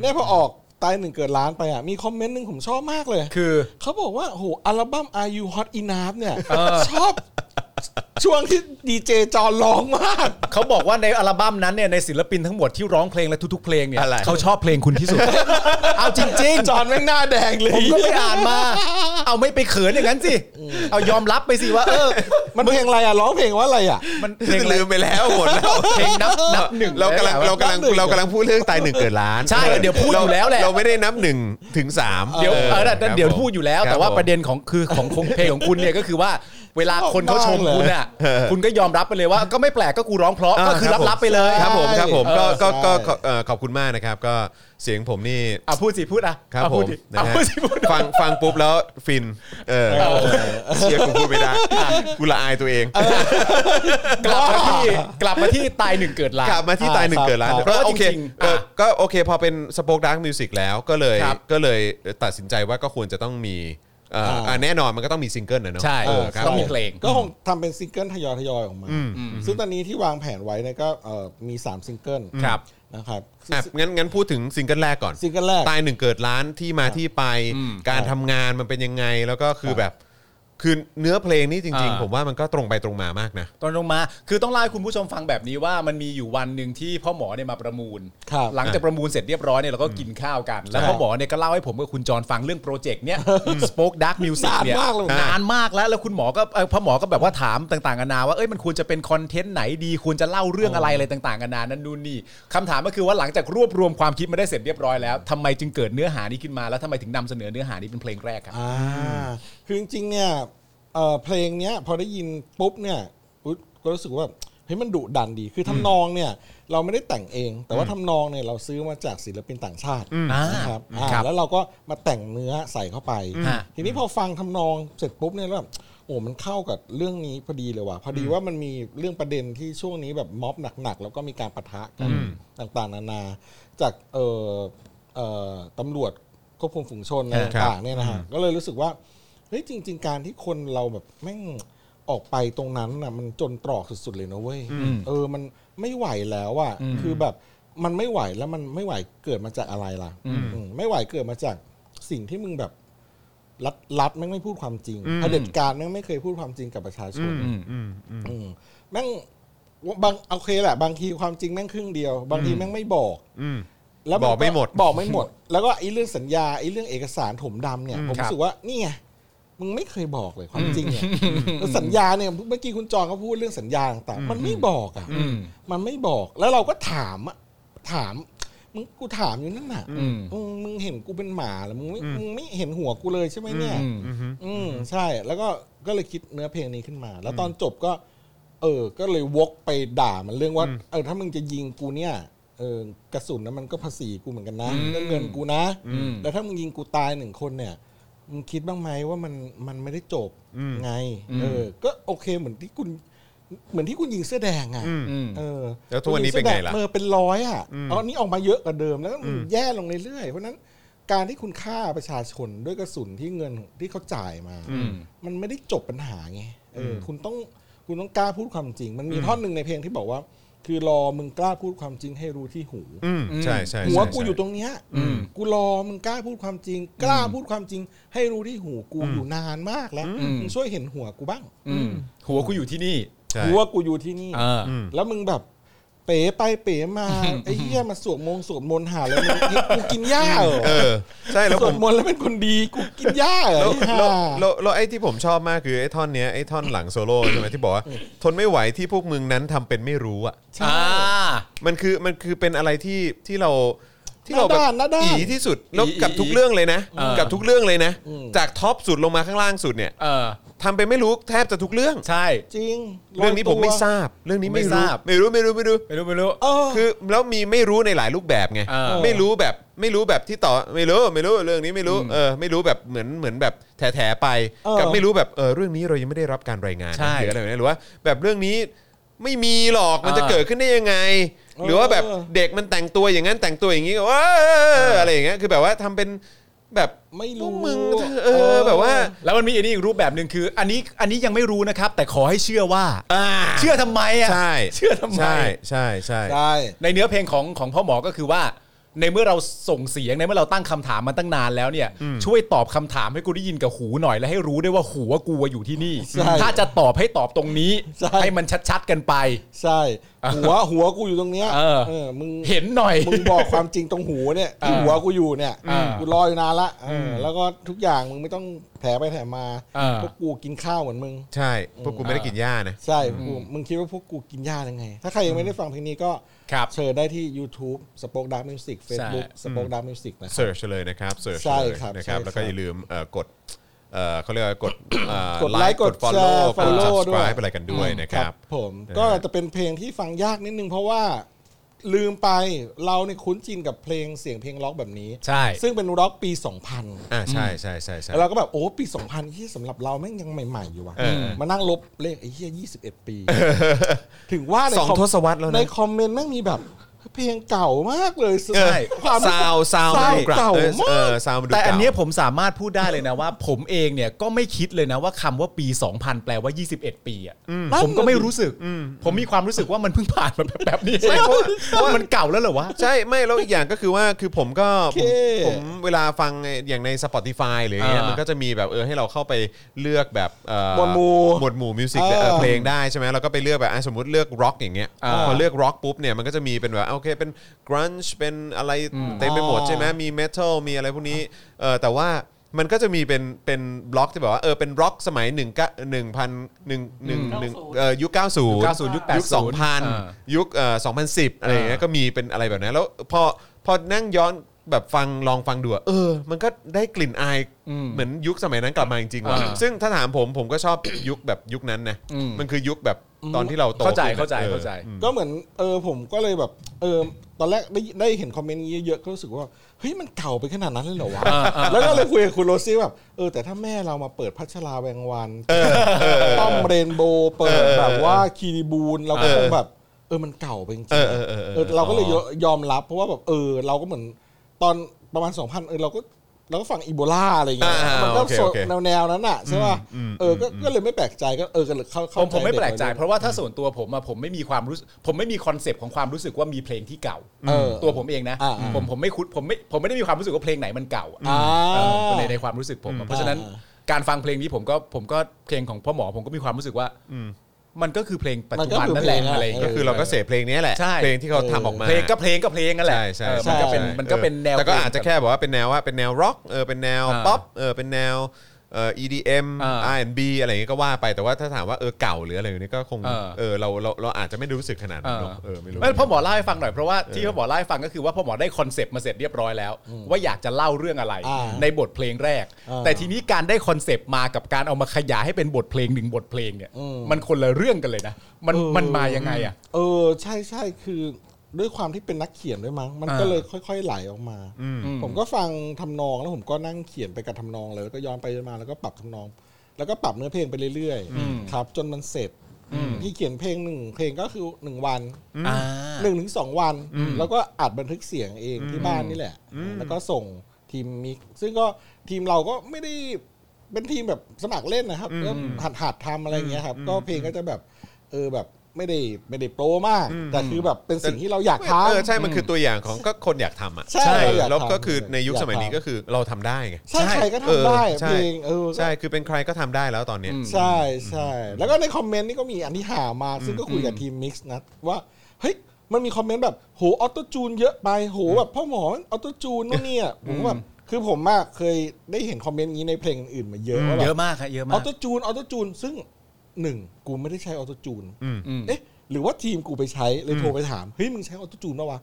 Speaker 5: เนี่ยพอออกตายหนึ่งเกิดล้านไปอ่ะมีคอมเมนต์หนึ่งผมชอบมากเลย
Speaker 1: คือ
Speaker 5: เขาบอกว่าโหอัลบั้ม Are You Hot Enough เนี่ยชอบช่วงที่ดีเจจอนร้องมาก
Speaker 1: เขาบอกว่าในอัลบั้มนั้นเนี่ยในศิลปินทั้งหมดที่ร้องเพลงและทุกๆเพลงเนี่ย
Speaker 2: อะไร
Speaker 1: เขาชอบเพลงคุณที่สุด เอาจริง
Speaker 5: จอนแม่งหน้าแดงเลย
Speaker 1: ๆ ผมก็ไปอ่านมา เอาไม่ไปเขินอย่างนั้นสิ เอายอมรับไปสิว่า เออ
Speaker 5: มันเพลงอะไรอ่ะร้องเพลงว่าอะไรอ่ะ
Speaker 1: มันเพลงอะไร
Speaker 2: ลืมไปแล้วหมดแล้ว
Speaker 1: เพลงนับนับหนึ่ง
Speaker 2: เรากำลัง
Speaker 1: แล้ว
Speaker 2: เรา
Speaker 1: อะ
Speaker 2: กำลัง
Speaker 5: นับหนึ่ง
Speaker 2: เรากำลังพูดเรื่องตายหนึ่งเกิดล้าน
Speaker 1: ใช่เดี๋ยวพูดอยู่แล้วแหละ
Speaker 2: เราไม่ได้นับหนึ่งถึงสาม
Speaker 1: เดี๋ยวเออ
Speaker 2: ค
Speaker 1: แต่
Speaker 2: รับ
Speaker 1: เดี๋ยวพูดอยู่แล้ว
Speaker 2: คบ
Speaker 1: แต่ว่า
Speaker 2: ผม
Speaker 1: ประเด็นของคือของของเพลงของคุณเนี่ยก็คือว่า เวลาคนเขาชมคุณอ่ะคุณก็ยอมรับไปเลยว่า ก็ไม่แปลกก็กูร้องเพราะ
Speaker 2: อ่า
Speaker 1: ก็คือ
Speaker 2: ครั
Speaker 1: รั
Speaker 2: บบ ผม
Speaker 1: รับไปเลย
Speaker 2: ครับผมครับผมก็
Speaker 5: เออ
Speaker 2: ก็
Speaker 5: ใช่
Speaker 2: ก็ก็เอ่อขอบคุณมากนะครับ ก็เสียงผมนี่
Speaker 1: อ่ะพูดสิพูดอ่ะ
Speaker 2: ครับ
Speaker 1: อ่ะ
Speaker 2: ผ
Speaker 1: พูด
Speaker 2: ม
Speaker 1: ดิ
Speaker 2: นะ
Speaker 1: อ่ะ
Speaker 2: ฮะ
Speaker 1: พูดสิพูด
Speaker 2: ฟังฟังปุ๊บแล้วฟินเออเชียร์กูพูดไม่ได้กูละอายตัวเอง
Speaker 1: กลับมาที่กลับมาที่ตายหนึ่งเกิดล้าน
Speaker 2: กลับมาที่ตายหนึ่งเกิดล้าน
Speaker 5: ครับ
Speaker 2: ก็โอเค
Speaker 1: จริงๆ
Speaker 2: เออ
Speaker 1: อ่ะ
Speaker 2: ก็โอเคพอเป็นสป o อ e ด a r k กมิวสิกแล้วก็เลย
Speaker 1: ครับ
Speaker 2: ก็เลยตัดสินใจว่าก็ควรจะต้องมีเอ่ออ่ะแน่นอนมันก็ต้องมีซิงเกิลนะเนาะ
Speaker 1: ใช่
Speaker 2: เออครับ
Speaker 1: ต้องมี
Speaker 2: ผ
Speaker 1: เพลง
Speaker 5: ก็คงทำเป็นซิงเกิลทยอยทยอยออกมา ซึ่งตอนนี้ที่วางแผนไว้เนี่ยก็เอ่อมี 3 ซิงเกิล
Speaker 2: ครับ
Speaker 5: นะครับ
Speaker 2: อ่ะงั้นงั้นพูดถึงซิงเกิลแรกก่อน
Speaker 5: ซิงเกิลแรก
Speaker 2: ตายหนึ่งเกิดร้านที่มาที่ไป การทำงานมันเป็นยังไงแล้วก็คือแบบ คือเนื้อเพลงนี่จริง
Speaker 1: อ่า
Speaker 2: ๆ ผมว่ามันก็ตรงไปตรงมามากนะ
Speaker 1: ตอนลงมาคือต้องเล่าให้คุณผู้ชมฟังแบบนี้ว่ามันมีอยู่วันหนึ่งที่พ่อหมอเนี่ยมาประมูล
Speaker 5: ครับ
Speaker 1: หลังจากประมูลเสร็จเรียบร้อยเนี่ยเราก็กินข้าวกัน แล้วพ่อหมอเนี่ยก็เล่าให้ผมกับคุณจรฟังเรื่องโปรเจกต์เนี่ยสป็อคดักมิวสิกเนี่ย
Speaker 5: นานมากเลย
Speaker 1: นานมากแล้วแล้วคุณหมอก็เอ่อพ่อหมอก็แบบว่าถามต่างๆกันานาว่าเอ้ยมันควรจะเป็นคอนเทนต์ไหนดีควรจะเล่าเรื่องอะไรอะไรต่างๆกันานานั่นนู่นนี่คำถามก็คือว่าหลังจากรวบรวมความคิดมาได้เสร็จเรียบร้อยแล้วทำไมจึงเกิดเนื้อหานี้ขึ้นมาแล้วทำไมถึงนำเสนอเนื้อหานี้เป็นเพลงแรกครับ
Speaker 5: อ่าคือจริงๆเนี่ยเอ่อเพลงเนี้ยพอได้ยินปุ๊บเนี่ยอุ๊ยก็รู้สึกว่า เฮ้ยมันดุดันดีคือทำนองเนี่ยเราไม่ได้แต่งเอง แต่ว่าทำนองเนี่ยเราซื้อมาจากศิลปินต่างชาติ
Speaker 1: อ่า
Speaker 5: นะครับอ่า
Speaker 1: ครับ
Speaker 5: แล้วเราก็มาแต่งเนื้อใส่เข้าไป
Speaker 1: ฮะ
Speaker 5: ทีนี้พอฟังทำนองเสร็จปุ๊บเนี่ยแล้วแบบโอ้มันเข้ากับเรื่องนี้พอดีเลยว่ะพอดีว่ามันมีเรื่องประเด็นที่ช่วงนี้แบบม็อบหนักๆแล้วก็มีการปะทะกันต่างๆ นานา จากเอ่อเอ่อตำรวจควบคุมฝูงชนอะไร
Speaker 2: ครับ
Speaker 5: ต่างๆเนี่ยนะฮะก็เลยรู้สึกว่าเฮ้ยจริง ๆ การที่คนเราแบบแม่งออกไปตรงนั้นน่ะมันจนตรอกสุดๆเลยนะเว้ยเออมันไม่ไหวแล้วอ่ะคือแบบมันไม่ไหวแล้วมันไม่ไหวเกิดมาจากอะไรล่ะอืมไม่ไหวเกิดมาจากสิ่งที่มึงแบบ รัฐรัฐแม่งไม่พูดความจริงเผด็จการแม่งไม่เคยพูดความจริงกับประชาชนอืมแม่งบางโอเคแหละ บางทีความจริงแม่งครึ่งเดียว บางทีแม่งไม่บอก
Speaker 2: อืม
Speaker 5: แล้วน
Speaker 2: บอกไม่หมด
Speaker 5: บอกไม่หมด แล้วก็ไอ้เรื่องสัญญาไอ้เรื่องเอกสารถมดำเนี่ย ผมรู้สึกว่านี่ไงมึงไม่เคยบอกเลยความจริงเนี่ยแล้วสัญญาเนี่ยเมื่อกี้คุณจองเขาพูดเรื่องสัญญาต่างๆมันไม่บอกอ่ะ
Speaker 1: อืม
Speaker 5: มันไม่บอกแล้วเราก็ถามอะถามมึงกูถามอยู่นั่นน่ะ
Speaker 1: อืม
Speaker 5: มึงมึงเห็นกูเป็นหมาเหรือมึงไม่มึงไม่เห็นหัวกูเลยใช่ไหมเนี่ย
Speaker 1: อืม
Speaker 5: อืมใช่แล้วก็ก็เลยคิดเนื้อเพลงนี้ขึ้นมา แล้วตอนจบก็ เออ ก็เลยวกไปด่ามันเรื่องว่า เออถ้ามึงจะยิงกูเนี่ยเออกระสุนนะมันก็ภาษีกูเหมือนกันนะก็เงินกูนะแล้วถ้ามึงยิงกูตายหนึ่งคนเนี่ยมึงคิดบ้างไหมว่ามันมันไม่ได้จบ
Speaker 2: อืม
Speaker 5: ไง เออ ก็โอเคเหมือนที่คุณ เหมือนที่คุณยิงเสื้อแดงอ่ะ
Speaker 2: อืม
Speaker 1: อืม
Speaker 5: เออ
Speaker 2: แล้วทุกวันนี้เป็นไงล่ะ
Speaker 5: เออเป็นร้อยอ่ะ
Speaker 2: อืม
Speaker 5: เอาอันนี้ออกมาเยอะกว่าเดิมแล้วก็
Speaker 2: อืม
Speaker 5: แย่ลงเรื่อยๆ เพราะฉะนั้นการที่คุณฆ่าประชาชนด้วยกระสุนที่เงินที่เขาจ่ายมา
Speaker 1: อืม
Speaker 5: มันไม่ได้จบปัญหาไงเอออคุณต้องคุณต้องกล้าพูดความจริง มันมีท่อนหนึ่งในเพลงที่บอกว่า คือรอมึงกล้าพูดความจริงให้รู้ที่หู
Speaker 2: อืมใช่ใช่ใช่
Speaker 5: หัว
Speaker 2: ใช่
Speaker 5: กูอยู่ตรงเนี้ย
Speaker 1: อืม
Speaker 5: กูรอมึงกล้าพูดความจริง กล้าพูดความจริง ให้รู้ที่หูกูอยู่นานมากแล้วมึงช่วยเห็นหัวกูบ้าง
Speaker 1: อืมหัวกูอยู่ที่นี่
Speaker 2: ใช่
Speaker 5: หัวกูอยู่ที่นี่
Speaker 1: เออ
Speaker 2: อืม
Speaker 5: แล้วมึงแบบเป๋ไปเป๋มา ไอ้เหี้ยมาสวดมงสวดมนต์หาแล้วมึงกูกินหญ้าเหร
Speaker 2: เอ
Speaker 5: อ
Speaker 2: อ ใช่แล้ว
Speaker 5: ส
Speaker 2: ผ
Speaker 5: ว
Speaker 2: ม
Speaker 5: ดมนต์แล้วเป็นคนดีกูกินหญ้าเหรอ
Speaker 2: แล้ว
Speaker 5: ไอ้ห่า
Speaker 2: แล้วแล้วแล้วไอ้ที่ผมชอบมากคือไอ้ท่อนเนี้ยไอ้ท่อนหลังโซโล่ใช่ไหมที่บอกว่า ทนไม่ไหวที่พวกมึงนั้นทำเป็นไม่รู้อ่ะ
Speaker 5: ใช่
Speaker 1: อ่า
Speaker 2: มันคือมันคือเป็นอะไรที่ที่เราที่เราแบบ
Speaker 5: หน้าด้านหน้าด้าน
Speaker 2: อีที่สุดแล้ว
Speaker 1: อี๋
Speaker 2: กับทุกเรื่องเลยนะ
Speaker 1: เออ
Speaker 2: กับทุกเรื่องเลยนะ จากท็อปสุดลงมาข้างล่างสุดเนี่ย
Speaker 1: เออ
Speaker 2: ทำเป็นไม่รู้แทบจะทุกเรื่อง
Speaker 1: ใช่
Speaker 5: จริง
Speaker 2: เรื่องนี้ผมไม่ทราบ เรื่องนี้ไม่
Speaker 1: ไม่ท
Speaker 2: รู้
Speaker 1: ราบ
Speaker 2: ไม่รู้ไม่รู้ไม่รู้
Speaker 1: ไม่รู้ไม่รู้
Speaker 5: เออ
Speaker 2: คือแล้วมีไม่รู้ในหลายรูปแบบไง
Speaker 1: เออ
Speaker 2: ไม่รู้แบบไม่รู้แบบที่ต่อไม่รู้ไม่รู้เรื่องนี้ไม่รู้เออไม่รู้แบบเหมือนเหมือนแบบแถๆไป
Speaker 5: เออ
Speaker 2: กับไม่รู้แบบเออเรื่องนี้เรายังไม่ได้รับการรายงาน
Speaker 1: ใช่
Speaker 2: หรืออะไรแบบนี้หรือว่าแบบเรื่องนี้ไม่มีหรอกมัน
Speaker 1: เออ
Speaker 2: จะเกิดขึ้นได้ยังไง หรือว่าแบบเด็กมันแต่งตัวอย่างนั้นแต่งตัวอย่างนี้ก็ว่าเอออะไรอย่างเงี้ยคือแบบว่าทำเป็นแบบ
Speaker 5: ไม่
Speaker 2: พว
Speaker 5: รู้
Speaker 2: กมึงเออแบบว่า
Speaker 1: แล้วมันมีอันนี้อีกรูปแบบหนึ่งคือ อันนี้อันนี้ยังไม่รู้นะครับ แต่ขอให้เชื่อว่า เชื่อทำไมอ่ะ
Speaker 2: ใช่
Speaker 1: เชื่อทำไม
Speaker 2: ใช่ใช่ใช่
Speaker 5: ได้
Speaker 1: ในเนื้อเพลงของของพ่อหมอก็คือว่า ในเมื่อเราส่งเสียงในเมื่อเราตั้งคำถามมันตั้งนานแล้วเนี่ย ช่วยตอบคำถามให้กูได้ยินกับหูหน่อยและให้รู้ได้วยว่าหูว่ากูอะอยู่ที่นี่
Speaker 5: ใช่
Speaker 1: ถ้าจะตอบให้ตอบตรงนี้
Speaker 5: ใช่
Speaker 1: ให้มันชัดๆกันไป
Speaker 5: ใช่ หัวหัวกูอยู่ตรงเนี้ย
Speaker 1: เออ
Speaker 5: เออมึง
Speaker 1: เห็นหน่อย
Speaker 5: มึงบอกความจริงตรงหูเนี่ยที่หัวกูอยู่เนี่ย
Speaker 1: เออ
Speaker 5: กูรออยู่นานละเออแล้วก็ทุกอย่างมึงไม่ต้องแถไปแถมา
Speaker 1: เออ
Speaker 5: พวกกูกินข้าวเหมือนมึง
Speaker 2: ใช่พวกกูไม่ได้กินหญ้านะ
Speaker 5: ใช่กูมึงคิดว่าพวกกูกินหญ้ายังไง ถ้าใครยังไม่ได้ฟังเพลงนี้ก็
Speaker 1: ครับ
Speaker 5: เชิญได้ที่ YouTube Spoke Dark Music Facebook
Speaker 1: ใช่
Speaker 5: Spoke Dark Music นะครับ
Speaker 2: เสิร์ชเลยนะครับเสิร์ช
Speaker 5: ใช่
Speaker 2: เลย
Speaker 5: ครับ
Speaker 2: นะครับ
Speaker 5: ใช่ครับ
Speaker 2: แล้วก็อย่าลืมเอ่อกดเอ่อเขาเรียกว่ากดเอ่อก
Speaker 5: ดไลค์กด
Speaker 2: ฟอล
Speaker 5: แช
Speaker 2: โล่กด
Speaker 5: ร์ follow ด้วย
Speaker 2: subscribe อะไรกันด้วยนะครับ
Speaker 5: ผม
Speaker 2: เออ
Speaker 5: ก็จะเป็นเพลงที่ฟังยากนิดนึง เพราะว่าลืมไปเราเนี่ยคุ้นชินกับเพลงเสียงเพลงร็อกแบบนี้
Speaker 1: ใช่
Speaker 5: ซึ่งเป็นร็อกปี 2000
Speaker 2: อ่าใช่ใช่ใช่ใช่
Speaker 5: แล้วเราก็แบบ โอ้ ปี 2000ที่สำหรับเราแม่งยังใหม่ ๆ อยู่ว่ะ
Speaker 2: เออ
Speaker 5: มานั่งลบเลขไอ้เหี้ย21 ปี ถึงว่าใน
Speaker 2: สอง
Speaker 5: คม
Speaker 2: ทศวรรษแล้วนะ
Speaker 5: ในคอมเมนต์แม่งมีแบบ เพลงเก่ามากเลย
Speaker 2: ใช่
Speaker 5: ความรู้สึก
Speaker 2: ซาวซาว
Speaker 5: ซาว
Speaker 2: กลับ
Speaker 5: เก่า
Speaker 2: เออ
Speaker 5: มาก
Speaker 2: เออซาวมันดู
Speaker 1: แต่อัน
Speaker 2: เก่า
Speaker 1: เนี้ยผมสามารถพูดได้เลยนะว่า ผมเองเนี่ยก็ไม่คิดเลยนะว่าคำว่าปี 2000 แปลว่า 21 ปีอ่ะผมก็ไม่รู้สึก ผมมีความรู้สึกว่ามันเพิ่งผ่านมาแบบนี้เอง
Speaker 2: เพราะว่า
Speaker 1: ว่ามันเก่าแล้วเหรอวะ
Speaker 2: ใช่ไม่แล้วอีกอย่างก็คือว่าคือผมก็ผ
Speaker 5: โอเค
Speaker 2: มผมเวลาฟังอย่างใน Spotify หรืออย่างเงี้ย
Speaker 1: อ่ามั
Speaker 2: มันก็จะมีแบบเออให้เราเข้าไปเลือกแบบเอ่อ
Speaker 5: หมวดหมู่
Speaker 2: หมวดหมู่มิวสิก
Speaker 5: เออ
Speaker 2: เพลงได้ใช่ไหมเราก็ไปเลือกแบบอ่ะสมมติเลือกร็อกอย่างเงี้ย
Speaker 1: อ่า
Speaker 2: พอเลือกร็อกปุ๊บเนี่ยมันก็จะมีเป็นแบบโอเคเป็นกรันช์เป็นอะไรเต็มไปหมด
Speaker 5: อ่า
Speaker 2: ใช่ไหมมีเมทัลมีอะไรพวกนี้เออแต่ว่ามันก็จะมีเป็นเป็นบล็อกที่แบบว่าเออเป็นร็อกสมัย1นึ่งกะหนึ่งพันหนึ่งหนึ่งหนึ่งเอ่อยุค 90
Speaker 1: 90ยุค80
Speaker 2: ยุค2000
Speaker 1: อ่า
Speaker 2: ยุคเอ่อ2010 อะไรอย่างเงี้ยก็มีเป็นอะไรแบบนั้นแล้วพอพอนั่งย้อน แบบฟังลองฟังดูอะเออ มันก็ได้กลิ่นอาย
Speaker 1: อืม
Speaker 2: เหมือนยุคสมัยนั้นกลับมาจริงๆว่ะ
Speaker 1: อ่า
Speaker 2: ซึ่งถ้าถามผมผมก็ชอบ ยุคแบบยุคนั้นนะ
Speaker 1: อืม
Speaker 2: มันคือยุคแบบตอนที่เราโต
Speaker 1: เข้าใจ
Speaker 2: ขึ้นอะ
Speaker 1: เข้าใจ
Speaker 2: ออ
Speaker 1: เข้าใจ
Speaker 2: อืม
Speaker 5: ก็เหมือนเออผมก็เลยแบบเออตอนแรกได้ได้เห็นคอมเมนต์นี้เยอะๆก็รู้สึกว่าเฮ้ยมันเก่าไปขนาดนั้นเลยเหรอวะแล้วก็เลยคุยกับคุณโรซี่แบบเออแต่ถ้าแม่เรามาเปิดพัชราแวงวันต้อมเรนโบว์เปิดแบบว่าคีรีบูนเราก็คงแบบเออมันเก่าไปจริงๆ
Speaker 2: เออเออเออเออ
Speaker 5: เออเราก็เลยยอมรับเพราะว่าแบบเออเราก็เหมือนตอนประมาณ2,000เออเราก็เราก็ฟังอีโบลาอะไรอย่างเงี้ย
Speaker 2: อ่ามั
Speaker 5: มันก็
Speaker 2: โอเคโอเค
Speaker 5: แนวแนวๆนั้นอ่ะใช่ป่ะเออก็ก็เลยไม่แปลกใจก็เออก็เลยเข้า
Speaker 1: ผ
Speaker 5: เข้าม
Speaker 1: ผมไม่
Speaker 5: ด็
Speaker 1: แปลกใจ
Speaker 5: วัยรุ่น
Speaker 1: เพราะว่าถ้าส่วนตัวผมอะผมไม่มีความรู้สึกผมไม่มีคอนเซปต์ของความรู้สึกว่ามีเพลงที่เก่า
Speaker 5: เออ
Speaker 1: ตัวผมเองนะ
Speaker 5: อ่าอ่า
Speaker 1: ผมผมไม่คุ้นผมไม่ผมไม่ได้มีความรู้สึกว่าเพลงไหนมันเก่าอะ
Speaker 5: อ่า
Speaker 1: เออในในความรู้สึกผมอะเพราะฉะนั้น
Speaker 5: อ่า
Speaker 1: การฟังเพลงนี้ผมก็ผมก็เพลงของพ่อหมอผมก็มีความรู้สึกว่ามันก็คือเพลงปัจจุบันนั่นแหละอะไรย่งงี้ย
Speaker 2: ก็คือเราก็เสพเพลงนี้แหละ
Speaker 1: ใช่
Speaker 2: เพลงที่เขาทำออกมา
Speaker 1: เพลงก็เพลงก็เพลงนั่นแหละ
Speaker 2: ใช่ใช่
Speaker 1: เออ
Speaker 2: ใช่
Speaker 1: มันก็เป็น
Speaker 2: ใช่
Speaker 1: มันก็เป็นแนว
Speaker 2: แต่ก็
Speaker 1: เพลง
Speaker 2: อาจจะแค่บอกว่าเป็นแนวว่าเป็นแนวร็อกเออเป็นแนว
Speaker 1: อ่า
Speaker 2: ป๊อปเออเป็นแนวเอ่อ EDM
Speaker 1: อ่า
Speaker 2: R&B อะไรอย่างงี้ก็ว่าไปแต่ว่าถ้าถามว่าเออเก่าหรืออะไรอยู่นี่ก็คง
Speaker 1: เออ
Speaker 2: เออเราเราเราอาจจะไม่ได้รู้สึกขนาดนั้นหรอกเออไม่รู้
Speaker 1: ไม่พ่อหมอเล่าให้ฟังหน่อยเพราะว่าที่พ่อหมอเล่าให้ฟังก็คือว่าพ่อหมอได้คอนเซปต์มาเสร็จเรียบร้อยแล้ว ว่าอยากจะเล่าเรื่องอะไร
Speaker 5: อ่า
Speaker 1: ในบทเพลงแรก
Speaker 5: อ่า
Speaker 1: แต่ทีนี้การได้คอนเซปต์มากับการเอามาขยายให้เป็นบทเพลงหนึ่งบทเพลงเนี่ย
Speaker 5: อืม
Speaker 1: มันคนละเรื่องกันเลยนะมัน
Speaker 5: เออ
Speaker 1: มันมายังไงอ่ะ
Speaker 5: เออใช่ใช่คือด้วยความที่เป็นนักเขียนด้วยมั้ง มัน
Speaker 1: อ่า
Speaker 5: ก็เลยค่อย ๆ ไหลออกมา
Speaker 1: อืม
Speaker 5: ผมก็ฟังทำนองแล้วผมก็นั่งเขียนไปกับทำนองเลยแล้วก็ย้อนไปย้อนมาแล้วก็ปรับทำนอง แล้วก็ปรับเนื้อเพลงไปเรื่อยๆครับ จนมันเสร็จที่เขียนเพลงหนึ่งเพลงก็คือหนึ่งวัน
Speaker 1: อ่า
Speaker 5: หนึ่งถึงสองวัน แล้วก็อัดบันทึกเสียงเองที่บ้านนี่แหละ แล้วก็ส่งทีมมิกซ์ซึ่งก็ทีมเราก็ไม่ได้เป็นทีมแบบสมัครเล่นนะครับก็หัดหัดทำอะไรอย่างเงี้ยครับก็เพลงก็จะแบบเออแบบไม่ได้ไม่ได้โปรมาก แต่คือแบบเป็นสิ่งที่เราอยากทำ
Speaker 2: เออใช่ มันคือตัวอย่างของก็คนอยากทำอ่ะ
Speaker 5: ใช่เราอยากทำ
Speaker 2: แล้วก็คือในยุคสมัยนี้
Speaker 5: อยากทำ
Speaker 2: ก็คือเราทำได้ไง
Speaker 5: ใช่ใครก็
Speaker 2: เออ
Speaker 5: ทำได้อะ
Speaker 2: ใช่
Speaker 5: เพลงเออ
Speaker 2: ใช่คือเป็นใครก็ทำได้แล้วตอนเนี้ย
Speaker 1: อืม
Speaker 5: ใช่ใช่ แล้วก็ในคอมเมนต์นี่ก็มีอันที่หามา ซึ่งก็คุยกับทีมมิกซ์นะว่าเฮ้ยมันมีคอมเมนต์แบบโหออโตจูนเยอะไปโหแบบพ่อหมอออโตจูนนู่นเนี่ยผมแบบคือผมมากเคยได้เห็นคอมเมนต์อย่างนี้ในเพลงอื่นมาเยอะว่าแบ
Speaker 1: เย
Speaker 5: บ
Speaker 1: อะมากครับเยอะ
Speaker 5: อ
Speaker 1: มา
Speaker 5: อก โตจูนออโตจูนซึ่งหนึ่งกูไม่ได้ใช้ออโตจูน
Speaker 2: อืม
Speaker 5: เอ๊ะหรือว่าทีมกูไปใช้เลยโทรไปถามเฮ้ยมึงใช้ออโตจูนปะวะ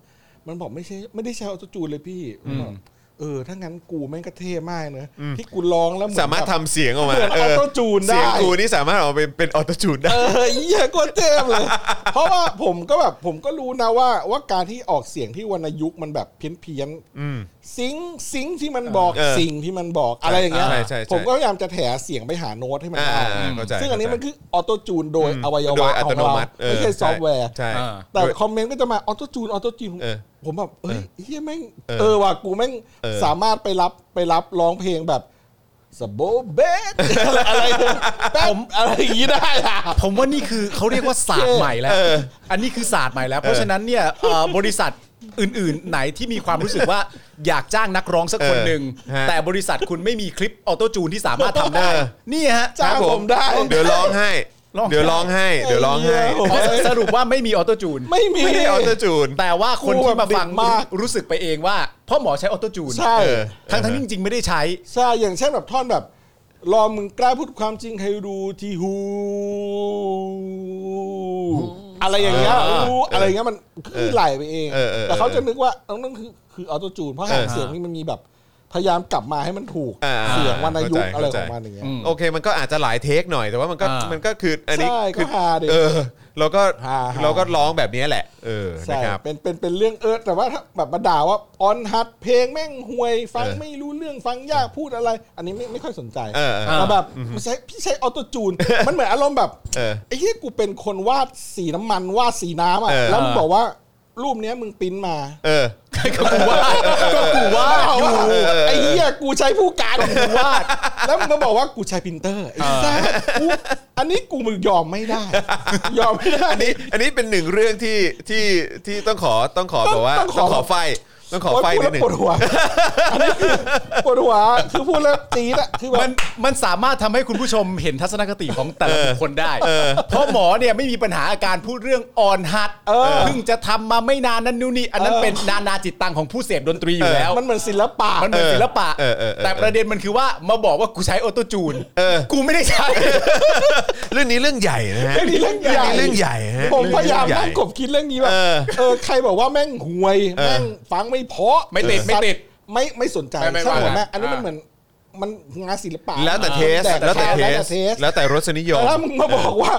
Speaker 5: มันบอกไม่ใช่ไม่ได้ใช้ออโตจูนเลยพี่ผมบอกเออถ้างั้นกูแม่งก็เท่มากเนอะที่กูร้องแล้วเหอน
Speaker 2: สามารถทำเสียงออกมา
Speaker 5: เหมือนออโตจูน
Speaker 2: เสี
Speaker 5: ได้
Speaker 2: ยงกูนี่สามารถออกมาเป็นเป็นออโตจูนได้
Speaker 5: เออเหี้ยกูเท่เลย เพราะว่าผมก็แบบผมก็รู้นะว่าว่าการที่ออกเสียงที่วรรณยุกต์มันแบบเพี้ยนเพี้ยนๆ
Speaker 2: อืม
Speaker 5: สิงสิงที่มันบอก
Speaker 2: เออ
Speaker 5: สิ่งที่มันบอกอะไรอย่างเงี้ย
Speaker 2: ใช่ใช่ใช่
Speaker 5: ผมก็พยายามจะแถเสียงไปหาโน้ตให้มัน
Speaker 2: อ่า
Speaker 5: ได้
Speaker 2: อ่าเข้าใจ
Speaker 5: ซึ่งอันนี้มัน
Speaker 2: เข้าใจ
Speaker 5: คือออโตจูนโดยอวัยวะ
Speaker 2: โดยอั
Speaker 5: ข
Speaker 2: ต
Speaker 5: อง
Speaker 2: โน
Speaker 5: เรา
Speaker 2: มัติเ
Speaker 5: ไม่ใช่ซอฟต์แวร์
Speaker 2: ใช่
Speaker 1: อ่า
Speaker 5: แต่
Speaker 2: โดย
Speaker 5: คอมเมนต์ก็จะมาออโตจูนออโตจูน
Speaker 2: เออ
Speaker 5: ผมแบบเฮ้ยเฮียแม่ง
Speaker 2: เออ
Speaker 5: เออว่ะกูแม่ง
Speaker 2: เออ
Speaker 5: สามารถไปรับไปรับร้องเพลงแบบสโบเบสอะไรแป๊บอะไรอย่างนี้ได้อะ
Speaker 1: ผมว่านี่คือเขาเรียกว่าศาสตร์ใหม่แล้ว
Speaker 2: เออ
Speaker 1: อันนี้คือศาสตร์ใหม่แล้ว เพราะฉะนั้นเนี่ยเอ่ อบริษัทอื่น ๆ ไหนที่มีความรู้สึกว่าอยากจ้างนักร้องสักคนหนึ่ง
Speaker 2: เออฮะ
Speaker 1: แต่บริษัทคุณไม่มีคลิปออโต้จูนที่สามารถทำได้ นี่ฮะ
Speaker 5: จ้างผมได้
Speaker 2: เดี๋ยวร้องให้
Speaker 1: ร้อง
Speaker 2: เดี๋ยวร้องให้ เดี๋ยวร้องให้
Speaker 5: เออ
Speaker 1: อ๋อสรุปว่าไม่มีออโต้จูน
Speaker 5: ไม่มี
Speaker 2: ไม่ได้ออโตจูน
Speaker 1: แต่ว่าคนที่มาฟัง
Speaker 5: กูแบบเด็กมาก
Speaker 1: รู้สึกไปเองว่าพ่อหมอใช้ออโต้จูน
Speaker 5: ใช่
Speaker 2: เออ
Speaker 1: ทั้งทั้งๆที่จริง ๆ ไม่ได้ใช้
Speaker 5: ใช่อย่างเช่นแบบท่อนแบบ รอมึงกล้าพูดความจริงให้รู้ที่หูอะไรอย่างเงี้ย
Speaker 2: เออ
Speaker 5: หูอะไรอย่างเงี้ยมันคือไหลไปเอง
Speaker 2: เออเออเออ
Speaker 5: แต่เขาจะนึกว่าเอานั่นคือคือออโตจูน เพราะหาง
Speaker 2: เออ
Speaker 5: เสียงนี่มันมีแบบพยายามกลับมาให้มันถูก
Speaker 2: อ่า
Speaker 5: เสียงวรรณยุกต์
Speaker 2: เข้าใจ
Speaker 5: อะไรของมันอย่างเงี้ย
Speaker 2: โอเคมันก็อาจจะหลายเทคหน่อยแต่ว่ามันก็
Speaker 1: อ่ามั
Speaker 2: มันก็คืออันนี้
Speaker 5: ใช่ก็
Speaker 2: คือ
Speaker 5: ฮาดิ
Speaker 2: เออเราก็
Speaker 5: ฮาฮา
Speaker 2: เราก็ร้องแบบนี้แหละ เออ
Speaker 5: ใช่
Speaker 2: นะครับ
Speaker 5: เป็นเป็นเป็นเรื่องเออแต่ว่าถ้าแบบมาด่าว่าออนฮัดเพลงแม่งห่วย ฟัง
Speaker 2: เออ
Speaker 5: ไม่รู้เรื่องฟังยากพูดอะไร อันนี้ไม่ไม่ค่อยสนใจ
Speaker 2: เออเออ
Speaker 5: แต่แบบมันใช้พี่ใช้ออโตจูน มันเหมือนอารมณ์แบบ
Speaker 2: เออ
Speaker 5: ไอ้ที่กูเป็นคนวาดสีน้ำมันวาดสีน้ำอ่ะ
Speaker 2: เออ
Speaker 5: แล้วมึงบอกว่ารูปเนี้ยมึงปริ้นมา
Speaker 2: เออ
Speaker 1: ก็กูว่าก็กูว่าอยู่
Speaker 5: ว
Speaker 2: เออ
Speaker 5: ไอ้เหี้ยกูใช้ผู้การกูวาด แล้วมึงมาบอกว่ากูใช้ปรินเตอร์ไอ้ซ่ากูอันนี้กูมึงยอมไม่ได้ ยอมไม่ได้
Speaker 2: อันนี้อันนี้เป็นหนึ่งเรื่องที่ที่ที่ต้องขอต้องขอแบบว่า
Speaker 5: ต้องขอ
Speaker 2: ต้องขอไฟต้องขอไฟ
Speaker 5: โยพู
Speaker 2: นิ
Speaker 5: ด
Speaker 2: ดหนึ่ง
Speaker 5: แล้วปวดหัวอันนี้คือปวดหัวคือพูดแล้วตีดอะคือแบ
Speaker 1: มั
Speaker 5: บ
Speaker 1: นมันสามารถทำให้คุณผู้ชมเห็นทัศนคติของแต่ละบุคคลได้ เพราะหมอเนี่ยไม่มีปัญหาอาการพูดเรื่องอ่อนหัด
Speaker 5: เออ
Speaker 1: เพิ่งจะทำมาไม่นานนั้นนู่นนี่ อันนั้น
Speaker 5: เออ
Speaker 1: เป็นนานาจิตตังของผู้เสพดนตรีอยู่แล้ว
Speaker 5: มันเหมือนศิลปะ
Speaker 1: มันเป็นศิลปะ
Speaker 2: เออเออเออ
Speaker 1: แต่ประเด็นมันคือว่ามาบอกว่ากูใช้ออโตจูนกูไม่ได้ใช้
Speaker 2: เรื่องนี้เรื่องใหญ่นะฮะ
Speaker 5: เรื่องนี้เรื่องใหญ่
Speaker 2: เรื่องใหญ่ฮะ
Speaker 5: ผมพยายาม
Speaker 2: เรื่องใหญ่
Speaker 5: นั่งกบคิดเรื่องนี้แบบ
Speaker 2: เออ
Speaker 5: เออใครบอกว่าแม่งห่วย แม่งฟังไม่เพราะ
Speaker 1: ไม่ติดไม่ติด
Speaker 5: สัตว์ ไม่ไม่สนใจ
Speaker 2: ไม่ไม่
Speaker 5: ช่างหัว
Speaker 2: ว่า
Speaker 5: แม่
Speaker 2: กัน
Speaker 5: อันนี้มั
Speaker 2: อ่า
Speaker 5: นเหมือนมันงานศิลปะ
Speaker 2: แล้วแต่เทส
Speaker 5: แต่
Speaker 2: แล้วแต่เทส
Speaker 5: เทส
Speaker 2: แล้วแต่รสนิยม
Speaker 5: แต่ถ้ามึงมาบอกว่า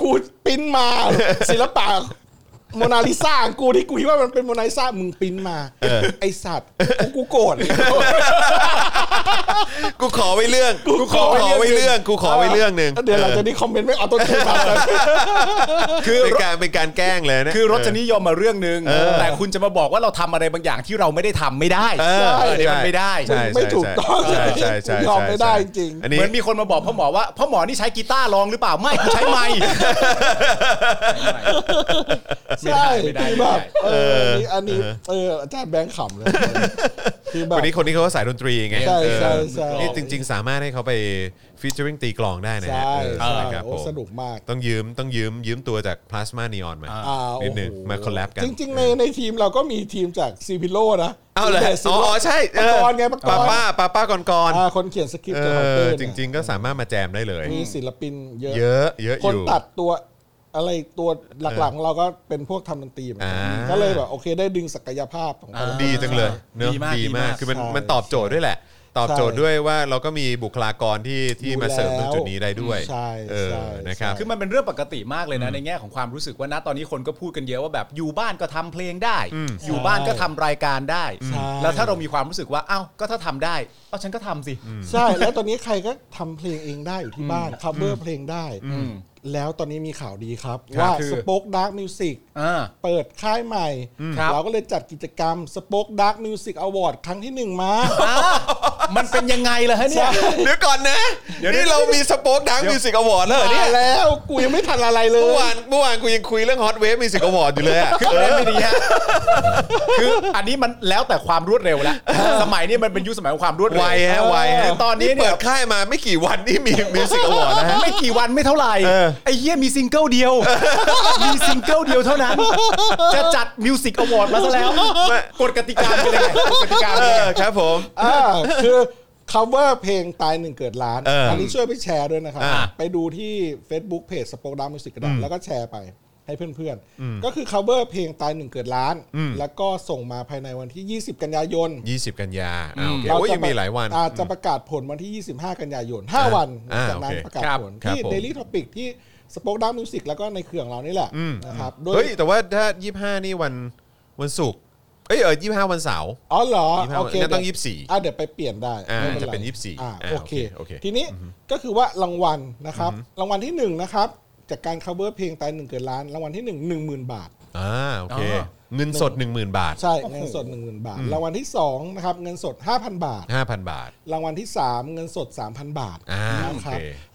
Speaker 5: กูปริ้นมา ศิลปะโมนาลิซากูที่กูคิดว่ามันเป็นโมนาลิซามึงปริ้นมา ไอสัตว์กูกูโกรธ
Speaker 2: กูขอไว้เรื่อง กูขอไว้เรื่อง กูขอไว้เรื่องหนึ่ง
Speaker 5: เดี๋ยวหลังจากนี้คอมเมนต์ไม่ออโต้ทูนมา
Speaker 2: คือเป็นการเป็นการแกล้งเลยนะ
Speaker 1: คือรสนิยมมาเรื่องหนึ่ง
Speaker 2: เออ
Speaker 1: แต่คุณจะมาบอกว่าเราทำอะไรบางอย่างที่เราไม่ได้ทำไม่ได้
Speaker 2: เออ
Speaker 1: เดี๋ยวมันไม่ได้
Speaker 2: ใช่
Speaker 5: ไม่ถูกต้อง
Speaker 2: ใช่ใช่ใช่
Speaker 5: ยอมไม่ได้จริง
Speaker 2: อันนี้
Speaker 1: เหมือนมีคนมาบอกพ่อหมอว่าพ่อหมอนี่ใช้กีตาร์ร้องหรือเปล่าไม่กูใช้ไมค์
Speaker 5: ใช่
Speaker 1: ไม่ได้
Speaker 5: คือ
Speaker 1: ไม่ได้
Speaker 5: แบบเอออันนี้อันนี้เอออาจารย์แบงค์ ขำเลยคือแบบ
Speaker 2: วันนี้คนนี้เขาก็สายดนตรีไง
Speaker 5: ใช่ใช่
Speaker 2: เออ
Speaker 5: ใช่
Speaker 2: นี่จริง ๆ สามารถให้เขาไปฟีเจอริงตีกลองได้นะ
Speaker 5: ใช่
Speaker 2: เอ
Speaker 5: ใช่
Speaker 2: อครับ
Speaker 5: โอ้
Speaker 2: ผม
Speaker 5: สนุกมาก
Speaker 2: ต้องยืมต้องยืมยืมตัวจากพลาสมานีออนมา
Speaker 5: อ่า
Speaker 2: นิ
Speaker 5: โอ้
Speaker 2: ด
Speaker 5: โห
Speaker 2: หนึ่งมาคอลแลบกัน
Speaker 5: จริง ๆ ในในทีมเราก็มีทีมจากซีพิโลนะ
Speaker 2: เอาเลย
Speaker 5: ดชซิ
Speaker 2: อ๋
Speaker 5: โร่
Speaker 2: อใช่
Speaker 5: ป
Speaker 2: เอ
Speaker 5: ระ
Speaker 2: อก
Speaker 5: รณ์ไงประก
Speaker 2: ป้าร
Speaker 5: ณ์
Speaker 2: ป้าป้าป้าก่อนก่อน
Speaker 5: อ่าคนเขียนสคริปต์
Speaker 2: เอ
Speaker 5: เกี่ยวกับ
Speaker 2: อ
Speaker 5: เต้น
Speaker 2: จริง ๆ ก็สามารถมาแจมได้เลย
Speaker 5: ๆมีศิลปินเยอะ
Speaker 2: เยอะเยอะอ
Speaker 5: คน
Speaker 2: ยู่
Speaker 5: ตัดตัวอะไรตัวหลักๆของเราก็เป็นพวกทำดนตรีเหมือนกัน
Speaker 2: อ่า
Speaker 5: ก็เลยแบบโอเคได้ดึงศักยภาพของเขา
Speaker 2: ดีจังเลยเนอะ
Speaker 1: ดีมาก
Speaker 2: ดี
Speaker 1: ดี
Speaker 2: มาม
Speaker 1: าก ก
Speaker 2: คือมัน
Speaker 5: ใช่
Speaker 2: มันตอบโจทย์ด้วยแหละ ตอบโจทย์ด้วยว่าเราก็มีบุคลากรที่ที่มาเสริมตรงจุดนี้ได้ด้วย
Speaker 5: ใช่
Speaker 2: เออ
Speaker 5: ใช่
Speaker 2: นะครับ
Speaker 1: คือมันเป็นเรื่องปกติมากเลยนะในแง่ของความรู้สึกว่านะตอนนี้คนก็พูดกันเยอะว่าแบบอยู่บ้านก็ทำเพลงได้ อยู่บ้านก็ทำรายการได้
Speaker 5: ใช่
Speaker 1: แล้วถ้าเรามีความรู้สึกว่าเอ้าก็ถ้าทำได้เอาฉันก็ทำสิ
Speaker 5: ใช่ แล้วตอนนี้ใครก็ทำเพลงเองได้อยู่ที่บ้านคัฟเวอร์เพลงได้ แล้วตอนนี้มีข่าวดีครับ ว่า
Speaker 1: คือ
Speaker 5: สป็อกดาร์กมิวสิก
Speaker 1: อ่า
Speaker 5: เปิดค่ายใหม่
Speaker 1: ครับ
Speaker 5: เราก็เลยจัดกิจกรรมสป็อกดาร์กมิวสิกอวอร์ดครั้งที่หนึ่งมา
Speaker 1: มันเป็นยังไงล่ะฮะเนี่ย
Speaker 2: เดี๋ยวก่อนนะ
Speaker 1: เดี๋ยว
Speaker 2: นี่เรามีสป o อ e ดังมิวสิกอวอร์ดแล้วเหรอเนี่ย
Speaker 5: มาแล้วกูยังไม่ทันอะไรเล
Speaker 2: เมื่อย วานเมื่อวานกูยังคุยเรื่องฮอตเวฟมิวสิกอวอร์ดอยู่เลยอะ
Speaker 1: คือประเด็นไม่ดีฮะคืออันนี้มันแล้วแต่ความรวดเร็วแล้วสมัยนี้มันเป็นยุคสมัยของความรวดเร็ว
Speaker 2: ไวฮะไวฮะ
Speaker 1: คือตอนนี้
Speaker 2: เปิ
Speaker 1: เนี่ย
Speaker 2: ดค่ายมาไม่กี่วันนี่มีมิวสิกอวอร์ดนะฮะ
Speaker 1: ไม่กี่วันไม่เท่าไหร่
Speaker 2: เออ
Speaker 1: ไอ้เหี้ยมีซิงเกิลเดียว มีซิงเกิลเดียวเท่านั้น จะจัดมิวสิกอวอร์ดมาซะแล้วกฎกติกาเป็นยังไงกฎกติกา
Speaker 2: เอ
Speaker 1: เป็นยัง
Speaker 2: อ
Speaker 1: ไง
Speaker 2: ครับผม
Speaker 5: อ่าคือ cover เพลงตายหนึ่งเกิดล้าน
Speaker 2: เอออั
Speaker 5: นนี้ช่วยไปแชร์ด้วยนะครับ
Speaker 2: อ่า
Speaker 5: ไปดูที่ Facebook Page สปอคดามิวสิกกระดาษแล้วก็แชร์ไปให้เพื่อนๆ ก็คือ cover เพลงตายหนึ่งเกิดล้าน
Speaker 2: อืม
Speaker 5: แล้วก็ส่งมาภายในวันที่ 20 กันยายน
Speaker 2: 20 กันยาอ่าโอเคโอ้ยยังมีหลายวัน
Speaker 5: อ่จะประกาศผลวันที่ 25 กันยายน 5 วันหลั
Speaker 2: อ่าง
Speaker 5: จากนั้น
Speaker 2: โอเค
Speaker 5: ประกาศ
Speaker 2: ครับ
Speaker 5: ผล
Speaker 2: ครับ
Speaker 5: ที่
Speaker 2: ผม
Speaker 5: Daily Topic ที่สปอคดามิวสิกแล้วก็ในเครื่องเรานี่แหละนะครับโดย
Speaker 2: เฮ้ย แต่ว่าถ้า 25 นี่วันวันศุกร์เอ้ยเออ25 วันเสาร์
Speaker 5: อ๋อเหรอ
Speaker 2: 25
Speaker 5: โอเค
Speaker 2: งั้นต้อง
Speaker 5: เดี๋ว
Speaker 2: 24
Speaker 5: อ่ะเดี๋ยวไปเปลี่ยนได้
Speaker 2: อ่า
Speaker 5: ไม่ไร
Speaker 2: จะเป็น24
Speaker 5: อ่า
Speaker 2: อ่า
Speaker 5: โอเค
Speaker 2: โอเคโอเค
Speaker 5: ทีนี้ก็คือว่ารางวัลนะครับ รางวัลที่ 1 นะครับ จากการ cover เพลงตายหนึ่งเกินล้าน รางวัลที่ 1 1 0,000 บาท
Speaker 2: อ่าโอเค
Speaker 1: อ๋อ
Speaker 2: เงินสด 10,000 บาท
Speaker 5: ใช่ เงินสด 10,000 บาท รางวัลที่ 2 นะครับ เงินสด 5,000 บาท
Speaker 2: 5,000 บาท
Speaker 5: รางวัลที่ 3 เงินสด 3,000 บาท
Speaker 2: อ่า
Speaker 5: นะครั
Speaker 2: โอบ เค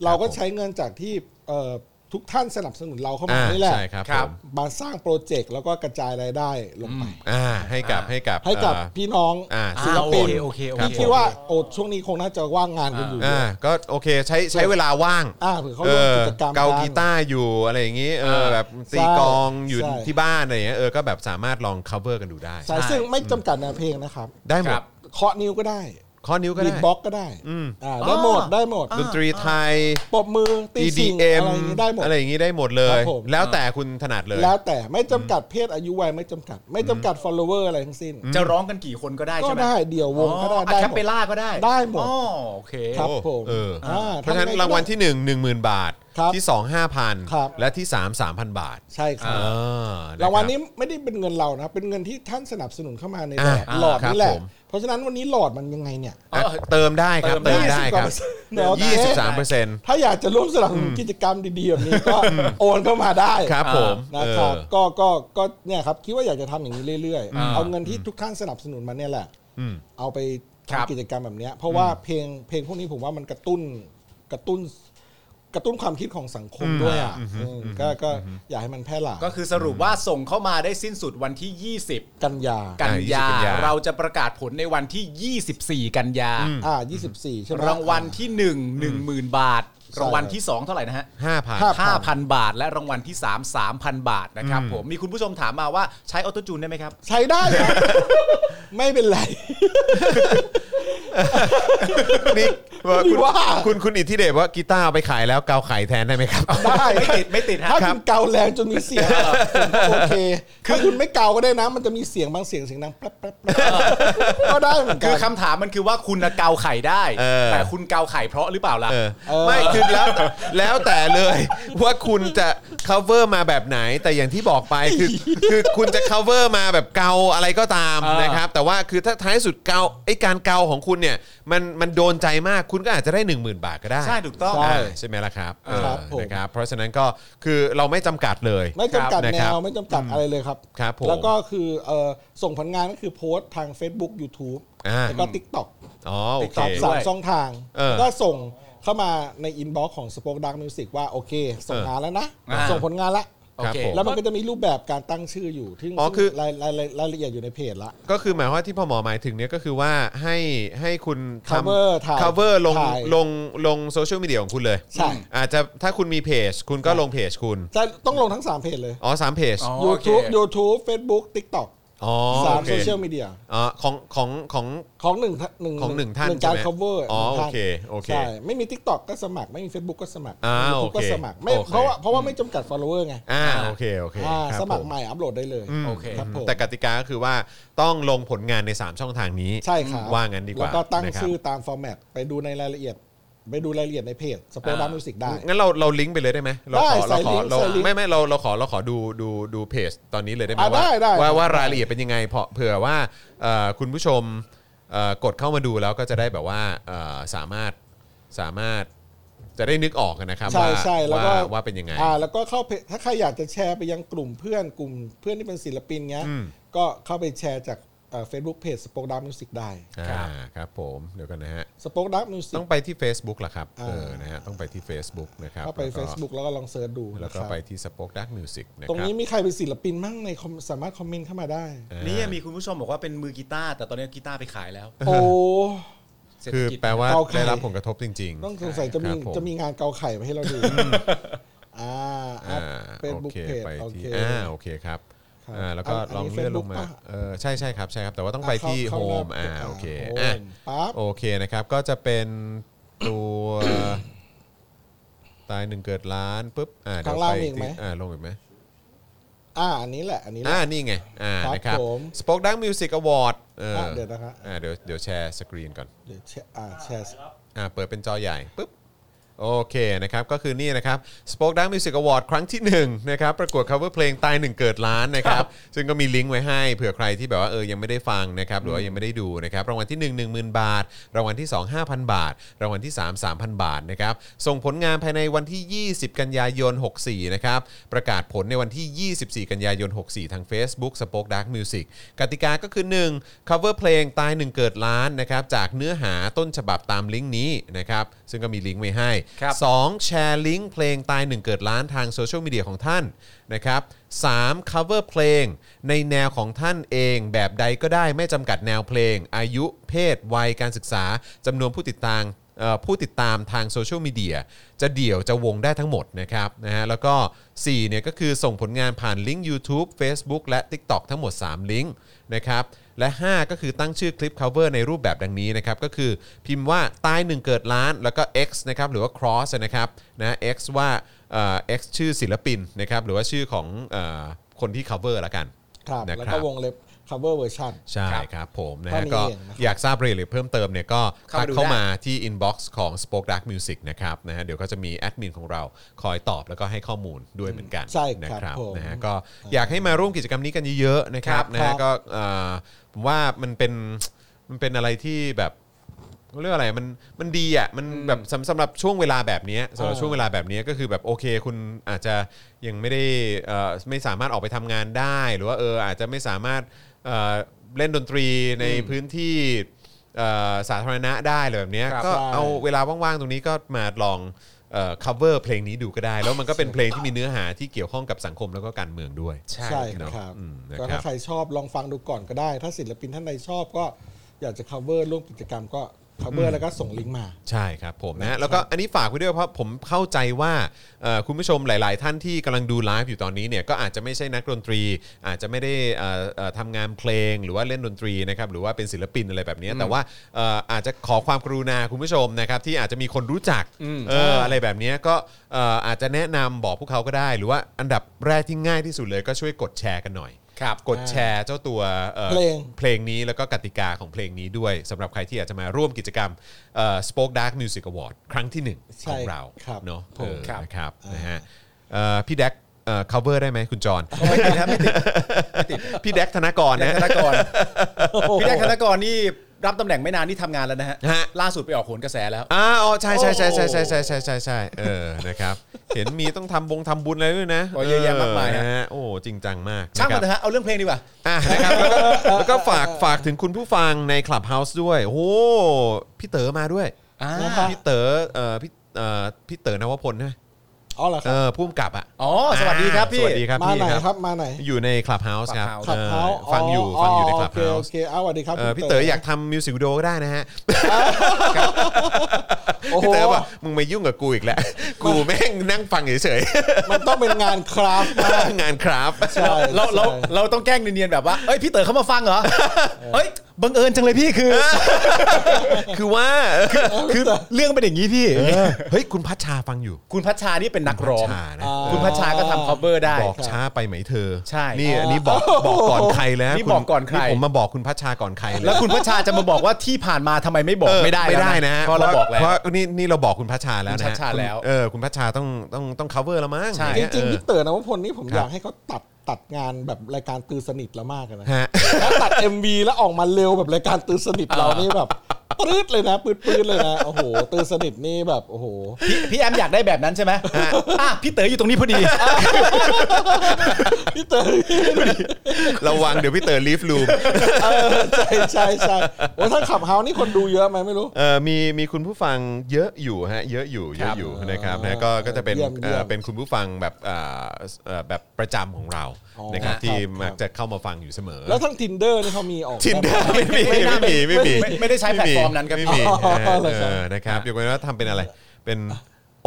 Speaker 5: เราก็
Speaker 2: ครับผม
Speaker 5: ใช้เงินจากที่เอ่อทุกท่านสนับสนุนเราเข้ามา
Speaker 2: อ่า
Speaker 5: นี่แหละ
Speaker 2: ใช่ครับ
Speaker 1: ครั
Speaker 2: ผ
Speaker 1: บ
Speaker 2: ม
Speaker 5: มาสร้างโปรเจกต์แล้วก็กระจายรายได้ลงไป
Speaker 2: อ่าให้กับให้กับ
Speaker 5: ให้กับ
Speaker 2: เอ่อ
Speaker 5: พี่น้อง
Speaker 2: อ่า
Speaker 5: ศิลปิน
Speaker 1: อ่าโอเคโอเคโอเค
Speaker 5: ที่คิดว่าโอดช่วงนี้คงน่าจะว่างงานกันอยู่เย
Speaker 2: อ่า
Speaker 5: อะ
Speaker 2: ก็โอเคใช้ใช้เวลาว่าง
Speaker 5: อ่าเผื่อเขา
Speaker 2: เอ
Speaker 5: ร่ว
Speaker 2: อ
Speaker 5: มกิจกรรมน
Speaker 2: เกากีตาร์อยู่อะไรอย่างงี้เออแบบตีกลองอยู่
Speaker 5: ใช่
Speaker 2: ที่บ้านอะไรอย่างเงี้ยเออก็แบบสามารถลอง cover กันดูได้
Speaker 5: สายซึ่งไม่จำกัดแนวเพลงนะครับ
Speaker 2: ได้หม
Speaker 1: ครั
Speaker 2: ด
Speaker 1: บ
Speaker 5: เคาะนิ้วก็ได้
Speaker 2: ข้อนิ้วก็
Speaker 5: บี
Speaker 2: ได้
Speaker 5: ทบ็อกก็ได้
Speaker 2: อืม
Speaker 5: อ่าได้หมดได้หมด
Speaker 2: ดนตรีไทย
Speaker 5: ปรบมือตีชิง
Speaker 2: EDM
Speaker 5: อะไรอย่างงี้ได้หมด
Speaker 2: อะไรอย่างงี้ได้หมดเล
Speaker 5: ครั
Speaker 2: ย
Speaker 5: บผม
Speaker 2: แล้วแต่คุณถนัดเลย
Speaker 5: แล้วแต่ไม่จำกัดเพศอายุวัยไม่จำกัด ไม่จำกัด follower อะไรทั้งสิ้น
Speaker 1: จะร้องกันกี่คนก็ได้
Speaker 5: ก็
Speaker 1: ใช่ไหม
Speaker 5: ได้เดี่ยววงก็ได้
Speaker 1: อ๋ออะ
Speaker 5: ได้
Speaker 1: แค
Speaker 5: ห
Speaker 1: ป
Speaker 5: มด
Speaker 1: เปล่าก็ได้
Speaker 5: ได้หมด
Speaker 1: อ๋อโอเค
Speaker 5: ครับ
Speaker 2: โอ้
Speaker 5: ผม
Speaker 2: เอออ่
Speaker 5: า
Speaker 2: เพราะฉะนั้น
Speaker 5: ทำไก็ได้
Speaker 2: รางวัลที่ 1 10,000 บาท
Speaker 5: ครับ
Speaker 2: ที่ 2 5,000
Speaker 5: ครับ
Speaker 2: และที่ 3 3,000 บาท
Speaker 5: ใช่ครับ
Speaker 2: อ่ะคบ
Speaker 5: รางวัลนี้ไม่ได้เป็นเงินเรานะครับเป็นเงินที่ท่านสนับสนุนเข้ามาในหลอด
Speaker 2: อ่า
Speaker 5: หลอด
Speaker 2: ครับ
Speaker 5: นี่แห
Speaker 2: ผ
Speaker 5: ละ
Speaker 2: ม
Speaker 5: เพราะฉะนั้นวันนี้หลอดมันยังไงเนี่ย
Speaker 2: อ่ะเติมได้ครับ
Speaker 1: เติ
Speaker 2: เติม
Speaker 1: มได้
Speaker 2: ได้ครับ
Speaker 5: เดี๋ยวนะ
Speaker 2: 23เปอร์เซ็นต์
Speaker 5: ถ้าอยากจะร่วมสนับสนุนกิจกรรมดีๆแบบนี้ก็โอนเข้ามาได้
Speaker 2: ครับผม
Speaker 5: นะครับ
Speaker 2: เออ
Speaker 5: ก็ก็ก็เนี่ยครับคิดว่าอยากจะทำอย่างนี้เรื่อย
Speaker 1: อ่า
Speaker 5: ๆ เอาเงินที่ทุกท่านสนับสนุนมาเนี่ยแหละ
Speaker 2: อืม
Speaker 5: เอาไป
Speaker 1: ครับ
Speaker 5: ทำกิจกรรมแบบเนี้ยเพราะว่าเพลงเพลงพวกนี้ผมว่ามันกระตุ้นกระตุ้นกระตุ้นความคิดของสังคมด้วยอ่ะอืมก็ก็อยากให้มันแพร่หลาย
Speaker 1: ก็คือสรุปว่าส่งเข้ามาได้สิ้นสุดวันที่ 20
Speaker 5: กันยา
Speaker 1: กันยา
Speaker 2: อ่า20กันยา
Speaker 1: เราจะประกาศผลในวันที่ 24 กันยา
Speaker 5: อ่า24 ใช่ไหม
Speaker 1: รางวัลที่ 1 10,000 บาท รางวัลที่ 2 เท่าไหร่นะฮะ
Speaker 2: 5,000
Speaker 5: ครับ
Speaker 1: 5,000 บาท และรางวัลที่ 3 3,000 บาทนะครับผมมีคุณผู้ชมถามมาว่า ใช้ออโตจูนได้ไหมครับ
Speaker 5: ใช้ได้ครับ ไม่เป็นไร
Speaker 2: เอ นี่ว่าคุณ
Speaker 5: ว่า
Speaker 2: คุณคุณอิทธิเดชว่ากีตาร์เอาไปขายแล้วเกาไข่แทนได้ไหมครับ
Speaker 5: ได้
Speaker 1: ไม่ติดไม่ติดฮะ
Speaker 5: ถ้า
Speaker 2: ครั
Speaker 5: คุ
Speaker 2: บ
Speaker 5: ณเกาแรงจนมีเสียงผมก็โอเคคือคุณไม่เกาก็ได้นะ มันจะมีเสียงบางเสียงเสียงดังแป๊บแป๊บแป๊บก็ได้เหมือนกั
Speaker 1: คือน คำถามมันคือว่าคุณน่ะเกาไข่ได้
Speaker 2: เออ
Speaker 1: แต่คุณเกาไข่เพราะหรือเปล่าล่ะ
Speaker 2: เออไม่คือแล้วแล้วแต่เลย ว่าคุณจะ cover มาแบบไหน แต่อย่างที่บอกไปคือคือคุณจะ cover มาแบบเกาอะไรก็ตาม
Speaker 1: เออ
Speaker 2: นะครับ แต่ว่าคือถ้าท้ายสุดเกาไอ้การเกาของคุณเนี่ย มันมันโดนใจมากคุณก็อาจจะได้ 10,000 บาทก็ได้
Speaker 1: ใช่ถูกต้อง
Speaker 5: ใช่
Speaker 2: อ่าใช่ไหมล่ะครับเออ
Speaker 5: ครับผม
Speaker 2: นะครับ เพราะฉะนั้นก็คือเราไม่จำกัดเลย
Speaker 5: ไม่จำกัด
Speaker 2: นะ
Speaker 5: แน
Speaker 2: ครับ
Speaker 5: วไม่จำกัดอะไรเลยครับ
Speaker 2: ครับผม
Speaker 5: แล้วก็คือเอ่อส่งผลงานก็คือโพสต์ทาง Facebook YouTube
Speaker 2: อ่า
Speaker 5: แล้วก็ TikTok
Speaker 2: อ๋อโอเค
Speaker 5: สาม
Speaker 1: ด้
Speaker 5: สาม
Speaker 1: วย
Speaker 5: ช่องทาง
Speaker 2: เออ
Speaker 5: ก็ส่งเข้ามาในอินบ็อกซ์ของ Spoke Dark Music ว่าโอเค ส่
Speaker 2: เออง
Speaker 5: งานแล้วนะ
Speaker 1: อ่า
Speaker 5: ส่งผลงานละ
Speaker 1: โอเค
Speaker 2: ครับผ
Speaker 5: แล้วมันก็จะมีรูปแบบการตั้งชื่ออยู่ ที่
Speaker 2: อ๋อคือ
Speaker 5: รายรายรายรายละเอียดอยู่ในเพจละ
Speaker 2: ก็คือหมายความว่าที่พ่อหมอหมายถึงเนี่ยก็คือว่าให้ให้คุณทำ
Speaker 5: cover ถ่าย
Speaker 2: cover ลง
Speaker 5: ถ่าย
Speaker 2: ลงลงโซเชียลมีเดียของคุณเลย
Speaker 5: ใช่
Speaker 2: อาจจะถ้าคุณมีเพจ คุณก็ลงเพจคุณ
Speaker 5: จะต้องลงทั้ง 3 เพจเลย
Speaker 2: อ๋อสามเพจ
Speaker 1: อ๋อ โเค
Speaker 5: YouTube YouTube Facebook TikTok
Speaker 2: อ๋อ
Speaker 5: สาม
Speaker 2: โอเค
Speaker 5: โซเชียลมีเดีย
Speaker 2: อ๋อของของของ
Speaker 5: ของหนึ่งท่าหนึ่ง
Speaker 2: ของหนึ่งท่าน
Speaker 5: การ
Speaker 2: ใช่ไหม
Speaker 5: cover
Speaker 2: อ๋อ
Speaker 5: หนึ่งท่าน
Speaker 2: โอเคโอเค
Speaker 5: ใช่ไม่มี TikTok ก็สมัคร ไม่มี Facebook ก็สมัคร
Speaker 2: อ่า
Speaker 5: ยูทูบก็
Speaker 2: โอเค
Speaker 5: สมัครไม่
Speaker 2: โอเค
Speaker 5: เพราะว่าเพราะว่าไม่จำกัด follower ไง
Speaker 2: อ่าโอเคโอเค
Speaker 5: อ่า
Speaker 2: ครับ
Speaker 5: สมัค
Speaker 2: ผ
Speaker 5: รใหม่อัปโหลดได้เลย
Speaker 2: อืม
Speaker 1: โอเค
Speaker 5: ครับผม
Speaker 2: แต่กติกาก็คือว่าต้องลงผลงานใน 3 ช่องทางนี้
Speaker 5: ใช่ครับ
Speaker 2: ว่างั้นดีกว่า
Speaker 5: แล้วก็ตั้ง
Speaker 2: นะครับ
Speaker 5: ชื่อตามฟอร์แมตไปดูในรายละเอียด ไปดูรายละเอียดในเพจสปอร์ตดัมมิวสิกได้
Speaker 2: งั้นเราเราลิงก์ไปเลยได้ไหมเราขอ
Speaker 5: ได้
Speaker 2: เราขอ
Speaker 5: ใส่ลิงก์
Speaker 2: เรา
Speaker 5: ใส่ลิงก์
Speaker 2: ไม่ไม่เราเราขอเราขอดูดูดูเพจตอนนี้เลยได้ไหม
Speaker 5: อ่ะ
Speaker 2: ว่า
Speaker 5: ได้ได้
Speaker 2: ว่า
Speaker 5: ได้
Speaker 2: ว่ารายละเอียดเป็นยังไงเพราะเผื่อว่าเอ่อคุณผู้ชมเอ่อกดเข้ามาดูแล้วก็จะได้แบบว่าเอ่อสามารถสามารถจะได้นึกออกนะครับ
Speaker 5: ใช่
Speaker 2: ว่า
Speaker 5: ใช่แล้วก็
Speaker 2: ว่าว่าเป็นยังไง
Speaker 5: อ่าแล้วก็เข้าเพจถ้าใครอยากจะแชร์ไปยังกลุ่มเพื่อนกลุ่มเพื่อนที่เป็นศิลปินเงี้ย
Speaker 2: อืม
Speaker 5: ก็เข้าไปแชร์จากเฟซบุ๊กเพจสปอร์ตดัมมิวสิกได้
Speaker 2: อ่าครับผมเดี๋ยวกันนะฮะ
Speaker 5: สปอร์ตดัมมิวสิ
Speaker 2: ต้อก งไปที่ Facebook ล่ะครับ
Speaker 5: อ่า
Speaker 2: เออนะฮะต้องไปที่ Facebook นะครับ
Speaker 5: เข้าไป
Speaker 2: แล้วก็
Speaker 5: Facebook แล้วก็ลองเซิร์ชดู
Speaker 2: แล้วก็
Speaker 5: นะครับ
Speaker 2: ไปที่ Spoke Dark Music นะ
Speaker 5: ตรง
Speaker 2: ครับ
Speaker 5: นี้มีใครเป็นศิลปินมั่งในคอมสามารถคอมเมนต์เข้ามาได้
Speaker 1: นี่มีคุณผู้ชมบอกว่าเป็นมือกีตาร์แต่ตอนนี้กีตาร์ไปขายแล้ว
Speaker 5: โอ้
Speaker 1: เศรษฐ
Speaker 2: คือ
Speaker 1: กิจ
Speaker 2: แปลว่า
Speaker 5: เอาใคร
Speaker 2: ได้รับผลกระทบจริง
Speaker 5: ต้องสงสัยจะมี
Speaker 2: ครับผม
Speaker 5: จะมีงานเกาไข่มาให้เราดูอ่า
Speaker 2: อ่า
Speaker 5: เฟซ
Speaker 2: โอ
Speaker 5: บุ๊ก
Speaker 2: เค
Speaker 5: เพจ
Speaker 2: ไป
Speaker 5: โอเค
Speaker 2: ที่อ่าโอเคครับ
Speaker 5: ครับ
Speaker 2: อ่าแล้วก็
Speaker 5: อันนี้
Speaker 2: ลองเลื่อนลงมา
Speaker 5: Facebook ป่ะ
Speaker 2: เออใช่ใช่ครับใช่ครับ แต่ว่าต้องไปที่โฮ
Speaker 5: เข้าเข้า
Speaker 2: ม
Speaker 5: หน้
Speaker 2: อ่า
Speaker 5: พจ
Speaker 2: โอเค
Speaker 5: โฮม
Speaker 2: อ่ะ
Speaker 5: ปั๊บ
Speaker 2: โอเคนะครับ ก็จะเป็นตัวตายหนึ่งเกิดล้านปุ๊บอ่าเดี๋ยวไปที่อ่าลงอีกไหม
Speaker 5: อ่าอันนี้แหละ อันนี้แหละ
Speaker 2: อ่า นี่ไง อ่า
Speaker 5: ครับ
Speaker 2: นะครับ
Speaker 5: ผม
Speaker 2: Spoke Dark Music Award เอออะ
Speaker 5: เดี๋ยวนะครับ
Speaker 2: อ่าเดี๋ยวเดี๋ยวแชร์สกรีนก่อน
Speaker 5: เดี๋ยวแชร์อ่าแชร์
Speaker 2: อ่าเปิดเป็นจอใหญ่ปุ๊บโอเคนะครับ ก็คือนี่นะครับ Spoke Dark Music Award ครั้งที่1นะครับประกวด cover เพลงตายหนึ่งเกิดล้านนะครับ ซึ่งก็มีลิงก์ไว้ให้เผื่อใครที่แบบว่าเออยังไม่ได้ฟังนะครับหรือว่ายังไม่ได้ดูนะครับ รางวัลที่ 1 10,000 บาท รางวัลที่ 2 5,000 บาท รางวัลที่ 3 3,000 บาทนะครับ ส่งผลงานภายในวันที่ 20 กันยายน 64 นะครับ ประกาศผลในวันที่ 24 กันยายน 64 ทาง Facebook Spoke Dark Music กติกาก็คือ 1 cover เพลงตายหนึ่งเกิดล้านนะครับ จากเนื้อหาต้นฉบับตามลิงก์นี้นะครับ ซึ่งก็มีลิงก์ไว้ให้
Speaker 1: ครับ
Speaker 2: 2. แชร์ลิงก์เพลงตายหนึ่งเกิดล้านทางโซเชียลมีเดียของท่านนะครับ 3. cover เพลงในแนวของท่านเองแบบใดก็ได้ไม่จำกัดแนวเพลง อายุเพศ วัยการศึกษาจำนวนผู้ติดตามเอ่อผู้ติดตามทางโซเชียลมีเดียจะเดี่ยวจะวงได้ทั้งหมดนะครับนะฮะแล้วก็4เนี่ยก็คือส่งผลงานผ่านลิงก์ YouTube Facebook และ TikTok ทั้งหมด 3 ลิงก์นะครับ และ 5 ก็คือตั้งชื่อคลิป cover ในรูปแบบดังนี้นะครับ ก็คือพิมพ์ว่าตายหนึ่งเกิดล้าน แล้วก็ x นะครับหรือว่า cross นะครับนะ x ว่าเอ่อ x ชื่อศิลปินนะครับหรือว่าชื่อของเอ่อคนที่ cover ละกัน
Speaker 5: ครับ
Speaker 2: นะ
Speaker 5: แล้ว
Speaker 2: ครั
Speaker 5: ก็
Speaker 2: บ
Speaker 5: วงเล็บ cover version
Speaker 2: ใช่ครับผมนะ
Speaker 5: เท่า
Speaker 2: ฮะ
Speaker 5: นี้
Speaker 2: ก็
Speaker 5: เองนะครับ
Speaker 2: อยากทราบรายละเอียดเพิ่มเติมเนี่ยก็
Speaker 1: เข้ามาก
Speaker 2: ทั
Speaker 1: ดู
Speaker 2: เข้า
Speaker 1: ได้
Speaker 2: มาที่ inbox ของ Spoke Dark Music นะครับนะฮะเดี๋ยวก็จะมีแอดมินของเราคอยตอบแล้วก็ให้ข้อมูลด้วยเหมือนกัน
Speaker 5: ใช่ครับ
Speaker 2: นะครับ
Speaker 5: ผม
Speaker 2: นะฮะ ก็อยากให้มาร่วมกิจกรรมนี้กันเยอะๆนะครับ
Speaker 5: ครับ
Speaker 2: นะฮะ
Speaker 5: ครับ
Speaker 2: ก็เอ่อผมว่ามันเป็นมันเป็นอะไรที่แบบเขาเรียกว่าอะไรมันมันดีอ่ะมันแบบสำสำหรับช่วงเวลาแบบเนี้ยสำหรับ
Speaker 5: เออ
Speaker 2: ช่วงเวลาแบบเนี้ยก็คือแบบโอเค คุณอาจจะยังไม่ได้เอ่อไม่สามารถออกไปทำงานได้ หรือว่าเอออาจจะไม่สามารถเอ่อเล่นดนตรีในพื้นที่เอ่อสาธารณะได้เลยแบบเนี้ย
Speaker 1: ครับ
Speaker 2: ก็
Speaker 5: ใช่
Speaker 2: เอาเวลาว่างๆตรงนี้ก็มาลองเอ่อ cover เพลงนี้ดูก็ได้ แล้วมันก็เป็นเพลงที่มีเนื้อหาที่เกี่ยวข้องกับสังคมแล้วก็การเมืองด้วย
Speaker 5: ใช่
Speaker 2: เนอะ
Speaker 5: ครับ
Speaker 2: อืมนะ
Speaker 5: ก็
Speaker 2: ครั
Speaker 5: ถ้า
Speaker 2: บ
Speaker 5: ใครชอบลองฟังดูก่อนก็ได้ ถ้าศิลปินท่านใดชอบก็อยากจะ cover ร่วมกิจกรรมก็ พับเบอร์แล้วก็ส่งลิงก์มา
Speaker 2: ใช่ครับผมนะแล้วก็อันนี้ฝากไว้ด้วยเพราะผมเข้าใจว่าเอ่อคุณผู้ชมหลาย ๆ ท่านที่กำลังดูไลฟ์อยู่ตอนนี้เนี่ยก็อาจจะไม่ใช่นักดนตรี อาจจะไม่ได้เอ่อเอ่อทำงานเพลงหรือว่าเล่นดนตรีนะครับหรือว่าเป็นศิลปินอะไรแบบเนี้ยแต่ว่าเอ่ออาจจะขอความกรุณาคุณผู้ชมนะครับที่อาจจะมีคนรู้จักเอออะไรแบบเนี้ยก็เอ่ออาจจะแนะนำบอกพวกเขาก็ได้ หรือว่าอันดับแรกที่ง่ายที่สุดเลยก็ช่วยกดแชร์กันหน่อย
Speaker 1: ครับ
Speaker 2: กดแชร์เจ้าตัวอ่อ
Speaker 5: เพลง
Speaker 2: เพลงนี้แล้วก็กติกาของเพลงนี้ด้วยสำหรับใครที่อยากจะมาร่วมกิจกรรมเอ่อ Spoke Dark Music Award ครั้งที่หนึ่ง
Speaker 5: ใช่
Speaker 2: ของเรา
Speaker 5: ครับ
Speaker 2: เนาะ
Speaker 5: ผม
Speaker 2: เออ
Speaker 1: ครับ
Speaker 2: นะครับ
Speaker 5: อ่าน
Speaker 2: นะฮะเอ่อพี่แดกเอ่อ cover ได้ไหมคุณจร
Speaker 1: ไม่ติดครับไม่ติด
Speaker 2: พี่แดกธนากร
Speaker 1: พี่แดกธนกร
Speaker 2: นะ
Speaker 1: พี่แดกธนกรนี่รับตำแหน่งไม่นานนี่ทำงานแล้วนะฮะ
Speaker 2: ฮะ
Speaker 1: ล่าสุดไปออกโหนกระแสแล้ว
Speaker 2: อ่าอ๋อใช่ใช่ใช่ใช่ใช่ใช่ใช่ใช่ใช่เออนะครับ เห็นมีต้องทำบงทำบุญอะไรด้วยนะ
Speaker 1: โอ้เยอะแยะมากมายฮะ
Speaker 2: นะฮะโอ้จริงจังมาก
Speaker 1: ช่าง
Speaker 2: นะค
Speaker 1: มัน
Speaker 2: รับ
Speaker 1: เถอะฮะเอาเรื่องเพลงดีกว่า
Speaker 2: อ่ะนะครับแล้วก็แล้วก็ฝากฝากถึงคุณผู้ฟังใน Clubhouse ด้วย โอ้โหพี่เต๋อมาด้วย
Speaker 1: อ่า
Speaker 2: พี่เต๋อเอ่อพี่เอ่อพี่เต๋อนวพลนะ
Speaker 5: อ๋อเหรอค
Speaker 2: เอ
Speaker 5: รับ
Speaker 2: อพุ่มกับอ่ะ
Speaker 1: อ๋อสวัสดีครับพี่
Speaker 2: สวัสดีครับ
Speaker 5: มา
Speaker 2: พี่
Speaker 5: ไหน
Speaker 2: ค
Speaker 5: ค
Speaker 2: รั
Speaker 5: รับ บมาไหน
Speaker 2: อยู่ใน Clubhouse ครับ
Speaker 1: Clubhouse
Speaker 5: ขับเฮา
Speaker 2: เออฟังอยู่ฟังอยู่ใน
Speaker 5: โเค
Speaker 2: Clubhouse
Speaker 5: โอเคเอาสวัสดีครับ
Speaker 2: เออพี่เต๋ออยากทำมิวสิกวิดีโอก็ได้นะฮะพี่เต๋อว่ามึงมายุ่งกับกูอีกแล้ว กูแม่งนั่งฟังเฉย
Speaker 5: มันต้องเป็นงานครา ฟต์มาก
Speaker 2: ๆ งานครับ
Speaker 5: ใช่
Speaker 1: เราเรา
Speaker 5: ใช่
Speaker 1: เราต้องแกล้งเนียนๆแบบว่า เอ้ยพี่เต๋อเข้ามาฟังเหรอ เอ้ยบังเอิญจังเลยพี่คือ
Speaker 2: คือว่า
Speaker 1: คือเรื่องเป็นอย่างนี้พี่
Speaker 2: เฮ้ยคุณพัชชาฟังอยู่
Speaker 1: คุณพัชชานี่เป็นนักร้อง
Speaker 2: พัชชานะ
Speaker 5: อ๋อ
Speaker 1: คุณพัชชาก็ทำ cover ได้
Speaker 2: บอกช้าไปไหมเธอ
Speaker 1: ใช่
Speaker 2: นี่อันนี้บอกบอกก่อนใครแล้ว
Speaker 1: นี่
Speaker 2: คุณ
Speaker 1: บอกก่อนใคร
Speaker 2: ผมมาบอกคุณพัชชาก่อนใครเลย
Speaker 1: แล้วคุณพัชชาจะมาบอกว่าที่ผ่านมาทำไมไม่บอก
Speaker 2: เออ
Speaker 1: ไม่ได้
Speaker 2: ไม่ได้
Speaker 1: แล้ว
Speaker 2: นะ
Speaker 1: เพราะเราบอกแล้ว
Speaker 2: เพราะนี่นี่เราบอกคุณพัชชาแล้ว
Speaker 1: คุ
Speaker 2: นะ
Speaker 1: ณพัชชาแล้ว
Speaker 2: คุณเออคุณพัชชาต้องต้องต้อง cover แล้วมั้ง
Speaker 1: ใช่
Speaker 5: จ
Speaker 2: เนี่ย
Speaker 5: ริงๆพี่
Speaker 2: เอ
Speaker 5: เต๋อนวพลนี่ผม
Speaker 2: ครับ
Speaker 5: อยากให้เขาตัดตัดงานแบบรายการตือสนิทละมากอะนะ
Speaker 2: อฮะ
Speaker 5: แล้วตัด MV แล้วออกมาเร็วแบบรายการตือสนิทเรานี่แบบปรื้ดเลยนะปื้ดๆเลยนะโอ้โหตือสนิทนี่แบบโอ้โห
Speaker 1: พี่พี่แอมอยากได้แบบนั้นใช่ไหมอ่ะพี่เต๋ออยู่ตรงนี้พอดี
Speaker 5: พี่เต๋อ
Speaker 2: ระวังเดี๋ยวพี่เตอร์ลีฟลูม
Speaker 5: เออ ใช่ใช่ใช่โอ้ยถ้าขับเฮานี่คนดูเยอะไหมไม่รู้
Speaker 2: เออมีมีคุณผู้ฟังเยอะอยู่ฮะเยอะอยู่เยอะอยู่นะครับนะก็ก็จะเป็น
Speaker 5: เยี่ยมเยี่
Speaker 2: เอย
Speaker 5: ม
Speaker 2: อเป็นคุณผู้ฟังแบบเอ่อเอ่อแบบประจำของเรา
Speaker 5: อ๋อ
Speaker 2: นะครับ
Speaker 5: ครับ
Speaker 2: ที่
Speaker 5: ครับ
Speaker 2: มักจะเข้ามาฟังอยู่เสมอ
Speaker 5: แล้วทั้ง tinder นี่เขามีออก
Speaker 2: ทินเดอร์ไม่มี
Speaker 1: ไม่น่า
Speaker 2: ไม่มีไม่มี
Speaker 1: ไม่ไม่ได้ใช้แพลตฟอร์มนั้นครับ
Speaker 2: ไม่มี
Speaker 5: อ๋อ
Speaker 2: เออ
Speaker 5: เหรอครับ
Speaker 2: เออนะครับยกเว้นว่าทำเป็นอะไร เป็น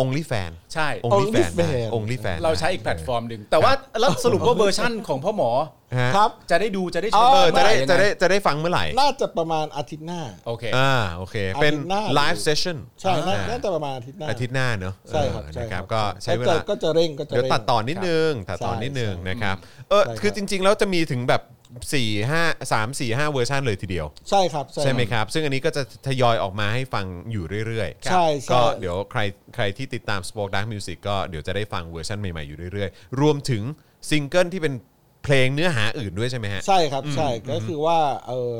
Speaker 2: only fan
Speaker 1: ใช่
Speaker 2: only fan
Speaker 5: OnlyFans
Speaker 2: only fan
Speaker 1: เราใช้อีกแพลตฟอร์มหนึ่งแต่ว่าแล้วสรุปว่าเวอร์ชั่นของพ่อหมอ
Speaker 2: ฮะ
Speaker 5: ครับ
Speaker 1: จะได้ดูจะได้ช
Speaker 5: อ๋
Speaker 1: ม
Speaker 5: อ
Speaker 2: เออจะได้
Speaker 1: ยังง
Speaker 2: จะได้จะได้ฟังเมื่อไหร่
Speaker 5: น่าจะประมาณอาทิตย์หน้า
Speaker 1: โอเค
Speaker 2: อ่าโอเค เป็น
Speaker 5: อาทิตย์หน้า
Speaker 2: live session
Speaker 5: ใช่น่า
Speaker 2: อ่า
Speaker 5: น่าจะประมาณอาทิตย์หน้า
Speaker 2: อาทิตย์หน้าเนอะ
Speaker 5: ใช่ครับ
Speaker 2: เออ
Speaker 5: ใช่
Speaker 2: นะค
Speaker 5: ครั
Speaker 2: รับบ ก็ใช้เว
Speaker 5: ก็
Speaker 2: ลา
Speaker 5: จะก็จะเร่งก็จะ
Speaker 2: เดี๋ยว
Speaker 5: ร่ง
Speaker 2: ตัดต่อนิดนึงตัดต่อนิดนึง
Speaker 5: ใช่
Speaker 2: นะครับเออ
Speaker 5: ใช่ครับ
Speaker 2: คือจริง ๆ แล้วจะมีถึงแบบ4 5 3 4 5เวอร์ชันเลยทีเดียว
Speaker 5: ใช่ครับ
Speaker 2: ใช่ไหมครับ ซึ่งอันนี้ก็จะทยอยออกมาให้ฟังอยู่เรื่อยๆ
Speaker 5: ใช่ใช่
Speaker 2: ก็เดี๋ยวใครใครที่ติดตาม Spoke Dark Music ก็เดี๋ยวจะได้ฟังเวอร์ชันใหม่ๆอยู่เรื่อยๆ รวมถึงซิงเกิลที่เป็นเพลงเนื้อหาอื่นด้วยใช่ไหมฮะ
Speaker 5: ใช่ครับใช่ก็คือว่าเออ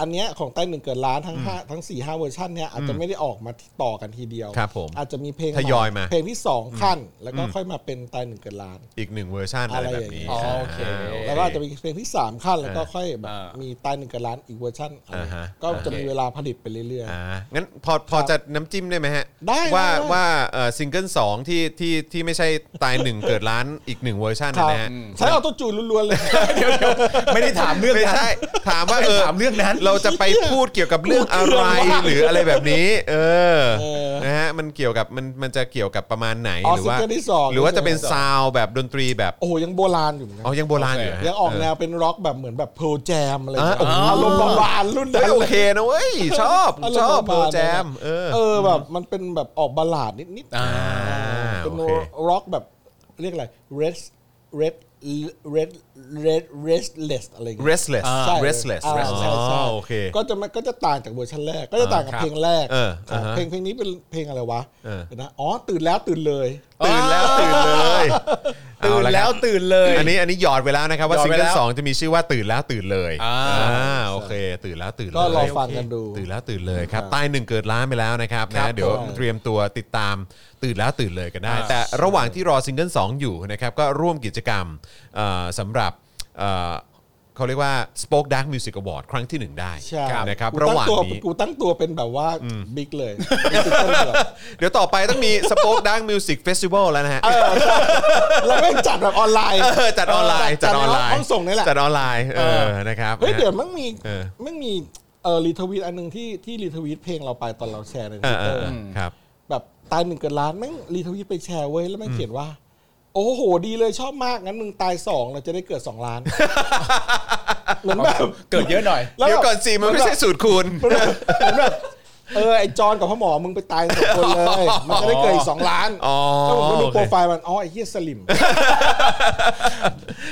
Speaker 5: อันเนี้ยของใต้หนึ่งเกิดล้านทั้งห้าทั้งสี่ห้าเวอร์ชันเนี้ยอาจจะไม่ได้ออกมาต่อกันทีเดียว
Speaker 2: ครับผม
Speaker 5: อาจจะมีเพลง
Speaker 2: ทยอยมา
Speaker 5: เพลงที่สองขั้น แล้วก็ค่อยมาเป็นใต้หนึ่งเกิดล้าน
Speaker 2: อีกหนึ่งเวอร์ชันอะไรแบบนี้
Speaker 5: อ๋
Speaker 1: อโอเค
Speaker 2: า
Speaker 5: แล้วก็อาจจะมีเพลงที่สามขั้น แล้วก็ค่อยแบบ
Speaker 1: อ่ามี
Speaker 5: มีใต้หนึ่งเกิดล้านอีกเวอร์ชันอะไร
Speaker 2: อ่าฮะ
Speaker 5: ก็จะ
Speaker 1: โอเค
Speaker 5: มีเวลาผลิตไปเรื่อย
Speaker 2: อ่างั้นพอพอจะน้ำจิ้มได้ไหมฮะ
Speaker 5: ได้
Speaker 2: ว่า
Speaker 5: ได้
Speaker 2: ว่าเอ่อซิงเกิลสองที่ที่ที่ไม่ใช่ตายหนึ่ง เกิดล้านอีกหนึ่งเวอร์ชัน
Speaker 5: ๆค
Speaker 2: นะ
Speaker 5: รับ
Speaker 2: นะฮะ
Speaker 5: ใช้ออโต้จูนล้วนๆเลย
Speaker 1: เดี๋ยวเดี๋ยวไม่ได้ถามเรื่อง
Speaker 2: ไม่
Speaker 1: นั้น
Speaker 2: ใช่ถามว่าเออ
Speaker 1: ถามเรื่องนั้น
Speaker 2: เราจะไปพูดเกี่ยวกับเรื่องอะไรหรืออะไรแบบนี้ เออ
Speaker 5: เออ
Speaker 2: นะฮะมันเกี่ยวกับมันมันจะเกี่ยวกับประมาณไหน
Speaker 5: อ๋อ
Speaker 2: หรือว่า
Speaker 5: ซิงเกิลที่สอง
Speaker 2: หรือว่าจะเป็นซาวด์แบบดนตรีแบบ
Speaker 5: โอ้โหยังโบราณอยู่เหมือนกั
Speaker 2: เอา
Speaker 5: น
Speaker 2: ยังโบราณอยู่นะฮะ
Speaker 5: ยังออกแน
Speaker 2: เ
Speaker 5: วเป็นร็อกแบบเหมือนแบบเพลแจมอะไรอย่างเงี้ย
Speaker 2: อ่าโอ้โห
Speaker 5: อารมณ์ประมาณรุ่น
Speaker 2: เฮ้
Speaker 5: นั้
Speaker 2: ย
Speaker 5: น
Speaker 2: โอ
Speaker 5: เลย
Speaker 2: เคนะเว้ย ชอบผมชอบโปรแจมเออ
Speaker 5: เออแบบมันเป็นแบบออกบัลลาดนิดนิดๆ
Speaker 1: อ่า
Speaker 5: เป็น
Speaker 2: โอเค
Speaker 5: ร็อกแบบเรียกอะไร red red red red restless อะไรอย่างเงี้ย
Speaker 2: restless
Speaker 5: ใช่
Speaker 2: restless
Speaker 5: อ่าใช่ใช่
Speaker 2: อ๋อโอเค
Speaker 5: ก็จะมันก็จะต่างจากเวอร์ชันแรก ก็จะต่างกับ
Speaker 1: ครับ
Speaker 5: เพลงแรก
Speaker 2: เออ
Speaker 5: ครับ
Speaker 2: อ่าฮะ
Speaker 5: เพลงเพลงนี้เป็นเพลงอะไรวะ
Speaker 2: เออ
Speaker 5: เดี๋ยวนะอ๋อตื่นแล้วตื่นเลย
Speaker 2: ตื่นแล้วตื่นเลย
Speaker 1: ตื่น
Speaker 2: เอาะครับ
Speaker 1: แล้วตื่นเลย
Speaker 2: อันนี้อันนี้หยอดไปแล้วนะครับ ว่า
Speaker 1: หยอ
Speaker 2: ซิ
Speaker 1: ดไว้
Speaker 2: งเกิ
Speaker 1: แล้
Speaker 2: ล
Speaker 1: ว
Speaker 2: สองจะมีชื่อว่าตื่นแล้วตื่นเลย
Speaker 1: อ่า
Speaker 2: โอเค ตื่นแล้วตื่นเลย
Speaker 5: ก็รอฟังกันดู
Speaker 2: ตื่นแล้วตื่นเลยครับใต้หนึ่งเกิดล้านไปแล้วนะครับ
Speaker 5: ครั
Speaker 2: นะ
Speaker 5: บ
Speaker 2: เดี๋ยว
Speaker 5: ผม
Speaker 2: เตรียมตัวติดตามตื่นแล้วตื่นเลยกันได้ แต่ระหว่างที่รอซิงเกิลสองอยู่นะครับก็ร่วมกิจกรรมเอ่อสำหรับเอ่อเขาเรียกว่า Spoke Dark Music Award ครั้งที่หนึ่งได้
Speaker 5: ใช่
Speaker 2: นะครับ
Speaker 5: กู
Speaker 2: ระ
Speaker 5: ตั้
Speaker 2: หว่าง
Speaker 5: ตัว
Speaker 2: นี้
Speaker 5: กูตั้งตัวเป็นแบบว่าบิ๊กเลย
Speaker 2: เดี๋ยวต่อไปต้องมี Spoke Dark Music Festival แล้วนะฮะ
Speaker 5: แล้วก็จัดแบบออนไลน์
Speaker 2: เออจัดออนไลน์จัดออนไลน์
Speaker 5: จัดในห้องส่งนี่แหละ
Speaker 2: จัดออนไลน์เออนะครับ
Speaker 5: เฮ้ยเดี๋ยวมันมี
Speaker 2: เออ
Speaker 5: มันมี เออรีทวีตอันหนึ่งที่ที่รีทวีตเพลงเราไปตอนเราแชร์ในท
Speaker 2: อ่า
Speaker 5: วิตเตอร์
Speaker 2: ๆๆครับ
Speaker 5: แบบตายหนึ่งเกินล้านแม่งรีทวีตไปแชร์เว้ยแล้วแม่งเขียนว่า โอ้โหดีเลยชอบมากงั้นมึงตายสองเราจะได้เกิดสอง ล้านเหมือนแบบ
Speaker 1: เกิดเยอะหน่อย
Speaker 5: แล้ว
Speaker 2: เดี๋ย
Speaker 5: แบ
Speaker 2: ว
Speaker 5: บ
Speaker 2: ก่อนสิมันไม่ใช่สูตรคูณ
Speaker 5: เหมือนแบบเออไอจอนกับพ่อหมอมึงไปตายสองคนเลย มันจะได้เกิดอีกสองล้าน
Speaker 2: อ๋อ
Speaker 5: แล้วผมก็ดูโปรไฟล์มันอ๋อไอเฮียสลิม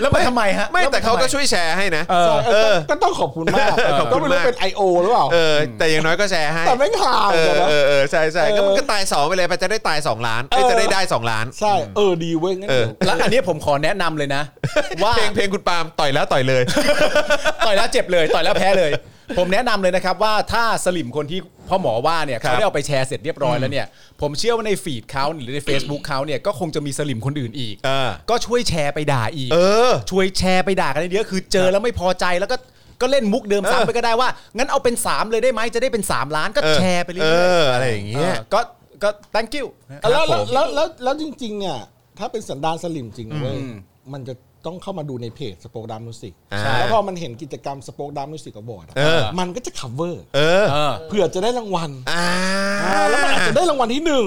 Speaker 1: แล้วมันทำไมฮะ
Speaker 2: ไม่แต่เขาก็ช่วยแชร์ให้นะ
Speaker 1: เออ
Speaker 5: เออก็ต้องขอบคุณมาก
Speaker 2: ขอบคุณมาก
Speaker 5: ก็ไม่รู้เป็น I.O. หรือเปล่า
Speaker 2: เออ แต่อย่างน้อยก็แชร์ให้
Speaker 5: แต่ไม่ข่าว
Speaker 2: เอ
Speaker 5: เล
Speaker 2: อย
Speaker 5: นะ
Speaker 2: เออเออใช่ใช่
Speaker 5: เออ
Speaker 2: ก็มันก็ตายสองไปเลยไปจะได้ตายสองล้านเอ้ย
Speaker 5: เออ
Speaker 2: จะได้ได้สองล้าน
Speaker 5: ใช่เออดีเว้ยงั้น
Speaker 2: เออ
Speaker 5: เดี๋ยว
Speaker 1: แล้วอันนี้ผมขอแนะนำเลยนะ ว่า
Speaker 2: เพลงเพลงคุณปาล์มต่อยแล้วต่อยเลย
Speaker 1: ต่อยแล้วเจ็บเลย ต่อยแล้วแพ้เลย ผมแนะนำเลยนะครับว่าถ้าสลิมคนที่พ่อหมอว่าเนี่ย
Speaker 2: ครับ
Speaker 1: เขาได้เอาไปแชร์เสร็จเรียบร้อยแล้วเนี่ยผมเชื่อว่าในฟีดเขาหรือใน Facebook เขาเนี่ยก็คงจะมีสลิมคนอื่นอีก
Speaker 2: เออ
Speaker 1: ก็ช่วยแชร์ไปด่าอีก
Speaker 2: เออ
Speaker 1: ช่วยแชร์ไปด่ากันเยอะๆคือเจอแล้วไม่พอใจแล้วก็ก็เล่นมุกเดิมซ้ำไปก็ได้ว่า งั้นเอาเป็น 3 เลยได้ไหมจะได้เป็น 3 ล้านก็
Speaker 2: เออ
Speaker 1: แชร์ไปเรื่
Speaker 2: เอ
Speaker 1: อย
Speaker 2: ออะไรอย่า
Speaker 1: ๆ
Speaker 2: งเงี้ย
Speaker 1: เออก็ก็ thank you
Speaker 5: แล้ว
Speaker 2: ครั
Speaker 5: แล้
Speaker 2: บ
Speaker 5: ว
Speaker 2: ผม
Speaker 5: แล้วแล้วแล้วจริงๆเนี่ยถ้าเป็นสันดานสลิมจริงเว้ยมันจะต้องเข้ามาดูในเพจสปอคดามมิวสิก
Speaker 2: อ่า
Speaker 5: แล้วพอมันเห็นกิจกรรมสปอคดามมิวสิกกับบอร์ด
Speaker 2: เออ
Speaker 5: มันก็จะ cover
Speaker 2: เออ
Speaker 1: เออ
Speaker 5: เผื่อจะได้รางวัล
Speaker 2: อ่า
Speaker 5: อ่าแล้วมันอาจจะได้รางวัลที่หนึ่ง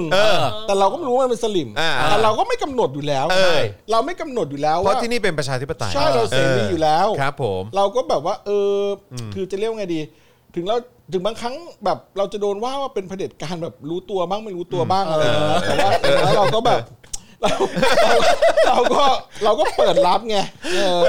Speaker 5: แต่เราก็ไม่รู้ว่ามันเป็นสลิม
Speaker 2: อ่า
Speaker 5: แต่เราก็ไม่กำหนดอยู่แล้ว
Speaker 2: เออ
Speaker 5: ใช่เราไม่กำหนดอยู่แล้ว
Speaker 2: เพ
Speaker 5: ว่า
Speaker 2: ราะที่นี่เป็นประชาธิปไตย
Speaker 5: ใช่เราเสรีอยู่แล้ว
Speaker 2: ครับผม
Speaker 5: เราก็แบบว่า เอออคือจะเรียกว่าไงดี ถึงเราถึงบางครั้งแบบเราจะโดนว่าว่าเป็นเผด็จการแบบรู้ตัวบ้างไม่รู้ตัวบ้างอะไรอย่างเงี้ยแต่ว่าแล้วเราก็แบบเราเราก็เราก็เปิดรับไงเออ
Speaker 2: เอ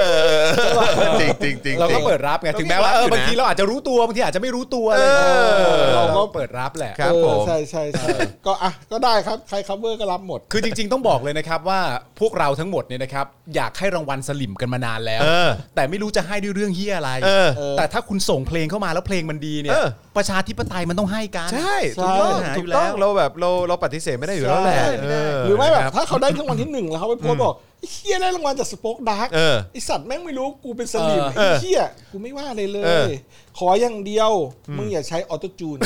Speaker 2: อจริงจริงจริง
Speaker 1: เราก็เปิดรับไงถึงแม้ว่าเออบางทีเราอาจจะรู้ตัวบางทีอาจจะไม่รู้ตัวอะไรอย่างเงี้ย
Speaker 2: เออ
Speaker 1: เราก็เปิดรับแหละ
Speaker 2: ครับ
Speaker 5: เออ
Speaker 2: ผม
Speaker 5: ใช่ใช่ใช่ก็อ่ะก็ได้ครับใคร cover ก็รับหมด
Speaker 1: คือจริง ๆ ต้องบอกเลยนะครับว่าพวกเราทั้งหมดเนี่ยนะครับอยากให้รางวัลสลิมกันมานานแล้ว
Speaker 2: เออ
Speaker 1: แต่ไม่รู้จะให้ด้วยเรื่องเฮียอะไร
Speaker 2: เออ
Speaker 1: แต่ถ้าคุณส่งเพลงเข้ามาแล้วเพลงมันดีเนี่ย
Speaker 2: เออ
Speaker 1: ประชาธิปไตยมันต้องให้กัน
Speaker 2: ใช่
Speaker 5: ใช่
Speaker 2: ถูกต้อง
Speaker 5: ถู
Speaker 2: ถูก
Speaker 5: ก
Speaker 2: ต้
Speaker 5: ต้
Speaker 2: อ
Speaker 5: อง ง
Speaker 2: เราแบบเราเราปฏิเสธไม่ได้อยู่แล้วแหละเห
Speaker 5: รือไม่แบบถ้าเขาได้รางวัลที่หนึ่งแล้วเขาไปโพสต์บอกไอ้เฮียได้รางวัลจากสป็อกดาร์ก
Speaker 2: เออ
Speaker 5: ไอสัตว์แม่งไม่รู้กูเป็นสลิม
Speaker 2: เอ
Speaker 5: ไอ้
Speaker 2: อ
Speaker 5: เฮียกูไม่ว่าเลยเล
Speaker 2: เออ
Speaker 5: ย ขออย่างเดียว มึงอย่าใช้ออโต้จูน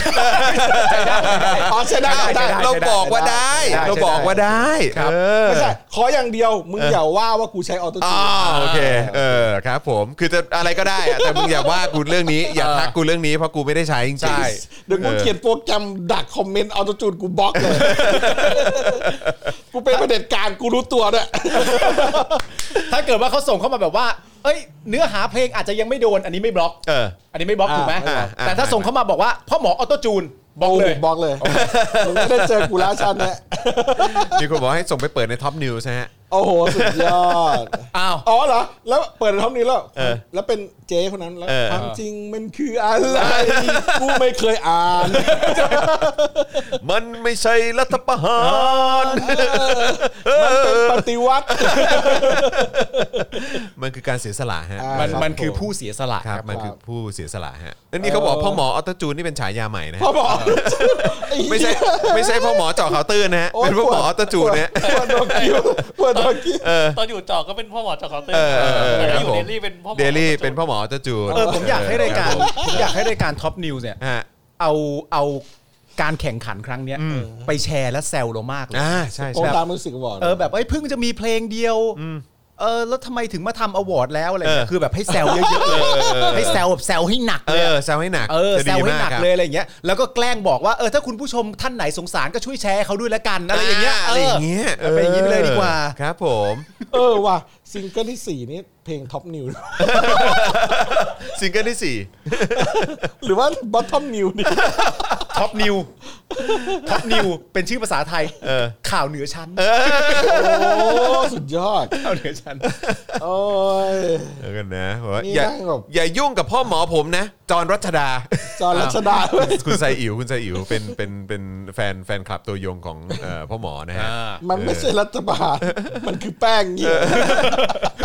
Speaker 5: อ๋อใช่ได้ได้
Speaker 2: ได้เราบอกว่าได้
Speaker 1: ได้
Speaker 2: เราบอกว่าได้
Speaker 1: ครับ
Speaker 2: เออ
Speaker 5: ไม่ใช่ขออย่างเดียว มึงอย่าว่าว่ากูใช้ออโต้
Speaker 2: อ๋
Speaker 5: จู
Speaker 2: อน โอเค เออครับผมคือจะอะไรก็ได้อะแต่มึงอย่าว่ากูเรื่องนี้ อย่าทักกูเรื่องนี้เพราะกูไม่ได้ใช้จริงๆ
Speaker 1: ใช่
Speaker 5: เดี๋ยวกูเขียนโปรแกรมดักคอมเมนต์ออโต้จูนกูบล็อกเลย กูเป็นประเด็จการกูรู้ตัวด้วย
Speaker 1: ถ้าเกิดว่าเขาส่งเข้ามาแบบว่า เอ้ย เนื้อหาเพลงอาจจะยังไม่โดนอันนี้ไม่บล็อก
Speaker 2: เออ
Speaker 1: อันนี้ไม่บล็อก
Speaker 5: อ่า
Speaker 1: ถูกไหม
Speaker 2: อ่าอ่า
Speaker 1: แต่ถ้าส่งเข้ามาบอกว่าพ่อหมอออโตจูนบล็อก
Speaker 5: โอ้โห
Speaker 1: เลย
Speaker 5: บล็อกเลยมึงไม่ได้เจอกูแล้วชันเนี่ย
Speaker 2: มีคนบอกให้ส่งไปเปิดในท็อปนิวส์นะฮะ
Speaker 5: โอ้โหสุดยอด
Speaker 1: อ้าว
Speaker 5: อ๋อเหรอ แล้วเปิดท้องนี้แล้ว
Speaker 2: เออ
Speaker 5: แล้วเป็นเจ๊คนนั้นแล้ว
Speaker 2: เออ
Speaker 5: ความจริงมันคืออะไร กูไม่เคยอ่าน
Speaker 2: มันไม่ใช่รัฐประหาร
Speaker 5: มันเป็นปฏิวัติ
Speaker 2: มันคือการเสียสละฮะ
Speaker 5: อ่า
Speaker 1: มัน
Speaker 5: ครับ
Speaker 1: มันคือ
Speaker 5: ผม
Speaker 1: ผู้เสียสละ
Speaker 2: ครับมันคือผู้เสียสละฮะแล้วนี่เขาบอกพ่อหมอออโตจูนนี่เป็นฉายาใหม่นะ
Speaker 5: พอ
Speaker 2: ฮะ
Speaker 5: บอก
Speaker 2: ไม่ใช่ไม่ใช่พ่อหมอเจาะเขาน์เตื้นนะฮะเป็นพ่อหมอออโตจูนนะฮะ
Speaker 5: ปวดดอกคิ้วปวดดอกคิ้ว
Speaker 2: เออ
Speaker 4: ตอนอยู่จอก็เป็นพ่อหมอจอเคาน์เตอร์
Speaker 2: เออเออเออ
Speaker 4: แต่
Speaker 2: ค
Speaker 4: ถ้า
Speaker 2: รับ
Speaker 4: อยู่
Speaker 2: ผม
Speaker 4: เดลี่เป็นพ่อหมอ
Speaker 2: เดลี่เป็นพ่อหมออ
Speaker 4: จอคาตอร์
Speaker 2: อโตจูน
Speaker 1: เออผมอยากให้รายการผมอยากให้รายการท็อปนิวส์เนี่ย
Speaker 2: ฮะ
Speaker 1: เอาเอาการแข่งขันครั้งเนี้ยไปแชร์และแซวเรามากเลย
Speaker 2: อ่าใช่
Speaker 5: ผม
Speaker 2: ใช่
Speaker 5: ตามมือสิกบอร์ด
Speaker 1: เออแบบไอ้ยเพิ่งจะมีเพลงเดียวเออแล้วทำไมถึงมาทำอวอร์ดแล้วอะไรเงี้ย
Speaker 2: เออ
Speaker 1: คือแบบให้แซวเยอะๆเลยให้แซวแบบแซวให้หนัก
Speaker 2: เอ
Speaker 1: เลย
Speaker 2: อ
Speaker 1: อะ
Speaker 2: แซวให้หนัก
Speaker 1: เออ
Speaker 2: จะ
Speaker 1: แซ
Speaker 2: ดี
Speaker 1: วให้
Speaker 2: มา
Speaker 1: หนัก
Speaker 2: ครับ
Speaker 1: เลยอะไรอย่างเงี้ยแล้วก็แกล้งบอกว่าเออถ้าคุณผู้ชมท่านไหนสงสารก็ช่วยแชร์ให้เขาด้วยละกันอะไรอย่างเงี้ย
Speaker 2: อะไรอย่างเงี้ย
Speaker 1: ออเป็นอย่างนี้ไปเลยดีกว่า
Speaker 2: ครับผม
Speaker 5: เออว่ะซิงเกิลที่สี่นี่เพลงท็อปนิว
Speaker 2: ซิงเกิลที่สี่
Speaker 5: หรือว่าบอททอมนิวนี่
Speaker 1: ท็อปนิวท็อปนิวเป็นชื่อภาษาไทย
Speaker 2: เออ
Speaker 1: ข่าวเหนือชั้น
Speaker 5: โอ้สุดยอด
Speaker 1: ข่าวเหนือชั้น
Speaker 5: โอ้ย
Speaker 2: เดี๋ยวกันนะบอกว่า
Speaker 5: นี่
Speaker 2: อย่า
Speaker 5: นั่งแบบ
Speaker 2: อย่ายุ่งกับพ่อหมอผมนะ จอห์นรัชดา
Speaker 5: จอร์นรัชดาเว้ย
Speaker 2: คุณไซอิ๋วคุณไซอิ๋วเป็นเป็นเป็นแฟนแฟนคลับตัวยงของเอ่อพ่อหมอนะฮะ
Speaker 5: มันไม่ใช่รัฐบาลมันคือแป้งเงี้ย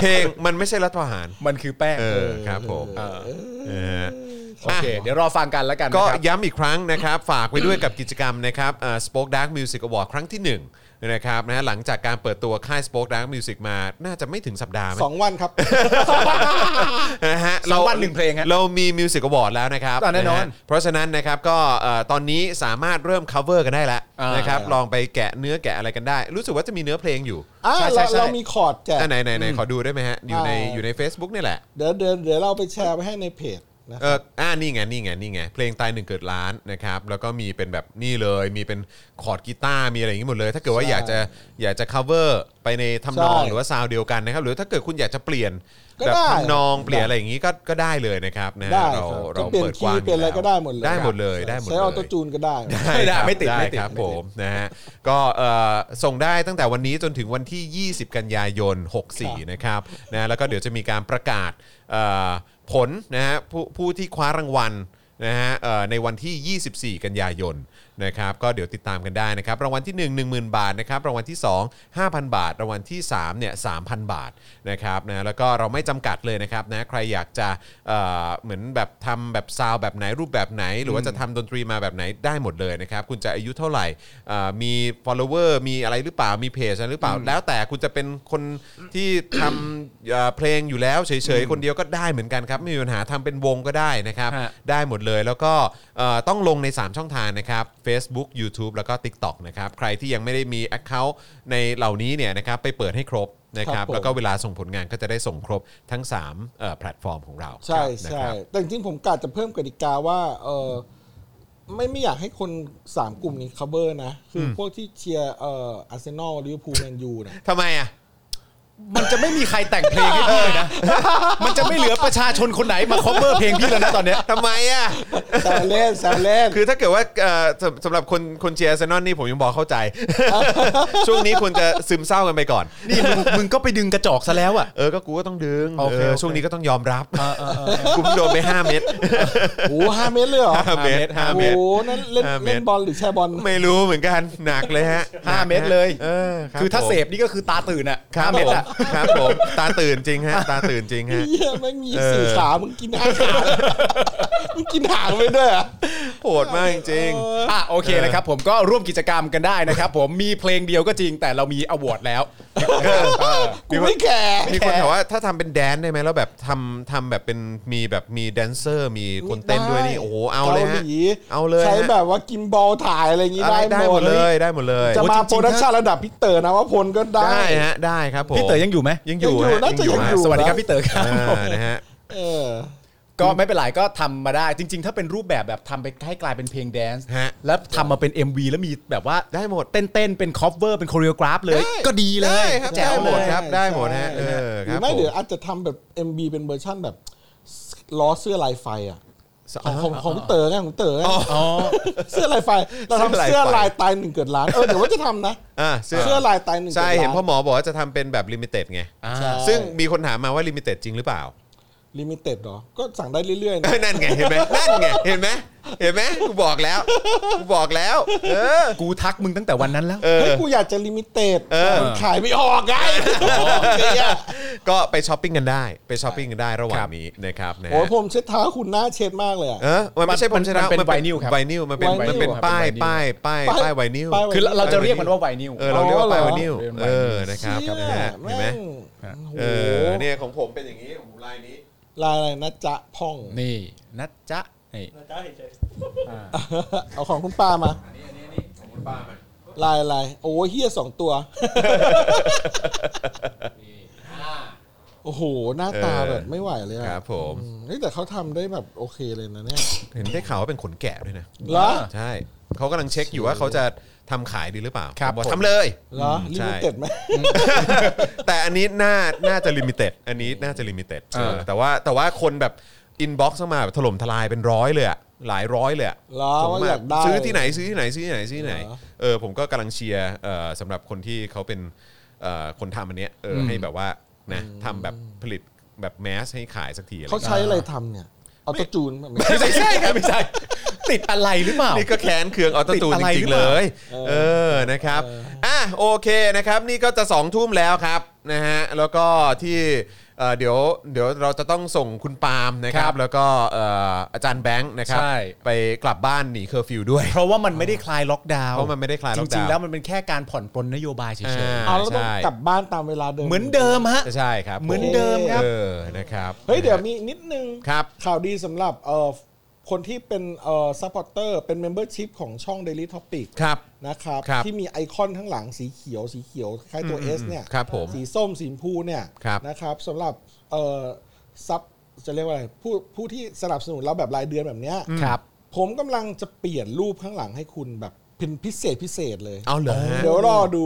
Speaker 2: เพลงมันไม่ใช่รัฐประหาร
Speaker 1: มันคือแป้ง
Speaker 2: เออครับผมเออ
Speaker 1: โอเค เดี๋ยวรอฟังกันแล้วกัน
Speaker 2: ก็
Speaker 1: นะครับ
Speaker 2: ย้ำอีกครั้งนะครับ ฝากไว้ด้วยกับกิจกรรมนะครับเอ่อ Spoke Dark Music Award ครั้งที่1นะครับนะฮะหลังจากการเปิดตัวค่าย Spoke Dark Music มาน่าจะไม่ถึงสัปดาห์ไหม
Speaker 5: สองวันครับ
Speaker 2: นะฮะ
Speaker 1: สองวันหนึ่งเพลงฮะ
Speaker 2: เรามีมิวสิกอวอร์ดแล้วนะครับ
Speaker 1: อ่ะแน่นอนะ
Speaker 2: ฮะเพราะฉะนั้นนะครับก็เอ่อตอนนี้สามารถเริ่ม cover กันได้แล้ว
Speaker 1: อ่าน
Speaker 2: นะครับลองไปแกะเนื้อแกะอะไรกันได้ รู้สึกว่าจะมีเนื้อเพลงอยู่
Speaker 5: อ่า
Speaker 1: ใช่ใช่
Speaker 5: เรา
Speaker 1: ใช่
Speaker 5: เรามีคอร์ดแจก
Speaker 2: อ่ะไหนไหนไหนขอดูได้ไหมฮะอยู่ใน
Speaker 5: อ่า
Speaker 2: อยู่ใน Facebook นี่แหละ
Speaker 5: เดี๋ยวเดี๋ยวเดี๋ยวเราไปแชร์ไปให้ในเพจ นะ
Speaker 2: เอออ่านี่ไงนี่ไงนี่ไงเพลงตายหนึ่งเกิดล้านนะครับแล้วก็มีเป็นแบบนี่เลย มีเป็นคอร์ดกีตาร์มีอะไรอย่างนี้หมดเลย ถ้าเกิดว่า
Speaker 5: ใช่
Speaker 2: อยากจะอยากจะ cover ไปในทำนอง
Speaker 5: ใช่
Speaker 2: หรือว่าซาวด์เดียวกันนะครับหรือถ้าเกิดคุณอยากจะเปลี่ยน
Speaker 5: ก็
Speaker 2: แบบ
Speaker 5: ได้
Speaker 2: ทำนอง
Speaker 5: ได้
Speaker 2: เปลี่ยนอะไรอย่างนี้ก็ก็ได้เลยนะครับนะ
Speaker 5: ได้
Speaker 2: เราเรา
Speaker 5: ครับจะเปลี่ยน
Speaker 2: เปิดกว้าง
Speaker 5: คีย์เปลี่ยนอะไร
Speaker 2: แว
Speaker 5: ก็ได้หมดเลย
Speaker 2: ได้หมดเลยได้หมดเลย
Speaker 5: ใช้ออโตจูนก็ได้
Speaker 2: ได้
Speaker 1: ไม่ติด
Speaker 2: ครับ
Speaker 1: ไม่ติด
Speaker 2: ครับ
Speaker 1: ไม่ติด
Speaker 2: ผมนะฮะก็เอ่อส่งได้ตั้งแต่วันนี้จนถึงวันที่ 20 กันยายน 64 นะครับนะแล้วก็เดี๋ยวจะมีการประกาศเอ่อผลนะฮะผู้ผู้ที่คว้ารางวัลนะฮะเอ่อในวันที่ 24 กันยายนนะครับก็เดี๋ยวติดตามกันได้นะครับ รางวัลที่ 1 10,000 บาทนะครับรางวัลที่ 2 5,000 บาท รางวัลที่3เนี่ย3,000 บาทนะครับนะแล้วก็เราไม่จำกัดเลยนะครับนะใครอยากจะเอ่อเหมือนแบบทำแบบซาวด์แบบไหนรูปแบบไหน หรือว่าจะทำดนตรีมาแบบไหนได้หมดเลยนะครับคุณจะอายุเท่าไหร่เอ่อมี follower มีอะไรหรือเปล่ามีเพจอะไรหรือเปล่า แล้วแต่คุณจะเป็นคนที่ ทำเอ่อเพลงอยู่แล้วเฉยๆคนเดียวก็ได้เหมือนกันครับไม่มีปัญหาทำเป็นวงก็ได้นะครับ
Speaker 1: ฮะ
Speaker 2: ได้หมดเลยแล้วก็เอ่อต้องลงใน 3 ช่องทางนะครับ Facebook YouTube แล้วก็ TikTok นะครับใครที่ยังไม่ได้มี Account ในเหล่านี้เนี่ยนะครับไปเปิดให้ครบนะครับ
Speaker 5: ครับผม
Speaker 2: แล้วก็เวลาส่งผลงานก็จะได้ส่งครบทั้ง3เอ่อแพลตฟอร์มของเรา
Speaker 5: ใช่
Speaker 2: นะ
Speaker 5: ใช่
Speaker 2: ครับ
Speaker 5: แต่จริงๆผมกาจะเพิ่มกติกาว่าเออไม่ไม่อยากให้คนสามกลุ่มนี้ cover นะ คือพวกที่เชียร์เอ่ออาร์เซนอลลิเวอร์พูลแมนยูเนี่ย
Speaker 2: ทำไมอ่ะ
Speaker 1: มันจะไม่มีใครแต่งเพลงให้พี่ เลยนะ มันจะไม่เหลือประชาชนคนไหนมาคอเวอร์เพลงพี่แล้วนะตอนเนี้ย
Speaker 2: ทำไมอ่ะ
Speaker 5: แซวเล่นแซวเล่น
Speaker 2: คือถ้าเกิดว่าเอ่อสำสำหรับคนคนเชียร์อาร์เซนอลนี่ผมยังบอกเข้าใจ ช่วงนี้ควรจะซึมเศร้ากันไปก่อน
Speaker 1: นี่ มึงมึงก็ไปดึงกระจอกซะแล้วอ่ะ
Speaker 2: เออก็กูก็ต้องดึง
Speaker 1: โอเค
Speaker 2: เออ
Speaker 1: โอเค
Speaker 2: ช่วงนี้ก็ต้องยอมรับกูเพิ่งโดนไปห้าเม็ด
Speaker 5: โอ้โหห้าเมตรเลยเหรอ
Speaker 2: ห้าเมตรห้า
Speaker 5: โอ้
Speaker 2: เมตร
Speaker 5: โหนั่นเล่น
Speaker 2: ห้าเมตร
Speaker 5: เล่นบอลหรือแช่บอล
Speaker 2: ไม่รู้เหมือนกันหนักเลยฮะ
Speaker 1: ห้า
Speaker 2: นักนะ
Speaker 1: เม็ดเลย
Speaker 2: เออรับ
Speaker 1: คือถ้า
Speaker 2: ผม
Speaker 1: เสพนี่ก็คือตาตื่นอ่ะ
Speaker 2: ครั
Speaker 1: ห้า
Speaker 2: บ
Speaker 1: เม็ด
Speaker 2: ผม
Speaker 1: อ่ะ
Speaker 2: ครับผม ตาตื่นจริงฮะ ตาตื่นจริงฮะ
Speaker 5: เหี้ยแม่งมี
Speaker 2: เออ
Speaker 5: สี่ขา มึงกินหางขา มึงกินหางไปด้วยเหรอ่ะ
Speaker 2: โหดมากจริง
Speaker 1: อ่ะโอเคนะครับผมก็ร่วมกิจกรรมกันได้นะครับผมมีเพลงเดียวก็จริงแต่เรามีอวอร์ดแล้ว
Speaker 5: กูไม่แคร์
Speaker 2: มีคนถามว่าถ้าทำเป็นแดนได้ไหมแล้วแบบทำทำแบบเป็นมีแบบมีแดนเซอร์ มีคนเต้นด้วยนี่
Speaker 5: ได้
Speaker 2: โอ้โหเอาเลยฮะ
Speaker 5: กห
Speaker 2: เอาเลยฮะ
Speaker 5: ใช้แบบว่ากิมบอลถ่ายอะไรอย่างงี้
Speaker 2: อะไรได้หมดเลยได้หมดเลย
Speaker 5: จะ
Speaker 2: โอ้
Speaker 5: มา
Speaker 2: จ
Speaker 5: โป
Speaker 2: ริ
Speaker 5: รง
Speaker 2: ๆ
Speaker 5: ดักชันระดับพี่เต๋อนะว่าพลก็ได้
Speaker 2: ได้ฮะได้ครับผม
Speaker 1: พี่เต๋อยังอยู่ไหม
Speaker 2: ยังอยู่
Speaker 5: ยังอยู่
Speaker 2: ฮะ
Speaker 5: น่าจะยังอยู่
Speaker 1: สวัสดีครับพี่เต๋อค
Speaker 2: ฮะ
Speaker 1: รับ
Speaker 2: อ่านะฮะ
Speaker 5: เออ
Speaker 1: ก็ไม่เป็นไรก็ทำมาได้จริง ๆ ถ้าเป็นรูปแบบแบบทำไปให้กลายเป็นเพลงแดนซ์
Speaker 2: ฮะ
Speaker 1: แล้วทำมาเป็น MV แล้วมีแบบว่า
Speaker 2: ได้หมด
Speaker 1: เต้นๆเป็นคอฟเวอร์เป็นโคเรียกราฟเลย
Speaker 2: ได้
Speaker 1: ก็ดีเล
Speaker 2: ได้
Speaker 1: ย
Speaker 2: ครับ
Speaker 1: แจ๋
Speaker 2: ได้
Speaker 1: ว
Speaker 2: ห
Speaker 1: เล
Speaker 2: มด
Speaker 1: ย
Speaker 2: ครับ
Speaker 5: ใช่
Speaker 2: ได้หมด
Speaker 5: ใช่
Speaker 2: ฮะเออ
Speaker 5: ห
Speaker 2: ค
Speaker 5: รื
Speaker 2: รั
Speaker 5: อบ ไม่
Speaker 2: ผม
Speaker 5: เดี๋ยวอาจจะทำแบบ MB เป็นเวอร์ชั่นแบบล้อเสื้อลายไฟอ่ะของของของพี่เต๋อไงของเต๋อไง
Speaker 1: อ๋อ
Speaker 5: เสื้อลายไฟเราทำเสื้อลายตายหนึ่งเกิดล้านเออเดี๋ยวว่าจะทำนะ
Speaker 2: อ่า
Speaker 5: เสื้อลายตายหนึ่ง
Speaker 2: ใช่
Speaker 5: กิดล้า
Speaker 2: เห็นพ่อหมอบอกว่าจะทำเป็นแบบลิมิเต็ดไง
Speaker 5: ใช่
Speaker 2: ซึ่งมีคนถามมาว่าลิมิเต็ดจริงหรือเปล่า
Speaker 5: ลิมิเต็ดเหรอ ก็สั่งได้เรื่อยๆ
Speaker 2: เอ
Speaker 5: นะ
Speaker 2: อนั่นไงเห็นไหมนั่นไงเห็นไหมเห็นไหมกูบอกแล้วกูบอกแล้ว เออ
Speaker 1: กูทักมึงตั้งแต่วันนั้นแล้ว
Speaker 2: เออ
Speaker 5: เฮ้ยกูอยากจะลิมิเต็ด
Speaker 2: เออ
Speaker 5: มันขายไม่ออกไง
Speaker 2: ก็ไปช้อปปิ้งกันได้ไปช้อปปิ้งกันได้ระหว่างนี้นะครับนะ
Speaker 5: โอ้ยผมเช็ดเท้าคุณหน้าเช็ดมากเลยอะ
Speaker 2: เออมันไม่ใช่
Speaker 1: มั
Speaker 2: พั
Speaker 1: น
Speaker 2: นชนะ
Speaker 1: มันเป็นไวนิลครับ
Speaker 2: ไวนิลมันเป็น
Speaker 5: ไวนิล
Speaker 2: มันเป็น
Speaker 1: ครับ
Speaker 2: ป้าย
Speaker 1: เป็นไวนิล
Speaker 2: ป้ายป้ายป้ายไวนิล
Speaker 5: ป้ายไวนิล
Speaker 1: คือเราจะเรียกมันว่าไวนิว
Speaker 2: เออเราเรียกว่าป้ายไวนิล
Speaker 1: เป็นไวนิล
Speaker 2: เออนะครับ
Speaker 5: เชี่ย
Speaker 2: นะฮะเห็นไหม
Speaker 5: แม่งโอ้โห
Speaker 2: เออเนี่ยของผมเป็นอย่างนี้ของผมลายนี้
Speaker 5: ลายอะไรนะจ๊ะพ่อง
Speaker 1: นี่นะจ๊ะนี่
Speaker 4: นะจ๊ะเฉย
Speaker 5: เอาของคุณป้ามา
Speaker 2: อันนี้อันนี้อันนี้ของคุณป้ามัน
Speaker 5: ลายอะไรโอ้ยเฮียสองตัว โอ้โห หน้าตาแบบไม่ไหวเลย
Speaker 2: ค
Speaker 5: อะ
Speaker 2: รับผม
Speaker 5: อืมเฮ้ยแต่เขาทำได้แบบโอเคเลยนะเนี่ย
Speaker 2: เห็นได้ข่าวว่าเป็นขนแกะด้วยนะ
Speaker 5: เหรอ
Speaker 2: ใช่เขากำลังเช็คอยู่ว่าเขาจะทำขายดีหรือเปล่า
Speaker 1: ครับ
Speaker 2: อก
Speaker 1: ผม
Speaker 2: ทำเลย
Speaker 5: เหรอลิ
Speaker 2: ใช่
Speaker 5: มิเต็ดไหม
Speaker 2: แต่อันนี้น่าน่าจะลิมิเต็ดอันนี้น่าจะลิมิเต็ด
Speaker 1: เออ
Speaker 2: แต่ว่าแต่ว่าคนแบบอินบ็อกซ์มาแบบถล่มทลายเป็นร้อยเลยอะหลายร้อยเลยอะ
Speaker 5: เหรอ
Speaker 2: ส่ง
Speaker 5: ว่าอยากได้
Speaker 2: ซื้อที่ไหนซื้อที่ไหนซื้อที่ไหนซื้อที่ไหน
Speaker 5: เหรอ
Speaker 2: เออผมก็กำลังเชียร์เอ่อสำหรับคนที่เขาเป็นเอ่อคนทำอันเนี้ยเอออให้แบบว่านะทำแบบผลิตแบบแมสให้ขายสักทีอะไร
Speaker 5: เขาใช้อะไรทำเนี่ยเอาตัวจูนมาไหม
Speaker 1: ไม่ใช่ใช่ครับไม่ใช่ ติดอะไรหรือเปล่า
Speaker 2: นี่ก็แค้นเคืองออโตตู
Speaker 1: ติด
Speaker 2: น
Speaker 1: อะไร
Speaker 2: จริ
Speaker 1: หรือเป
Speaker 2: งๆเล
Speaker 1: ล่า
Speaker 2: ย เออนะครับอ่ะโอเคนะครับนี่ก็จะสองทุ่มแล้วครับนะฮะแล้วก็ที่เอ่อเดี๋ยวเดี๋ยวเราจะต้องส่งคุณปาล์มนะครั
Speaker 1: ครับ บ
Speaker 2: แล้วก็เอ่ออาจารย์แบงค์นะครับ
Speaker 1: ใช่
Speaker 2: ไปกลับบ้านหนีเคอร์ฟิวด้วย
Speaker 1: เพราะว่ามันไม่ได้คลายล็อกดาวน์
Speaker 2: เพราะมันไม่ได้คลายล็อกดาวน์
Speaker 1: จริงๆแล้วมันเป็นแค่การผ่อนปลนนโยบายเฉย
Speaker 5: เอาแล้วต้อง
Speaker 2: ใช่
Speaker 5: กลับบ้านตามเวลาเดิม
Speaker 1: ๆเหมือนเดิมฮะ
Speaker 2: ใช่ครับ
Speaker 1: เหมือนเดิมครับ
Speaker 2: เออนะครับ
Speaker 5: เฮ้ย เดี๋ยวมีนิดนึง
Speaker 2: ครับ
Speaker 5: ข่าวดีสำหรับเอ่อคนที่เป็นเอ่อซัพพอร์เตอร์เป็นเมมเบอร์ชิพของช่อง Daily Topic
Speaker 2: ครับ
Speaker 5: นะครับ
Speaker 2: ครับ
Speaker 5: ที่มีไอคอนข้างหลังสีเขียวสีเขียวคล้ายตัว S เนี่ย
Speaker 2: ครับผม
Speaker 5: สีส้มสีชมพูเนี่ย
Speaker 2: ครับ
Speaker 5: นะครับสำหรับเอ่อซับ จะเรียกว่าอะไรผู้ผู้ที่สนับสนุนเราแบบรายเดือนแบบเนี้ย
Speaker 1: ครับ
Speaker 5: ผมกำลังจะเปลี่ยนรูปข้างหลังให้คุณแบบเป็นพิเศษพิเศษเลย
Speaker 2: เอาเหรอฮะ
Speaker 5: เดี๋ยวรอดู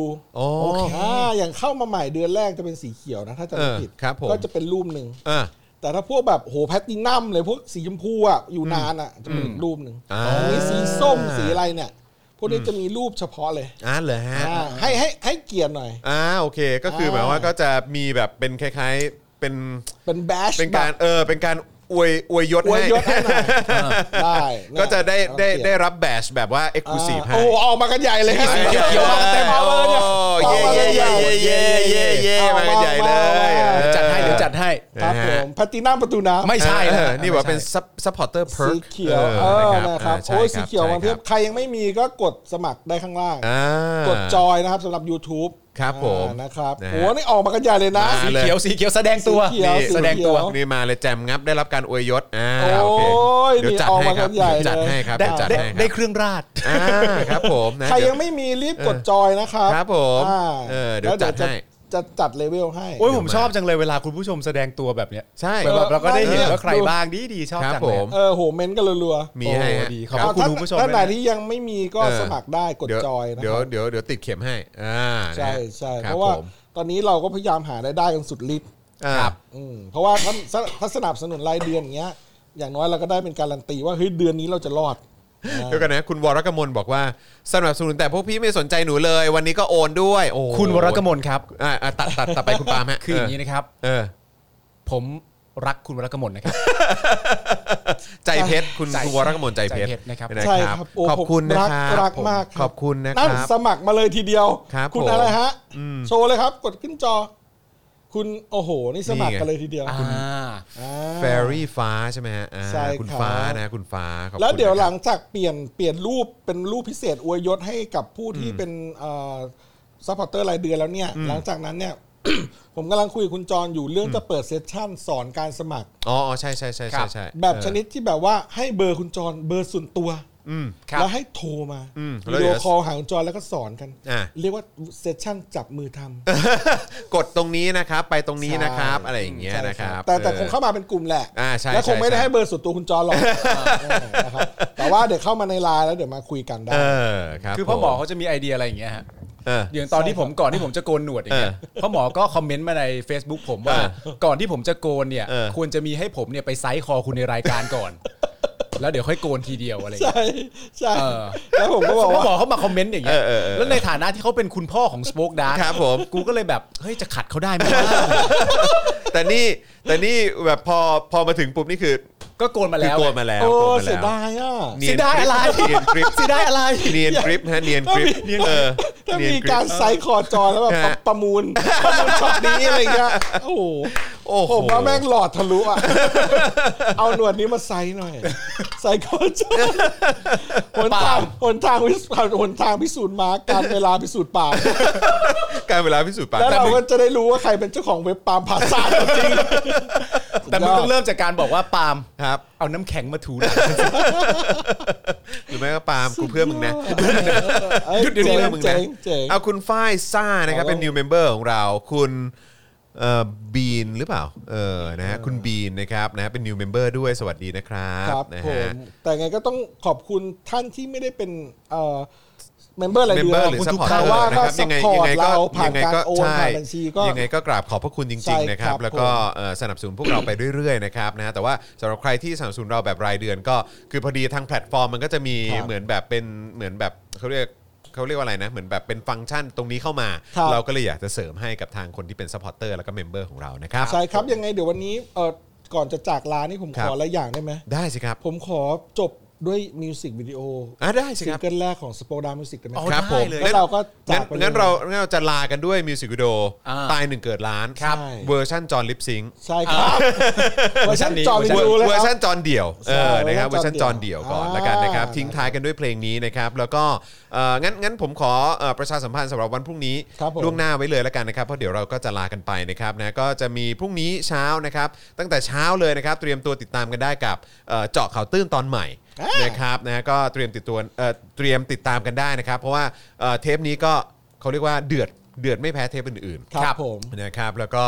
Speaker 2: โอเค
Speaker 5: อ่าอย่างเข้ามาใหม่เดือนแรกจะเป็นสีเขียวนะ ถ้าจะไม่
Speaker 2: เออ
Speaker 5: ผิด
Speaker 2: ครับผม
Speaker 5: ก็จะเป็นรูปหนึ่ง
Speaker 2: อ่ะ
Speaker 5: แต่ถ้าพวกแบบโหแพลตตินัมเลยพวกสีชมพูอ่ะอยู่นานอ่ะจะเป็นอีกรูปหนึ่ง
Speaker 2: อ่า
Speaker 5: มีสีส้มสีอะไรเนี่ย พวกนี้จะมีรูปเฉพาะเลย
Speaker 2: อ่ะเหรอฮะ
Speaker 5: อ่าให้ให้ให้เกียรติหน่อย
Speaker 2: อ่าโอเค ก็คือ
Speaker 5: อ่า
Speaker 2: หมายว่าก็จะมีแบบเป็นคล้ายๆเป็น
Speaker 5: เป็นแบช
Speaker 2: เป็นการเออเป็นการอวยอวยยศ
Speaker 5: อวยยศให้
Speaker 2: ให้
Speaker 5: หน่อยได้น
Speaker 2: ก็จะได้ได้
Speaker 5: เอาเกียรติ
Speaker 2: ได้รับแบชแบบว่าเอ็กซ์คลูซีฟ
Speaker 5: อ่า
Speaker 2: ให้
Speaker 5: โอ้ออกมากันใหญ่เลย
Speaker 1: สีเขียว
Speaker 5: ออกมาเต็มเอาเลยเนี่ย
Speaker 2: โอ้เย่เย่เย่เย่เย่เย่มากันใหญ่เลย
Speaker 5: เอามา
Speaker 2: ออ
Speaker 1: จัดให้เดี๋ยวจัดให้
Speaker 5: ครับ
Speaker 2: นะ
Speaker 5: ผ
Speaker 2: ฮะ
Speaker 5: มแพลตตินัมประตูน้ำ
Speaker 1: ไม่ใช่
Speaker 2: เอ
Speaker 1: นะ
Speaker 2: อนี่แบบเป็น
Speaker 1: ไม่ใช่
Speaker 2: ซัพพอร์เตอร์เพิร์
Speaker 5: สี
Speaker 2: ก
Speaker 5: เขียวเออนะครับโอ้ยสีเขียวบางทีใครยังไม่มีก็กดสมัครได้ข้างล่าง กดจอยนะครับสำหรับ YouTube
Speaker 2: ครับผม
Speaker 5: อ่านะครับ
Speaker 2: นะฮะ
Speaker 5: โอ้นี่ออกมากันใหญ่เลยนะ
Speaker 2: มา
Speaker 1: สีเขียวสีเขียวแสดงตัว
Speaker 5: สีเขียว
Speaker 1: นี่
Speaker 5: สี
Speaker 1: แสดงตัว
Speaker 5: เขียว
Speaker 2: นี่มาเลยแจมงับได้รับการอวยยศอ่า
Speaker 5: โอ้ย
Speaker 2: โอเค
Speaker 5: นี่
Speaker 2: เดี๋ยวจัดให้ครับ
Speaker 5: ออกมากันใหญ่เลย
Speaker 2: เดี๋ยวจัดให้ครับ
Speaker 1: ได้
Speaker 2: เดี๋ยวจัด
Speaker 1: ได้
Speaker 2: ให้ค
Speaker 1: ได้
Speaker 2: รับ
Speaker 1: เครื่องราช
Speaker 2: อ่าครับผมนะ
Speaker 5: ใคร
Speaker 2: เดี๋
Speaker 5: ยั
Speaker 2: ว
Speaker 5: งไม่มีรีบกดจอยนะครับ
Speaker 2: ครับผม
Speaker 5: อ่า
Speaker 2: เออเดี๋ยว
Speaker 5: แล้ว
Speaker 2: จัดให้
Speaker 5: จะจัดเลเวลให้
Speaker 1: โอ้ยผมชอบจังเลยเวลาคุณผู้ชมแสดงตัวแบบเนี้ย
Speaker 2: ใช่
Speaker 1: แบบเราก็ได้เห็น
Speaker 5: เออ
Speaker 1: ว่าใครบ้างดีดีๆชอบ
Speaker 2: ครับ
Speaker 1: จัง
Speaker 2: ผ
Speaker 1: เลย
Speaker 2: ม
Speaker 5: เออโหเมนต์กันรัวๆ
Speaker 2: มีให้ฮะ
Speaker 1: โอ้ดีค
Speaker 2: ครั
Speaker 1: รับ บ
Speaker 5: เอา
Speaker 1: ขอคุณ
Speaker 5: ท่าน
Speaker 1: ผู้ชม
Speaker 5: ท่านไหน
Speaker 1: ด้วยนะ
Speaker 5: ที่ยังไม่มีก็
Speaker 2: เออ
Speaker 5: สมัครได้กดจอยนะ
Speaker 2: เดี๋ย
Speaker 5: ควรับ
Speaker 2: เดี๋ยวเดี๋ยวติดเข็มให้อ่า
Speaker 5: ใช่ใช่
Speaker 2: ค
Speaker 5: เพ
Speaker 2: บ
Speaker 5: ราะว่า
Speaker 2: ผม
Speaker 5: ตอนนี้เราก็พยายามหารายได้กันสุดฤทธิ์
Speaker 2: อ่า
Speaker 5: อืมเพราะว่าถ้าถ้าสนับสนุนรายเดือนอย่างเงี้ย อย่างน้อยเราก็ได้เป็นการันตีว่าเฮ้ยเดือนนี้เราจะรอด
Speaker 2: เดี๋ยวกันนะ คุณวรกมลบอกว่าสนับสนุนแต่พวกพี่ไม่สนใจหนูเลย วันนี้ก็โอนด้วยโอ้โห
Speaker 1: คุณวรกมลครับ
Speaker 2: อ่าอ่าตัดตัดตัดไปคุณปาล์มฮะ
Speaker 1: คืออย่างนี้นะครับ
Speaker 2: เออ
Speaker 1: ผมรักคุณวรกมลนะครับ
Speaker 2: ใจเพชรคุณ
Speaker 1: ใจ
Speaker 2: คุณวรกมลใจเพชร
Speaker 1: ใจเพชรนะครับ
Speaker 2: นะ
Speaker 5: ใช่ครับโอ้
Speaker 2: ขอบคุณนะ
Speaker 5: ผมรัก
Speaker 2: ครับ
Speaker 5: รักมากครับ
Speaker 2: ขอบคุณนะค
Speaker 5: นั่น
Speaker 2: รับ
Speaker 5: สมัครมาเลยทีเดียว
Speaker 2: ครับ
Speaker 5: คุณ
Speaker 2: ผม
Speaker 5: อะไรฮะ
Speaker 2: อืม
Speaker 5: โชว์เลยครับ กดขึ้นจอ คุณโอ้โห นี่สมัคร
Speaker 2: นี่ไง
Speaker 5: กันเลยทีเดียว
Speaker 1: อ่า
Speaker 5: อ่า
Speaker 2: แฟรี่ฟ้าใช่ไหมฮะอ่า
Speaker 5: ใช่
Speaker 2: คุณ
Speaker 5: ครับ
Speaker 2: ฟ้านะคุณฟ้าขอบคุณ
Speaker 5: แล้วเดี๋ยวหลัง
Speaker 2: นะครับ
Speaker 5: จากเปลี่ยนเปลี่ยนรูปเป็นรูปพิเศษอวยยศให้กับผู้ที่เป็นซัพพอร์เตอร์รายเดือนแล้วเนี่ย หลังจากนั้นเนี่ย ผมกำลังคุยกับคุณจรอยู่เรื่องจะเปิดเซสชั่นสอนการสมัคร
Speaker 2: อ๋ออ๋อใช่ใช่ใช่
Speaker 1: ครั
Speaker 2: ใช่
Speaker 1: บ
Speaker 2: ใช่
Speaker 5: แบบ
Speaker 2: เออ
Speaker 5: ชนิดที่แบบว่าให้เบอร์คุณจรเบอร์ส่วนตัว
Speaker 2: อืม
Speaker 1: ครับ
Speaker 5: แล้วให้โทรมา
Speaker 2: อืมแล้ว
Speaker 5: วิ
Speaker 2: เดี๋ย
Speaker 5: ดีโอ
Speaker 2: ว
Speaker 5: คอลหาคุณจรแล้วก็สอนกัน
Speaker 2: อ่ะ
Speaker 5: เรียกว่าเซสชั่นจับมือทำ
Speaker 2: กดตรงนี้นะครับ ไปตรงนี้นะครับ
Speaker 5: ใช่
Speaker 2: อะไรอย่างเงี้ย
Speaker 5: ใช่
Speaker 2: นะครับ
Speaker 5: แต่แต่
Speaker 2: ออ
Speaker 5: คงเข้ามาเป็นกลุ่มแหละ
Speaker 2: อ่าใช่
Speaker 5: และคงไม่ได้
Speaker 2: ใช่
Speaker 5: ให้เบอร์ส่วนตัวคุณจอ หรอกนะครับแต่ว่าเดี๋ยวเข้ามาในไลน์แล้วเดี๋ยวมาคุยกันได้
Speaker 2: เออครับ
Speaker 1: คือพ่อหมอ
Speaker 2: ผ
Speaker 1: เขาจะมีไอเดียอะไรอย่างเงี้ยฮะ
Speaker 2: เออ
Speaker 1: อย่างตอนที่ผมก่อนที่ผมจะโกนหนวดอย่างเงี้ยพ่อหมอก็คอมเมนต์มาใน Facebook ผมว่า
Speaker 2: เอ
Speaker 1: ก่อนที่ผมจะโกนเนี่ย
Speaker 2: เออ
Speaker 1: ควรจะมีให้ผมเนี่ยไปไซส์คอคุณในรายการ ก่อน แล้วเดี๋ยวค่อยโกนทีเดียวอะไรอย่างเงี้ย
Speaker 5: ใช่ใช่
Speaker 1: เออ
Speaker 5: แล้วผมก็บอก
Speaker 1: พ่อ
Speaker 5: ว่า
Speaker 1: หมอเขามาคอมเมนต์อย่างเงี้ย
Speaker 2: เออเออเออ
Speaker 1: แล้วในฐานะที่เขาเป็นคุณพ่อของ Spoke Dark
Speaker 2: ครับผม
Speaker 1: กูก็เลยแบบเฮ้ยจะขัดเขาได้ไหมวะ
Speaker 2: แต่นี่แต่นี่แบบพอพอมาถึงปุ๊บนี่คือ
Speaker 1: ก็โกนมา
Speaker 2: คือ
Speaker 1: แล้ว
Speaker 2: โกนมาแล้ว
Speaker 5: โอ้
Speaker 2: โกนมา
Speaker 5: เสี
Speaker 2: แล้ว
Speaker 5: ยดายอ่ะ
Speaker 2: เนีย
Speaker 1: เสี
Speaker 2: น
Speaker 1: ยดายอะไร
Speaker 2: กริบ
Speaker 1: เสี
Speaker 2: เนียนกริป
Speaker 1: ยดายอะไร
Speaker 2: เนียนกริปฮะเนียนกริปเออ
Speaker 5: ถ้า
Speaker 2: เนียน
Speaker 5: มี
Speaker 2: ริป
Speaker 5: การไซค์คอจอแล้วแบบ
Speaker 2: ฮะ
Speaker 5: ประมูลประมูลช็อตนี้อะไรเงี้ยโอ้โห
Speaker 2: โอ้โห
Speaker 5: ผมว่าแม่งหลอดทะลุ อ่ะเอาหนวดนี้มาไซค์หน่อยไซค์คอจอหนทางหนทางวิสหนทางพิสูจน์มาการเวลาพิสูจน์ป่าล์ม
Speaker 2: การเวลาพิสูจน์ปาก
Speaker 5: แล้ว
Speaker 2: แต่
Speaker 5: เรา
Speaker 2: มึง
Speaker 5: ก็จะได้รู้ว่าใครเป็นเจ้าของเว็บปาล์มผาซาดจริง
Speaker 1: แต่มึงต้องเริ่มจากการบอกว่าปาล์ม
Speaker 2: ครับ
Speaker 1: เอาน้ำแข็งมาถูหลัง
Speaker 2: หรือไม่ก็ปาล์มกูเพื่อนมึงนะ
Speaker 5: ห
Speaker 2: หยุดเดี๋ยวนี้เลยมึงนะ
Speaker 5: เจ๋งเจ๋ง
Speaker 2: เอาคุณฝ้ายซ่านะครับ
Speaker 5: เอาแล้ว
Speaker 2: เป็น new member ของเรา คุณเอ่อบีนหรือเปล่า เออนะฮะคุณบีนนะครับนะฮะเป็น new member ด้วยสวัสดีนะครั
Speaker 5: ครับ บ
Speaker 2: นะ
Speaker 5: ผ
Speaker 2: ฮะ
Speaker 5: ม แต่ไงก็ต้องขอบคุณท่านที่ไม่ได้เป็นเอ่อเมมเบอร์อะไรายเดื
Speaker 2: member
Speaker 5: อน
Speaker 2: หรือ
Speaker 5: คุณทุก
Speaker 2: supporter
Speaker 5: ท่านว่า
Speaker 2: นะ
Speaker 5: ก็
Speaker 2: ครับ
Speaker 5: ส
Speaker 2: ยังไง
Speaker 5: ปอ
Speaker 2: ยัง
Speaker 5: ร์ต
Speaker 2: ไงก็
Speaker 5: เราผ่าน
Speaker 2: ยังไง
Speaker 5: การ
Speaker 2: ก็
Speaker 5: โอน
Speaker 2: ใช่
Speaker 5: ผ่านบัญชีก็
Speaker 2: ยังไงก็กราบขอบพระคุณจ
Speaker 5: ใช่
Speaker 2: ริงๆนะครับ
Speaker 5: ครับ
Speaker 2: แล้วก็
Speaker 5: ผม
Speaker 2: เอ่อสนับสนุนพวกเราไปเรื่อยๆนะครับนะฮะแต่ว่าสำหรับใครที่สนับสนุนเราแบบรายเดือนก็คือพอดีทางแพลตฟอร์มมันก็จะมีเหมือนแบบเป็นเหมือนแบบเขาเรียกเขาเรียกว่าอะไรนะ เหมือนแบบเป็นฟังก์ชันตรงนี้เข้ามา
Speaker 5: ครับ
Speaker 2: เราก็เลยอยากจะเสริมให้กับทางคนที่เป็นซัพพอร์เตอร์แล้วก็เมมเบอร์ของเรานะครับ
Speaker 5: ใช่ครับยังไงเดี๋ยววันนี้เออก่อนจะจากลานี่ผม
Speaker 2: ครั
Speaker 5: ข
Speaker 2: บ
Speaker 5: ออะไรอย่างได้ไหม
Speaker 2: ได้สิครับ
Speaker 5: ผมขอจบด้วยมิวสิกวิดีโอ
Speaker 2: อ่ะได้สิ
Speaker 5: ซิ
Speaker 2: ค
Speaker 5: ง
Speaker 2: รับ
Speaker 5: เกิลแรกของสปอร์ดามิวสิกได้ไหม
Speaker 1: อ๋อ
Speaker 2: ครับผม
Speaker 1: ได้เลย
Speaker 5: แล้วเราก็จากไปลย
Speaker 2: งั้นเรางั้นเราจะลากันด้วยมิวสิกวิดีโอ
Speaker 1: อ่า
Speaker 2: ตายหนึ่งเกิดล้าน
Speaker 5: ครับใช่
Speaker 2: เวอร์ชันจอห์นลิปซิง
Speaker 5: ใช่ครับเวอร์ชันจอ
Speaker 1: เวอร์ชันนี้
Speaker 5: รี
Speaker 2: เวอ
Speaker 5: ดู
Speaker 2: ร์
Speaker 5: เลย
Speaker 2: เวอ
Speaker 5: ค
Speaker 2: ร์
Speaker 5: รับ
Speaker 2: ชันจอนเดี่ยว เอ
Speaker 5: ใช่
Speaker 2: อ นะครับ เว
Speaker 5: เว
Speaker 2: อ
Speaker 5: อร์ชัน
Speaker 2: ร์ชันจอนเดี่ยวก่อน
Speaker 5: อ่า
Speaker 2: ละกันนะครับ ทิ้งท้ายกันด้วยเพลงนี้นะครับ แล้วก็เอ่องั้น งั้นผมขอเอ่อประชาสัมพันธ์สำหรับวันพรุ่งนี้
Speaker 5: ครับผม
Speaker 2: ล่วงหน้าไว้เลยละกันนะครับ เพราะเดี๋ยวเราก็จะลากันไปนะครับนะ ก็จะมีพรุ่งนี้เช้านะครับ ตั้งแต่เช้าเลยนะครับ เตรียมตัวติดตามกันได้กับเอ่อเจาะข่าวตื้นตอนใหม่
Speaker 5: อ่าน
Speaker 2: นะครับ นะ ก็เตรียมติดตัวเอ่อเตรียมติดตามกันได้นะครับ เพราะว่าเอ่อเทปนี้ก็เขาเรียกว่าเดือด เดือดไม่แพ้เทปอื่นๆ
Speaker 5: ครับผม
Speaker 2: นะครับแล้วก็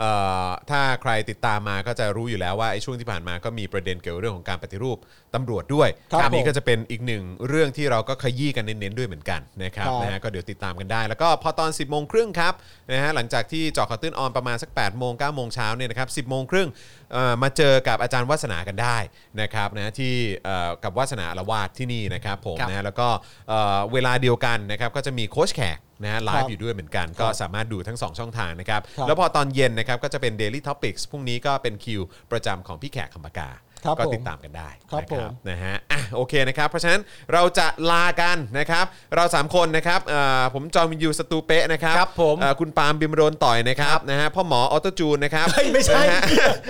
Speaker 2: เอ่อถ้าใครติดตามมาก็จะรู้อยู่แล้วว่าไอ้ช่วงที่ผ่านมาก็มีประเด็นเกี่ยวกับเรื่องของการปฏิรูปตำรวจด้วย
Speaker 5: ครับ
Speaker 2: อันนี้
Speaker 5: ผม
Speaker 2: ก็จะเป็นอีกหนึ่งเรื่องที่เราก็ขยี้กันเน้นๆด้วยเหมือนกันนะครับ
Speaker 5: ครับ
Speaker 2: นะฮะก็เดี๋ยวติดตามกันได้ แล้วก็พอตอน 10บโมงครึ่งครับนะฮะหลังจากที่เจอข่าวตื้นออนประมาณสัก8ปดโมงเก้าโมงเช้าเนี่ยนะครับสิบโมงครึ่งเอ่อมาเจอกับอาจารย์วัฒนากันได้นะครับนะที่เอ่อกับวัฒนาอารวาสที่นี่นะครับผม
Speaker 1: ครับ
Speaker 2: นะฮะแล้วก็เอ่อเวลาเดียวกันนะครับก็จะมีโค้ชแขกนะฮะไล
Speaker 5: ครั
Speaker 2: ฟ์
Speaker 5: บ
Speaker 2: อยู่ด้วยเหมือนกันก็ ก็สามารถดูทั้ง 2 ช่องทางนะครับ
Speaker 5: ครับ
Speaker 2: แล้วพอตอนเย็นนะครับก็จะเป็น Daily Topics พรุ่งนี้ก็เป็นคิวประจำของพี่แขกคำปากา
Speaker 5: ครับ
Speaker 2: ก็
Speaker 5: ผม
Speaker 2: ติดตามกันได้
Speaker 5: ครับ
Speaker 2: นะ
Speaker 5: ผม
Speaker 2: นะฮะอ่ะโอเคนะครับ เพราะฉะนั้นเราจะลากันนะครับ เรา 3 คนนะครับเอ่อผมจอมวินยูสตูเปะนะครับ
Speaker 1: ครับผม
Speaker 2: เอ่อคุณปาล์มบิมโรนต่อยนะครับนะฮะพ่อหมอออโตจูนนะครับ
Speaker 1: เฮ้ยไม่ใช่
Speaker 2: นะฮะ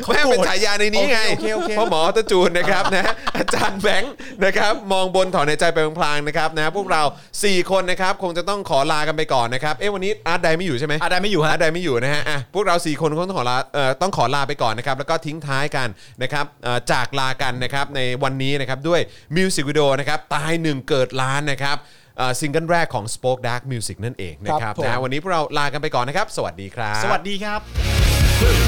Speaker 1: เขา
Speaker 2: แม่ง
Speaker 1: โกรธ
Speaker 2: เป็นฉายาในนี้ไง
Speaker 1: โอเคโอเคโอเค
Speaker 2: พ่อหมอออโตจูนนะครับนะฮะอาจารย์แบงค์นะครับมองบนถอนในใจไปพลางๆนะครับนะฮะพวกเราสี่คนนะครับคงจะต้องขอลากันไปก่อนนะครับเอ๊ะวันนี้อาร์ตไดไม่อยู่ใช่ไหม
Speaker 1: อะไรไม่อยู่ฮะ
Speaker 2: อาใดไม่อยู่นะฮะอ่ะพวกเรา 4 คนคงต้องขอลาเอ่อต้องขอลาไปก่อนนะครับ แล้วก็ทิ้งท้ายกันนะครับเอ่อจากลากันนะครับในวันนี้นะครับด้วยมิวสิกวิดีโอนะครับ ตายหนึ่งเกิดล้านนะครับเอ่อซิงเกิลแรกของ Spoke Dark Music นั่นเองนะค
Speaker 5: ครั
Speaker 2: รับบ
Speaker 5: ผม
Speaker 2: นะฮะวันนี้พวกเราลากันไปก่อนนะครับ สวัสดีครับ
Speaker 1: สวัสดีครับ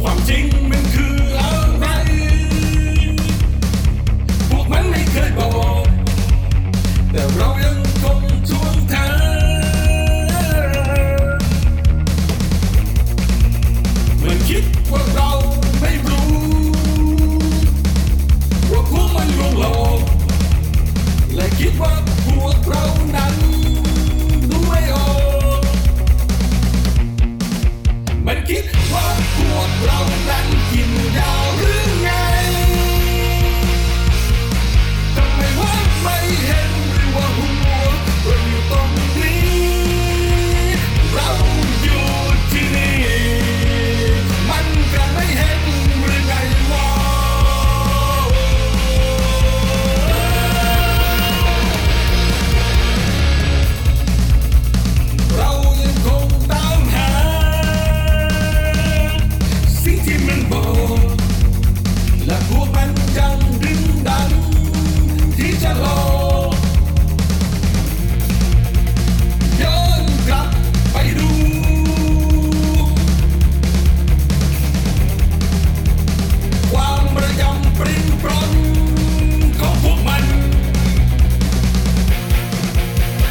Speaker 6: ความจริงมันคืออะไร พวกมันไม่เคยบอก แต่เรายังคงทวงถามมันคิดว่าเราไม่รู้ว่าพวกมันลวงหลอกและคิดว่าพวกเรานั้นรู้ไม่ออก มันคิดว่าพวกเรานั้นกินยาหรือไงทำไมว่าไม่เห็นหรือว่าหัวเราอยู่ตรงนี้ เราอยู่ที่นี่ มันก็ไม่เห็นหรือไงวะ เรายังคงตามหา สิ่งที่มันบอกและพวกมันยังดึงดัน ที่จะหลอกย้อนกลับไปดู ความประยำปริ้นปรนของพวกมัน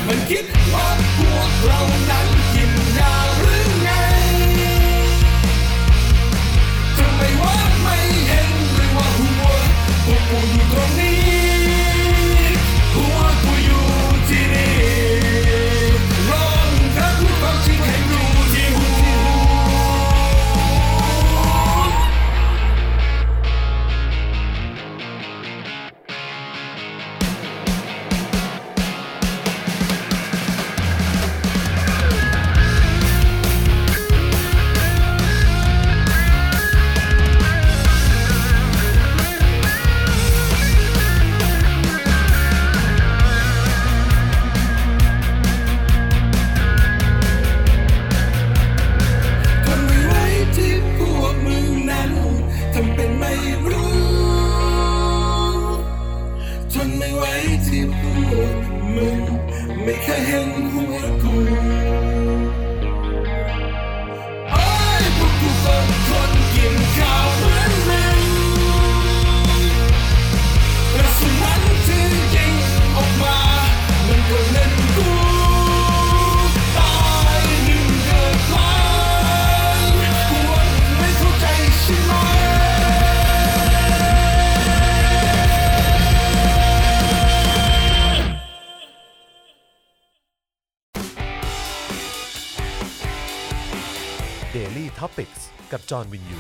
Speaker 6: มันคิดว่าพวกเรานั้นกินยาหรือไง ทำไมว่าไม่เห็นหรือว่าหัวพวกกูอยู่ตรงนี้ หัวกูอยู่ที่นี่ลองรับรู้ความจริงให้รู้ที่หู ทนไม่ไหวที่พวกมึงนั้นทำเป็นไม่รู้ ทนไม่ไหวที่พวกมึงไม่เคยเห็นหัวกูโอ้ยพวกกูก็คนกินข้าวเหมือนมันกระสุนนั้นที่ยิงออกมา มันก็เล่นกู ตายหนึ่งเกิดล้านพวกไม่เข้าใจใช่ไหม
Speaker 2: Daily Topics กับจอห์นวินยู